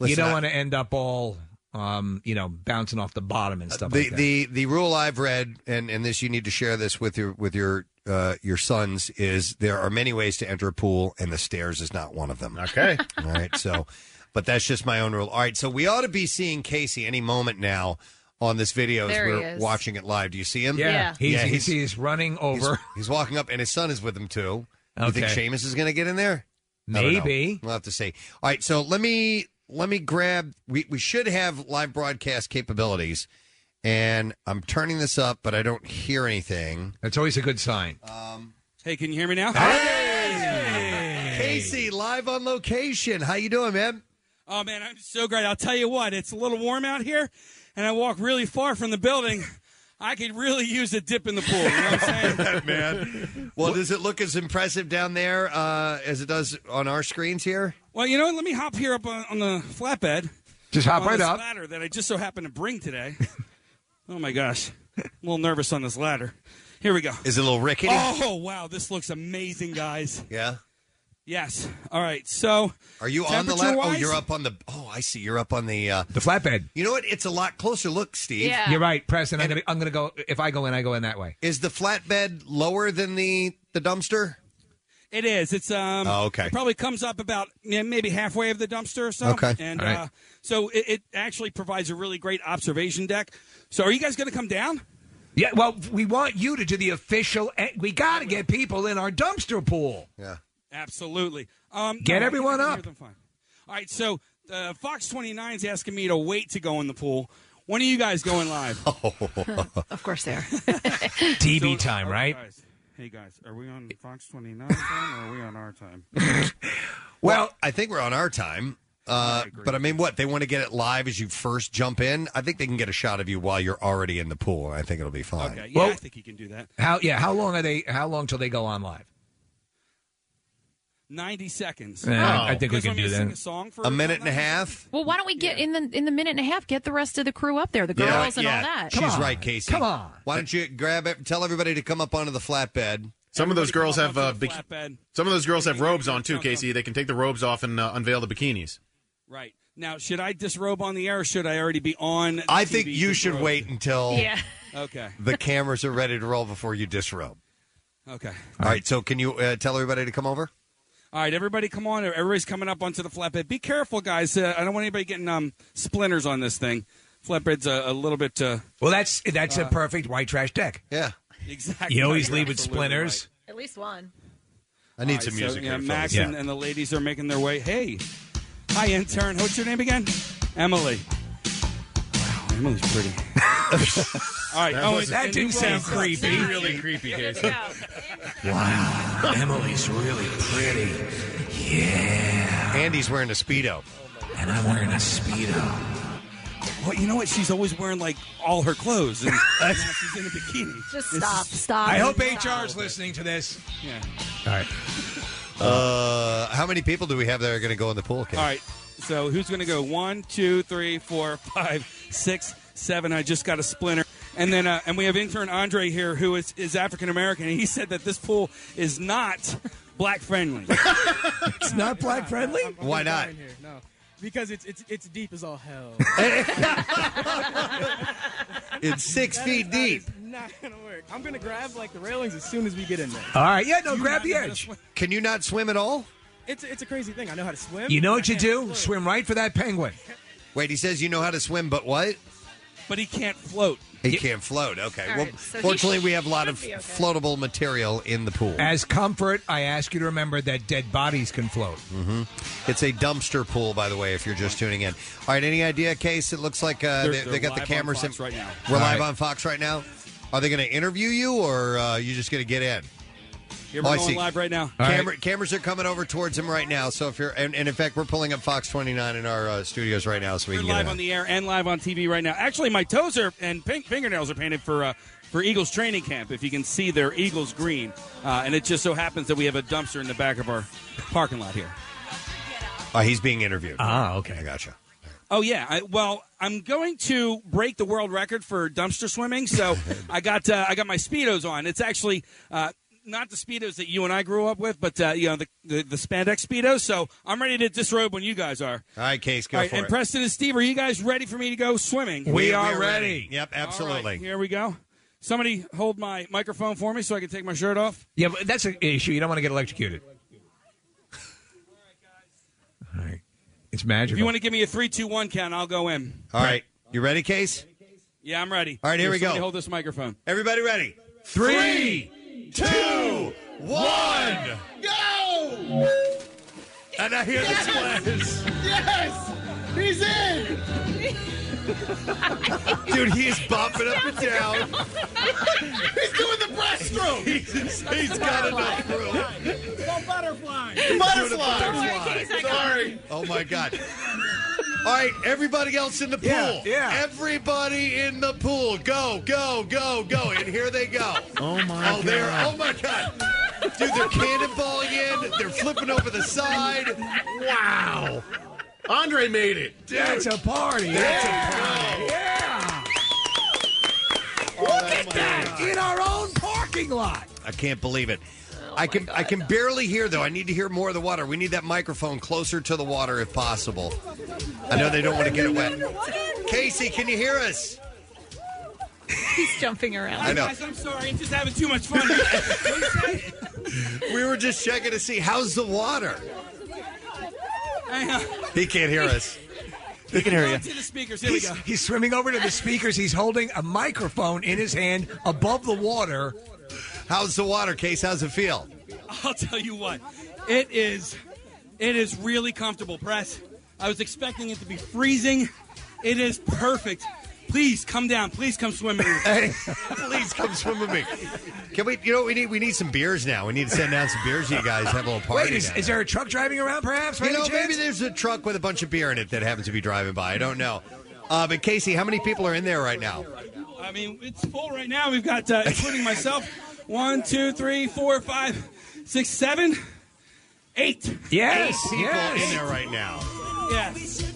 [SPEAKER 4] listen,
[SPEAKER 3] don't
[SPEAKER 4] I-
[SPEAKER 3] want to end up all um, you know bouncing off the bottom and stuff.
[SPEAKER 4] Uh, the
[SPEAKER 3] like that.
[SPEAKER 4] the the rule I've read, and and this you need to share this with your with your uh, your sons is there are many ways to enter a pool, and the stairs is not one of them.
[SPEAKER 7] Okay,
[SPEAKER 4] all right, so. But that's just my own rule. All right, so we ought to be seeing Casey any moment now on this video
[SPEAKER 3] There
[SPEAKER 4] as
[SPEAKER 3] he
[SPEAKER 4] we're
[SPEAKER 3] is.
[SPEAKER 4] watching it live. Do you see him?
[SPEAKER 3] Yeah. Yeah. He's- he's- running over.
[SPEAKER 4] He's, walking up, and his son is with him too. You think
[SPEAKER 3] Okay.
[SPEAKER 4] Seamus is going to get in there? I don't know.
[SPEAKER 3] Maybe.
[SPEAKER 4] We'll have to see. All right, so let me let me grab. We we should have live broadcast capabilities, and I'm turning this up, but I don't hear anything.
[SPEAKER 3] That's always a good sign.
[SPEAKER 4] Um,
[SPEAKER 9] Hey, can you hear me now?
[SPEAKER 4] Casey, live on location. How you doing, man?
[SPEAKER 9] Oh man, I'm so great. I'll tell you what, it's a little warm out here, and I walk really far from the building. I could really use a dip in the pool. You know what I'm saying,
[SPEAKER 4] man? Well, does it look as impressive down there uh, as it does on our screens here?
[SPEAKER 9] Well, you know, what? let me hop here up on, on the flatbed.
[SPEAKER 3] Just hop
[SPEAKER 9] on
[SPEAKER 3] right
[SPEAKER 9] this
[SPEAKER 3] up.
[SPEAKER 9] Ladder that I just so happened to bring today. oh my gosh, I'm a little nervous on this ladder. Here we go.
[SPEAKER 4] Is it a little rickety?
[SPEAKER 9] Oh wow, this looks amazing, guys.
[SPEAKER 4] Yeah.
[SPEAKER 9] Yes. All right. So,
[SPEAKER 4] Are you on the ladder? Oh,
[SPEAKER 9] temperature-wise-
[SPEAKER 4] you're up on the. Oh, I see. You're up on the uh,
[SPEAKER 3] the flatbed.
[SPEAKER 4] You know what? It's a lot closer. Look, Steve.
[SPEAKER 3] You're right, Preston. I'm gonna I'm gonna go if I go in, I go in that way.
[SPEAKER 4] Is the flatbed lower than the the dumpster?
[SPEAKER 9] It is. It's um.
[SPEAKER 4] Oh, okay.
[SPEAKER 9] It probably comes up about yeah, maybe halfway of the dumpster or so.
[SPEAKER 4] Okay.
[SPEAKER 9] And
[SPEAKER 4] All right.
[SPEAKER 9] uh, so it, it actually provides a really great observation deck. So are you guys going to come down?
[SPEAKER 3] Yeah, well, we want you to do the official. eh, We got to get people in our dumpster pool.
[SPEAKER 4] Yeah.
[SPEAKER 9] Absolutely. Um,
[SPEAKER 3] Get
[SPEAKER 9] I
[SPEAKER 3] everyone
[SPEAKER 9] can hear
[SPEAKER 3] up.
[SPEAKER 9] them fine. All right. So uh, Fox 29 is asking me to wait to go in the pool. When are you guys going live?
[SPEAKER 5] Of course, there.
[SPEAKER 3] DB time, right?
[SPEAKER 9] hey guys, are we on Fox 29 time or are we on our time?
[SPEAKER 4] Well, I think we're on our time. Uh, but I mean, what they want to get it live as you first jump in. I think they can get a shot of you while you're already in the pool. I think it'll be fine.
[SPEAKER 9] Okay, yeah, I think you can do that.
[SPEAKER 3] How yeah? How long are they? How long till they go on live?
[SPEAKER 9] 90 seconds.
[SPEAKER 3] Yeah,
[SPEAKER 4] Oh.
[SPEAKER 3] I- I think we
[SPEAKER 9] You guys
[SPEAKER 3] can
[SPEAKER 9] want me
[SPEAKER 3] do
[SPEAKER 9] to
[SPEAKER 3] that.
[SPEAKER 9] sing a song for
[SPEAKER 3] A minute and a half?
[SPEAKER 5] Well, why don't we get in the in the minute and a half? Get the rest of the crew up there, the girls and all that.
[SPEAKER 4] She's right, Casey.
[SPEAKER 5] Come on.
[SPEAKER 4] Why don't you grab it? Tell everybody to come up onto the flatbed.
[SPEAKER 7] Some of those girls have uh, bik-
[SPEAKER 9] flatbed.
[SPEAKER 7] some of those girls have robes on too, Casey. They can take the robes off and uh, unveil the bikinis.
[SPEAKER 9] Right. Now, should I disrobe on the air or should I already be on?
[SPEAKER 4] I
[SPEAKER 9] TV
[SPEAKER 4] think you should
[SPEAKER 9] disrobe?
[SPEAKER 4] wait until
[SPEAKER 9] Okay.
[SPEAKER 4] the cameras are ready to roll before you disrobe.
[SPEAKER 9] Okay.
[SPEAKER 4] All right. So can you uh, tell everybody to come over?
[SPEAKER 9] All right, everybody come on. Everybody's coming up onto the flatbed. Be careful, guys. Uh, I don't want anybody getting um, splinters on this thing. Flatbed's a, a little bit. Uh,
[SPEAKER 3] Well, that's that's
[SPEAKER 9] Uh,
[SPEAKER 3] a perfect white trash deck.
[SPEAKER 4] Yeah.
[SPEAKER 9] Exactly.
[SPEAKER 3] You always
[SPEAKER 9] You're
[SPEAKER 3] leave with
[SPEAKER 9] absolutely
[SPEAKER 3] splinters.
[SPEAKER 5] At least one.
[SPEAKER 4] I need
[SPEAKER 9] All right,
[SPEAKER 4] some
[SPEAKER 9] so,
[SPEAKER 4] music
[SPEAKER 9] yeah,
[SPEAKER 4] here,
[SPEAKER 9] Max
[SPEAKER 4] fellas.
[SPEAKER 9] and, and the ladies are making their way. Hey, hi, intern. What's your name again? Emily. Wow, Emily's pretty. All right,
[SPEAKER 3] That
[SPEAKER 9] oh,
[SPEAKER 3] wasn't-
[SPEAKER 9] and-
[SPEAKER 3] that didn't
[SPEAKER 9] and-
[SPEAKER 3] sound creepy.
[SPEAKER 9] It's Really creepy, Casey.
[SPEAKER 4] Wow. Emily's really pretty. Yeah. Andy's wearing a Speedo.
[SPEAKER 9] And I'm wearing a speedo. Well, you know what? She's always wearing like all her clothes, and now she's in a bikini.
[SPEAKER 5] Just
[SPEAKER 9] This
[SPEAKER 5] stop,
[SPEAKER 9] is-
[SPEAKER 5] stop.
[SPEAKER 3] I hope HR is listening to this.
[SPEAKER 9] Yeah.
[SPEAKER 3] All right.
[SPEAKER 4] Uh, how many people do we have that are going to go in the pool? Ken?
[SPEAKER 9] All right. So who's going to go? One, two, three, four, five, six, seven. I just got a splinter. And then, uh, and we have intern Andre here, who is, is African American, and he said that this pool is not black friendly.
[SPEAKER 3] It's not black friendly.
[SPEAKER 4] Why not?
[SPEAKER 26] No.
[SPEAKER 6] Because it's it's it's deep as all hell.
[SPEAKER 4] It's six
[SPEAKER 6] That
[SPEAKER 4] feet
[SPEAKER 6] is-
[SPEAKER 4] deep.
[SPEAKER 6] That is not gonna work. I'm gonna grab like the railings as soon as we get in there.
[SPEAKER 4] All right, yeah, no,
[SPEAKER 6] You're
[SPEAKER 4] grab
[SPEAKER 6] not
[SPEAKER 4] the
[SPEAKER 6] gonna
[SPEAKER 4] edge.
[SPEAKER 6] swim-
[SPEAKER 4] Can you not swim at all?
[SPEAKER 6] It's it's a crazy thing. I know how to swim.
[SPEAKER 3] You know what
[SPEAKER 6] I
[SPEAKER 3] you
[SPEAKER 6] can't
[SPEAKER 3] do?
[SPEAKER 6] float.
[SPEAKER 3] Swim right for that penguin.
[SPEAKER 4] Wait, he says you know how to swim, but what?
[SPEAKER 9] But he can't float.
[SPEAKER 4] He can't float. Okay.
[SPEAKER 3] All
[SPEAKER 4] well,
[SPEAKER 3] right, so he
[SPEAKER 4] fortunately,
[SPEAKER 3] sh-
[SPEAKER 4] we have a lot of
[SPEAKER 3] should be okay.
[SPEAKER 4] floatable material in the pool.
[SPEAKER 3] As comfort, I ask you to remember that dead bodies can float.
[SPEAKER 4] hmm
[SPEAKER 9] Mm-hmm.
[SPEAKER 4] It's a dumpster pool, by the way, if you're just tuning in. All right, any idea, Case? It looks like uh,
[SPEAKER 9] They're-
[SPEAKER 4] they, they
[SPEAKER 9] they're
[SPEAKER 4] got the
[SPEAKER 9] live on
[SPEAKER 4] cameras
[SPEAKER 9] Fox
[SPEAKER 4] in-
[SPEAKER 9] right now.
[SPEAKER 4] We're
[SPEAKER 9] All
[SPEAKER 4] live
[SPEAKER 9] right.
[SPEAKER 4] on Fox right now. Are they going to interview you, or uh, you just going to get in? Oh,
[SPEAKER 9] Here,
[SPEAKER 3] Oh,
[SPEAKER 9] we're going live right now. All right.
[SPEAKER 4] Camera, Cameras are coming over towards him right now. So if you're, and, and in fact, we're pulling up Fox 29 in our uh, studios right now, so we
[SPEAKER 9] We're
[SPEAKER 4] can get
[SPEAKER 9] live
[SPEAKER 4] it
[SPEAKER 9] on
[SPEAKER 4] out.
[SPEAKER 9] the air and live on TV right now. Actually, my toes are and pink fingernails are painted for uh, for Eagles training camp. If you can see, they're Eagles green, uh, and it just so happens that we have a dumpster in the back of our parking lot here.
[SPEAKER 4] Oh, he's being interviewed.
[SPEAKER 3] Ah, okay, I
[SPEAKER 4] gotcha.
[SPEAKER 9] Oh yeah, I, well I'm going to break the world record for dumpster swimming. So I got uh, I got my speedos on. It's actually. Uh, not the speedos that you and I grew up with, but uh, you know the, the the spandex speedos. So I'm ready to disrobe when you guys are.
[SPEAKER 4] All right, Case, go
[SPEAKER 9] All right,
[SPEAKER 4] for
[SPEAKER 9] and
[SPEAKER 4] it.
[SPEAKER 9] Preston and Steve, are you guys ready for me to go swimming?
[SPEAKER 4] We We are are ready. ready. Yep, absolutely.
[SPEAKER 9] All right, here we go. Somebody hold my microphone for me so I can take my shirt off.
[SPEAKER 3] Yeah, but that's an issue. You don't want to get electrocuted. All right. It's
[SPEAKER 9] If
[SPEAKER 3] magical.
[SPEAKER 9] you want to give me a three, two, one count, I'll go in.
[SPEAKER 4] All right. You ready, Case?
[SPEAKER 9] Yeah, I'm ready.
[SPEAKER 4] All right, here we go.
[SPEAKER 9] somebody Hold this microphone.
[SPEAKER 4] Everybody ready?
[SPEAKER 9] Three,
[SPEAKER 4] two, one.
[SPEAKER 26] Go!
[SPEAKER 4] And I hear the splash.
[SPEAKER 26] Yes! He's in!
[SPEAKER 4] Dude, he is bopping up and down.
[SPEAKER 26] he's doing the breaststroke!
[SPEAKER 4] he's got enough room.
[SPEAKER 26] butterfly!
[SPEAKER 4] He's doing a
[SPEAKER 26] Butterfly!
[SPEAKER 4] butterfly.
[SPEAKER 26] Sorry.
[SPEAKER 4] Oh my god. All right, everybody else in the pool.
[SPEAKER 26] Yeah,
[SPEAKER 4] yeah. Everybody in the pool. Go, go, go, go. And here they go.
[SPEAKER 26] Oh my
[SPEAKER 4] Oh, they're
[SPEAKER 26] God.
[SPEAKER 4] oh my god. Dude, they're cannonballing in. They're flipping over the side. Wow.
[SPEAKER 7] Andre made it.
[SPEAKER 3] That's a party.
[SPEAKER 4] That's Oh,
[SPEAKER 3] Look at that in our own parking lot.
[SPEAKER 4] I can't believe it.
[SPEAKER 3] Oh
[SPEAKER 4] I can I can barely hear though. I need to hear more of the water. We need that microphone closer to the water if possible. I know they don't want to get it wet. Casey, can you hear us?
[SPEAKER 5] He's jumping around.
[SPEAKER 4] I know.
[SPEAKER 9] Guys, I'm sorry. I'm just having too much fun.
[SPEAKER 4] We were just checking to see how's the water.
[SPEAKER 9] Hang on.
[SPEAKER 4] He can't hear us. He can hear
[SPEAKER 9] Go To the speakers. Here
[SPEAKER 3] He's,
[SPEAKER 9] we go.
[SPEAKER 3] he's swimming over to the speakers. He's holding a microphone in his hand above the water.
[SPEAKER 4] How's the water, Case? How's it feel?
[SPEAKER 9] I'll tell you what, it is, it is really comfortable. Press. I was expecting it to be freezing. It is perfect. Please come down. Please come swim with me.
[SPEAKER 4] Please come swim with me. Can we? You know, what we need we need some beers now. We need to send down some beers. to You guys have a little party.
[SPEAKER 3] Wait, is,
[SPEAKER 4] down
[SPEAKER 3] is there a truck driving around perhaps? by
[SPEAKER 4] You
[SPEAKER 3] any
[SPEAKER 4] know, maybe
[SPEAKER 3] chance?
[SPEAKER 4] there's a truck with a bunch of beer in it that happens to be driving by. I don't know. Uh, but Casey, how many people are in there right now?
[SPEAKER 9] I mean, it's full right now. We've got, uh, including myself, one, two, three, four, five, six, seven, eight.
[SPEAKER 4] Eight people in there right now.
[SPEAKER 9] Yes.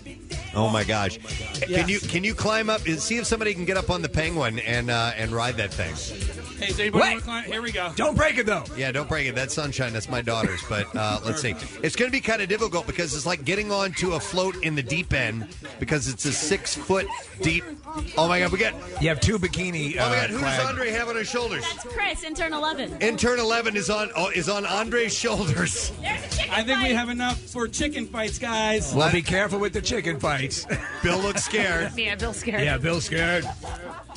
[SPEAKER 4] Oh my gosh! Can you can you climb up and see if somebody can get up on the penguin and uh, and ride that thing?
[SPEAKER 9] Hey, is anybody want to climb? Here we go.
[SPEAKER 3] Don't break it though.
[SPEAKER 4] Yeah, don't break it. That's sunshine. That's my daughter's. But uh, let's see. It's going to be kind of difficult because it's like getting onto a float in the deep end because it's a six foot deep. Oh my god, we got.
[SPEAKER 3] You have two bikini.
[SPEAKER 4] Oh my
[SPEAKER 3] uh,
[SPEAKER 4] god, who does
[SPEAKER 3] clad-
[SPEAKER 4] Andre have on his shoulders?
[SPEAKER 13] That's Chris, intern 11.
[SPEAKER 4] Intern eleven is on oh, is on Andre's shoulders.
[SPEAKER 9] I think we have enough for chicken fights, guys.
[SPEAKER 3] Well, be careful with the chicken fights.
[SPEAKER 4] Bill looks scared.
[SPEAKER 5] Yeah, Bill's scared.
[SPEAKER 3] yeah, Bill's scared.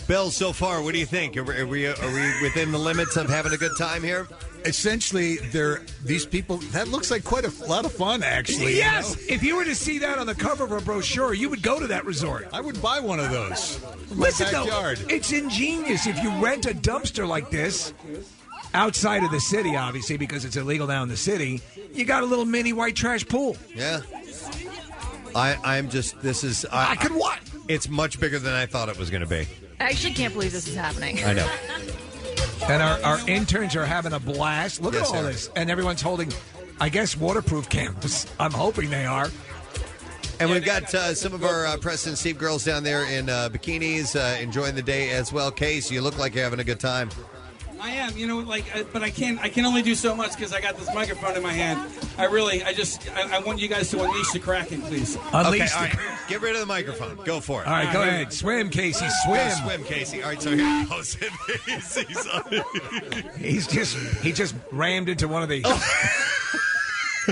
[SPEAKER 4] Bill, so far, what do you think? Are we, are we, are we within the limits of having a good time here?
[SPEAKER 25] Essentially, they're these people. That looks like quite a lot of fun, actually.
[SPEAKER 3] Yes, if you were to see that on the cover of a brochure, you would go to that resort.
[SPEAKER 25] I would buy one of those. in my
[SPEAKER 3] Listen,
[SPEAKER 25] backyard.
[SPEAKER 3] though, it's ingenious if you rent a dumpster like this outside of the city, obviously, because it's illegal now in the city. You got a little mini white trash pool.
[SPEAKER 4] Yeah. I, I'm just. This is. I, I
[SPEAKER 3] could what?
[SPEAKER 4] It's much bigger than I thought it was going to be.
[SPEAKER 5] I actually can't believe this is happening.
[SPEAKER 4] I know.
[SPEAKER 3] And our, our interns are having a blast. Look
[SPEAKER 4] Yes,
[SPEAKER 3] at all
[SPEAKER 4] they are.
[SPEAKER 3] this. And everyone's holding, I guess, waterproof cameras. I'm hoping they are.
[SPEAKER 4] And we've got uh, some of our uh, Preston Steve girls down there in uh, bikinis uh, enjoying the day as well. Case, you look like you're having a good time.
[SPEAKER 6] I am, you know, like, I, but I can't. I can only do so much because I got this microphone in my hand. I really, I just, I, I want you guys to unleash the kraken, please.
[SPEAKER 4] Okay, all right. Get rid of the microphone. Go for it.
[SPEAKER 3] All right, go ahead. Swim, Casey. Swim.
[SPEAKER 4] Yeah, swim, Casey. All right, so here. Oh, He's on
[SPEAKER 3] He's just he just rammed into one of these.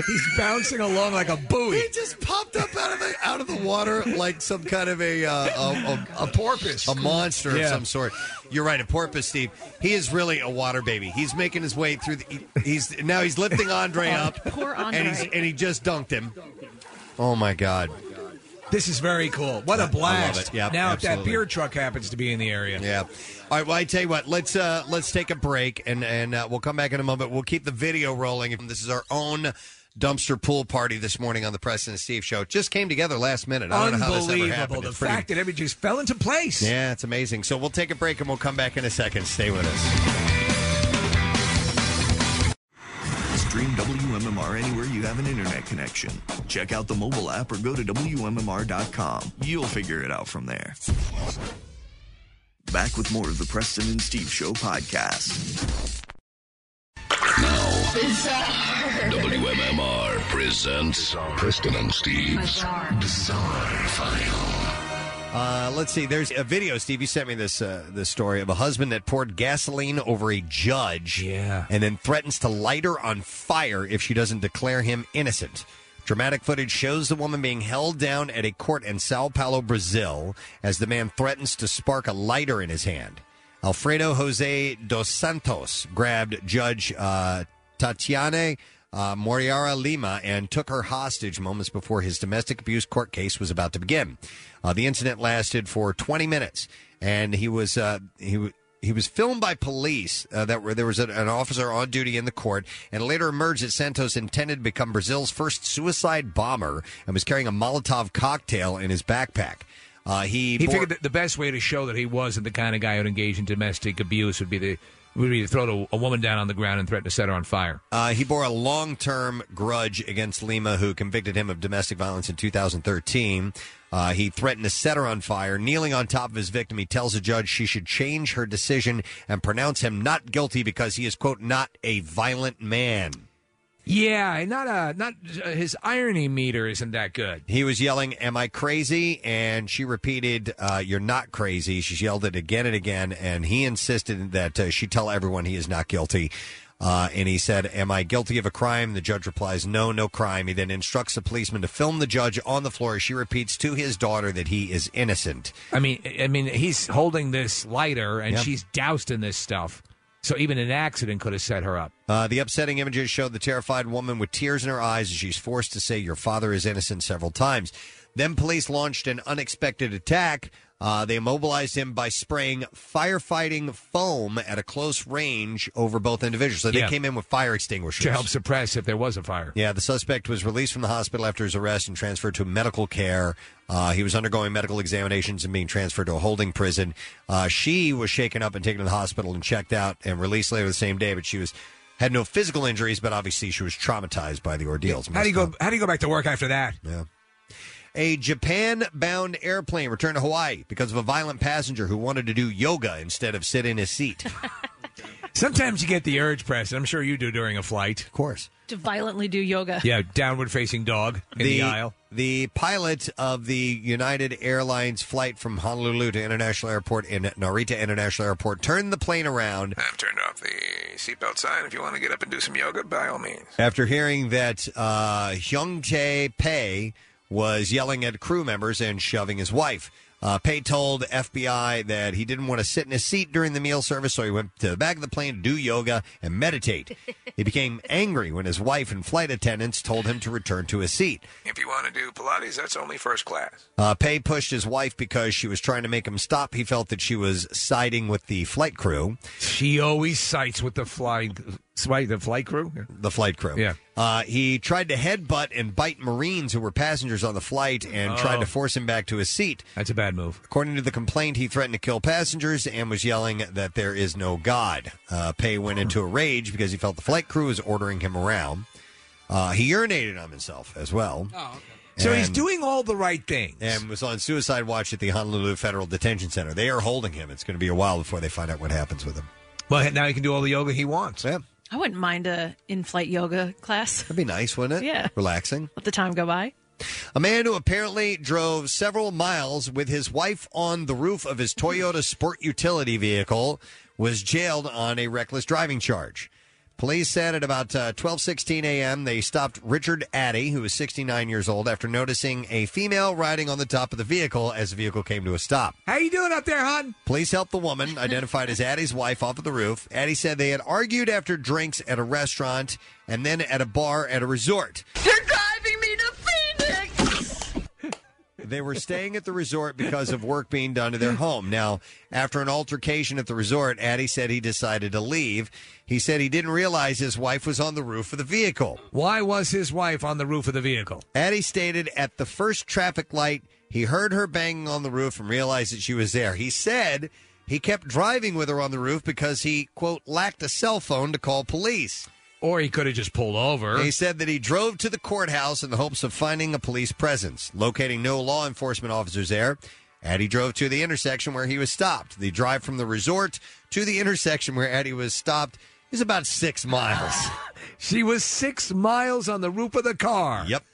[SPEAKER 3] He's bouncing along like a buoy.
[SPEAKER 4] He just popped up out of the out of the water like some kind of a uh, a, a, porpoise, a monster
[SPEAKER 3] Yeah.
[SPEAKER 4] of some sort. You're right, a porpoise, Steve. He is really a water baby. He's making his way through. The, he- he's now he's lifting Andre up,
[SPEAKER 3] Oh, Poor
[SPEAKER 4] and he's
[SPEAKER 3] Andre.
[SPEAKER 4] and he just dunked him. Oh my God!
[SPEAKER 3] This is very cool. What a blast!
[SPEAKER 4] Yep,
[SPEAKER 3] now if that
[SPEAKER 4] absolutely.
[SPEAKER 3] beer truck happens to be in the area,
[SPEAKER 4] Yeah. All right. Well, I tell you what. Let's uh, let's take a break, and and uh, we'll come back in a moment. We'll keep the video rolling. This is our own dumpster pool party this morning on the Preston and Steve show. It just came together last minute. I don't know how this ever
[SPEAKER 3] unbelievable.
[SPEAKER 4] happened.
[SPEAKER 3] The
[SPEAKER 4] It's pretty-
[SPEAKER 3] fact that everything just fell into place.
[SPEAKER 4] yeah, it's amazing. So we'll take a break, and we'll come back in a second. Stay with us.
[SPEAKER 12] Stream WMMR anywhere you have an internet connection. Check out the mobile app or go to WMMR.com. You'll figure it out from there. Back with more of the Preston and Steve Show podcast.
[SPEAKER 2] WMMR presents Preston and Steve's Bizarre, File.
[SPEAKER 4] Uh, let's see. There's a video, Steve. You sent me this uh, this story of a husband that poured gasoline over a judge, yeah, and then threatens to light her on fire if she doesn't declare him innocent. Dramatic footage shows the woman being held down at a court in Sao Paulo, Brazil, as the man threatens to spark a lighter in his hand. Alfredo Jose dos Santos grabbed Judge uh, Tatiane uh, Moriara Lima and took her hostage moments before his domestic abuse court case was about to begin. Uh, the incident lasted for 20 minutes, and he was uh, he. wa- He was filmed by police uh, that were there was a, an officer on duty in the court, and it later emerged that Santos intended to become Brazil's first suicide bomber and was carrying a Molotov cocktail in his backpack. Uh, he
[SPEAKER 3] He
[SPEAKER 4] bore-
[SPEAKER 3] figured that the best way to show that he wasn't the kind of guy who'd engage in domestic abuse would be the would be to throw a woman down on the ground and threaten to set her on fire.
[SPEAKER 4] Uh, he bore a long term grudge against Lima, who convicted him of domestic violence in 2013. Uh, he threatened to set her on fire. Kneeling on top of his victim, he tells the judge she should change her decision and pronounce him not guilty because he is, quote, not a violent man.
[SPEAKER 3] Yeah, not a not uh, his irony meter isn't that good.
[SPEAKER 4] He was yelling, Am I crazy? And she repeated, uh, You're not crazy. She yelled it again and again. And he insisted that uh, she tell everyone he is not guilty. Uh, and he said, Am I guilty of a crime? The judge replies, No, no crime. He then instructs the policeman to film the judge on the floor. She repeats to his daughter that he is innocent.
[SPEAKER 3] I mean, I mean, he's holding this lighter and
[SPEAKER 4] Yep.
[SPEAKER 3] she's doused in this stuff, so even an accident could have set her up.
[SPEAKER 4] Uh, the upsetting images show the terrified woman with tears in her eyes as she's forced to say, Your father is innocent several times. Then police launched an unexpected attack. Uh, they immobilized him by spraying firefighting foam at a close range over both individuals. So they
[SPEAKER 3] Yeah.
[SPEAKER 4] came in with fire extinguishers.
[SPEAKER 3] to help suppress if there was a fire.
[SPEAKER 4] Yeah, the suspect was released from the hospital after his arrest and transferred to medical care. Uh, he was undergoing medical examinations and being transferred to a holding prison. Uh, she was shaken up and taken to the hospital and checked out and released later the same day. But she was had no physical injuries, but obviously she was traumatized by the ordeals.
[SPEAKER 3] How do you go? How do you go back to work after that?
[SPEAKER 4] Yeah. A Japan bound airplane returned to Hawaii because of a violent passenger who wanted to do yoga instead of sit in his seat.
[SPEAKER 3] Sometimes you get the urge, Preston. I'm sure you do during a flight. Of
[SPEAKER 4] course.
[SPEAKER 5] To violently do yoga.
[SPEAKER 3] Yeah, downward facing dog in the, aisle.
[SPEAKER 4] the pilot of the United Airlines flight from Honolulu to International Airport in Narita International Airport turned the plane around
[SPEAKER 11] I've turned off the seatbelt sign. If you want to get up and do some yoga, by all means.
[SPEAKER 4] after hearing that uh, Hyung Tae Pei was yelling at crew members and shoving his wife. Uh, Pei told FBI that he didn't want to sit in his seat during the meal service, so he went to the back of the plane to do yoga and meditate. he became angry when his wife and flight attendants told him to return to his seat.
[SPEAKER 11] If you want to do Pilates, that's only first class.
[SPEAKER 4] Uh, Pei pushed his wife because she was trying to make him stop. He felt that she was siding with the flight crew.
[SPEAKER 3] She always sights with the flight, the flight crew.
[SPEAKER 4] The flight crew.
[SPEAKER 3] Yeah.
[SPEAKER 4] Uh, he tried to headbutt and bite Marines who were passengers on the flight and
[SPEAKER 3] Oh.
[SPEAKER 4] tried to force him back to his seat.
[SPEAKER 3] That's a bad move.
[SPEAKER 4] According to the complaint, he threatened to kill passengers and was yelling that there is no God. Uh, Pei went into a rage because he felt the flight crew was ordering him around. Uh, he urinated on himself as well.
[SPEAKER 3] So he's
[SPEAKER 4] And-
[SPEAKER 3] doing all the right things.
[SPEAKER 4] and was on suicide watch at the Honolulu Federal Detention Center. They are holding him. It's going to be a while before they find out what happens with him.
[SPEAKER 3] Well, now he can do all the yoga he wants.
[SPEAKER 4] Yeah.
[SPEAKER 5] I wouldn't mind a in-flight yoga class.
[SPEAKER 4] That'd be nice, wouldn't it?
[SPEAKER 5] Yeah.
[SPEAKER 4] Relaxing.
[SPEAKER 5] Let the time go by.
[SPEAKER 4] A man who apparently drove several miles with his wife on the roof of his Toyota Sport utility vehicle was jailed on a reckless driving charge. Police said at about uh, 12:16 a.m. they stopped Richard Addy, who was 69 years old, after noticing a female riding on the top of the vehicle as the vehicle came to a stop.
[SPEAKER 3] How you doing up there, hon?
[SPEAKER 4] Police helped the woman, identified as Addie's wife, off of the roof. Addie said they had argued after drinks at a restaurant and then at a bar at a resort.
[SPEAKER 26] They're driving me to Phoenix.
[SPEAKER 4] They were staying at the resort because of work being done to their home. Now, after an altercation at the resort, Addie said he decided to leave. He said he didn't realize his wife was on the roof of the vehicle.
[SPEAKER 3] Why was his wife on the roof of the vehicle?
[SPEAKER 4] Addie stated at the first traffic light, he heard her banging on the roof and realized that she was there. He said he kept driving with her on the roof because he, quote, lacked a cell phone to call police.
[SPEAKER 3] Or he could have just pulled over.
[SPEAKER 4] He said that he drove to the courthouse in the hopes of finding a police presence, locating no law enforcement officers there. Addie drove to the intersection where he was stopped. The drive from the resort to the intersection where Addie was stopped is about six miles.
[SPEAKER 3] she was six miles on the roof of the car.
[SPEAKER 4] Yep.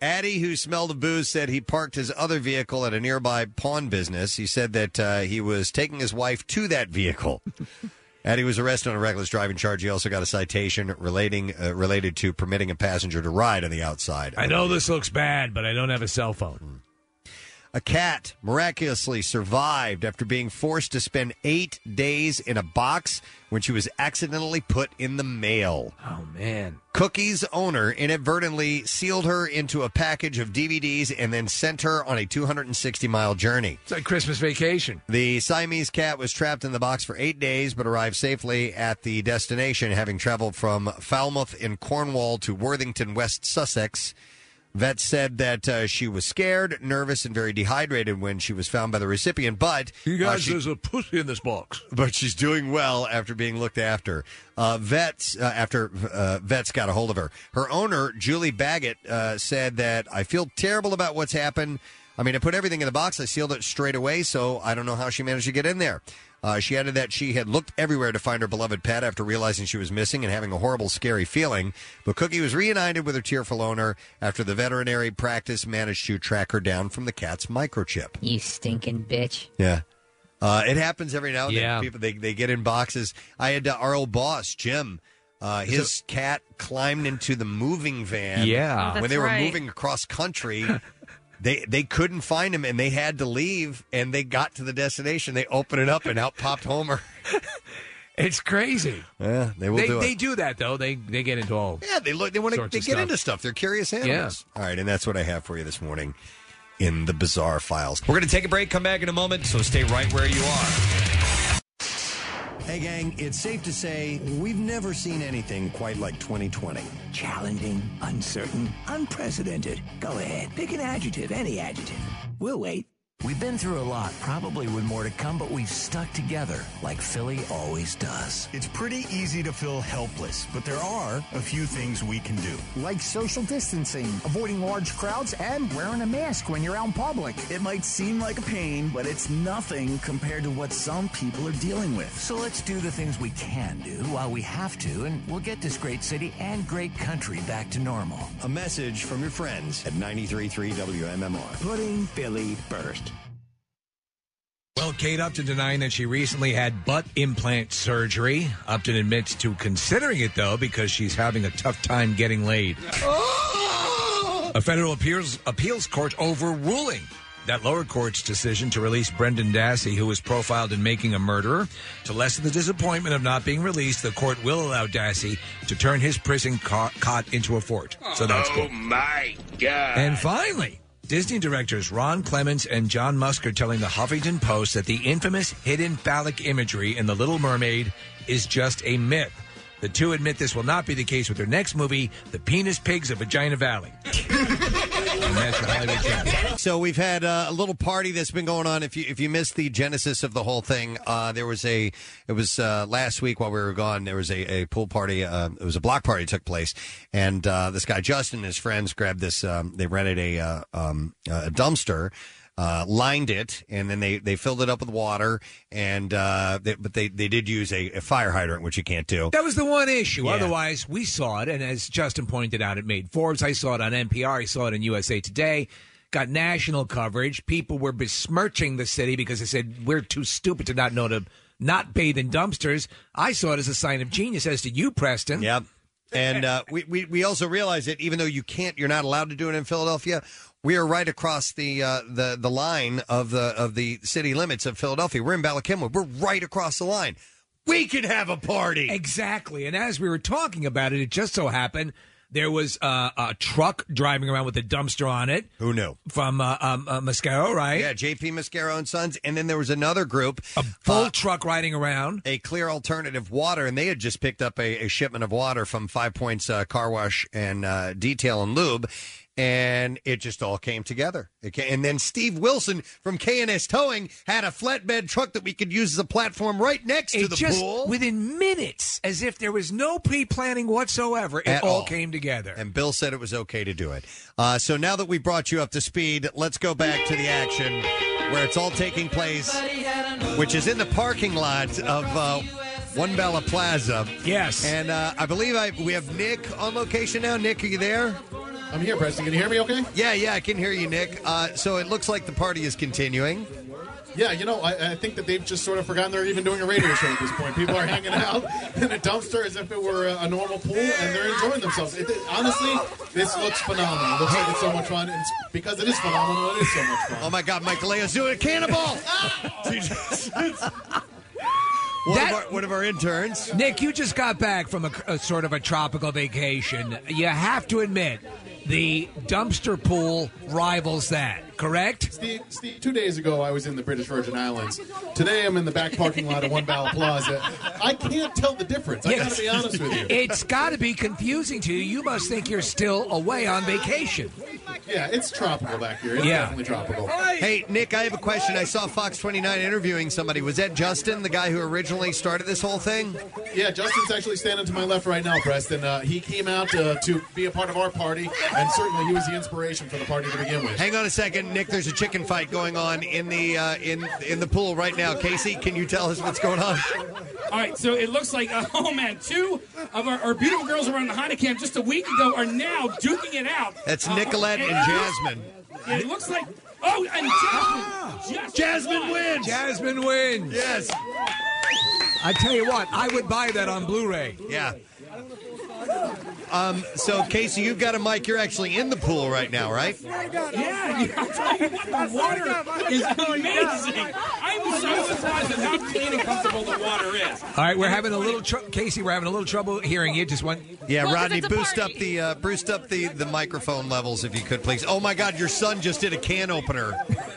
[SPEAKER 4] Addie, who smelled of booze, said he parked his other vehicle at a nearby pawn business. He said that uh, he was taking his wife to that vehicle. Addie was arrested on a reckless driving charge. He also got a citation relating uh, related to permitting a passenger to ride on the outside.
[SPEAKER 3] I know this looks bad, but I don't have a cell phone.
[SPEAKER 4] A cat miraculously survived after being forced to spend eight days in a box when she was accidentally put in the mail.
[SPEAKER 3] Oh, man.
[SPEAKER 4] Cookie's owner inadvertently sealed her into a package of DVDs and then sent her on a 260 mile journey.
[SPEAKER 3] It's like Christmas vacation.
[SPEAKER 4] The Siamese cat was trapped in the box for eight days but arrived safely at the destination, having traveled from Falmouth in Cornwall to Worthington, West Sussex. Vets said that uh, she was scared, nervous, and very dehydrated when she was found by the recipient, but
[SPEAKER 3] You guys,
[SPEAKER 4] uh, she-
[SPEAKER 3] there's a pussy in this box.
[SPEAKER 4] but she's doing well after being looked after. Uh, vets uh, after uh, vets got a hold of her. Her owner, Julie Baggett, uh, said that I feel terrible about what's happened. I mean, I put everything in the box. I sealed it straight away, so I don't know how she managed to get in there. Uh, she added that she had looked everywhere to find her beloved pet after realizing she was missing and having a horrible, scary feeling. But Cookie was reunited with her tearful owner after the veterinary practice managed to track her down from the cat's microchip.
[SPEAKER 10] You stinking bitch.
[SPEAKER 4] Yeah. Uh, it happens every now and
[SPEAKER 10] Yeah.
[SPEAKER 4] then. People they they get in boxes. I had uh, our old boss Jim. Uh, his cat climbed into the moving van.
[SPEAKER 3] Yeah. Oh, that's
[SPEAKER 4] when they were
[SPEAKER 3] right.
[SPEAKER 4] moving across country, they they couldn't find him and they had to leave. And they got to the destination. They opened it up and out popped Homer.
[SPEAKER 3] It's crazy.
[SPEAKER 4] Yeah, they will
[SPEAKER 3] they,
[SPEAKER 4] do it.
[SPEAKER 3] they do that, though. They they get into all.
[SPEAKER 4] Yeah, they look. They want to.
[SPEAKER 3] Sorts
[SPEAKER 4] They
[SPEAKER 3] of
[SPEAKER 4] get
[SPEAKER 3] stuff.
[SPEAKER 4] into stuff. They're curious animals. All right, and that's what I have for you this morning in the bizarre files. We're going to take a break. Come back in a moment. So stay right where you are. Hey, gang, it's safe to say we've never seen anything quite like 2020.
[SPEAKER 14] Challenging, uncertain, unprecedented. Go ahead, pick an adjective, any adjective. We'll wait. We've been through a lot, probably with more to come, but we've stuck together like Philly always does.
[SPEAKER 12] It's pretty easy to feel helpless, but there are a few things we can do.
[SPEAKER 18] Like social distancing, avoiding large crowds, and wearing a mask when you're out in public. It might seem like a pain, but it's nothing compared to what some people are dealing with.
[SPEAKER 14] So let's do the things we can do while we have to, and we'll get this great city and great country back to normal.
[SPEAKER 4] A message from your friends at 93.3 WMMR.
[SPEAKER 14] Putting Philly first.
[SPEAKER 3] Well, Kate Upton denying that she recently had butt implant surgery. Upton admits to considering it, though, because she's having a tough time getting laid. A federal appeals, appeals court overruling that lower court's decision to release Brendan Dassey, who was profiled in Making a Murderer. To lessen the disappointment of not being released, the court will allow Dassey to turn his prison co- cot into a fort. So that's
[SPEAKER 26] oh
[SPEAKER 3] cool.
[SPEAKER 26] my god!
[SPEAKER 3] And finally, Disney directors Ron Clements and John Musk are telling the Huffington Post that the infamous hidden phallic imagery in The Little Mermaid is just a myth. The two admit this will not be the case with their next movie, The Penis Pigs of Vagina Valley. And that's your Hollywood Channel.
[SPEAKER 4] So we've had uh, a little party that's been going on. If you if you missed the genesis of the whole thing, uh, there was a it was uh, last week while we were gone. There was a, a pool party. Uh, it was a block party that took place, and uh, this guy Justin and his friends grabbed this. Um, they rented a uh, um, a dumpster. uh, lined it, and then they, they filled it up with water. And uh, they, but they, they did use a, a fire hydrant, which you can't do.
[SPEAKER 3] That was the one issue.
[SPEAKER 4] Yeah.
[SPEAKER 3] Otherwise, we saw it, and as Justin pointed out, it made Forbes. I saw it on NPR. I saw it in USA Today. Got national coverage. People were besmirching the city because they said we're too stupid to not know to not bathe in dumpsters. I saw it as a sign of genius. As to you, Preston.
[SPEAKER 4] Yep. And uh, we, we we also realize that even though you can't, you're not allowed to do it in Philadelphia. We are right across the uh, the the line of the of the city limits of Philadelphia. We're in Ballakimla. We're right across the line. We could have a party.
[SPEAKER 3] Exactly. And as we were talking about it, it just so happened there was uh, a truck driving around with a dumpster on it.
[SPEAKER 4] Who knew?
[SPEAKER 3] From uh, um, uh, Mascaro, right?
[SPEAKER 4] Yeah, JP Mascaro and Sons. And then there was another group. A
[SPEAKER 3] full truck riding around.
[SPEAKER 4] A clear alternative water. And they had just picked up a, a shipment of water from Five Points uh, Car Wash and uh, Detail and Lube. And it just all came together. It ca- and then Steve Wilson from K&S Towing had a flatbed truck that we could use as a platform right next to
[SPEAKER 3] It
[SPEAKER 4] the
[SPEAKER 3] just
[SPEAKER 4] pool.
[SPEAKER 3] within minutes, as if there was no pre planning whatsoever, it
[SPEAKER 4] At
[SPEAKER 3] all,
[SPEAKER 4] all.
[SPEAKER 3] came together.
[SPEAKER 4] And Bill said it was okay to do it. Uh, so now that we brought you up to speed, let's go back to the action where it's all taking place, which is in the parking lot of uh, One Bella Plaza.
[SPEAKER 3] Yes.
[SPEAKER 4] And uh, I believe I we have Nick on location now. Nick, are you there?
[SPEAKER 7] I'm here, Preston. Can you hear me okay?
[SPEAKER 4] Yeah, yeah, I can hear you, Nick. Uh, so it looks like the party is continuing.
[SPEAKER 7] Yeah, you know, I, I think that they've just sort of forgotten they're even doing a radio show at this point. People are hanging out in a dumpster as if it were a, a normal pool, and they're enjoying themselves. It, it- honestly, this looks phenomenal. It looks like it's so much fun. It's because it is phenomenal. It is so much fun.
[SPEAKER 4] Oh my God, Michael Leo's doing a cannonball! One, of
[SPEAKER 3] That-
[SPEAKER 4] our, one of our interns.
[SPEAKER 3] Nick, you just got back from a, a sort of a tropical vacation. You have to admit, the dumpster pool rivals that, correct?
[SPEAKER 7] Steve, Steve, two days ago, I was in the British Virgin Islands. Today, I'm in the back parking lot of One Ballot Plaza. I can't tell the difference. I got to be honest with you.
[SPEAKER 3] It's got to be confusing to you. You must think you're still away on vacation.
[SPEAKER 7] yeah, it's tropical back here. It's
[SPEAKER 3] Yeah.
[SPEAKER 7] definitely tropical.
[SPEAKER 4] Hey, Nick, I have a question. I saw Fox 29 interviewing somebody. Was that Justin, the guy who originally started this whole thing?
[SPEAKER 7] Yeah, Justin's actually standing to my left right now, Preston. Uh, he came out uh, to be a part of our party, and certainly he was the inspiration for the party to begin with.
[SPEAKER 4] Hang on a second, Nick. There's a chicken fight going on in the uh, in in the pool right now. Casey, can you tell us what's going on?
[SPEAKER 6] All right, so it looks like, uh, oh man, two of our, our beautiful girls around the Honda camp just a week ago are now duking it out.
[SPEAKER 4] That's
[SPEAKER 6] Uh,
[SPEAKER 4] Nicolette
[SPEAKER 6] it
[SPEAKER 4] and
[SPEAKER 6] looks-
[SPEAKER 4] Jasmine.
[SPEAKER 6] yeah, it looks like, oh, and Jasmine. just won.
[SPEAKER 3] Jasmine wins.
[SPEAKER 4] Yes.
[SPEAKER 3] I tell you what, I would buy that on Blu-ray.
[SPEAKER 4] Yeah. Um, so, Casey, you've got a mic. You're actually in the pool right now, right?
[SPEAKER 6] Yeah, you- I'm telling you what, the water is amazing. I'm so surprised at how clean and comfortable the water is.
[SPEAKER 3] All right, we're having a little tr- Casey. We're having a little trouble hearing you. Just one.
[SPEAKER 4] Yeah, Rodney, boost up the uh, boost up the, the microphone levels if you could, please. Oh my God, your son just did a can opener.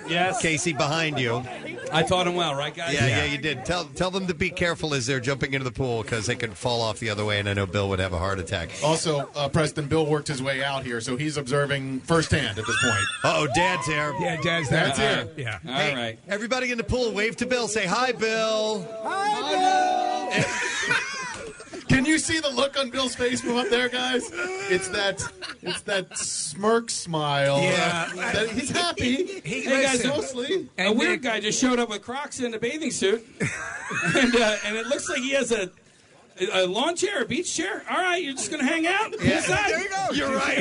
[SPEAKER 6] Yes,
[SPEAKER 4] Casey, behind you.
[SPEAKER 6] I taught him well, right, guys?
[SPEAKER 4] Yeah, yeah, you did. Tell tell them to be careful as they're jumping into the pool because they could fall off the other way, and I know Bill would have a heart attack.
[SPEAKER 7] Also, uh, Preston, Bill worked his way out here, so he's observing firsthand at this point.
[SPEAKER 4] Oh, Dad's here.
[SPEAKER 3] Yeah, Dad's Uh,
[SPEAKER 7] there. Dad's here.
[SPEAKER 3] Yeah.
[SPEAKER 7] All
[SPEAKER 4] Uh-huh. Hey,
[SPEAKER 7] right.
[SPEAKER 4] Everybody in the pool, wave to Bill. Say hi, Bill.
[SPEAKER 7] Can you see the look on Bill's face from up there, guys? It's that, it's that smirk smile.
[SPEAKER 6] Yeah.
[SPEAKER 7] that he's happy.
[SPEAKER 6] Hey,
[SPEAKER 7] hey guys,
[SPEAKER 6] listen.
[SPEAKER 7] mostly.
[SPEAKER 6] a weird guy just showed up with Crocs and a bathing suit, and uh, and it looks like he has a a lawn chair, a beach chair. All right, you're just gonna hang out. Poolside?
[SPEAKER 3] There you go. You're right.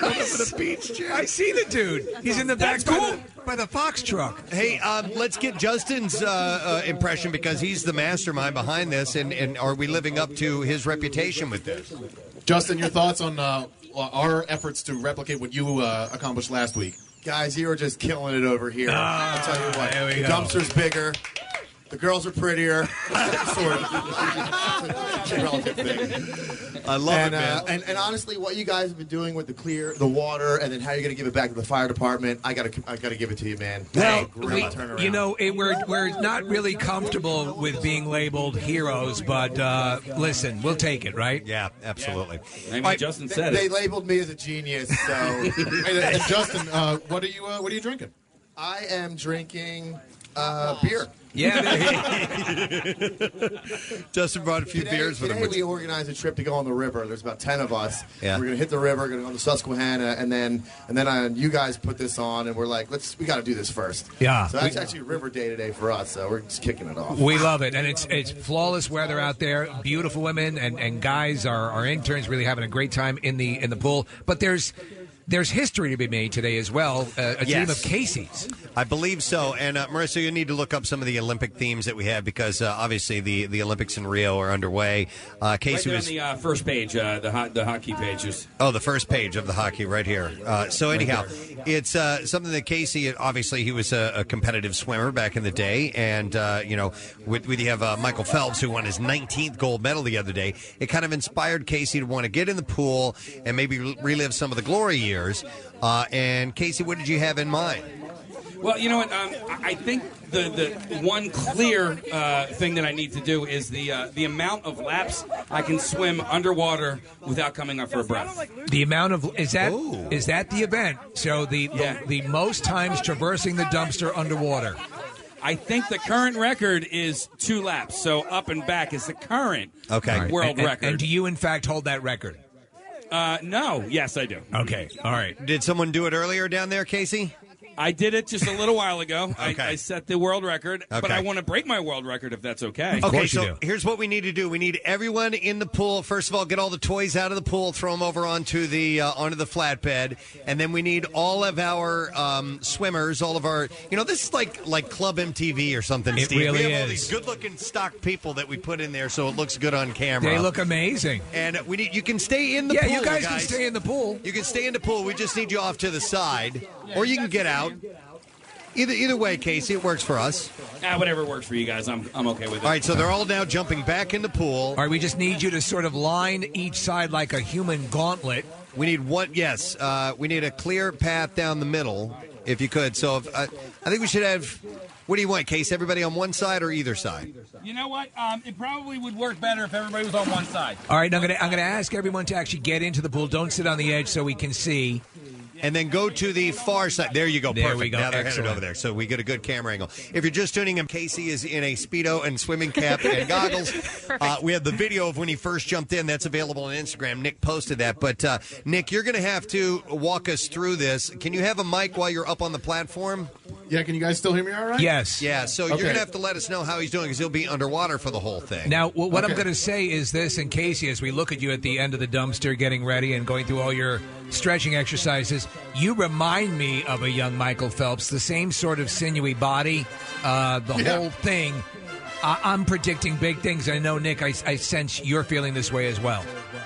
[SPEAKER 4] the beach chair.
[SPEAKER 3] I see the dude. He's in the back by, the, by the Fox truck.
[SPEAKER 4] Hey, um, let's get Justin's uh, uh, impression because he's the mastermind behind this, and, and are we living up to his reputation with this?
[SPEAKER 7] Justin, your thoughts on uh, our efforts to replicate what you uh, accomplished last week? Guys, you are just killing it over here.
[SPEAKER 10] Ah,
[SPEAKER 7] I'll tell you what.
[SPEAKER 10] there we
[SPEAKER 7] the
[SPEAKER 10] go.
[SPEAKER 7] dumpster's bigger. The girls are prettier. sort of. It's a relative thing.
[SPEAKER 4] I love
[SPEAKER 10] and,
[SPEAKER 7] it, man.
[SPEAKER 10] Uh, and, and honestly, what you guys have been doing with the clear, the water, and then how you're going to give it back to the fire department, I got to I got to give it to you, man.
[SPEAKER 3] Well,
[SPEAKER 10] great
[SPEAKER 3] we-
[SPEAKER 10] turnaround.
[SPEAKER 3] you know, it, we're we're not really comfortable with being labeled heroes, but uh, listen, we'll take it, right?
[SPEAKER 4] Yeah, absolutely.
[SPEAKER 6] Justin
[SPEAKER 10] they, they labeled me as a genius, so.
[SPEAKER 7] Hey, uh, Justin, uh, what are you uh, What are you drinking?
[SPEAKER 10] I am drinking
[SPEAKER 31] Uh, beer.
[SPEAKER 4] Justin brought a few
[SPEAKER 31] Today-
[SPEAKER 4] beers with
[SPEAKER 31] today
[SPEAKER 4] him. Which,
[SPEAKER 31] we organized a trip to go on the river. There's about ten of us.
[SPEAKER 4] Yeah.
[SPEAKER 31] We're gonna hit the river, gonna go to Susquehanna, and then and then uh, you guys put this on, and we're like, let's we got to do this first.
[SPEAKER 3] Yeah.
[SPEAKER 31] So that's actually River Day today for us. So we're just kicking it off.
[SPEAKER 3] We love it, and it's it's flawless weather out there. Beautiful women and, and guys. Our our interns really having a great time in the in the pool. But there's there's history to be made today as well. Uh, a team
[SPEAKER 4] Yes.
[SPEAKER 3] of Casey's.
[SPEAKER 4] I believe so. And uh, Marissa, you need to look up some of the Olympic themes that we have because uh, obviously the, the Olympics in Rio are underway. Uh,
[SPEAKER 9] Right
[SPEAKER 4] Casey
[SPEAKER 9] there on
[SPEAKER 4] was
[SPEAKER 9] the uh, first page, uh, the ho- the hockey pages.
[SPEAKER 4] Oh, the first page of the hockey right here. Uh, so anyhow, it's uh, something that Casey obviously he was a, a competitive swimmer back in the day, and uh, you know with we have uh, Michael Phelps who won his 19th gold medal the other day. It kind of inspired Casey to want to get in the pool and maybe relive some of the glory years. Uh, and Casey, what did you have in mind?
[SPEAKER 9] Well, you know what? Um, I I think the, the one clear uh, thing that I need to do is the uh, the amount of laps I can swim underwater without coming up for a breath.
[SPEAKER 3] The amount of is that is that the event? So the, the the most times traversing the dumpster underwater.
[SPEAKER 9] I think the current record is two laps, so up and back is the current
[SPEAKER 3] All right.
[SPEAKER 9] world
[SPEAKER 3] And- and-
[SPEAKER 9] record.
[SPEAKER 3] And do you in fact hold that record?
[SPEAKER 9] Uh, no, yes, I do.
[SPEAKER 3] Okay, all right.
[SPEAKER 4] Did someone do it earlier down there, Casey?
[SPEAKER 9] I did it just a little while ago. I, I set the world record, but
[SPEAKER 4] Okay.
[SPEAKER 9] I want to break my world record if that's okay.
[SPEAKER 4] okay, so here's what we need to do. We need everyone in the pool. First of all, get all the toys out of the pool, throw them over onto the uh, onto the flatbed, and then we need all of our um, swimmers, all of our. You know, this is like like Club MTV or something.
[SPEAKER 3] It
[SPEAKER 4] Steve.
[SPEAKER 3] really
[SPEAKER 4] we have all
[SPEAKER 3] is.
[SPEAKER 4] these good-looking stock people that we put in there, so it looks good on camera.
[SPEAKER 3] They look amazing.
[SPEAKER 4] And we need you can stay in the
[SPEAKER 3] Yeah,
[SPEAKER 4] pool.
[SPEAKER 3] you guys can stay in the pool.
[SPEAKER 4] You can stay in the pool. We just need you off to the side, or you can get out. Either either way, Casey, it works for us.
[SPEAKER 9] Ah, whatever works for you guys, I'm, I'm okay with it.
[SPEAKER 4] All right, so they're all now jumping back in the pool.
[SPEAKER 3] All right, we just need you to sort of line each side like a human gauntlet.
[SPEAKER 4] We need one. Yes, uh, we need a clear path down the middle, if you could. So, if, uh, I think we should have. What do you want, Case? Everybody on one side or either side?
[SPEAKER 9] You know what? Um, it probably would work better if everybody was on one side.
[SPEAKER 3] All right, now I'm gonna I'm gonna ask everyone to actually get into the pool. Don't sit on the edge so we can see.
[SPEAKER 4] And then go to the far side. There you go.
[SPEAKER 3] There
[SPEAKER 4] Perfect.
[SPEAKER 3] we go.
[SPEAKER 4] Now they're
[SPEAKER 3] Excellent.
[SPEAKER 4] headed over there, so we get a good camera angle. If you're just tuning in, Casey is in a speedo and swimming cap and goggles. Uh, we have the video of when he first jumped in. That's available on Instagram. Nick posted that. But uh, Nick, you're going to have to walk us through this. Can you have a mic while you're up on the platform?
[SPEAKER 7] Yeah, can you guys still hear me all right?
[SPEAKER 4] Yeah, so
[SPEAKER 7] Okay.
[SPEAKER 4] you're going to have to let us know how he's doing because he'll be underwater for the whole thing.
[SPEAKER 3] Now, wh- what I'm
[SPEAKER 4] Okay.
[SPEAKER 3] going to say is this, and Casey, as we look at you at the end of the dumpster getting ready and going through all your stretching exercises, you remind me of a young Michael Phelps, the same sort of sinewy body, uh, the
[SPEAKER 32] Yeah.
[SPEAKER 3] whole thing. I- I'm predicting big things. I know, Nick, I-, I sense you're feeling this way as well.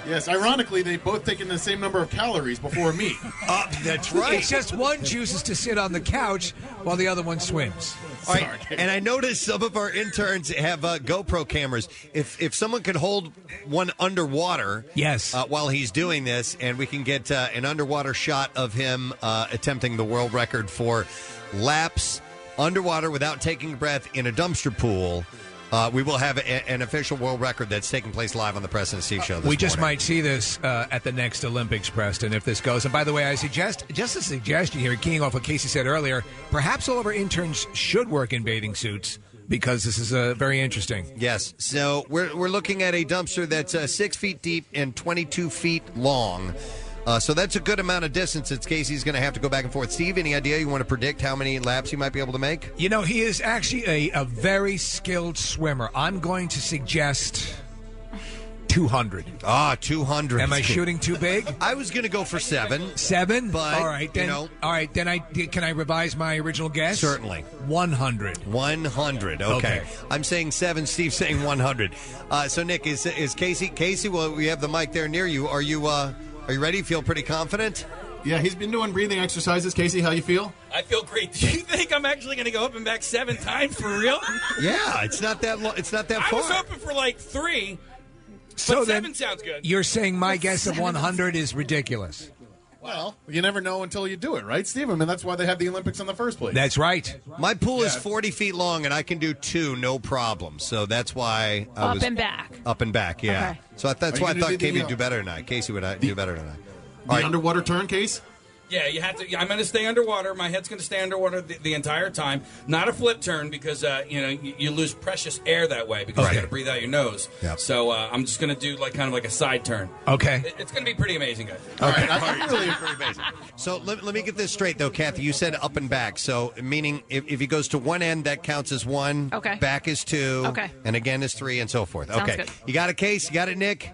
[SPEAKER 7] Yes, ironically, they both taken the same number of calories before me.
[SPEAKER 4] uh, that's right.
[SPEAKER 3] It's just one chooses to sit on the couch while the other one swims.
[SPEAKER 4] All right, and I noticed some of our interns have uh, GoPro cameras. If if someone could hold one underwater,
[SPEAKER 3] yes,
[SPEAKER 4] uh, while he's doing this, and we can get uh, an underwater shot of him uh, attempting the world record for laps underwater without taking a breath in a dumpster pool. Uh, we will have a, an official world record that's taking place live on the President Steve Show. This
[SPEAKER 3] we just
[SPEAKER 4] morning.
[SPEAKER 3] might see this uh, at the next Olympics, Preston, if this goes. And by the way, I suggest just a suggestion here, keying off what Casey said earlier. Perhaps all of our interns should work in bathing suits because this is uh, very interesting.
[SPEAKER 4] Yes. So we're, we're looking at a dumpster that's uh, six feet deep and 22 feet long. Uh, so that's a good amount of distance. It's Casey's going to have to go back and forth. Steve, any idea you want to predict how many laps he might be able to make?
[SPEAKER 3] You know, he is actually a, a very skilled swimmer. I'm going to suggest 200.
[SPEAKER 4] Ah, 200.
[SPEAKER 3] Am I shooting too big?
[SPEAKER 4] I was going to go for seven.
[SPEAKER 3] Seven?
[SPEAKER 4] But,
[SPEAKER 3] all right,
[SPEAKER 4] you
[SPEAKER 3] then.
[SPEAKER 4] know-
[SPEAKER 3] all right, then. I can I revise my original guess?
[SPEAKER 4] Certainly.
[SPEAKER 3] 100.
[SPEAKER 4] 100. Okay.
[SPEAKER 3] Okay.
[SPEAKER 4] I'm saying seven. Steve saying 100. Uh, so Nick is is Casey. Casey, well, we have the mic there near you. Are you uh, are you ready? Feel pretty confident?
[SPEAKER 7] Yeah, he's been doing breathing exercises. Casey, how you feel?
[SPEAKER 9] I feel great. Do you think I'm actually going to go up and back seven times for real?
[SPEAKER 4] Yeah, it's not that long. It's not that
[SPEAKER 9] I
[SPEAKER 4] far.
[SPEAKER 9] was hoping for like three, but
[SPEAKER 3] So then
[SPEAKER 9] seven sounds good.
[SPEAKER 3] You're saying my guess of 100 is ridiculous.
[SPEAKER 7] Well, you never know until you do it, right, Steve? I mean, that's why they have the Olympics in the first place.
[SPEAKER 3] That's right.
[SPEAKER 4] My pool is
[SPEAKER 7] Yeah.
[SPEAKER 4] 40 feet long, and I can do two, no problem. So that's why I
[SPEAKER 20] Up
[SPEAKER 4] was
[SPEAKER 20] and back.
[SPEAKER 4] Up and back, yeah.
[SPEAKER 20] Okay.
[SPEAKER 4] So I,
[SPEAKER 7] Are
[SPEAKER 4] that's
[SPEAKER 7] you
[SPEAKER 4] why I
[SPEAKER 7] gonna
[SPEAKER 4] thought
[SPEAKER 7] do the,
[SPEAKER 4] KB would
[SPEAKER 7] uh,
[SPEAKER 4] do better than I. Casey would uh, do better than I.
[SPEAKER 7] The underwater turn, Case?
[SPEAKER 9] Yeah, you have to. I'm going to stay underwater. My head's going to stay underwater the, the entire time. Not a flip turn because uh, you know you, you lose precious air that way because you got to breathe out your nose. So uh, I'm just going to do like kind of like a side turn.
[SPEAKER 3] Okay.
[SPEAKER 9] It- it's going to be pretty amazing, guys.
[SPEAKER 4] So let, let me get this straight, though, Kathy. You said up and back. So, meaning if, if he goes to one end, that counts as one.
[SPEAKER 5] Okay.
[SPEAKER 4] Back is two.
[SPEAKER 5] Okay.
[SPEAKER 4] And again is three, and so forth.
[SPEAKER 9] Sounds
[SPEAKER 4] okay.
[SPEAKER 9] good.
[SPEAKER 4] You got a case? You got it, Nick?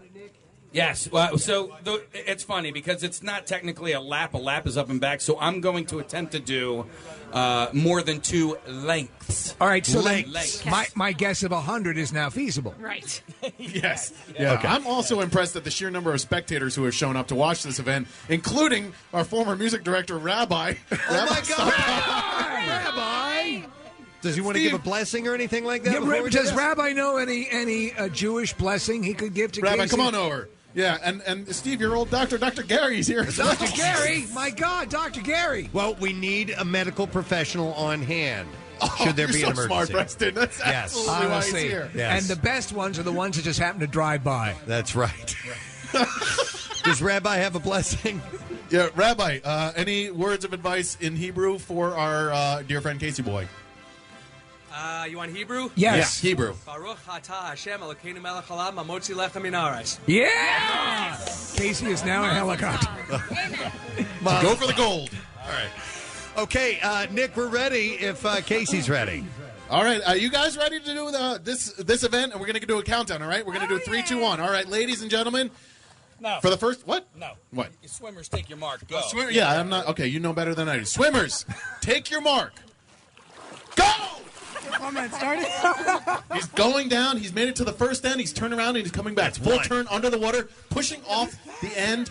[SPEAKER 9] Yes. Well, so the, it's funny because it's not technically a lap. A lap is up and back. So I'm going to attempt to do uh, more than two lengths.
[SPEAKER 3] All right, so then
[SPEAKER 9] lengths.
[SPEAKER 3] my, my guess of 100 is now feasible.
[SPEAKER 5] Right.
[SPEAKER 7] yes. Yeah.
[SPEAKER 3] Okay.
[SPEAKER 7] I'm also impressed at the sheer number of spectators who have shown up to watch this event, including our former music director, Rabbi.
[SPEAKER 4] Oh, my God.
[SPEAKER 3] Rabbi!
[SPEAKER 4] Does he want to give a blessing or anything like that?
[SPEAKER 3] Yeah,
[SPEAKER 4] before we do
[SPEAKER 3] does
[SPEAKER 4] this?
[SPEAKER 3] Rabbi know any any uh, Jewish blessing he could give to
[SPEAKER 7] Rabbi,
[SPEAKER 3] Casey?
[SPEAKER 7] come on over. Yeah, and, and Steve, your old doctor, Dr. Gary's here.
[SPEAKER 3] Dr. Gary, my God, Dr. Gary.
[SPEAKER 4] Well, we need a medical professional on hand. Should there
[SPEAKER 7] Oh, you're
[SPEAKER 4] be an
[SPEAKER 7] so
[SPEAKER 4] emergency?
[SPEAKER 7] smart, Preston. That's
[SPEAKER 4] yes.
[SPEAKER 7] absolutely why he's here.
[SPEAKER 4] Yes.
[SPEAKER 3] And the best ones are the ones that just happen to drive by.
[SPEAKER 4] That's right. Does Rabbi have a blessing?
[SPEAKER 7] Yeah, Rabbi, uh, any words of advice in Hebrew for our uh, dear friend Casey Boy?
[SPEAKER 19] Uh, you want Hebrew?
[SPEAKER 7] Yeah, Hebrew.
[SPEAKER 19] Baruch atah Hashem Elokeinu melech haolam, hamotzi lechem min haaretz.
[SPEAKER 3] Yeah! Casey is now a helicopter.
[SPEAKER 7] Go for the gold. All right.
[SPEAKER 4] Okay, uh, Nick, we're ready if uh, Casey's ready.
[SPEAKER 7] All right, are you guys ready to do the, this this event? And we're going to do a countdown. All right, we're going to do three, two, one. All right, ladies and gentlemen,
[SPEAKER 9] No.
[SPEAKER 7] for the first what?
[SPEAKER 9] No.
[SPEAKER 7] What?
[SPEAKER 9] Swimmers take your mark. Go.
[SPEAKER 7] Swimmer, yeah, I'm not. Okay, you know better than I do. Swimmers, take your mark.
[SPEAKER 17] One minute started.
[SPEAKER 7] He's going down. He's made it to the first end. He's turned around and he's coming back. Full
[SPEAKER 17] one.
[SPEAKER 7] turn under the water, pushing off the end.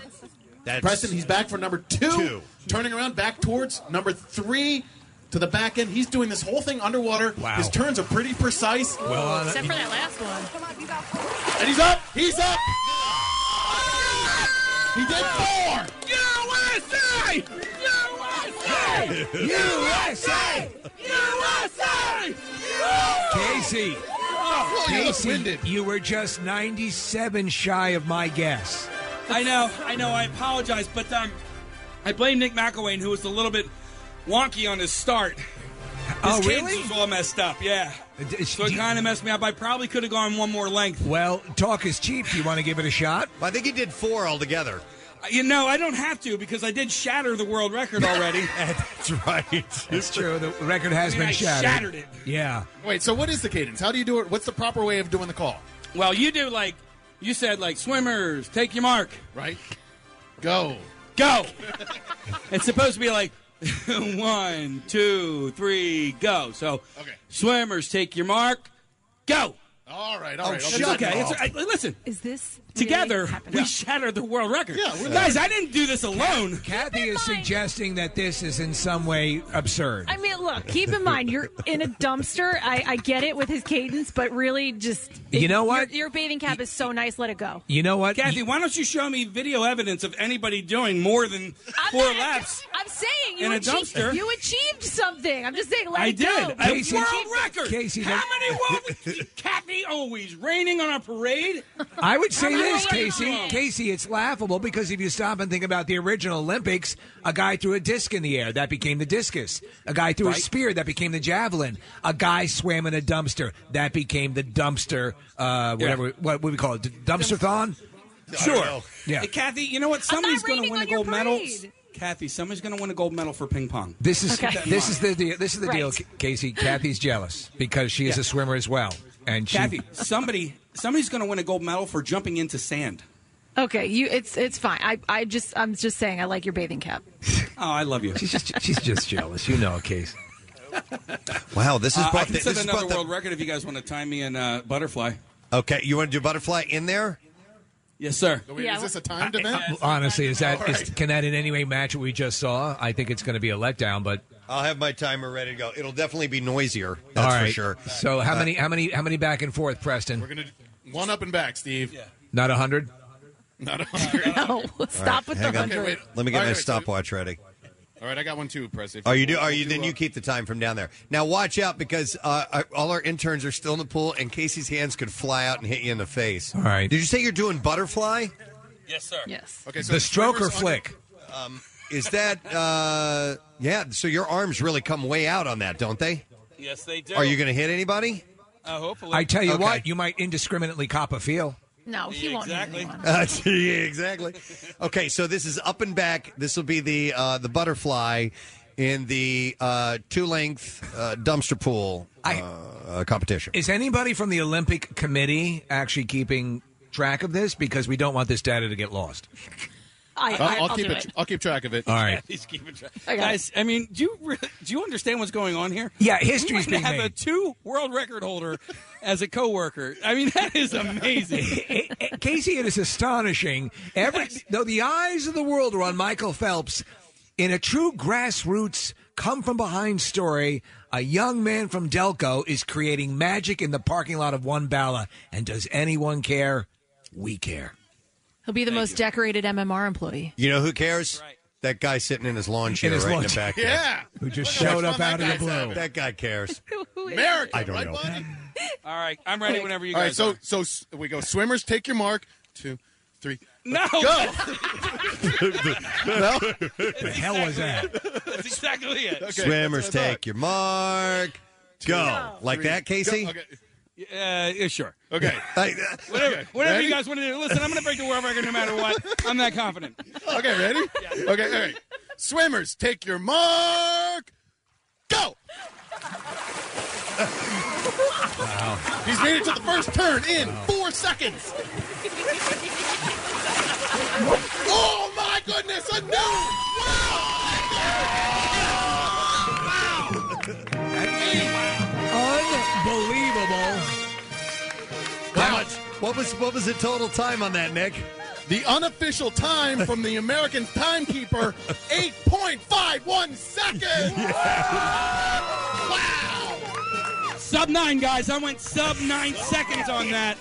[SPEAKER 4] That's
[SPEAKER 7] Preston, he's back for number two, Turning around back towards number three to the back end. He's doing this whole thing underwater. Wow. His turns are pretty precise.
[SPEAKER 3] uh,
[SPEAKER 18] uh,
[SPEAKER 5] Except for that last one.
[SPEAKER 7] And he's up. He's up. He did four.
[SPEAKER 17] USA! USA! USA! USA!
[SPEAKER 3] Casey,
[SPEAKER 17] Oh, you look
[SPEAKER 3] Casey, you were just 97 shy of my guess.
[SPEAKER 9] I know, I know. I apologize, but um, I blame Nick McElwain, who was a little bit wonky on his start. His
[SPEAKER 3] Oh,
[SPEAKER 9] cadence
[SPEAKER 3] really? Uh,
[SPEAKER 9] was all messed up. Yeah, so it kind of messed me up. I probably could have gone one more length.
[SPEAKER 3] Well, talk is cheap. Do you want to give it a shot?
[SPEAKER 4] I think he did four altogether.
[SPEAKER 9] Uh, You know, I don't have to because I did shatter the world record already.
[SPEAKER 4] That's right.
[SPEAKER 3] It's true. The record has
[SPEAKER 9] I mean,
[SPEAKER 3] been
[SPEAKER 9] I
[SPEAKER 3] shattered.
[SPEAKER 9] shattered it.
[SPEAKER 3] Yeah.
[SPEAKER 7] Wait, so what is the cadence? How do you do it? What's the proper way of doing the call?
[SPEAKER 9] Well, you do like you said, like swimmers, take your mark.
[SPEAKER 7] Right. Go.
[SPEAKER 9] Go. it's supposed to be like one, two, three, go. So, swimmers, take your mark. Go.
[SPEAKER 7] All right,
[SPEAKER 4] Oh,
[SPEAKER 9] all right. I'll do it. Okay, it's- I- listen.
[SPEAKER 5] Is this
[SPEAKER 9] Together, we shattered the world record.
[SPEAKER 5] Yeah, we're
[SPEAKER 9] guys,
[SPEAKER 5] there.
[SPEAKER 9] I didn't do this alone.
[SPEAKER 3] Kathy is suggesting that this is in some way absurd.
[SPEAKER 5] I mean, look. Keep in mind, you're in a dumpster. I, I get it with his cadence, but really, just
[SPEAKER 3] You know what?
[SPEAKER 5] Your, your bathing cap is so nice. Let it go.
[SPEAKER 3] You know what,
[SPEAKER 9] Kathy? Why don't you show me video evidence of anybody doing more than four laps?
[SPEAKER 5] I'm saying
[SPEAKER 9] In
[SPEAKER 5] you
[SPEAKER 9] a
[SPEAKER 5] achieved,
[SPEAKER 9] dumpster.
[SPEAKER 5] you achieved something. I'm just saying, let
[SPEAKER 9] I
[SPEAKER 5] it
[SPEAKER 9] did.
[SPEAKER 5] go.
[SPEAKER 9] A
[SPEAKER 5] You
[SPEAKER 9] world
[SPEAKER 5] achieved-
[SPEAKER 9] record.
[SPEAKER 3] Casey,
[SPEAKER 9] How
[SPEAKER 3] that-
[SPEAKER 9] many world? Kathy always raining on our parade.
[SPEAKER 3] I would
[SPEAKER 9] How
[SPEAKER 3] say
[SPEAKER 9] many
[SPEAKER 3] this,
[SPEAKER 9] world
[SPEAKER 3] Casey.
[SPEAKER 9] records?
[SPEAKER 3] Casey, it's laughable because if you stop and think about the original Olympics, a guy threw a disc in the air. That became the discus. A guy threw a
[SPEAKER 9] Right.
[SPEAKER 3] spear. That became the javelin. A guy swam in a dumpster. That became the dumpster, uh, whatever, what would we call it? D- Dumpster thon?
[SPEAKER 9] Sure.
[SPEAKER 3] Yeah.
[SPEAKER 9] Hey, Kathy, you know what? Somebody's going to win a gold medal. Kathy, somebody's going to win a gold medal for ping pong.
[SPEAKER 3] This is
[SPEAKER 9] Keep that in
[SPEAKER 3] this
[SPEAKER 9] mind.
[SPEAKER 3] is the deal. This is the deal,
[SPEAKER 9] Right.
[SPEAKER 3] Ca- Casey. Kathy's jealous because she is
[SPEAKER 9] Yeah.
[SPEAKER 3] a swimmer as well, and she.
[SPEAKER 9] Kathy, somebody somebody's going to win a gold medal for jumping into sand.
[SPEAKER 5] Okay, you. It's it's fine. I I just I'm just saying I like your bathing cap.
[SPEAKER 9] Oh, I love you.
[SPEAKER 3] She's just she's just jealous, you know, Casey.
[SPEAKER 4] Wow, this is
[SPEAKER 9] Uh, I
[SPEAKER 4] brought
[SPEAKER 9] can
[SPEAKER 4] the-
[SPEAKER 9] set
[SPEAKER 4] this is
[SPEAKER 9] another
[SPEAKER 4] brought the-
[SPEAKER 9] world record if you guys want to time me in uh, butterfly.
[SPEAKER 4] Okay, you want to do butterfly in there?
[SPEAKER 9] Yes, sir.
[SPEAKER 7] Wait, is this a timed event?
[SPEAKER 3] Honestly, is that is, can that in any way match what we just saw? I think it's going to be a letdown. But
[SPEAKER 4] I'll have my timer ready to go. It'll definitely be noisier. That's
[SPEAKER 3] all right,
[SPEAKER 4] for sure.
[SPEAKER 3] So how
[SPEAKER 4] Uh,
[SPEAKER 3] many how many how many back and forth, Preston?
[SPEAKER 7] We're gonna one up and back, Steve.
[SPEAKER 3] Not a hundred.
[SPEAKER 7] Not a hundred.
[SPEAKER 5] no,
[SPEAKER 4] all right, hang on. Let me get
[SPEAKER 7] All
[SPEAKER 4] my
[SPEAKER 7] right,
[SPEAKER 4] stopwatch ready.
[SPEAKER 7] All right, I got one too, Press. if
[SPEAKER 4] Are you do?
[SPEAKER 7] want,
[SPEAKER 4] Are
[SPEAKER 7] we'll
[SPEAKER 4] you? Then
[SPEAKER 7] uh,
[SPEAKER 4] you keep the time from down there. Now watch out because uh, I- all our interns are still in the pool, and Casey's hands could fly out and hit you in the face. All
[SPEAKER 3] right.
[SPEAKER 4] Did you say you're doing butterfly?
[SPEAKER 9] Yes, sir.
[SPEAKER 5] Yes.
[SPEAKER 7] Okay,
[SPEAKER 4] so The stroke or flick?
[SPEAKER 9] Um,
[SPEAKER 4] is that uh yeah, so your arms really come way out on that, don't they?
[SPEAKER 9] Yes, they do.
[SPEAKER 4] Are you going to hit anybody?
[SPEAKER 9] Uh, hopefully.
[SPEAKER 3] I tell you
[SPEAKER 4] Okay.
[SPEAKER 3] what, you might indiscriminately cop a feel.
[SPEAKER 5] No, he won't. Exactly.
[SPEAKER 4] Uh, yeah, exactly. Okay, so this is up and back. This will be the uh, the butterfly in the uh, two length uh, dumpster pool uh, competition.
[SPEAKER 3] Is anybody from the Olympic Committee actually keeping track of this? Because we don't want this data to get lost.
[SPEAKER 5] I,
[SPEAKER 3] I'll- I'll I'll keep do it- it.
[SPEAKER 7] I'll keep track of it.
[SPEAKER 3] All right.
[SPEAKER 9] He's keeping track.
[SPEAKER 5] I got
[SPEAKER 9] Guys, I mean, do you re- do you understand what's going on here?
[SPEAKER 3] Yeah,
[SPEAKER 9] We
[SPEAKER 3] history's
[SPEAKER 9] might
[SPEAKER 3] being
[SPEAKER 9] have a
[SPEAKER 3] made.
[SPEAKER 9] two world record holder as a coworker. I mean, that is amazing.
[SPEAKER 3] Casey, it is astonishing. Every though the eyes of the world are on Michael Phelps, in a true grassroots come from behind story, a young man from Delco is creating magic in the parking lot of One Bala. And does anyone care? We care.
[SPEAKER 5] He'll be the most decorated MMR employee.
[SPEAKER 4] You know who cares? That guy sitting in his lawn chair
[SPEAKER 3] his
[SPEAKER 4] right
[SPEAKER 3] lawn
[SPEAKER 4] in the
[SPEAKER 3] chair.
[SPEAKER 4] back. there.
[SPEAKER 3] Yeah. Who just Look how showed much up fun out of that the guy's blue. having.
[SPEAKER 4] That guy cares.
[SPEAKER 7] America,
[SPEAKER 4] I don't
[SPEAKER 7] right,
[SPEAKER 4] know.
[SPEAKER 7] buddy?
[SPEAKER 9] All right, I'm ready whenever you
[SPEAKER 7] All right,
[SPEAKER 9] guys.
[SPEAKER 7] so so s- we go. Swimmers, take your mark. Two, three.
[SPEAKER 9] No.
[SPEAKER 7] go.
[SPEAKER 4] no.
[SPEAKER 3] The hell was that?
[SPEAKER 9] are. That's exactly it.
[SPEAKER 4] Swimmers, take your mark. Go. like that, Casey?
[SPEAKER 9] Uh, yeah, sure.
[SPEAKER 7] Okay.
[SPEAKER 9] Whatever, whatever
[SPEAKER 7] Ready?
[SPEAKER 9] you guys want to do. Listen, I'm going to break the world record no matter what. I'm that confident.
[SPEAKER 7] Okay, ready? Okay, all right. Swimmers, take your mark. Go.
[SPEAKER 22] Wow.
[SPEAKER 7] He's made it to the first turn in four seconds. oh my goodness, a new
[SPEAKER 3] Unbelievable.
[SPEAKER 4] How much? What was what was the total time on that, Nick?
[SPEAKER 7] The unofficial time from the American timekeeper, 8.51 seconds.
[SPEAKER 9] Sub nine, guys. I went sub nine seconds on that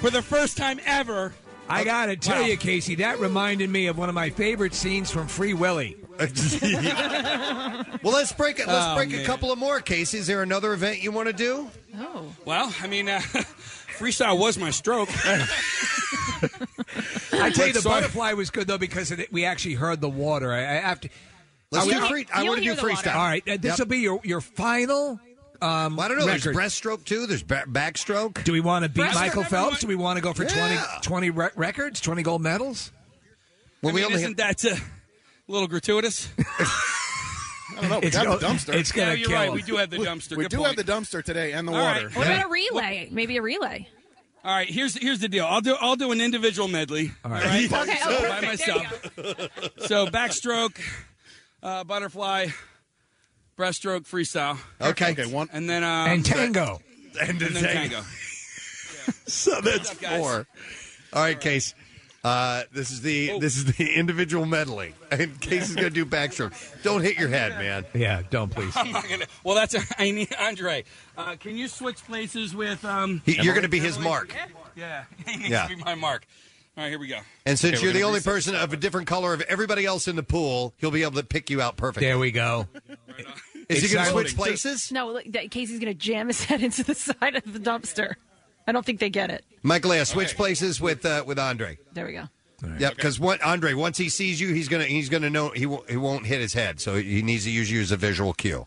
[SPEAKER 9] for the first time ever.
[SPEAKER 3] I gotta tell you, Casey, that reminded me of one of my favorite scenes from Free Willy.
[SPEAKER 4] Well, let's break it. Let's
[SPEAKER 3] Oh,
[SPEAKER 4] break a
[SPEAKER 3] man.
[SPEAKER 4] couple of more, Casey. Is there another event you want to do?
[SPEAKER 5] Oh.
[SPEAKER 9] Well, I mean, uh, freestyle was my stroke.
[SPEAKER 3] I tell you, the
[SPEAKER 9] Sorry.
[SPEAKER 3] butterfly was good though because it, we actually heard the water. I, I after
[SPEAKER 4] Let's
[SPEAKER 3] I
[SPEAKER 4] do
[SPEAKER 3] would-
[SPEAKER 4] free- I You wanna don't do hear the water. freestyle.
[SPEAKER 3] All right, uh, this
[SPEAKER 4] Yep.
[SPEAKER 3] will be your your final. Um,
[SPEAKER 4] I don't know.
[SPEAKER 3] Record.
[SPEAKER 4] There's breaststroke too. There's ba- backstroke.
[SPEAKER 3] Do we want to beat
[SPEAKER 4] Breaststroke,
[SPEAKER 3] Michael
[SPEAKER 4] everyone-
[SPEAKER 3] Phelps? Do we want to go for twenty twenty 20, re- records, twenty gold medals?
[SPEAKER 9] I mean, isn't that uh, a little gratuitous?
[SPEAKER 7] I don't know. We
[SPEAKER 3] It's
[SPEAKER 7] got the
[SPEAKER 3] go-
[SPEAKER 7] dumpster.
[SPEAKER 3] it's gonna
[SPEAKER 9] Yeah, you're kill right. We him. do have the dumpster.
[SPEAKER 7] We
[SPEAKER 9] Good
[SPEAKER 7] do
[SPEAKER 9] point.
[SPEAKER 7] have the dumpster today and the
[SPEAKER 9] All right.
[SPEAKER 7] water.
[SPEAKER 9] What about
[SPEAKER 5] a relay? Maybe a relay.
[SPEAKER 9] All right, here's here's the deal. I'll do I'll do an individual medley. All right,
[SPEAKER 5] Okay, oh,
[SPEAKER 9] by
[SPEAKER 5] perfect.
[SPEAKER 9] myself. So backstroke, uh, butterfly, breaststroke, freestyle.
[SPEAKER 4] Okay.
[SPEAKER 7] Okay. One
[SPEAKER 9] and then um,
[SPEAKER 3] and tango.
[SPEAKER 9] and then tango.
[SPEAKER 4] So that's four. All right, Case. Uh, this is the this is the individual medley, and Case is going to do backstroke. Don't hit your head, man.
[SPEAKER 3] Yeah, don't please.
[SPEAKER 9] I'm not gonna. Well, that's I need Andre. Uh, can you switch places with um?
[SPEAKER 4] He- you're gonna be his mark.
[SPEAKER 9] Yeah, he needs
[SPEAKER 4] Yeah.
[SPEAKER 9] to be my mark. All right, here we go.
[SPEAKER 4] And since
[SPEAKER 9] Okay,
[SPEAKER 4] you're
[SPEAKER 9] we're
[SPEAKER 4] the
[SPEAKER 9] gonna
[SPEAKER 4] only
[SPEAKER 9] reset.
[SPEAKER 4] person of a different color of everybody else in the pool, he'll be able to pick you out perfectly.
[SPEAKER 3] There we go.
[SPEAKER 4] Is he going to
[SPEAKER 3] Exciting.
[SPEAKER 4] switch places?
[SPEAKER 5] No, look, that- Casey's going to jam his head into the side of the dumpster. I don't think they get it.
[SPEAKER 4] Michael, yeah, switch places with uh, with Andre.
[SPEAKER 5] There we go.
[SPEAKER 4] Yep, because what Andre once he sees you, he's gonna he's gonna know he won't he won't hit his head, so he needs to use you as a visual cue.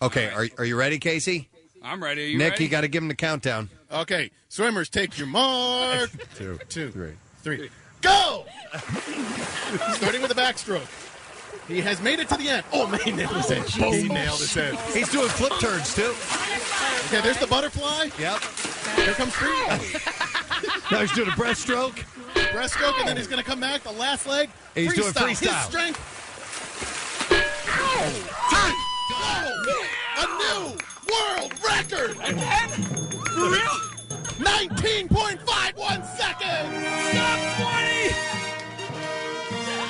[SPEAKER 4] Okay, are are you ready, Casey?
[SPEAKER 9] I'm ready. Are you
[SPEAKER 4] Nick,
[SPEAKER 9] ready?
[SPEAKER 4] you got to give him the countdown.
[SPEAKER 7] Okay, swimmers, take your mark. Two, two, three, three. Go! Starting with the backstroke. He has made it to the end. Oh, man, he nailed his head. he nailed his head.
[SPEAKER 4] He's doing flip turns, too.
[SPEAKER 7] Okay, there's the butterfly.
[SPEAKER 4] Yep.
[SPEAKER 7] Here comes three.
[SPEAKER 4] Now he's doing a breaststroke.
[SPEAKER 7] Breaststroke, and then he's going to come back. The last leg.
[SPEAKER 4] He's doing freestyle.
[SPEAKER 7] His strength. Turn. Go! A new world record! For real? 19.51 seconds!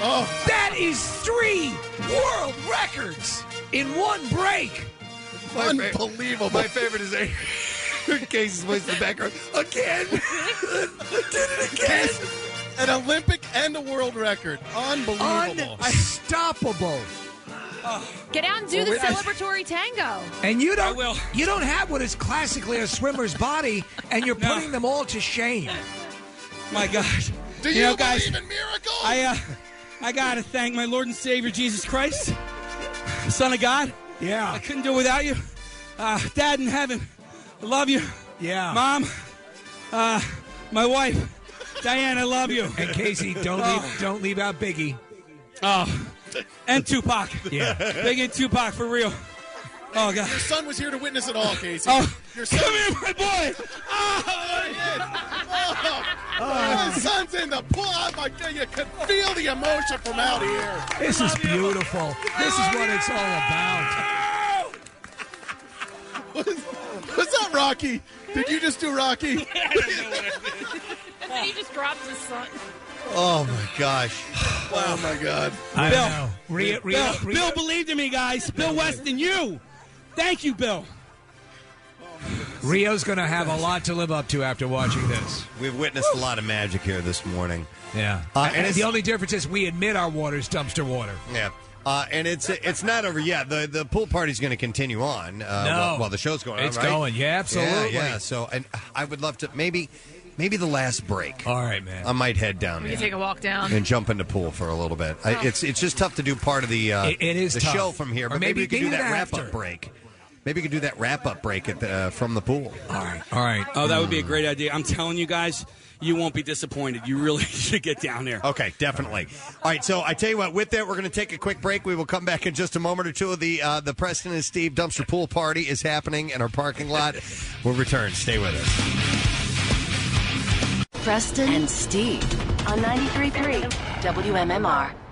[SPEAKER 3] Oh, that is three world records in one break.
[SPEAKER 4] Unbelievable. My favorite is a Casey's voice in the background again.
[SPEAKER 7] Did it again! An Olympic and a world record. Unbelievable.
[SPEAKER 3] Unstoppable.
[SPEAKER 5] Get out and do
[SPEAKER 3] Well,
[SPEAKER 5] the
[SPEAKER 3] we- I-
[SPEAKER 5] celebratory tango.
[SPEAKER 3] And you don't you don't have what is classically a swimmer's body, and you're putting them all to shame.
[SPEAKER 9] My God.
[SPEAKER 7] Do
[SPEAKER 9] You
[SPEAKER 7] you,
[SPEAKER 9] know, guys,
[SPEAKER 7] believe in miracles?
[SPEAKER 9] I uh, I gotta thank my Lord and Savior Jesus Christ, the Son of God.
[SPEAKER 33] Yeah.
[SPEAKER 9] I couldn't do it without you. Uh, Dad in heaven, I love you.
[SPEAKER 33] Yeah.
[SPEAKER 9] Mom, uh, my wife, Diane, I love you.
[SPEAKER 3] And Casey, don't leave, don't leave out Biggie.
[SPEAKER 9] Oh, and Tupac.
[SPEAKER 3] Yeah.
[SPEAKER 9] Biggie and Tupac for real. Oh God.
[SPEAKER 17] Your son was here to witness it all, Casey.
[SPEAKER 9] Oh,
[SPEAKER 17] Your son-
[SPEAKER 9] come here, my boy.
[SPEAKER 17] Oh, there he is. Oh, my son's in the pool. Oh, my God. You can feel the emotion from out here.
[SPEAKER 3] This is beautiful. This is what it's all about.
[SPEAKER 17] What's that, Rocky? Did you just do Rocky?
[SPEAKER 34] he just drops his son.
[SPEAKER 4] Oh my gosh!
[SPEAKER 17] Oh my God!
[SPEAKER 9] I Bill.
[SPEAKER 3] know. Re- re-
[SPEAKER 9] Bill,
[SPEAKER 3] re-
[SPEAKER 9] Bill believed in me, guys. Bill Weston, you. Thank you, Bill.
[SPEAKER 3] Rio's going to have a lot to live up to after watching this.
[SPEAKER 4] We've witnessed a lot of magic here this morning.
[SPEAKER 3] Yeah.
[SPEAKER 4] Uh, and
[SPEAKER 3] and
[SPEAKER 4] it's-
[SPEAKER 3] the only difference is we admit our water's dumpster water.
[SPEAKER 4] Yeah. Uh, and it's it's not over yet. The the pool party's going to continue on uh,
[SPEAKER 3] No.
[SPEAKER 4] while, while the show's going
[SPEAKER 3] It's
[SPEAKER 4] on. right?
[SPEAKER 3] going. Yeah, absolutely.
[SPEAKER 4] Yeah, yeah. So and I would love to maybe maybe the last break.
[SPEAKER 3] All right, man.
[SPEAKER 4] I might head down
[SPEAKER 34] We
[SPEAKER 4] there
[SPEAKER 34] can take a walk down. Oh.
[SPEAKER 4] and jump in the pool for a little bit. I, it's it's just tough to do part of the uh,
[SPEAKER 3] It- it is
[SPEAKER 4] the
[SPEAKER 3] tough.
[SPEAKER 4] show from here.
[SPEAKER 3] Or
[SPEAKER 4] But maybe,
[SPEAKER 3] maybe-
[SPEAKER 4] we could do
[SPEAKER 3] maybe
[SPEAKER 4] that wrap
[SPEAKER 3] after.
[SPEAKER 4] up break. Maybe we could do that wrap up break at the, uh, from the pool.
[SPEAKER 3] All right. All right.
[SPEAKER 9] Oh, that would be a great idea. I'm telling you guys, you won't be disappointed. You really should get down there.
[SPEAKER 4] Okay, definitely. All right, so I tell you what. With that, we're going to take a quick break. We will come back in just a moment or two. The uh, the Preston and Steve dumpster pool party is happening in our parking lot. we'll return. Stay with us.
[SPEAKER 5] Preston and Steve on 93.3 WMMR.